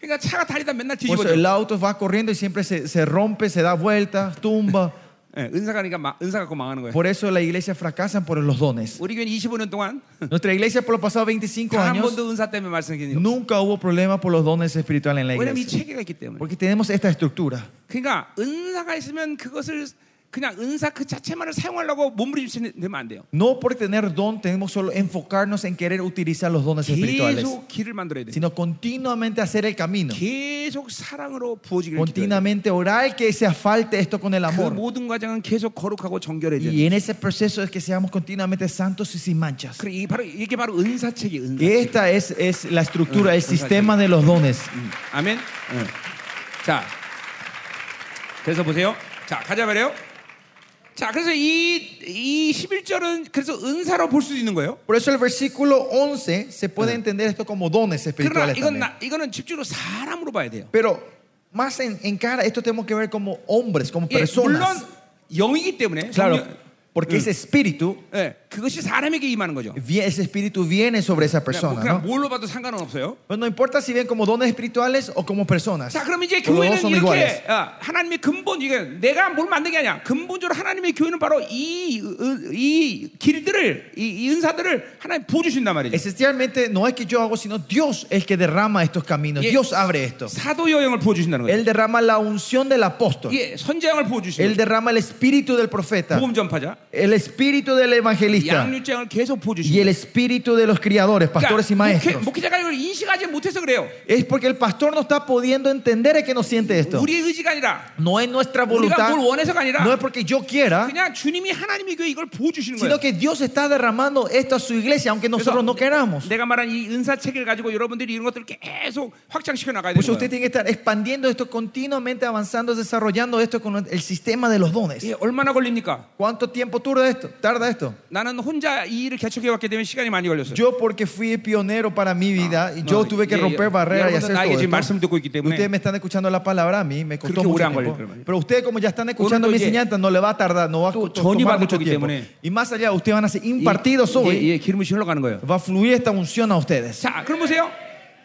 [SPEAKER 1] 그러니까 차가 달리다 맨날
[SPEAKER 2] por eso el
[SPEAKER 1] 뒤집어져.
[SPEAKER 2] auto va corriendo y siempre se, se rompe, se da vueltas, tumba.
[SPEAKER 1] 예, 은사가니까 마- 은사 갖고 망하는 거야.
[SPEAKER 2] Por eso la iglesia fracasan por los dones.
[SPEAKER 1] 우리 교회는 25년 동안
[SPEAKER 2] Nuestra iglesia por los pasados 25
[SPEAKER 1] 단 한
[SPEAKER 2] años
[SPEAKER 1] 번도 은사 때문에 말씀이 생기는 거.
[SPEAKER 2] nunca hubo problema por los dones espirituales en la
[SPEAKER 1] 왜냐면 이
[SPEAKER 2] iglesia.
[SPEAKER 1] 체계가 있기 때문에.
[SPEAKER 2] Porque tenemos esta estructura.
[SPEAKER 1] 그러니까 은사가 있으면 그것을 그냥 은사 그 자체만을 사용하려고 몸부림치면 안 돼요.
[SPEAKER 2] No por tener don tenemos solo enfocarnos en querer utilizar los dones espirituales,
[SPEAKER 1] 계속 길을 만들어야 돼.
[SPEAKER 2] sino continuamente hacer el camino.
[SPEAKER 1] 계속 사랑으로 부어지기를 기도해요.
[SPEAKER 2] Continuamente orar que se afalte esto con el
[SPEAKER 1] 그
[SPEAKER 2] amor.
[SPEAKER 1] 모든 과정은 계속 거룩하고 정결해져요.
[SPEAKER 2] Y en ese proceso es que seamos continuamente santos y sin manchas.
[SPEAKER 1] 그래, 이 바로 이게 바로 은사책이
[SPEAKER 2] Y
[SPEAKER 1] 은사.
[SPEAKER 2] esta es, es la estructura, el sistema de los dones.
[SPEAKER 1] 음, 아멘. 응. 자, 그래서 보세요. 자, 가자 말이에요. 자, 그래서 이이 11절은 그래서 은사로 볼 수도 있는 거예요.
[SPEAKER 2] Por eso el versículo 11 se puede entender esto como dones
[SPEAKER 1] 그러나
[SPEAKER 2] espirituales.
[SPEAKER 1] 이건
[SPEAKER 2] también.
[SPEAKER 1] 나, 이거는 집중으로 사람으로 봐야 돼요.
[SPEAKER 2] Pero más
[SPEAKER 1] Eh,
[SPEAKER 2] en, en cara, esto tenemos que ver como hombres, como
[SPEAKER 1] 예, 물론
[SPEAKER 2] personas.
[SPEAKER 1] 영이기 때문에
[SPEAKER 2] Claro,
[SPEAKER 1] 성령-
[SPEAKER 2] Porque ese espíritu,
[SPEAKER 1] 예, 그것이 사람에게 임하는 거죠.
[SPEAKER 2] vi- ese espíritu viene sobre esa persona,
[SPEAKER 1] 그냥
[SPEAKER 2] ¿no?
[SPEAKER 1] 뭘로 봐도 상관은 없어요.
[SPEAKER 2] Pues no importa si ven como dones espirituales o como personas.
[SPEAKER 1] 자, 그럼 이제
[SPEAKER 2] Los dos
[SPEAKER 1] 교회는
[SPEAKER 2] son iguales.
[SPEAKER 1] 이렇게 아, 하나님의 근본 이게 내가 뭘 만든 게 아니야. 근본적으로 하나님의 교회는 바로 이, 이, 이 길들을 이, 이 은사들을 하나님 부어 주신단 말이죠.
[SPEAKER 2] Esencialmente no es que yo hago, sino Dios es que derrama estos caminos.
[SPEAKER 1] Yeah.
[SPEAKER 2] Dios abre esto.
[SPEAKER 1] 사도 여행을 부어 주신다는 거예요.
[SPEAKER 2] Él derrama la unción del apóstol.
[SPEAKER 1] 예, 선장을 부어
[SPEAKER 2] Él
[SPEAKER 1] 주시는
[SPEAKER 2] derrama el espíritu del profeta,
[SPEAKER 1] 복음 전파자,
[SPEAKER 2] el espíritu del evangelista
[SPEAKER 1] 양육장을 계속 부어
[SPEAKER 2] y
[SPEAKER 1] 주시는
[SPEAKER 2] el espíritu de los criadores, pastores y
[SPEAKER 1] 목회,
[SPEAKER 2] maestros.
[SPEAKER 1] 목회자가 이걸 인식하지 못해서 그래요.
[SPEAKER 2] Es porque el pastor no está pudiendo entender es que no siente esto.
[SPEAKER 1] 우리의 의지가 아니라
[SPEAKER 2] No es nuestra
[SPEAKER 1] 우리가
[SPEAKER 2] voluntad,
[SPEAKER 1] 뭘 원해서가
[SPEAKER 2] no es
[SPEAKER 1] 아니라
[SPEAKER 2] porque yo quiera,
[SPEAKER 1] 그냥 주님이 하나님의 교회 이걸 부어 주시는 거예요.
[SPEAKER 2] sino que Dios está derramando esto a su iglesia, aunque nosotros no queramos.
[SPEAKER 1] 내가 말한 이 은사 체계를 가지고 여러분들이 이런 것들을 계속 확장시켜 나가야
[SPEAKER 2] Por eso
[SPEAKER 1] 되는
[SPEAKER 2] usted
[SPEAKER 1] 거예요.
[SPEAKER 2] tiene que estar expandiendo esto continuamente, avanzando, desarrollando esto con el sistema de los
[SPEAKER 1] 예,
[SPEAKER 2] dones.
[SPEAKER 1] 얼마나 걸립니까?
[SPEAKER 2] ¿Cuánto tiempo tarda esto? Tarda esto.
[SPEAKER 1] 나는 혼자 이 일을 개척해 왔기 때문에 시간이 많이 걸렸어요. 어,
[SPEAKER 2] Yo porque fui pionero para mi vida y yo
[SPEAKER 1] Ah, No,
[SPEAKER 2] tuve que
[SPEAKER 1] y-
[SPEAKER 2] romper
[SPEAKER 1] y-
[SPEAKER 2] barreras y
[SPEAKER 1] y-
[SPEAKER 2] hacer
[SPEAKER 1] 나에게 지금
[SPEAKER 2] todo esto.
[SPEAKER 1] 말씀 듣고 있기 때문에
[SPEAKER 2] Ustedes me están escuchando la palabra a mí, me costó
[SPEAKER 1] 그렇게 오래 안
[SPEAKER 2] mucho tiempo.
[SPEAKER 1] 걸릴 거란 말이에요.
[SPEAKER 2] Pero ustedes como ya están escuchando
[SPEAKER 1] 오늘도
[SPEAKER 2] mi
[SPEAKER 1] 이제
[SPEAKER 2] enseñanza, no le va a tardar, no va a
[SPEAKER 1] 또
[SPEAKER 2] to-
[SPEAKER 1] 전이
[SPEAKER 2] tomar mucho
[SPEAKER 1] 받을 거기
[SPEAKER 2] tiempo.
[SPEAKER 1] 때문에.
[SPEAKER 2] Y más allá, ustedes van a ser impartidos
[SPEAKER 1] 예,
[SPEAKER 2] hoy,
[SPEAKER 1] 예, 기름이 흘러가는 거예요.
[SPEAKER 2] va a fluir esta unción a ustedes.
[SPEAKER 1] 자, 그럼 보세요.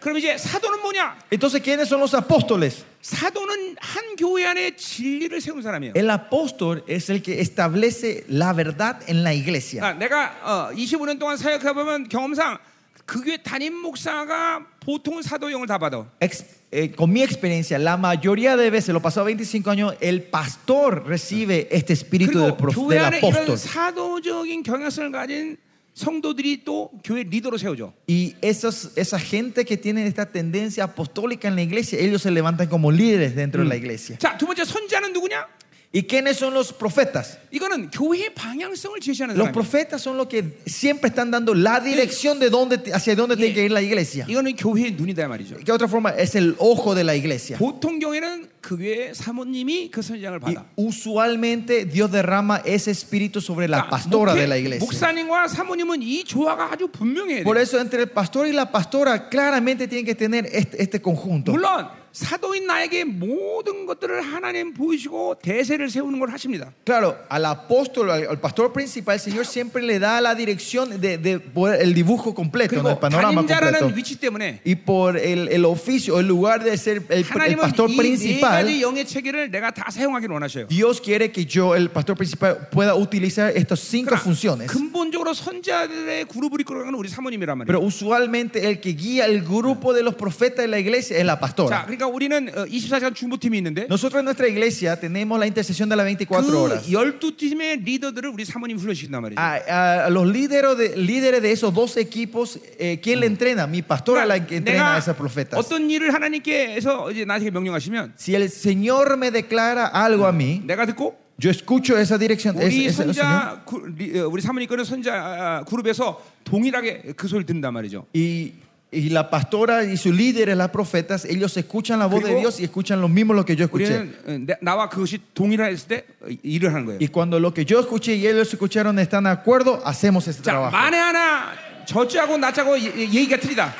[SPEAKER 1] 그럼 이제 사도는 뭐냐?
[SPEAKER 2] Entonces, ¿quiénes son los apóstoles?
[SPEAKER 1] 사도는 한 교회 안에 진리를 세운 사람이에요.
[SPEAKER 2] El apóstol es el que establece la verdad en la iglesia.
[SPEAKER 1] 아, 내가 어, 25년 동안 사역해 보면 경험상 그 교회 담임 목사가 보통 사도형을 다 받아.
[SPEAKER 2] Ex- eh, con mi experiencia, la mayoría de veces, lo pasó 25 años, el pastor recibe este espíritu del,
[SPEAKER 1] 그리고
[SPEAKER 2] prof-
[SPEAKER 1] 교회
[SPEAKER 2] del
[SPEAKER 1] 안에 이런
[SPEAKER 2] apóstol.
[SPEAKER 1] 사도적인 경향성을 가진 성도들이 또 교회 리더로 세워져.
[SPEAKER 2] Y esos, esa gente que tiene esta tendencia apostólica en la iglesia, ellos se levantan como líderes dentro de la iglesia.
[SPEAKER 1] 자, 두 번째 선자는 누구냐?
[SPEAKER 2] ¿Y quiénes son los profetas?
[SPEAKER 1] 이거는 교회의 방향성을 제시하는
[SPEAKER 2] Los
[SPEAKER 1] 사람.
[SPEAKER 2] profetas son los que siempre están dando la dirección de dónde, hacia dónde tiene que ir la iglesia.
[SPEAKER 1] 이거는 교회의 눈이다 말이죠.
[SPEAKER 2] ¿Qué otra forma? Es el ojo de la iglesia.
[SPEAKER 1] 보통 경우에는 그 교회 사모님이 그 선장을
[SPEAKER 2] Y
[SPEAKER 1] 받아.
[SPEAKER 2] usualmente Dios derrama ese espíritu sobre la
[SPEAKER 1] 그러니까
[SPEAKER 2] pastora
[SPEAKER 1] 목회-
[SPEAKER 2] de la iglesia.
[SPEAKER 1] 목사님과 사모님은 이 조화가 아주 분명해야
[SPEAKER 2] Por
[SPEAKER 1] 돼.
[SPEAKER 2] eso entre el pastor y la pastora claramente tienen que tener este, este conjunto.
[SPEAKER 1] 물론 사도인 나에게 모든 것들을 하나님 보이시고 대세를 세우는 걸 하십니다.
[SPEAKER 2] Claro, al apóstol, al, al pastor principal, el Señor siempre le da la dirección de, de poder- el dibujo completo, ¿no? el
[SPEAKER 1] 그리고
[SPEAKER 2] panorama completo.
[SPEAKER 1] 담임자라는 위치 때문에
[SPEAKER 2] Y por el, el oficio, el lugar de ser el, el
[SPEAKER 1] 하나님은
[SPEAKER 2] pastor
[SPEAKER 1] 이 네 가지
[SPEAKER 2] principal,
[SPEAKER 1] 영의 체계를 내가 다 사용하기를 원하셔요.
[SPEAKER 2] Dios quiere que yo, el pastor principal, pueda utilizar estas cinco funciones.
[SPEAKER 1] 근본적으로 선자들의 그룹을 이끌어가는 건 우리 사모님이란 말이에요.
[SPEAKER 2] Pero usualmente el que guía el grupo de los profetas de la iglesia es la
[SPEAKER 1] 자,
[SPEAKER 2] pastora.
[SPEAKER 1] 그러니까 우리는 24시간 중보팀이 있는데
[SPEAKER 2] Nosotros en nuestra iglesia tenemos la intercesión de las 24
[SPEAKER 1] 그
[SPEAKER 2] horas. 아,
[SPEAKER 1] 12팀의 리더들을 우리 사모님 훈련시킨단 말이죠.
[SPEAKER 2] A, a- a Ah, los líderes de, líderes de esos dos equipos, eh, ¿quién le entrena? Mi pastora es la que entrena a esas profetas.
[SPEAKER 1] 그러니까 어떤 일을 하나님께서 이제 나한테 명령하시면
[SPEAKER 2] Si el Señor me declara algo a mí,
[SPEAKER 1] 내가 듣고
[SPEAKER 2] yo escucho esa dirección. es-
[SPEAKER 1] 우리
[SPEAKER 2] es- el Señor.
[SPEAKER 1] 선자 구- 리- 어, 우리 사모님 거는 선자 아, 그룹에서 동일하게 그 소리를 듣는단 말이죠.
[SPEAKER 2] y, y la pastora y sus líderes, las profetas, ellos escuchan la voz de
[SPEAKER 1] Luego-
[SPEAKER 2] Dios y escuchan lo mismo lo que yo escuché.
[SPEAKER 1] 우리는 어, 내- 나와 그것이 동일했을 때 어, 일을 하는 거예요.
[SPEAKER 2] Y cuando lo que yo escuché y ellos escucharon están de acuerdo, hacemos ese
[SPEAKER 1] 자,
[SPEAKER 2] trabajo.
[SPEAKER 1] 만에 하나 저쪽하고 나쪽하고 예- 예- 얘기가 틀리다.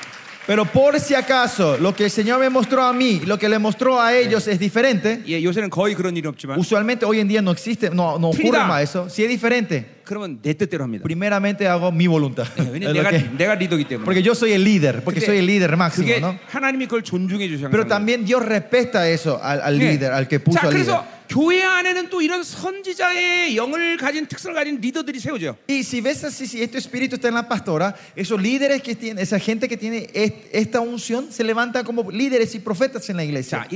[SPEAKER 2] Pero por si acaso, lo que el Señor me mostró a mí, lo que le mostró a ellos es diferente.
[SPEAKER 1] 예, 요새는 거의 그런 일이
[SPEAKER 2] ¿Ah?
[SPEAKER 1] 없지만
[SPEAKER 2] Usualmente hoy en día no existe, no, no ocurre
[SPEAKER 1] Trinidad.
[SPEAKER 2] más eso. Si es diferente,
[SPEAKER 1] 그러면 내 뜻대로 합니다.
[SPEAKER 2] primeramente hago mi voluntad.
[SPEAKER 1] 예, 왜냐면
[SPEAKER 2] Es lo
[SPEAKER 1] 내가
[SPEAKER 2] que-
[SPEAKER 1] 내가 리더기 때문에.
[SPEAKER 2] porque yo soy el líder, porque
[SPEAKER 1] 그게-
[SPEAKER 2] 그러니까 soy el líder máximo,
[SPEAKER 1] 그게
[SPEAKER 2] ¿no?
[SPEAKER 1] 하나님이 그걸 존중해 주시는
[SPEAKER 2] Pero
[SPEAKER 1] 거예요.
[SPEAKER 2] también Dios respeta eso al, al
[SPEAKER 1] 예.
[SPEAKER 2] líder, al que puso
[SPEAKER 1] 자,
[SPEAKER 2] al líder.
[SPEAKER 1] 그래서 교회 안에는 또 이런 선지자의 영을 가진 특성을 가진 리더들이 세워져요.
[SPEAKER 2] Y si ves así, si este espíritu está en la pastora, esos líderes que tienen, esa gente que tiene est- esta unción, se levantan como líderes y profetas en la
[SPEAKER 1] 자,
[SPEAKER 2] iglesia.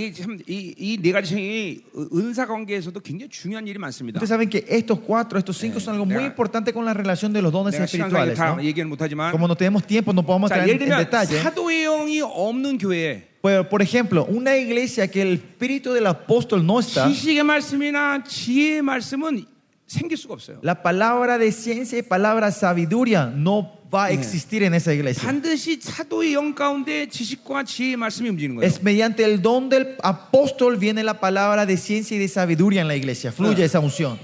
[SPEAKER 1] 이참이네 가지 성이 은사 관계에서도 굉장히 중요한 일이 많습니다.
[SPEAKER 2] Ustedes saben que estos cuatro, estos cinco son algo muy
[SPEAKER 1] 내가-
[SPEAKER 2] importante con la relación de los dones
[SPEAKER 1] 내가 시간상
[SPEAKER 2] espirituales.
[SPEAKER 1] 다
[SPEAKER 2] ¿no?
[SPEAKER 1] 얘기는 못하지만,
[SPEAKER 2] Como no tenemos tiempo, no podemos
[SPEAKER 1] 자,
[SPEAKER 2] entrar
[SPEAKER 1] 예를
[SPEAKER 2] en, en
[SPEAKER 1] 들면
[SPEAKER 2] detalle.
[SPEAKER 1] 사도의 영이 없는 교회에
[SPEAKER 2] Pero, por ejemplo, una iglesia que el espíritu del apóstol no está,
[SPEAKER 1] 지식의 말씀이나 지혜의 말씀은 생길 수가 없어요.
[SPEAKER 2] la palabra de ciencia y palabra sabiduría no va a existir en esa iglesia.
[SPEAKER 1] 반드시 사도의 영 가운데 지식과 지혜의 말씀이 움직이는 거예요.
[SPEAKER 2] Es mediante el don del apóstol viene la palabra de ciencia y de sabiduría en la iglesia. Fluye esa unción.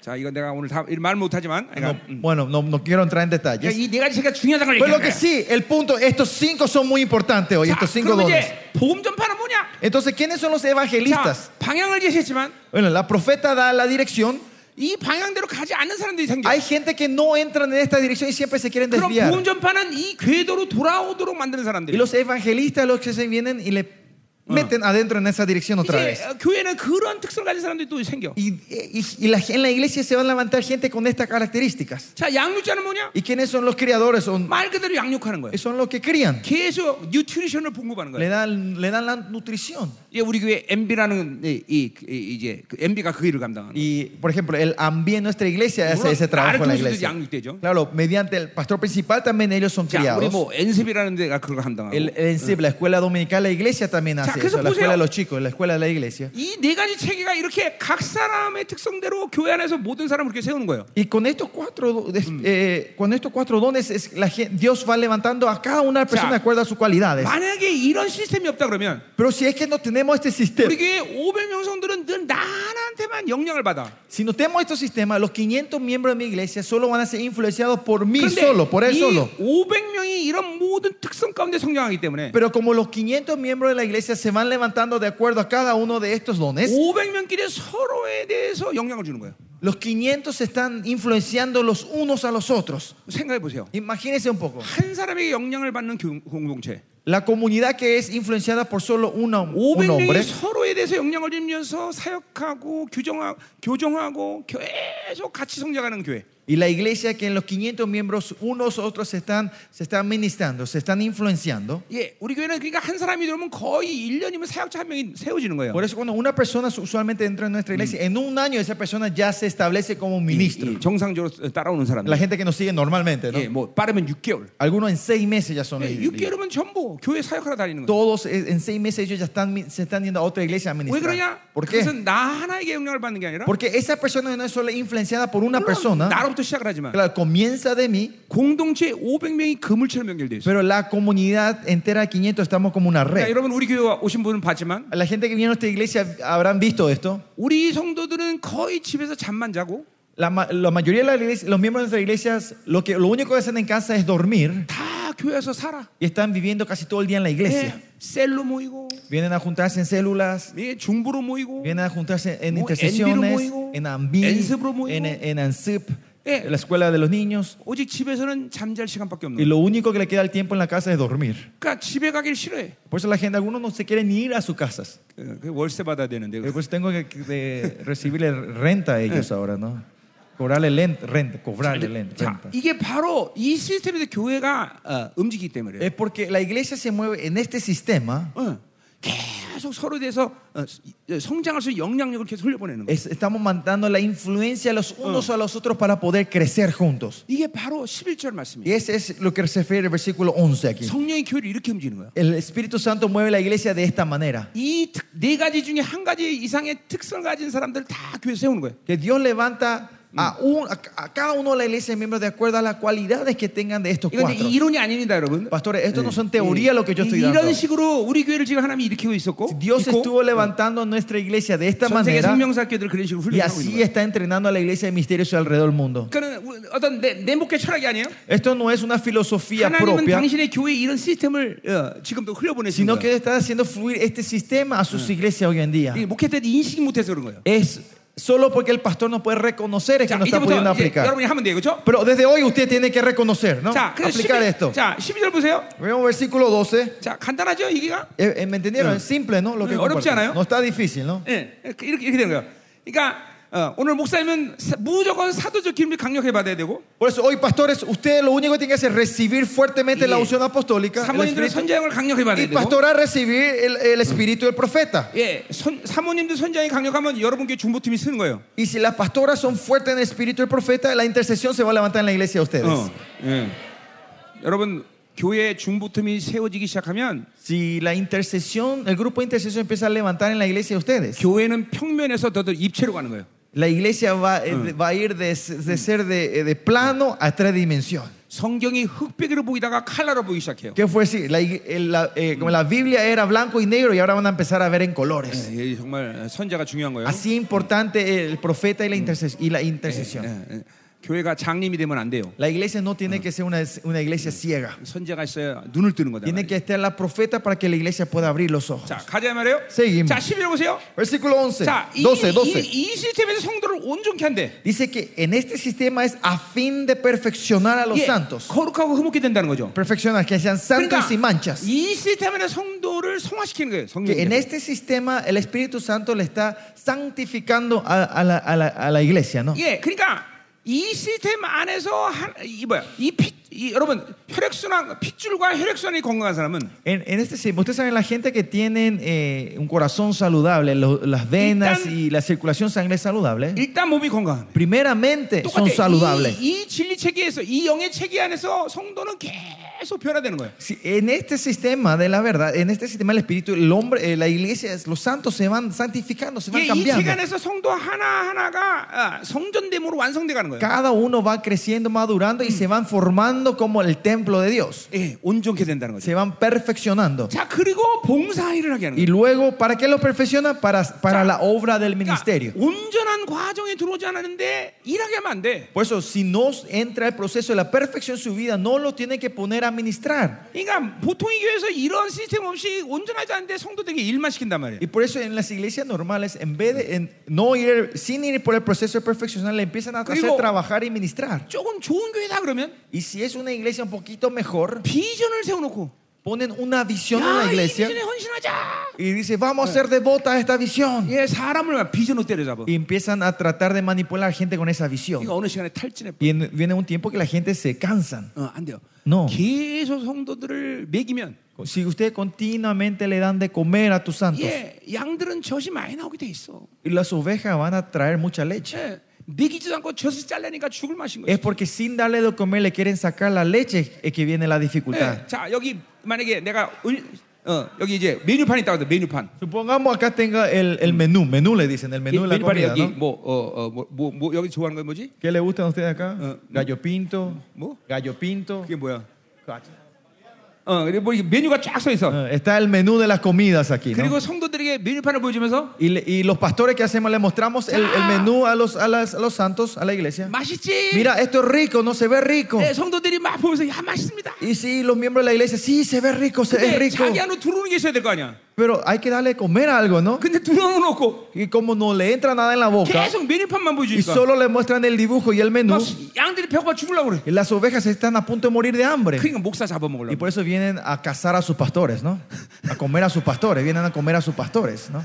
[SPEAKER 1] 자, 이건 내가 오늘 다말 못하지만,
[SPEAKER 2] No,
[SPEAKER 1] 그러니까
[SPEAKER 2] bueno, no, no quiero entrar en detalles.
[SPEAKER 1] 이네 가지 성가 중요하다는 걸
[SPEAKER 2] Pero lo
[SPEAKER 1] 얘기하는
[SPEAKER 2] que
[SPEAKER 1] 거예요.
[SPEAKER 2] sí, el punto, estos cinco son muy importantes hoy,
[SPEAKER 1] 자,
[SPEAKER 2] estos cinco
[SPEAKER 1] 그럼
[SPEAKER 2] dones.
[SPEAKER 1] 이제 보험 전파는 뭐냐?
[SPEAKER 2] Entonces, ¿quiénes son los
[SPEAKER 1] 자,
[SPEAKER 2] evangelistas?
[SPEAKER 1] 방향을 제시했지만
[SPEAKER 2] Bueno, la profeta da la dirección
[SPEAKER 1] 이 방향대로 가지 않는 사람들이 생겨.
[SPEAKER 2] Hay gente que no entran en esta dirección y siempre se quieren
[SPEAKER 1] 그럼
[SPEAKER 2] desviar.
[SPEAKER 1] 부운전파는 이 궤도로 돌아오도록 만드는
[SPEAKER 2] Y
[SPEAKER 1] 사람들이.
[SPEAKER 2] los evangelistas, los que se vienen y le meten adentro en esa dirección otra
[SPEAKER 1] 이제
[SPEAKER 2] vez.
[SPEAKER 1] 어, 교회는 그런 특성을 가진 사람들이 또 생겨.
[SPEAKER 2] Y, y- y la- en la iglesia se van a levantar gente con estas características.
[SPEAKER 1] 자, 양육자는 뭐냐?
[SPEAKER 2] ¿Y quiénes son los criadores? Son,
[SPEAKER 1] 말 그대로 양육하는 거예요.
[SPEAKER 2] son los que crían.
[SPEAKER 1] 계속 뉴트리션을 공급하는
[SPEAKER 2] Le
[SPEAKER 1] 거예요.
[SPEAKER 2] dan, le dan la nutrición.
[SPEAKER 1] 이제 우리 교회 MB라는 이, 이, 이- 이제 그 MB가 그 일을 감당하는 거예요.
[SPEAKER 2] Y, por ejemplo, el ambiente en nuestra iglesia hace
[SPEAKER 1] Bueno,
[SPEAKER 2] ese trabajo en la
[SPEAKER 1] claro, tú
[SPEAKER 2] iglesia.
[SPEAKER 1] estudias 양육대죠.
[SPEAKER 2] Claro, mediante el pastor principal también ellos son
[SPEAKER 1] 자, 우리
[SPEAKER 2] criados.
[SPEAKER 1] 뭐 엔습이라는 데가 그걸 감당하고.
[SPEAKER 2] El, el ENSIP, la escuela dominical, la iglesia también
[SPEAKER 1] sea,
[SPEAKER 2] hace
[SPEAKER 1] que eso
[SPEAKER 2] eso. La escuela
[SPEAKER 1] poseo-
[SPEAKER 2] de los chicos, la escuela de la iglesia.
[SPEAKER 1] 이 네 가지 체계가 이렇게 각 사람의 특성대로 교회 안에서 모든 사람을 이렇게 세우는 거예요.
[SPEAKER 2] Y con estos cuatro, do- des-
[SPEAKER 1] Mm.
[SPEAKER 2] eh, con estos cuatro dones, es la gen- Dios va levantando a cada una persona
[SPEAKER 1] O sea,
[SPEAKER 2] de acuerdo a sus cualidades.
[SPEAKER 1] 만약에 이런 시스템이 없다 그러면
[SPEAKER 2] Pero si es que no tenemos este
[SPEAKER 1] 우리
[SPEAKER 2] sistema,
[SPEAKER 1] 교회 500명 성들은 늘 나한테만 영향을 받아.
[SPEAKER 2] si no tenemos estos sistemas, los 500 miembros de mi iglesia solo van a ser influenciados por mí
[SPEAKER 1] 그런데
[SPEAKER 2] solo, por él
[SPEAKER 1] 이
[SPEAKER 2] solo.
[SPEAKER 1] 500명이 이런 모든 특성 가운데 성장하기 때문에
[SPEAKER 2] Pero como los 500 miembros de la iglesia se van levantando de acuerdo a cada uno de estos
[SPEAKER 1] Uh.
[SPEAKER 2] dones,
[SPEAKER 1] 500명끼리 서로에 대해서 영향을 주는 거예요.
[SPEAKER 2] los 500 se están influenciando los unos a los otros.
[SPEAKER 1] 생각해 보세요.
[SPEAKER 2] Imagínense un poco.
[SPEAKER 1] 한 사람에게 영향을 받는 교- 공동체.
[SPEAKER 2] La comunidad que es influenciada por solo una- un
[SPEAKER 1] 500명이
[SPEAKER 2] hombre,
[SPEAKER 1] 서로에 대해서 영향을 주면서 사역하고 규정하, 교정하고 계속 같이 성장하는 교회.
[SPEAKER 2] y la iglesia que en los 500 miembros unos otros se están, se están ministrando, se están influenciando.
[SPEAKER 1] 예, 우리 교회는 그러니까 한 사람이 들어오면 거의 1년이면 사역자 한 명이 세워지는 거예요.
[SPEAKER 2] Por eso cuando una persona usualmente entra en nuestra iglesia, en un año esa persona ya se establece como
[SPEAKER 1] 이-
[SPEAKER 2] ministro.
[SPEAKER 1] 이 정상적으로 그러니까 따라오는 사람.
[SPEAKER 2] La gente que nos sigue normalmente, ¿no?
[SPEAKER 1] 예, 뭐 빠르면 6개월.
[SPEAKER 2] Algunos en seis meses ya son
[SPEAKER 1] 예,
[SPEAKER 2] líderes.
[SPEAKER 1] 6개월이면 전부 교회 사역하러 다니는 거예요.
[SPEAKER 2] Todos eh, en seis meses ellos ya están, mi- se están yendo a otra iglesia a
[SPEAKER 1] 왜
[SPEAKER 2] ministrar.
[SPEAKER 1] 그러냐?
[SPEAKER 2] ¿Por qué?
[SPEAKER 1] 그것은 나 하나에게 영향을 받는 게 아니라
[SPEAKER 2] Porque esa persona no es solo influenciada por una
[SPEAKER 1] 물론
[SPEAKER 2] persona.
[SPEAKER 1] 나로부터 그러니까 시작을 하지만
[SPEAKER 2] Claro, comienza de mí,
[SPEAKER 1] 공동체 500명이 그물처럼 연결돼 있어요.
[SPEAKER 2] pero la comunidad entera de 500 estamos como una
[SPEAKER 1] 그러니까
[SPEAKER 2] red.
[SPEAKER 1] 여러분 우리 교회 오신 분은 봤지만
[SPEAKER 2] La gente que viene a nuestra iglesia habrán visto esto.
[SPEAKER 1] 우리 성도들은 거의 집에서 잠만 zago
[SPEAKER 2] La, ma- la mayoría de la iglesia- los miembros de nuestras iglesias, lo, que, lo único que hacen en casa es dormir
[SPEAKER 1] 다 교회에서 살아.
[SPEAKER 2] y están viviendo casi todo el día en la iglesia.
[SPEAKER 1] 예, 셀로 모이고
[SPEAKER 2] Vienen a juntarse en células,
[SPEAKER 1] 예, 중보로 모이고
[SPEAKER 2] vienen a juntarse en
[SPEAKER 1] Mo-
[SPEAKER 2] intercesiones,
[SPEAKER 1] Envi로 모이고,
[SPEAKER 2] en Eh. AMBI,
[SPEAKER 1] Ensep으로 모이고.
[SPEAKER 2] en, en ANSIP,
[SPEAKER 1] 예.
[SPEAKER 2] en la escuela de los niños.
[SPEAKER 1] 오직 집에서는 잠잘 시간밖에
[SPEAKER 2] Y
[SPEAKER 1] 없는. 거야.
[SPEAKER 2] lo único que le queda el tiempo en la casa es dormir.
[SPEAKER 1] 그러니까 집에 가길 싫어해.
[SPEAKER 2] Por eso la gente, algunos no se quieren ni ir a sus casas.
[SPEAKER 1] 예, 그 월세 받아야 되는데.
[SPEAKER 2] Eh, Pues tengo que Eh. que- de recibirle renta a ellos ahora, ¿no? Cobrarle len- renta, cobrarle len-
[SPEAKER 1] 자,
[SPEAKER 2] renta.
[SPEAKER 1] 이게 바로 이 시스템에서 교회가 어, 움직이기 때문에. 그래요.
[SPEAKER 2] Es porque la iglesia se mueve en este sistema.
[SPEAKER 1] 어, 계속 서로 대해서 어, 성장할 수 있는 영향력을 계속 흘려보내는 거예요.
[SPEAKER 2] es- estamos mandando la influencia los unos a los otros para poder crecer juntos.
[SPEAKER 1] 이게 바로 11절 말씀이에요.
[SPEAKER 2] Y ese es lo que se refiere el versículo 11 aquí.
[SPEAKER 1] 성령이 교회를 이렇게 움직이는 거예요.
[SPEAKER 2] El Espíritu Santo mueve la iglesia de esta manera.
[SPEAKER 1] 이 네 가지 중에 한 가지 이상의 특성을 가진 사람들을 다 교회 세우는 거예요.
[SPEAKER 2] Que Dios levanta a, un- a- a cada uno de la iglesia de miembros de acuerdo a las cualidades que tengan de estos
[SPEAKER 1] 이건 이제
[SPEAKER 2] cuatro.
[SPEAKER 1] 이론이 아닙니다, 여러분. 예.
[SPEAKER 2] Pastores, esto no son teoría lo que yo estoy dando.
[SPEAKER 1] 이런 식으로 우리 교회를 지금 하나님이 일으키고 있었고
[SPEAKER 2] Dios
[SPEAKER 1] 있고,
[SPEAKER 2] estuvo levantando a nuestra iglesia de esta
[SPEAKER 1] 전 세계
[SPEAKER 2] manera
[SPEAKER 1] 생명사학교들 그런 식으로
[SPEAKER 2] y
[SPEAKER 1] 훈련하고 있는
[SPEAKER 2] así
[SPEAKER 1] 거예요.
[SPEAKER 2] está entrenando a la iglesia de misterios alrededor del mundo.
[SPEAKER 1] 그러니까는 우- 어떤 내, 내 목회 철학이 아니에요.
[SPEAKER 2] Esto no es una filosofía
[SPEAKER 1] 하나님은
[SPEAKER 2] propia,
[SPEAKER 1] 당신의 교회에 이런 시스템을 어, 지금도 흘려보내시는
[SPEAKER 2] sino
[SPEAKER 1] 거예요.
[SPEAKER 2] que está haciendo fluir este sistema a sus iglesias hoy en día.
[SPEAKER 1] 이 목회 때 인식이 못해서 그런 거예요.
[SPEAKER 2] Es solo porque el pastor no puede reconocer es que
[SPEAKER 1] 자,
[SPEAKER 2] no está pudiendo
[SPEAKER 1] 이제부터 이제
[SPEAKER 2] aplicar.
[SPEAKER 1] 여러분이 하면 돼요. 그렇죠?
[SPEAKER 2] Pero desde hoy usted tiene que reconocer, ¿no?
[SPEAKER 1] 자, 그래서
[SPEAKER 2] Aplicar
[SPEAKER 1] 12
[SPEAKER 2] esto.
[SPEAKER 1] 자, 12절 보세요.
[SPEAKER 2] Veamos versículo 12.
[SPEAKER 1] 자, 간단하죠? 이기가?
[SPEAKER 2] Eh, eh, ¿Me entendieron? Es simple, ¿no? Lo que
[SPEAKER 1] Eh, 어렵지
[SPEAKER 2] comparto.
[SPEAKER 1] 않아요?
[SPEAKER 2] No está difícil, ¿no?
[SPEAKER 1] 예. 이렇게 이렇게 되는 거예요. 그러니까 어, 오늘 목사님은 사- 무조건 사도적 기름이 강력해 받아야 되고
[SPEAKER 2] Por eso, hoy, pastores, ustedes lo único que tienen que hacer es recibir fuertemente la
[SPEAKER 1] Yeah.
[SPEAKER 2] unción apostólica, el
[SPEAKER 1] 사모님들은
[SPEAKER 2] Espíritu,
[SPEAKER 1] 선자형을 강력해
[SPEAKER 2] y
[SPEAKER 1] 받아야 되고
[SPEAKER 2] pastora recibir el, el espíritu del profeta.
[SPEAKER 1] 예, 선- 사모님들 선장이 강력하면 여러분께 중보팀이 쓰는 거예요.
[SPEAKER 2] Y si las pastoras son fuertes en el espíritu del profeta, la intercesión se va a levantar en la iglesia de ustedes.
[SPEAKER 1] 어, 예. 여러분 교회 중보팀이 세워지기 시작하면
[SPEAKER 2] Si la intercesión, el grupo de intercesión empieza a levantar en la iglesia de ustedes.
[SPEAKER 1] 교회는 평면에서 더, 더 입체로 가는 거예요.
[SPEAKER 2] La iglesia va, eh, de- va a ir de, de ser de, eh, de plano a tres dimensiones.
[SPEAKER 1] 성경이 흑백으로 보이다가 칼라로 보이기 시작해요.
[SPEAKER 2] ¿Qué fue así? La, ig- el- la- eh, como la Biblia era blanco y negro y ahora van a empezar a ver en colores.
[SPEAKER 1] 예, 예, 정말 선자가 중요한 거예요. Eh,
[SPEAKER 2] Así importante el profeta y la intercesión. Y la intercesión.
[SPEAKER 1] 예, 예. 교회가 장님이 되면 안 돼요.
[SPEAKER 2] La iglesia no tiene que ser una, una iglesia ciega.
[SPEAKER 1] 선자가 있어야 눈을 뜨는 거다.
[SPEAKER 2] Tiene que estar la profeta para que la iglesia pueda abrir los ojos.
[SPEAKER 1] 자, 가자 말이에요.
[SPEAKER 2] Seguimos.
[SPEAKER 1] 자, 11절 보세요.
[SPEAKER 2] Versículo 11,
[SPEAKER 1] 자, 이,
[SPEAKER 2] 12,
[SPEAKER 1] 이,
[SPEAKER 2] 12.
[SPEAKER 1] 이 시스템에서 성도를 온전케 한대.
[SPEAKER 2] Dice que en este sistema es a fin de perfeccionar a los
[SPEAKER 1] 예,
[SPEAKER 2] santos.
[SPEAKER 1] 거룩하고 흐뭇게 된다는 거죠. 그러니까
[SPEAKER 2] Perfeccionar, que sean santos y sin manchas.
[SPEAKER 1] 이 시스템에서 성도를 성화시키는 거예요.
[SPEAKER 2] Que en
[SPEAKER 1] 성령.
[SPEAKER 2] este sistema el Espíritu Santo le está santificando a, a la, a la- a la iglesia, ¿no?
[SPEAKER 1] 예, 그러니까 이 시스템 안에서 한, 이 뭐야? 이 핏, 이, 여러분 혈액순환, 핏줄과 혈액순환이 건강한 사람은
[SPEAKER 2] En, en este sistema, ustedes saben, la gente que tienen eh, un corazón saludable, lo- las venas
[SPEAKER 1] tan-
[SPEAKER 2] y la circulación sangre saludable,
[SPEAKER 1] 일단 몸이 건강합니다.
[SPEAKER 2] primeramente son
[SPEAKER 1] 똑같아.
[SPEAKER 2] saludables.
[SPEAKER 1] 이, 이 진리 체계에서 이 영의 체계 an에서 성도는 계속 변화되는 거예요.
[SPEAKER 2] Si- en este sistema de la verdad, en este sistema el espíritu, el hombre, eh, la iglesia, es- los santos se van santificando, se
[SPEAKER 1] 이게
[SPEAKER 2] van
[SPEAKER 1] 예, 이 체계
[SPEAKER 2] cambiando.
[SPEAKER 1] 안에서 성도 하나 하나가 아, 성전됨으로 완성돼 가는 거예요.
[SPEAKER 2] Cada uno va creciendo, madurando y se van formando como el templo de Dios.
[SPEAKER 1] 예, 온전케 된다는 거죠.
[SPEAKER 2] Se van perfeccionando.
[SPEAKER 1] 자 그리고 봉사 일을 하게 하는
[SPEAKER 2] Y
[SPEAKER 1] 거예요.
[SPEAKER 2] luego, ¿para qué los perfecciona? Para, para la obra del ministerio.
[SPEAKER 1] 그러니까 온전한 과정에 들어오지 않았는데 일하게 하면 안 돼.
[SPEAKER 2] Por eso, si no entra el proceso de la perfección en su vida, no lo tiene que poner a ministrar.
[SPEAKER 1] 그러니까 보통 이 교회에서 이런 시스템 없이 온전하지 않은데 성도들에게 일만 시킨단 말이에요.
[SPEAKER 2] Y por eso en las iglesias normales, en vez de en- no ir, sin ir por el proceso de perfeccionar, le empiezan a hacer
[SPEAKER 1] Digo-
[SPEAKER 2] trabajar y ministrar.
[SPEAKER 1] 조금 좋은 교회다 그러면
[SPEAKER 2] Y si es una iglesia un poquito mejor,
[SPEAKER 1] 비전을 세워놓고
[SPEAKER 2] ponen una visión en la
[SPEAKER 1] 야이
[SPEAKER 2] iglesia
[SPEAKER 1] 비전에 헌신하자.
[SPEAKER 2] y dice vamos a ser devotas a esta visión.
[SPEAKER 1] 예, 사람을 비전으로 때려잡아.
[SPEAKER 2] Y empiezan a tratar de manipular a la gente con esa visión.
[SPEAKER 1] 이거 어느 시간에 탈진해.
[SPEAKER 2] Y en- viene un tiempo que la gente se cansan.
[SPEAKER 1] 어, 안 돼요.
[SPEAKER 2] No.
[SPEAKER 1] 계속 성도들을 먹이면
[SPEAKER 2] Si ustedes continuamente le dan de comer a tus santos,
[SPEAKER 1] 예, 양들은 젖이 많이 나오게 돼 있어.
[SPEAKER 2] y las ovejas van a traer mucha leche.
[SPEAKER 1] 예, 먹이지도 않고 젖을 잘라니까 죽을 맛인 거지.
[SPEAKER 2] Es porque sin darle de comer le quieren sacar la leche es que viene la dificultad.
[SPEAKER 1] 예, 자, 여기 만약에 내가 을- 어, 여기 이제 메뉴판 있다고 해서 메뉴판.
[SPEAKER 2] Supongamos acá tenga el, el menú, menú le dicen, el menú de la
[SPEAKER 1] 메뉴판에
[SPEAKER 2] comida,
[SPEAKER 1] 여기
[SPEAKER 2] ¿no?
[SPEAKER 1] 뭐 어, 어, 뭐, 뭐, 뭐 여기 좋아하는 건 뭐지?
[SPEAKER 2] ¿Qué le gustan a ustedes acá?
[SPEAKER 1] Eh,
[SPEAKER 2] Gallo pinto,
[SPEAKER 1] ¿mo?
[SPEAKER 2] gallo pinto.
[SPEAKER 1] 그게 뭐야? 어, 그리고 뭐 이게 메뉴가 쫙 써 있어.
[SPEAKER 2] Eh, Está el menú de las comidas aquí, ¿no?
[SPEAKER 1] 그리고 성도들에게 메뉴판을 보여주면서
[SPEAKER 2] Y, le- y los pastores que hacemos le mostramos el, el menú a los, a, las- a los santos, a la iglesia.
[SPEAKER 1] 맛있지?
[SPEAKER 2] Mira, esto es rico, no se ve rico.
[SPEAKER 1] 예, 성도들이 막 보면서 야 맛있습니다.
[SPEAKER 2] Y sí, los miembros de la iglesia, sí, se ve rico, se es
[SPEAKER 1] 근데
[SPEAKER 2] rico.
[SPEAKER 1] 자기 안으로 들어오는 게 있어야 될 거 아니야.
[SPEAKER 2] Pero hay que darle de comer algo, ¿no?
[SPEAKER 1] 근데 들어오는 건 없고
[SPEAKER 2] Y como no le entra nada en la boca
[SPEAKER 1] 계속 메뉴판만
[SPEAKER 2] y
[SPEAKER 1] 보여주니까
[SPEAKER 2] solo le muestran el dibujo y el menú,
[SPEAKER 1] 막 양들이 배고파 죽으려고 그래
[SPEAKER 2] y las ovejas están a punto de morir de hambre.
[SPEAKER 1] 그러니까 목사
[SPEAKER 2] Y
[SPEAKER 1] 잡아먹으려고
[SPEAKER 2] por eso vienen a cazar a sus pastores, ¿no? A comer a sus pastores, vienen a comer a sus pastores, ¿no?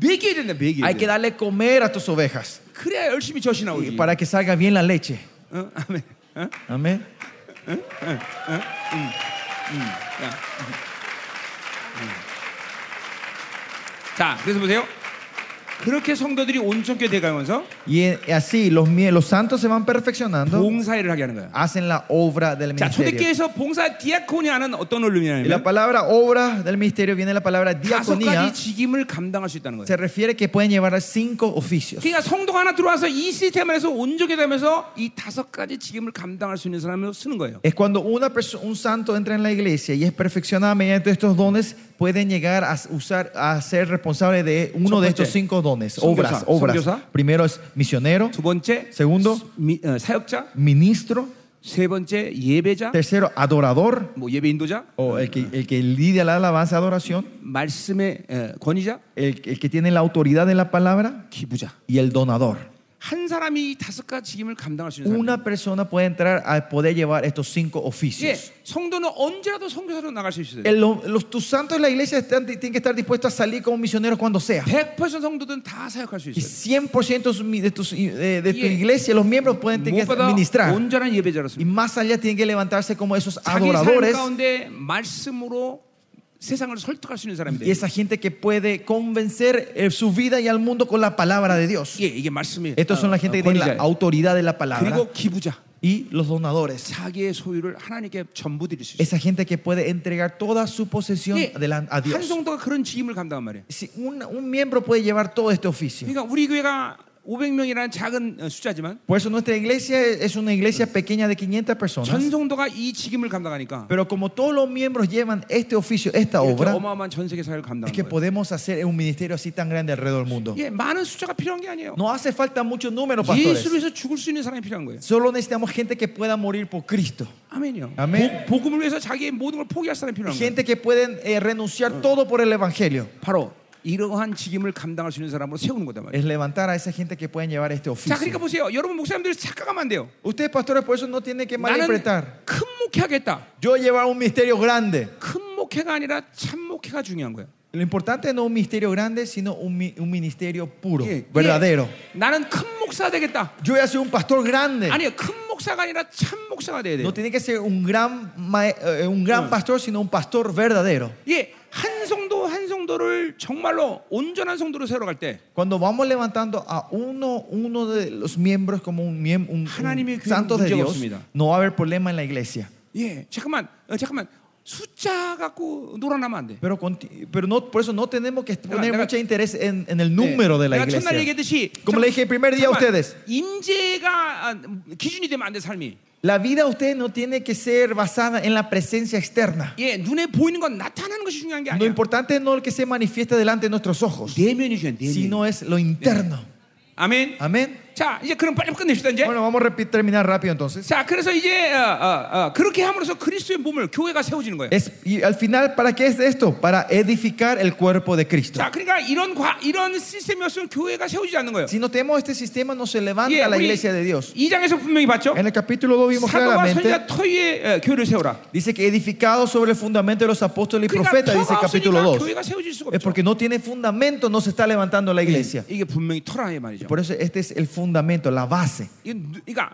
[SPEAKER 1] 먹여야 된다 먹여야
[SPEAKER 2] Hay que
[SPEAKER 1] 돼
[SPEAKER 2] darle comer a tus ovejas
[SPEAKER 1] 그래야 열심히 젖이 나오지
[SPEAKER 2] y para que salga bien la leche.
[SPEAKER 1] 어? 아멘 어?
[SPEAKER 2] Amén.
[SPEAKER 1] 자 그래서 보세요 그렇게 성도들이 온전케 돼가면서
[SPEAKER 2] Y eh, así los, mie- los santos se van perfeccionando,
[SPEAKER 1] 봉사일을 하게 하는 거야
[SPEAKER 2] hacen la obra del
[SPEAKER 1] 자
[SPEAKER 2] ministerio.
[SPEAKER 1] 초대교회에서 봉사 디아콘이 하는 어떤
[SPEAKER 2] Y la
[SPEAKER 1] 언론이냐면
[SPEAKER 2] palabra obra del ministerio viene la palabra
[SPEAKER 1] 다섯 가지
[SPEAKER 2] diaconía.
[SPEAKER 1] 직임을 감당할 수 있다는 거예요
[SPEAKER 2] Se refiere que pueden llevar cinco oficios.
[SPEAKER 1] 그러니까 성도가 하나 들어와서 이 시스템 안에서 온전케 되면서 이 다섯 가지 직임을 감당할 수 있는 사람으로 쓰는 거예요
[SPEAKER 2] Es cuando una perso- un santo entra en la iglesia y es perfeccionado mediante estos dones, pueden llegar a, s- usar, a ser responsable de uno de estos cinco dones, obras,
[SPEAKER 1] Songyosa,
[SPEAKER 2] obras.
[SPEAKER 1] songyosa.
[SPEAKER 2] Primero es misionero,
[SPEAKER 1] 두 번째
[SPEAKER 2] segundo
[SPEAKER 1] 미- 어, 사역자
[SPEAKER 2] ministro,
[SPEAKER 1] 세 번째 예배자
[SPEAKER 2] tercero adorador,
[SPEAKER 1] 뭐 예배 인도자
[SPEAKER 2] o el que, el que lidia la alabanza, adoración,
[SPEAKER 1] 말씀의 에, 권위자
[SPEAKER 2] el, el que tiene la autoridad de la palabra
[SPEAKER 1] 기부자
[SPEAKER 2] y el donador.
[SPEAKER 1] 한 사람이 이 다섯 가지 직임을 감당할 수 있는 사람
[SPEAKER 2] Una persona puede entrar a poder llevar estos cinco
[SPEAKER 1] 예,
[SPEAKER 2] oficios.
[SPEAKER 1] 성도는 언제라도 성교사로 나갈 수 있어요
[SPEAKER 2] El- los, tus santos de la iglesia están- tienen que estar dispuestos a salir como misioneros cuando sea.
[SPEAKER 1] 100% 성도들은 다 사역할 수
[SPEAKER 2] Y
[SPEAKER 1] 있어요
[SPEAKER 2] 100% de, tus- de tus- eh, de tu
[SPEAKER 1] Yeah.
[SPEAKER 2] iglesia, los miembros pueden tener que
[SPEAKER 1] 무엇보다
[SPEAKER 2] administrar.
[SPEAKER 1] 온전한 예배자로서
[SPEAKER 2] Y más allá tienen que levantarse como esos
[SPEAKER 1] 자기 삶
[SPEAKER 2] adoradores
[SPEAKER 1] 가운데 말씀으로 세상을 설득할 수 있는 예, 사람이
[SPEAKER 2] y
[SPEAKER 1] 돼요
[SPEAKER 2] esa gente que puede convencer eh, su vida y al mundo con la palabra de Dios.
[SPEAKER 1] 예, 이게 말씀이에요 어,
[SPEAKER 2] Estos son la gente que tiene la
[SPEAKER 1] 권위자
[SPEAKER 2] autoridad de la palabra
[SPEAKER 1] 그리고 기부자
[SPEAKER 2] y los donadores.
[SPEAKER 1] 자기의 소유를 하나님께 전부 드릴 수 있어요
[SPEAKER 2] Esa gente que puede entregar toda su posesión
[SPEAKER 1] 예,
[SPEAKER 2] delan- a
[SPEAKER 1] 한
[SPEAKER 2] Dios.
[SPEAKER 1] 성도가 그런 직임을 감당한 말이에요
[SPEAKER 2] Si un, un miembro puede llevar todo este oficio.
[SPEAKER 1] 그러니까 우리 교회가 500명이라는 작은 어, 숫자지만
[SPEAKER 2] Por eso nuestra iglesia es una iglesia pequeña de 500
[SPEAKER 1] 어,
[SPEAKER 2] personas.
[SPEAKER 1] 전성도가 이 직임을 감당하니까
[SPEAKER 2] Pero como todos los miembros llevan este oficio, esta
[SPEAKER 1] 이렇게
[SPEAKER 2] obra,
[SPEAKER 1] 어마어마한 전 세계 사회를
[SPEAKER 2] es
[SPEAKER 1] 감당하는
[SPEAKER 2] que
[SPEAKER 1] 거예요.
[SPEAKER 2] podemos hacer un ministerio así tan grande alrededor del mundo.
[SPEAKER 1] 예, 많은 숫자가 필요한 게 아니에요.
[SPEAKER 2] No hace falta muchos números, pastores.
[SPEAKER 1] 예수로 해서 죽을 수 있는 사람이 필요한 거예요.
[SPEAKER 2] Solo necesitamos gente que pueda morir por Cristo.
[SPEAKER 1] 아멘요.
[SPEAKER 2] 아멘.
[SPEAKER 1] 복, 복음을 위해서 자기의 모든 걸 포기할 사람이 필요한 거예요.
[SPEAKER 2] Gente que pueden eh, renunciar todo por el Evangelio.
[SPEAKER 1] 바로 이러한 직임을 감당할 수 있는 사람으로 세우는 거다 말이에요.
[SPEAKER 2] Es levantar a esa gente que pueden llevar este
[SPEAKER 1] 자, 그러니까
[SPEAKER 2] oficio.
[SPEAKER 1] 보세요. 여러분 목사님들 착각하면 안 돼요.
[SPEAKER 2] Ustedes, pastores, por eso no tienen que
[SPEAKER 1] 나는
[SPEAKER 2] malinterpretar.
[SPEAKER 1] 큰 목회하겠다.
[SPEAKER 2] Yo llevar un misterio grande.
[SPEAKER 1] 큰 목회가 아니라 참 목회가 중요한 거예요.
[SPEAKER 2] Lo importante no un misterio grande, sino un, mi- un ministerio puro,
[SPEAKER 1] 예,
[SPEAKER 2] verdadero.
[SPEAKER 1] 예, 나는 큰 목사 되겠다.
[SPEAKER 2] Yo voy a ser un pastor grande.
[SPEAKER 1] 아니요, 큰 목사가 아니라 참 목사가 돼야 돼요.
[SPEAKER 2] No tiene que ser un gran, ma- eh, un gran pastor, sino un pastor verdadero.
[SPEAKER 1] 예, 한 성도 한 성도를 정말로 온전한 성도로 세워갈 때
[SPEAKER 2] Cuando vamos levantando a uno, uno de los miembros como un, miembro un,
[SPEAKER 1] 하나님의
[SPEAKER 2] un
[SPEAKER 1] 교회는
[SPEAKER 2] santo de
[SPEAKER 1] 문제가
[SPEAKER 2] Dios,
[SPEAKER 1] 없습니다.
[SPEAKER 2] no va a haber problema en la iglesia.
[SPEAKER 1] 예, 잠깐만, 어, 잠깐만 숫자 갖고 놀아나면 안 돼.
[SPEAKER 2] Pero, conti- pero no, por eso no tenemos que poner
[SPEAKER 1] 내가-
[SPEAKER 2] mucho interés en, en el número de la
[SPEAKER 1] 네. 내가
[SPEAKER 2] iglesia.
[SPEAKER 1] 첫날 얘기했듯이
[SPEAKER 2] Como le dije el primer día a
[SPEAKER 1] 잠깐만,
[SPEAKER 2] ustedes,
[SPEAKER 1] 임재가 아, 기준이 되면 안 돼 삶이.
[SPEAKER 2] la vida de ustedes no tiene que ser basada en la presencia externa.
[SPEAKER 1] 예, 눈에 보이는 건 나타나는 것이 중요한 게
[SPEAKER 2] Lo
[SPEAKER 1] 아니야.
[SPEAKER 2] importante no es lo que se manifiesta delante de nuestros ojos,
[SPEAKER 1] 내면이 중요한
[SPEAKER 2] sino es lo interno.
[SPEAKER 1] 아멘.
[SPEAKER 2] Amén.
[SPEAKER 1] 자, 이제 그럼 빨리 끝냅시다 이제.
[SPEAKER 2] Bueno, vamos a repi- terminar rápido entonces.
[SPEAKER 1] 자, 그래서 이제 어, 어, 어, 그렇게 함으로써 그리스도의 몸을 교회가 세워지는 거예요.
[SPEAKER 2] Es, y al final, ¿para qué es esto? Para edificar el cuerpo de Cristo.
[SPEAKER 1] 자, 그러니까 이런 과, 이런 시스템이었으면 교회가 세워지지 않는 거예요.
[SPEAKER 2] Si no tenemos este sistema, no se levanta
[SPEAKER 1] 예,
[SPEAKER 2] la
[SPEAKER 1] 우리
[SPEAKER 2] iglesia de Dios.
[SPEAKER 1] 이 장에서 분명히 봤죠.
[SPEAKER 2] En el capítulo 2 vimos
[SPEAKER 1] 사도와
[SPEAKER 2] claramente,
[SPEAKER 1] 선지자 터위에 에, 교회를 세워라.
[SPEAKER 2] dice que edificado sobre el fundamento de los apóstoles y
[SPEAKER 1] 그러니까
[SPEAKER 2] profetas, dice el
[SPEAKER 1] 터가
[SPEAKER 2] capítulo
[SPEAKER 1] 없으니까
[SPEAKER 2] 2.
[SPEAKER 1] 교회가 세워질 수가 없죠.
[SPEAKER 2] Es 예, porque no tiene fundamento, no se está levantando la iglesia.
[SPEAKER 1] 이게 분명히 터라의 말이죠.
[SPEAKER 2] Por eso este es el fundamento, la base.
[SPEAKER 1] 이건 누- 그러니까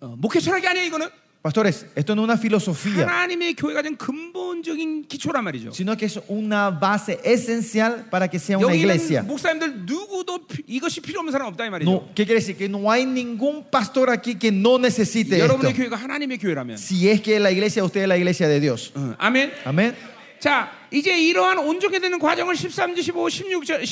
[SPEAKER 1] 어, 목회 철학이 아니에요. 이거는
[SPEAKER 2] Pastores, esto no es una filosofía,
[SPEAKER 1] 하나님의 교회가 된 근본적인 기초란 말이죠.
[SPEAKER 2] sino que es una base esencial para que sea una
[SPEAKER 1] 여기
[SPEAKER 2] iglesia.
[SPEAKER 1] 있는 목사님들 누구도 피- 이것이 필요 없는 사람 없다 이 말이죠.
[SPEAKER 2] No, ¿Qué quiere decir? Que no hay ningún pastor aquí que no necesite esto.
[SPEAKER 1] 여러분의 교회가 하나님의 교회라면.
[SPEAKER 2] Si es que la iglesia, usted es la iglesia de Dios.
[SPEAKER 1] 응, 아멘.
[SPEAKER 2] Amén.
[SPEAKER 1] 자, 이제 이러한 온전히 되는 과정을 13절, 15, 16절,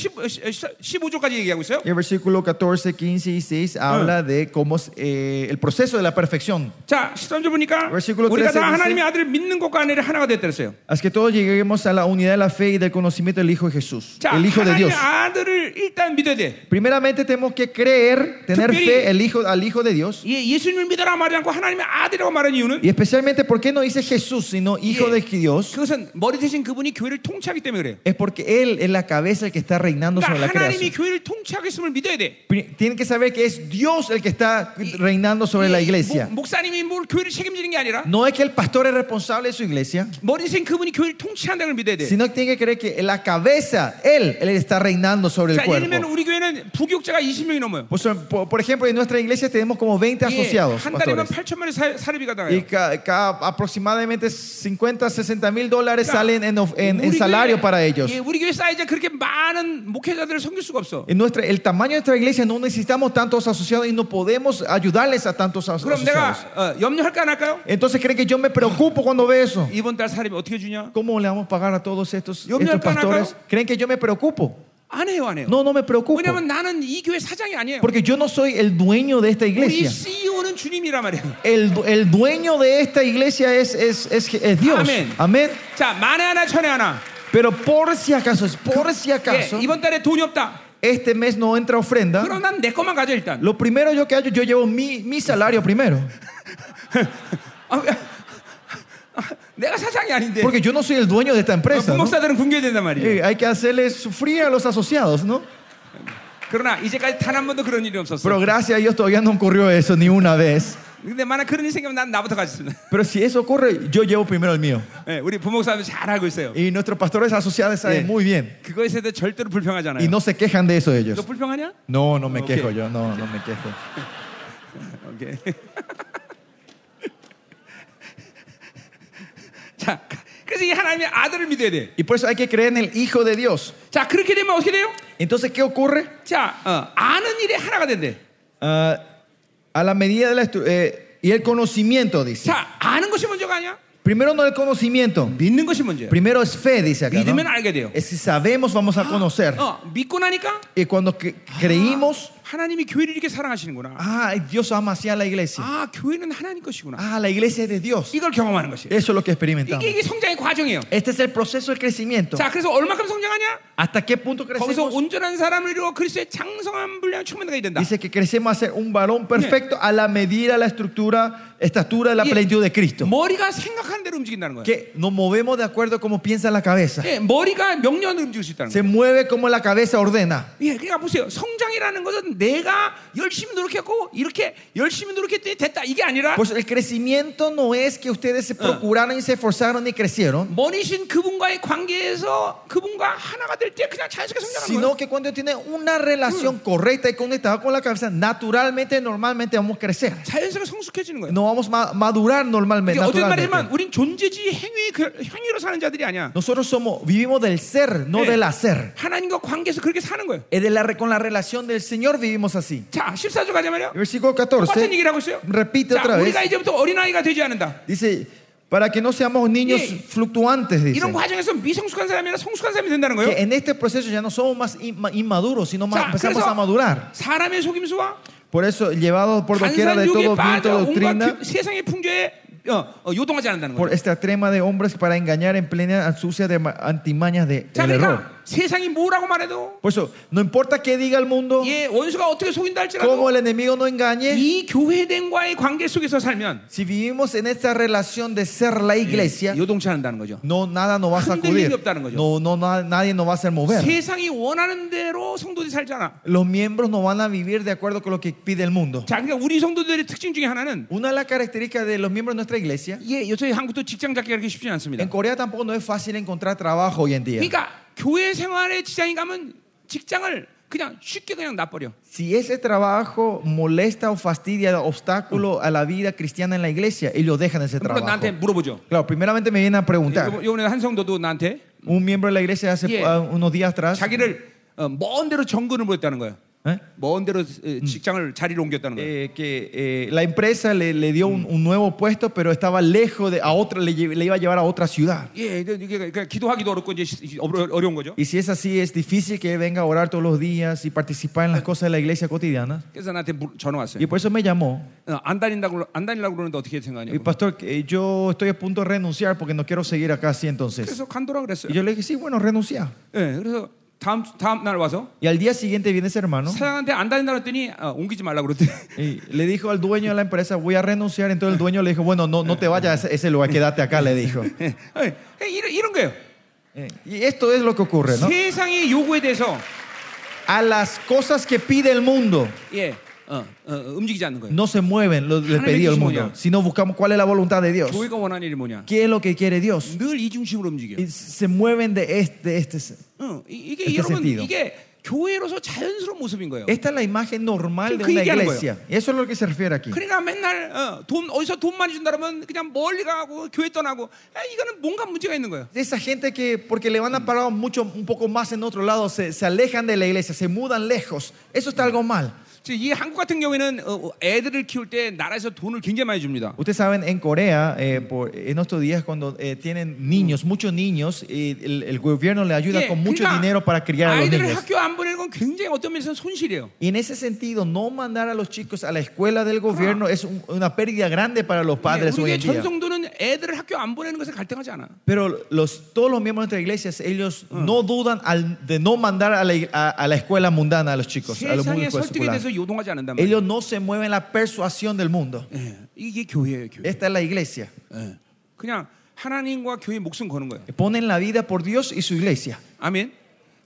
[SPEAKER 1] 15, 절까지 얘기하고 있어요.
[SPEAKER 2] Y el versículo 14, 15 y 6 habla de cómo es, eh, el proceso de la perfección.
[SPEAKER 1] 자, 13절 보니까
[SPEAKER 2] Versículo
[SPEAKER 1] 우리가 다
[SPEAKER 2] 13 dice-
[SPEAKER 1] 하나님의 아들을 믿는 것과 아내를 하나가 됐다랬어요.
[SPEAKER 2] Haz que todos lleguemos a la unidad de la fe y del conocimiento del Hijo de Jesús,
[SPEAKER 1] 자,
[SPEAKER 2] el Hijo de
[SPEAKER 1] 하나님의
[SPEAKER 2] Dios.
[SPEAKER 1] 아들을 일단 믿어야 돼.
[SPEAKER 2] Primeramente tenemos que creer, tener
[SPEAKER 1] 특별히-
[SPEAKER 2] fe el hijo, al Hijo de Dios.
[SPEAKER 1] 예, 예수님을 믿어라 말하지 않고 하나님의 아들이라고 말하는 이유는
[SPEAKER 2] Y especialmente, ¿por qué no dice Jesús, sino Hijo
[SPEAKER 1] 예,
[SPEAKER 2] de Dios?
[SPEAKER 1] 그것은 머리 대신 그분이 교회를 통치하기 때문에 그래요.
[SPEAKER 2] Es porque Él es la cabeza el que está reinando sobre
[SPEAKER 1] 그러니까
[SPEAKER 2] la
[SPEAKER 1] 하나님이
[SPEAKER 2] creación.
[SPEAKER 1] 교회를 통치하겠음을 믿어야 돼.
[SPEAKER 2] Pri- Tienen que saber que es Dios el que está reinando sobre la
[SPEAKER 1] 이
[SPEAKER 2] iglesia.
[SPEAKER 1] 목, 목사님이 뭘 교회를 책임지는 게 아니라
[SPEAKER 2] No es que el pastor es responsable de su iglesia,
[SPEAKER 1] 머리 대신 그분이 교회를 통치한다는 걸 믿어야 돼.
[SPEAKER 2] sino que tiene que creer que la cabeza, Él, Él está reinando sobre el
[SPEAKER 1] 자, 예를 들면
[SPEAKER 2] cuerpo.
[SPEAKER 1] 우리 교회는 부교육자가 20명이 넘어요.
[SPEAKER 2] Por, eso, por- por ejemplo, en nuestra iglesia tenemos como 20
[SPEAKER 1] 예,
[SPEAKER 2] asociados.
[SPEAKER 1] 한 달이면
[SPEAKER 2] pastores.
[SPEAKER 1] 8천만 원 사- 사례비가
[SPEAKER 2] Y
[SPEAKER 1] 나가요.
[SPEAKER 2] ca- ca- aproximadamente 50, 60 mil dólares
[SPEAKER 1] Claro.
[SPEAKER 2] salen en, of- en- en
[SPEAKER 1] 우리
[SPEAKER 2] salario
[SPEAKER 1] 교회-
[SPEAKER 2] para ellos.
[SPEAKER 1] 예, 우리 교회 사이즈 그렇게 많은 목회자들을 섬길 수가 없어.
[SPEAKER 2] En nuestra, el tamaño de nuestra iglesia no necesitamos tantos asociados y no podemos ayudarles a tantos as-
[SPEAKER 1] 그럼
[SPEAKER 2] asociados.
[SPEAKER 1] 내가 어, 염려할까 안 할까요?
[SPEAKER 2] Entonces, ¿creen que yo me preocupo cuando veo eso?
[SPEAKER 1] 이번 달 사례비 어떻게 주냐?
[SPEAKER 2] ¿Cómo le vamos a pagar a todos estos,
[SPEAKER 1] Yo me
[SPEAKER 2] estos
[SPEAKER 1] alcanzo,
[SPEAKER 2] pastores?
[SPEAKER 1] ¿no?
[SPEAKER 2] ¿Creen que yo me preocupo?
[SPEAKER 1] 안 해요, 안 해요.
[SPEAKER 2] No, no me preocupo.
[SPEAKER 1] 왜냐면 나는 이 교회 사장이 아니에요.
[SPEAKER 2] Porque yo no soy el dueño de esta
[SPEAKER 1] 우리
[SPEAKER 2] iglesia.
[SPEAKER 1] CEO는 주님이란 말이에요.
[SPEAKER 2] El, du- el dueño de esta iglesia es, es, es, es Dios.
[SPEAKER 1] Amén.
[SPEAKER 2] Amén.
[SPEAKER 1] 자, 만에 하나 천에 하나.
[SPEAKER 2] Pero por si acaso, es por si acaso,
[SPEAKER 1] 예, 이번 달에 돈이 없다.
[SPEAKER 2] este mes no entra ofrenda.
[SPEAKER 1] 그럼 난 내 것만 가져 일단.
[SPEAKER 2] Lo primero yo que hago, yo llevo mi, mi salario primero.
[SPEAKER 1] 아, 왜- 아, 내가 사장이 아닌데. 아,
[SPEAKER 2] Porque yo no soy el dueño de esta empresa. ¿no?
[SPEAKER 1] 목사들은 굶겨야 된단 말이에요.
[SPEAKER 2] Eh, hay que hacerle sufrir a los asociados, ¿no?
[SPEAKER 1] 그러나 이제까지 단 한 번도 그런 일이 없었어.
[SPEAKER 2] Pero gracias a Dios todavía no ocurrió eso ni una vez.
[SPEAKER 1] 근데 만약 그런 일이 생기면 난 나부터 가겠습니다.
[SPEAKER 2] Pero si eso ocurre, yo llevo primero el mío.
[SPEAKER 1] 예, 우리 부목사님도 잘 알고 있어요.
[SPEAKER 2] Y nuestros pastores asociados saben
[SPEAKER 1] Eh.
[SPEAKER 2] muy bien.
[SPEAKER 1] 그거에 대해 절대로 불평하지 않아요.
[SPEAKER 2] Y no se quejan de eso
[SPEAKER 1] 너
[SPEAKER 2] ellos.
[SPEAKER 1] 불평하냐?
[SPEAKER 2] No, no me
[SPEAKER 1] Ok.
[SPEAKER 2] quejo yo, no, no me quejo.
[SPEAKER 1] 오케이. 자, 그래서 이 하나님의 아들을 믿어야 돼.
[SPEAKER 2] Y por eso hay que creer en el Hijo de Dios.
[SPEAKER 1] 자, 그렇게 되면 어떻게 돼요?
[SPEAKER 2] Entonces, ¿qué ocurre?
[SPEAKER 1] 자, 어, 아는 일에 하나가 된대.
[SPEAKER 2] Ah, a la medida de la... estru- eh, y el conocimiento, dice.
[SPEAKER 1] 자, 아는 것이 먼저가 아니야?
[SPEAKER 2] Primero no el conocimiento.
[SPEAKER 1] 믿는 것이 먼저야.
[SPEAKER 2] Primero es fe, dice acá.
[SPEAKER 1] 믿으면
[SPEAKER 2] ¿no?
[SPEAKER 1] 알게 돼요. Ah,
[SPEAKER 2] Es si sabemos, vamos a conocer.
[SPEAKER 1] 어, 믿고 나니까
[SPEAKER 2] Y cuando cre- creímos,
[SPEAKER 1] 하나님이 교회를 이렇게 사랑하시는구나.
[SPEAKER 2] Ah, Dios ama así a la iglesia.
[SPEAKER 1] 아, 교회는 하나님 것이구나.
[SPEAKER 2] Ah, la iglesia es de Dios.
[SPEAKER 1] 이걸 경험하는 것이에요.
[SPEAKER 2] Eso es lo que experimentamos.
[SPEAKER 1] 이게, 이게 성장의 과정이에요.
[SPEAKER 2] Este es el proceso de crecimiento.
[SPEAKER 1] 자, 그래서 얼마큼 성장하냐?
[SPEAKER 2] ¿Hasta qué punto
[SPEAKER 1] 거기서
[SPEAKER 2] crecemos?
[SPEAKER 1] 온전한 사람을 이루어 그리스도의 장성한 분량 충만하게 된다.
[SPEAKER 2] Dice que crecemos a ser un varón perfecto a la medida, la estructura, estatura de la
[SPEAKER 1] Yeah.
[SPEAKER 2] plenitud de Cristo.
[SPEAKER 1] 머리가 생각하는 대로 움직인다는 거예요.
[SPEAKER 2] Que nos movemos de acuerdo a como piensa la cabeza.
[SPEAKER 1] 예, 머리가 명령을 움직일 수 있다는
[SPEAKER 2] Se
[SPEAKER 1] 거예요.
[SPEAKER 2] mueve como la cabeza ordena.
[SPEAKER 1] 예, 그러니까 보세요. 성장이라는 것은 내가 열심히 노력했고 이렇게 열심히 노력했더니 됐다 이게 아니라
[SPEAKER 2] Pues el crecimiento no es que ustedes se procuraron y se esforzaron y crecieron,
[SPEAKER 1] 머니신 그분과의 관계에서 그분과 하나가 될 때 그냥 자연스럽게 성장하는 거예요.
[SPEAKER 2] sino que cuando tienen una relación correcta y conectada con la cabeza, naturalmente, normalmente vamos a crecer.
[SPEAKER 1] 자연스럽게 성숙해지는 거예요.
[SPEAKER 2] No vamos a ma- madurar normalmente.
[SPEAKER 1] 이게 어떤
[SPEAKER 2] naturalmente.
[SPEAKER 1] 말이지만 우린 존재지 행위 그, 행위로 사는 자들이 아니야.
[SPEAKER 2] Nosotros somos, vivimos del ser, no
[SPEAKER 1] Eh.
[SPEAKER 2] del hacer.
[SPEAKER 1] 하나님과 관계에서 그렇게 사는 거예요.
[SPEAKER 2] Es de la re- con la relación del Señor vivimos así.
[SPEAKER 1] 자, 14절 가자 말이요.
[SPEAKER 2] Versículo
[SPEAKER 1] 똑같은
[SPEAKER 2] 14.
[SPEAKER 1] 얘기를 하고 있어요.
[SPEAKER 2] repite
[SPEAKER 1] 자,
[SPEAKER 2] otra vez.
[SPEAKER 1] 우리가 이제부터 어린아이가 되지 않는다.
[SPEAKER 2] Dice, para que no seamos niños
[SPEAKER 1] Yeah.
[SPEAKER 2] fluctuantes, dice.
[SPEAKER 1] 이런 과정에서 미성숙한 사람이 아니라 성숙한 사람이 된다는 거예요.
[SPEAKER 2] Que en este proceso ya no somos más inma- inmaduros, sino más
[SPEAKER 1] 자,
[SPEAKER 2] empezamos
[SPEAKER 1] 그래서
[SPEAKER 2] a madurar.
[SPEAKER 1] 사람의 속임수와
[SPEAKER 2] Por eso, llevados por doquiera
[SPEAKER 1] 간산
[SPEAKER 2] de
[SPEAKER 1] 욕에
[SPEAKER 2] todo viento
[SPEAKER 1] 빠져
[SPEAKER 2] de
[SPEAKER 1] 온갖
[SPEAKER 2] doctrina,
[SPEAKER 1] 그 세상의 풍조에 어, 어, 요동하지 않는다는
[SPEAKER 2] por
[SPEAKER 1] 거예요.
[SPEAKER 2] esta trema de hombres para engañar en plena astucia de ma- antimañas de,
[SPEAKER 1] 자,
[SPEAKER 2] del error.
[SPEAKER 1] 그러니까 세상이 뭐라고 말해도
[SPEAKER 2] Por eso, no importa qué diga el mundo,
[SPEAKER 1] 예, 원수가 어떻게 속인다 할지라도
[SPEAKER 2] cómo el enemigo no engañe,
[SPEAKER 1] 이 교회된과의 관계 속에서 살면
[SPEAKER 2] si vivimos en esta relación de ser la iglesia,
[SPEAKER 1] 요동치 않는다는 거죠.
[SPEAKER 2] no, nada nos va a
[SPEAKER 1] 흔들림이
[SPEAKER 2] sacudir.
[SPEAKER 1] 없다는 거죠.
[SPEAKER 2] No, no, na- nadie nos va a hacer mover.
[SPEAKER 1] 세상이 원하는 대로 성도들이 살잖아.
[SPEAKER 2] Los miembros no van a vivir de acuerdo con lo que pide el mundo.
[SPEAKER 1] 자, 그러니까 우리 성도들의 특징 중에 하나는
[SPEAKER 2] Una de las características de los miembros de nuestra iglesia,
[SPEAKER 1] 예, 요새 한국도 직장 잡기가 그렇게 쉽지 않습니다.
[SPEAKER 2] en Corea tampoco no es fácil encontrar trabajo hoy en día.
[SPEAKER 1] 그러니까 교회 생활에 지장이 가면 직장을 그냥 쉽게 그냥 놔버려.
[SPEAKER 2] Si ese trabajo molesta o fastidia, obstáculo a la vida cristiana en la iglesia, ellos dejan ese
[SPEAKER 1] 물론 나한테
[SPEAKER 2] trabajo.
[SPEAKER 1] 물어보죠.
[SPEAKER 2] Claro, primeramente me vienen a preguntar.
[SPEAKER 1] 요- 요번에 한 성도도 나한테
[SPEAKER 2] Un miembro de la iglesia hace
[SPEAKER 1] Yeah.
[SPEAKER 2] ah, unos días atrás,
[SPEAKER 1] 자기를 어, 먼 데로 정근을 보냈다는 거예요.
[SPEAKER 2] ¿eh?
[SPEAKER 1] 먼 데로 에, 직장을 자리를 옮겼다는 거예요.
[SPEAKER 2] Eh, que eh, la empresa le, le dio un, un nuevo puesto, pero estaba lejos de a otra, le, lle- le iba a llevar a otra ciudad.
[SPEAKER 1] 예, 이게 그러니까 기도하기도 어렵고 이제 시- 어려- 어려운 거죠.
[SPEAKER 2] Y si es así, es difícil que venga a orar todos los días y participar en las cosas de la iglesia cotidiana.
[SPEAKER 1] 그래서 나한테 물- 전화 왔어요.
[SPEAKER 2] Y por eso me llamó.
[SPEAKER 1] 어, 안 다닌다고 안 다니려고 그러는데 어떻게
[SPEAKER 2] Y
[SPEAKER 1] 생각하냐고.
[SPEAKER 2] pastor, eh, yo estoy a punto de renunciar porque no quiero seguir acá así entonces.
[SPEAKER 1] 그래서 간도라 그랬어요.
[SPEAKER 2] Y yo le dije, sí, bueno, renuncia.
[SPEAKER 1] 예, 그래서 다음 다음 날 와서
[SPEAKER 2] Y al día siguiente viene ese
[SPEAKER 1] 어?
[SPEAKER 2] hermano
[SPEAKER 1] 사장한테 안 다닌다 그랬더니 어, 옮기지 말라 그랬더니
[SPEAKER 2] y le dijo al dueño de la empresa, voy a renunciar. Entonces el dueño le dijo, bueno, no, no te vayas a ese- ese lugar, quédate acá, le dijo.
[SPEAKER 1] 예, 이런, 이런 거예요.
[SPEAKER 2] Eh, Y esto es lo que ocurre, ¿no?
[SPEAKER 1] 세상의 요구에 대해서
[SPEAKER 2] A las cosas que pide el mundo
[SPEAKER 1] 예, 어, 어, 움직이지 않는 거예요.
[SPEAKER 2] no se mueven los le pedido el mundo, sino buscamos cuál es la voluntad de Dios.
[SPEAKER 1] 교회가 원하는 일이 뭐냐?
[SPEAKER 2] ¿Qué es lo que quiere Dios?
[SPEAKER 1] 늘 이 중심으로 움직여.
[SPEAKER 2] Y se mueven de este, este.
[SPEAKER 1] 어, 이- 이게
[SPEAKER 2] Este
[SPEAKER 1] 여러분
[SPEAKER 2] sentido.
[SPEAKER 1] 이게 교회로서 자연스러운 모습인 거예요.
[SPEAKER 2] Esta es la imagen normal de
[SPEAKER 1] Que- que
[SPEAKER 2] una
[SPEAKER 1] 얘기하는
[SPEAKER 2] iglesia. Eso es lo que se refiere aquí.
[SPEAKER 1] 그러니까 맨날 어, 돈 어디서 돈 많이 준다 그러면 그냥 멀리 가고 교회 떠나고 아, 이거는 뭔가 문제가 있는 거예요.
[SPEAKER 2] Esa gente que, porque le van a pagar mucho, un poco más en otro lado, se, se alejan de la iglesia, se mudan lejos. Eso está algo mal.
[SPEAKER 1] 지금 이 한국 같은 경우에는 어, 어, 애들을 키울 때 나라에서 돈을 굉장히 많이 줍니다.
[SPEAKER 2] Ustedes saben, en Corea, eh, por- en estos días, cuando eh, tienen niños, muchos niños, eh, el, el gobierno le ayuda
[SPEAKER 1] 예,
[SPEAKER 2] con mucho
[SPEAKER 1] 그러니까
[SPEAKER 2] dinero para criar a los
[SPEAKER 1] 아이들을
[SPEAKER 2] niños.
[SPEAKER 1] 학교 안 보내는 건 굉장히 어떤 면에서 는 손실이에요. 예,
[SPEAKER 2] Y en ese sentido, no mandar a los chicos a la escuela del gobierno es un- una pérdida grande para los
[SPEAKER 1] 예,
[SPEAKER 2] padres hoy
[SPEAKER 1] 우리
[SPEAKER 2] en día.
[SPEAKER 1] 전성도는 애들을 학교 안 보내는 것에 갈등하지 않아.
[SPEAKER 2] Pero los, todos los miembros de nuestra iglesia, ellos no dudan al- de no mandar a la, ig- a- a la escuela mundana a los chicos, a los
[SPEAKER 1] 세상의
[SPEAKER 2] mundo
[SPEAKER 1] 설득에
[SPEAKER 2] secular.
[SPEAKER 1] 대해서 요동하지 않는단 말이에요.
[SPEAKER 2] Ellos no se mueven la persuasión del mundo.
[SPEAKER 1] 예, 이게 교회예요, 교회.
[SPEAKER 2] Esta es la iglesia.
[SPEAKER 1] 예. 그냥 하나님과 교회 목숨 거는 거예요.
[SPEAKER 2] Ponen la vida por Dios y su iglesia.
[SPEAKER 1] 아멘.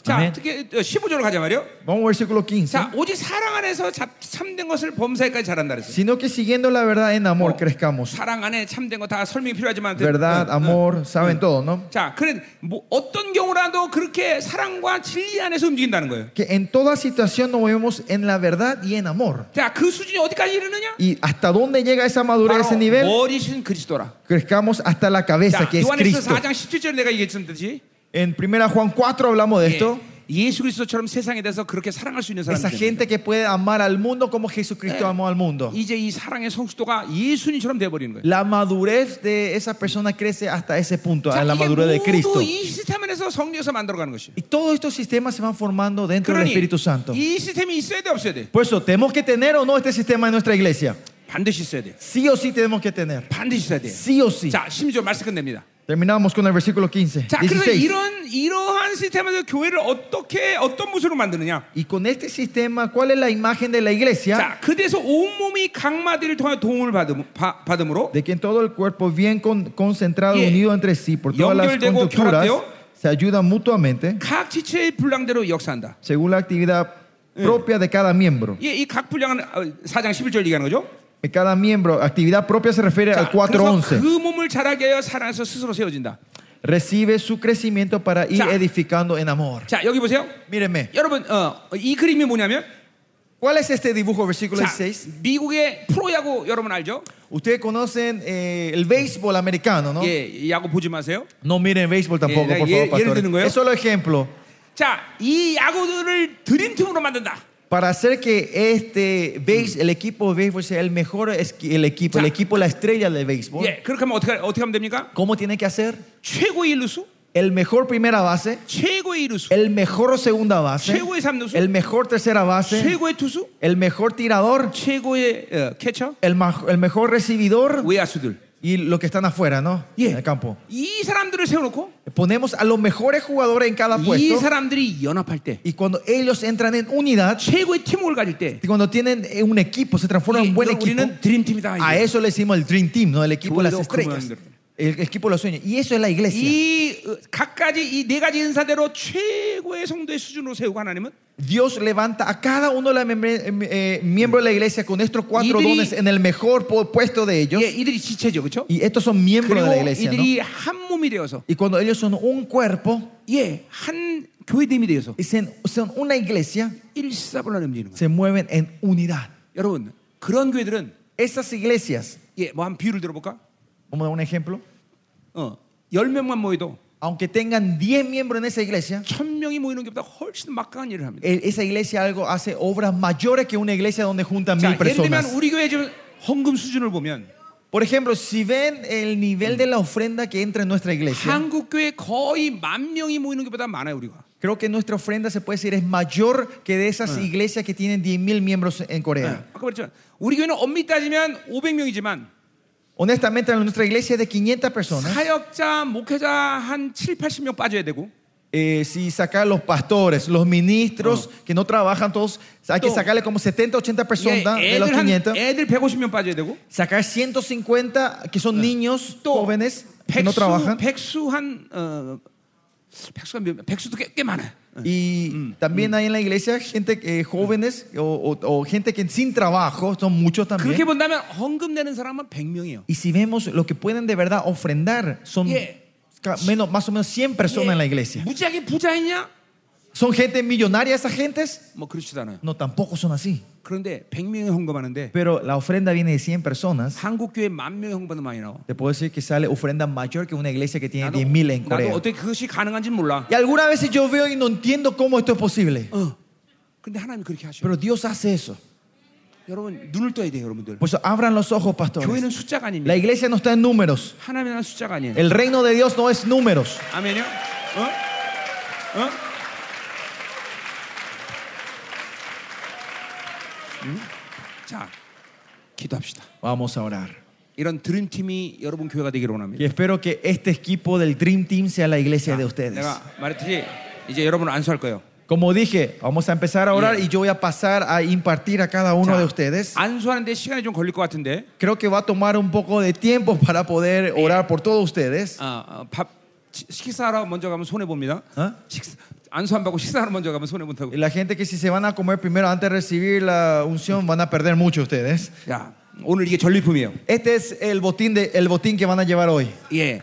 [SPEAKER 1] 자,
[SPEAKER 2] 아멘.
[SPEAKER 1] 특히 15절로 가자 말이요.
[SPEAKER 2] Vamos al versículo 15.
[SPEAKER 1] 자, 오직 사랑 안에서 잡- 참된 것을 범사에까지 잘한다 그랬어요.
[SPEAKER 2] Sino que siguiendo la verdad en amor
[SPEAKER 1] Oh.
[SPEAKER 2] crezcamos.
[SPEAKER 1] 사랑 안에 참된 거 다 설명이 필요하지만
[SPEAKER 2] Verdad,
[SPEAKER 1] 응,
[SPEAKER 2] amor, saben todo,
[SPEAKER 1] 응.
[SPEAKER 2] ¿no?
[SPEAKER 1] 자, 그래 뭐 어떤 경우라도 그렇게 사랑과 진리 안에서 움직인다는 거예요.
[SPEAKER 2] Que en toda situación nos movemos en la verdad y en amor.
[SPEAKER 1] 자, 그 수준이 어디까지 이르느냐?
[SPEAKER 2] Y hasta dónde llega esa madurez, ese nivel,
[SPEAKER 1] 머리신 그리스도라.
[SPEAKER 2] crezcamos hasta la cabeza,
[SPEAKER 1] 자,
[SPEAKER 2] que es
[SPEAKER 1] 요한에서
[SPEAKER 2] Cristo.
[SPEAKER 1] 4장 17절에 내가 얘기했듯이
[SPEAKER 2] En 1 Juan 4 hablamos de esto.
[SPEAKER 1] 예, 수 그리스도처럼 세상에 대해서 그렇게 사랑할 수 있는
[SPEAKER 2] Esa
[SPEAKER 1] 사람이 되는
[SPEAKER 2] gente que puede amar al mundo como Jesucristo amó al mundo.
[SPEAKER 1] 거예요. 이제 이 사랑의 성숙도가 예수님처럼 돼 버리는 거예요.
[SPEAKER 2] La madurez de esa persona crece hasta ese punto, a la
[SPEAKER 1] 이게
[SPEAKER 2] madurez de Cristo.
[SPEAKER 1] 모두 이 시스템 안에서 안에서 성령에서 만들어가는 것이에요.
[SPEAKER 2] Y todos estos sistemas se van formando dentro del
[SPEAKER 1] 그러니
[SPEAKER 2] Espíritu Santo.
[SPEAKER 1] 이 시스템이 있어야 돼 없어야 돼?
[SPEAKER 2] Por eso, ¿tenemos que tener o no este sistema en nuestra iglesia?
[SPEAKER 1] 반드시 있어야 돼.
[SPEAKER 2] Sí o sí tenemos que tener.
[SPEAKER 1] 반드시 있어야 돼.
[SPEAKER 2] Sí o sí.
[SPEAKER 1] 자, 심지어 말씀 끝냅니다.
[SPEAKER 2] Terminamos con el versículo 15.
[SPEAKER 1] 자, 그래서
[SPEAKER 2] 16.
[SPEAKER 1] 이런 이러한 시스템에서 교회를 어떻게 어떤 모습으로 만드느냐?
[SPEAKER 2] Y con este sistema, ¿cuál es la imagen de la iglesia?
[SPEAKER 1] 자, 그대에서 온 몸이 각마디를 통해 도움을 받음, 바- 받음으로
[SPEAKER 2] De que en todo el cuerpo, bien con- concentrado,
[SPEAKER 1] Yeah.
[SPEAKER 2] unido entre sí por todas las
[SPEAKER 1] 연결되고
[SPEAKER 2] conducturas,
[SPEAKER 1] 결합되어
[SPEAKER 2] se ayudan mutuamente
[SPEAKER 1] 각 지체의 분량대로 역사한다.
[SPEAKER 2] según la actividad propia de cada miembro.
[SPEAKER 1] 예, 이각 분량은 어, 4장 11절 얘기하는 거죠?
[SPEAKER 2] De cada miembro, actividad propia se refiere al
[SPEAKER 1] 자, 그래서
[SPEAKER 2] 4.11.
[SPEAKER 1] 그 몸을 자라게 하여 사랑에서 스스로 세워진다.
[SPEAKER 2] Recibe su crecimiento para ir
[SPEAKER 1] Ya.
[SPEAKER 2] edificando en amor.
[SPEAKER 1] 자, 여기 보세요.
[SPEAKER 2] Mírenme,
[SPEAKER 1] 여러분, 어, 이 그림이 뭐냐면
[SPEAKER 2] ¿cuál es este dibujo, versículo
[SPEAKER 1] 자,
[SPEAKER 2] 16?
[SPEAKER 1] 미국의 프로야구 여러분 알죠?
[SPEAKER 2] Ustedes conocen eh, el béisbol americano, ¿no?
[SPEAKER 1] 예, 야구 보지 마세요.
[SPEAKER 2] No miren béisbol tampoco,
[SPEAKER 1] Yeah,
[SPEAKER 2] por
[SPEAKER 1] yeah,
[SPEAKER 2] favor,
[SPEAKER 1] yeah,
[SPEAKER 2] pastores.
[SPEAKER 1] yeah, yeah.
[SPEAKER 2] Es solo ejemplo.
[SPEAKER 1] 자, 이 야구들을 드림팀으로 만든다.
[SPEAKER 2] Para hacer que este béis- el equipo de béisbol sea el mejor esqui- el equipo, el
[SPEAKER 1] Ya.
[SPEAKER 2] equipo la estrella del béisbol,
[SPEAKER 1] 예, 그렇게 하면 어떻게 어떻게 하면 됩니까?
[SPEAKER 2] ¿cómo tiene que hacer?
[SPEAKER 1] 최고의 일루수,
[SPEAKER 2] El mejor primera base,
[SPEAKER 1] 최고의 일루수,
[SPEAKER 2] el mejor segunda base,
[SPEAKER 1] 최고의 삼루수,
[SPEAKER 2] el mejor tercera base,
[SPEAKER 1] 최고의 투수,
[SPEAKER 2] el mejor tirador,
[SPEAKER 1] 최고의 어, 캐쳐,
[SPEAKER 2] el, ma- el mejor recibidor
[SPEAKER 1] 외야수들.
[SPEAKER 2] y los que están afuera, ¿no?
[SPEAKER 1] Yeah.
[SPEAKER 2] En el campo.
[SPEAKER 1] 이 사람들을 세워놓고
[SPEAKER 2] Ponemos a los mejores jugadores en cada
[SPEAKER 1] 이
[SPEAKER 2] puesto
[SPEAKER 1] 아, 사람들이 연합할 때,
[SPEAKER 2] y cuando ellos entran en unidad,
[SPEAKER 1] 최고의 팀워크를 가질 때,
[SPEAKER 2] y cuando tienen eh, un equipo, se transforman
[SPEAKER 1] 이-
[SPEAKER 2] en un buen
[SPEAKER 1] 이걸
[SPEAKER 2] equipo.
[SPEAKER 1] 우리는 아, 드림팀이다.
[SPEAKER 2] A
[SPEAKER 1] 이게.
[SPEAKER 2] eso le decimos el Dream Team, ¿no? El equipo de las
[SPEAKER 1] Bueno,
[SPEAKER 2] estrellas.
[SPEAKER 1] commander.
[SPEAKER 2] El equipo de los sueños. Y eso es la iglesia.
[SPEAKER 1] 이 어, 각가지 이 네 가지 인사대로 최고의 성도의 수준으로 세우고 하나님은
[SPEAKER 2] Dios levanta a cada uno de los membre- em- eh, miembros de la iglesia con estos cuatro
[SPEAKER 1] Idri-
[SPEAKER 2] dones en el mejor po- puesto de ellos.
[SPEAKER 1] 예, 이들이 지체죠, 그렇죠?
[SPEAKER 2] Y estos son miembros de
[SPEAKER 1] 그리고
[SPEAKER 2] la iglesia. ¿no?
[SPEAKER 1] 이들이 한 몸이 되어서
[SPEAKER 2] Y cuando ellos son un cuerpo,
[SPEAKER 1] 예, 한 교회됨이 되어서
[SPEAKER 2] y sen- son una iglesia,
[SPEAKER 1] 일사불란 움직이는 거예요.
[SPEAKER 2] se mueven en unidad.
[SPEAKER 1] 여러분, 그런 교회들은
[SPEAKER 2] Esas iglesias,
[SPEAKER 1] 예, 뭐 한 비율을 들어볼까?
[SPEAKER 2] vamos a dar un ejemplo.
[SPEAKER 1] 어, 열 명만 모여도
[SPEAKER 2] Aunque tengan 10 miembros en esa iglesia,
[SPEAKER 1] 천 명이 모이는 것보다 훨씬 막강한 일을 합니다.
[SPEAKER 2] el- esa iglesia algo hace obras mayores que una iglesia donde juntan
[SPEAKER 1] 자,
[SPEAKER 2] mil
[SPEAKER 1] 예를 들면
[SPEAKER 2] personas.
[SPEAKER 1] 우리 교회 지금 헌금 수준을 보면
[SPEAKER 2] Por ejemplo, si ven el nivel de la ofrenda que entra en nuestra iglesia,
[SPEAKER 1] 한국 교회 거의 만 명이 모이는 것보다 많아요 우리가.
[SPEAKER 2] creo que nuestra ofrenda se puede decir es mayor que de esas iglesias que tienen 10.000 miembros en
[SPEAKER 1] 예,
[SPEAKER 2] Corea.
[SPEAKER 1] 아까 그랬죠. 우리 교회는 엄밀히 따지면 500명이지만
[SPEAKER 2] Honestamente, en nuestra iglesia es de 500 personas.
[SPEAKER 1] 사역자, 목회자 한 7, 80명 빠져야 되고
[SPEAKER 2] Eh, si sacar los pastores, los ministros que no trabajan todos, hay que
[SPEAKER 1] No.
[SPEAKER 2] sacarle como 70, 80
[SPEAKER 1] 예,
[SPEAKER 2] personas de los
[SPEAKER 1] 애들 한
[SPEAKER 2] 500.
[SPEAKER 1] 애들 150명 빠져야 되고
[SPEAKER 2] Sacar 150 que son niños,
[SPEAKER 1] No.
[SPEAKER 2] jóvenes que no
[SPEAKER 1] 백수,
[SPEAKER 2] trabajan.
[SPEAKER 1] 백수 한 어, 백수가 몇, 백수도 꽤, 꽤 많아요. 어.
[SPEAKER 2] Y también hay en la iglesia gente, eh, jóvenes o, o- o gente que sin trabajo, son muchos también.
[SPEAKER 1] 그렇게 본다면 헌금 내는 사람은 100명이에요.
[SPEAKER 2] Y si vemos lo que pueden de verdad ofrendar, son
[SPEAKER 1] Yeah.
[SPEAKER 2] ca- menos, más o menos 100 personas en la iglesia.
[SPEAKER 1] 무지하게 부자이냐?
[SPEAKER 2] ¿Son gente millonaria esas gentes?
[SPEAKER 1] 뭐 그렇지도 않아요.
[SPEAKER 2] No, tampoco son así.
[SPEAKER 1] 그런데 100명이 헌금하는데
[SPEAKER 2] Pero la ofrenda viene de 100 personas.
[SPEAKER 1] 한국 교회 만 명의 헌금은 많이 나와.
[SPEAKER 2] Te puedo decir que sale ofrenda mayor que una iglesia que tiene
[SPEAKER 1] 나도,
[SPEAKER 2] 10.000 en
[SPEAKER 1] 나도
[SPEAKER 2] Corea.
[SPEAKER 1] 어떻게 그것이 가능한지 몰라.
[SPEAKER 2] Y algunas veces yo veo y no entiendo cómo esto es posible.
[SPEAKER 1] 어. 근데 하나님 그렇게 하셔.
[SPEAKER 2] Pero Dios hace eso.
[SPEAKER 1] 여러분 눈을 떠야 돼요, 여러분들.
[SPEAKER 2] Por eso abran los ojos, pastores.
[SPEAKER 1] 교회는 숫자가
[SPEAKER 2] La
[SPEAKER 1] 아닙니다.
[SPEAKER 2] iglesia no está en números.
[SPEAKER 1] 하나님은 숫자가 아니에요.
[SPEAKER 2] El reino de Dios no es números.
[SPEAKER 1] 아멘요? 어? 어? 응? 음? 자, 기도합시다.
[SPEAKER 2] Vamos a orar.
[SPEAKER 1] 이런 드림팀이 여러분 교회가 되기를 원합니다.
[SPEAKER 2] Y espero que este equipo del Dream Team sea la iglesia de ustedes.
[SPEAKER 1] 내가 말했듯이 이제 여러분을 안수할 거예요.
[SPEAKER 2] Como dije, vamos a empezar a orar
[SPEAKER 1] Yeah.
[SPEAKER 2] y yo voy a pasar a impartir a cada uno
[SPEAKER 1] 자,
[SPEAKER 2] de ustedes.
[SPEAKER 1] 안수하는데 시간이 좀 걸릴 것 같은데
[SPEAKER 2] Creo que va a tomar un poco de tiempo para poder orar por todos ustedes.
[SPEAKER 1] 아, 아, 밥 시- 식사하러 먼저 가면 손해 봅니다.
[SPEAKER 2] 어?
[SPEAKER 1] 식사, 안수 안 받고 식사하러 먼저 가면 손해 본다고.
[SPEAKER 2] ¿Ah? Y La gente que si se van a comer primero antes de recibir la unción van a perder mucho ustedes.
[SPEAKER 1] 야, 오늘 이게 전리품이에요.
[SPEAKER 2] Este es el botín, de, el botín que van a llevar hoy.
[SPEAKER 1] 예,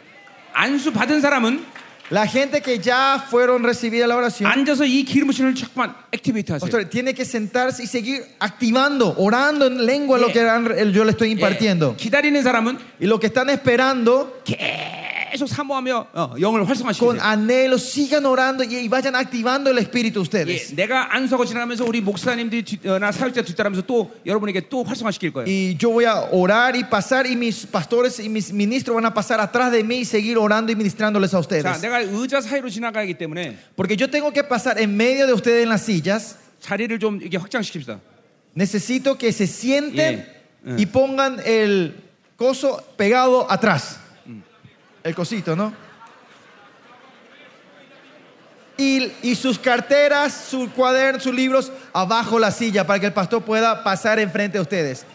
[SPEAKER 1] 안수 받은 사람은
[SPEAKER 2] La gente que ya fueron recibida la oración,
[SPEAKER 1] 앉아서 이 기름부신을 자꾸만 액티베이트 하세요.
[SPEAKER 2] pastor, tiene que sentarse y seguir activando, orando en lengua lo
[SPEAKER 1] Yeah.
[SPEAKER 2] que han- yo le estoy
[SPEAKER 1] 예,
[SPEAKER 2] impartiendo.
[SPEAKER 1] 기다리는 사람은
[SPEAKER 2] Y lo que están esperando
[SPEAKER 1] 계속 사모하며 어, 영을 활성화시키세요.
[SPEAKER 2] Con anhelo, sigan orando y, y vayan activando el espíritu
[SPEAKER 1] 예,
[SPEAKER 2] ustedes.
[SPEAKER 1] 내가 안서고 지나가면서 우리 목사님들이 뒤- 어, 나 사역자 뒤따라면서 또 여러분에게 또 활성화시킬 거예요.
[SPEAKER 2] Y yo voy a orar y pasar, y mis pastores y mis ministros van a pasar atrás de mí y seguir orando y ministrándoles
[SPEAKER 1] 자,
[SPEAKER 2] a ustedes.
[SPEAKER 1] 내가 의자 사이로 지나가기 때문에
[SPEAKER 2] Porque yo tengo que pasar en medio de ustedes en las sillas.
[SPEAKER 1] 자리를 좀 이게 확장시킵시다.
[SPEAKER 2] Necesito que se sienten
[SPEAKER 1] Yeah.
[SPEAKER 2] y pongan el coso pegado atrás. El cosito, ¿no? Y, y sus carteras, sus cuadernos, sus libros abajo la silla para que el pastor pueda pasar enfrente de ustedes.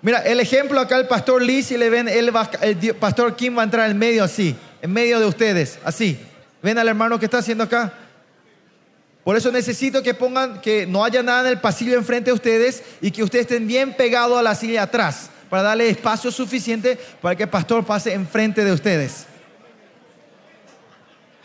[SPEAKER 2] Mira, el ejemplo acá, el pastor Lee, si le ven, él va- el di- pastor Kim va a entrar en medio así, en medio de ustedes, así. ¿Ven al hermano que está haciendo acá? Por eso necesito que pongan, que no haya nada en el pasillo enfrente de ustedes y que ustedes estén bien pegados a la silla atrás para darle espacio suficiente para que el pastor pase enfrente de ustedes.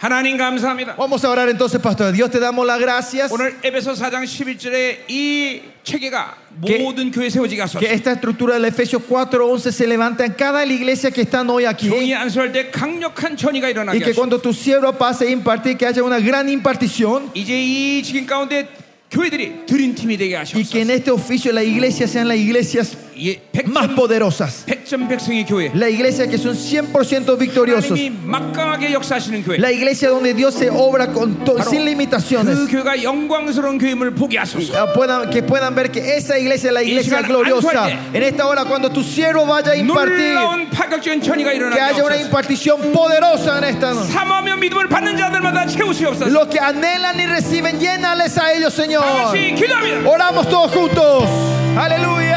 [SPEAKER 1] 하나님 감사합니다.
[SPEAKER 2] Vamos a orar entonces, pastor. Dios te damos las gracias.
[SPEAKER 1] 오늘 에베소 4장 11절에 이 체계가
[SPEAKER 2] 게-
[SPEAKER 1] 모든 교회 세워지게 하소서.
[SPEAKER 2] Que esta estructura del Efesios 4:11 se levante en cada la iglesia que están hoy
[SPEAKER 1] 종이
[SPEAKER 2] aquí.
[SPEAKER 1] 안수할 때 강력한 전이가
[SPEAKER 2] Y
[SPEAKER 1] 일어나게
[SPEAKER 2] que
[SPEAKER 1] 하소서.
[SPEAKER 2] cuando tu siervo pase a impartir, que haya una gran impartición.
[SPEAKER 1] 이제 이 지금 가운데 교회들이 드림팀이 되게
[SPEAKER 2] Y
[SPEAKER 1] 하소서.
[SPEAKER 2] que en este oficio las iglesias sean las iglesias
[SPEAKER 1] 예, 백점,
[SPEAKER 2] más poderosas.
[SPEAKER 1] 백점 백성의 교회.
[SPEAKER 2] Las iglesias que son 100% victoriosos.
[SPEAKER 1] 하나님이 막강하게 역사하시는 교회. 그
[SPEAKER 2] La iglesia donde Dios se obra con to-
[SPEAKER 1] Claro.
[SPEAKER 2] sin limitaciones.
[SPEAKER 1] 그 교회가 영광스러운 교회임을 보게 하소서.
[SPEAKER 2] Ah, puedan- que puedan ver que esa iglesia es la iglesia
[SPEAKER 1] sigan
[SPEAKER 2] gloriosa.
[SPEAKER 1] actuando.
[SPEAKER 2] En esta hora, cuando tu siervo vaya a impartir,
[SPEAKER 1] 놀라운 파격적인 전이가
[SPEAKER 2] que
[SPEAKER 1] 일어나게
[SPEAKER 2] haya una
[SPEAKER 1] 하소서.
[SPEAKER 2] impartición poderosa en esta noche.
[SPEAKER 1] 사모하며 믿음을 받는 자들마다 채우시옵소서.
[SPEAKER 2] Los que anhelan y reciben, llénales a ellos, Señor.
[SPEAKER 1] 다같이 기도합니다.
[SPEAKER 2] Oramos todos juntos. Aleluya.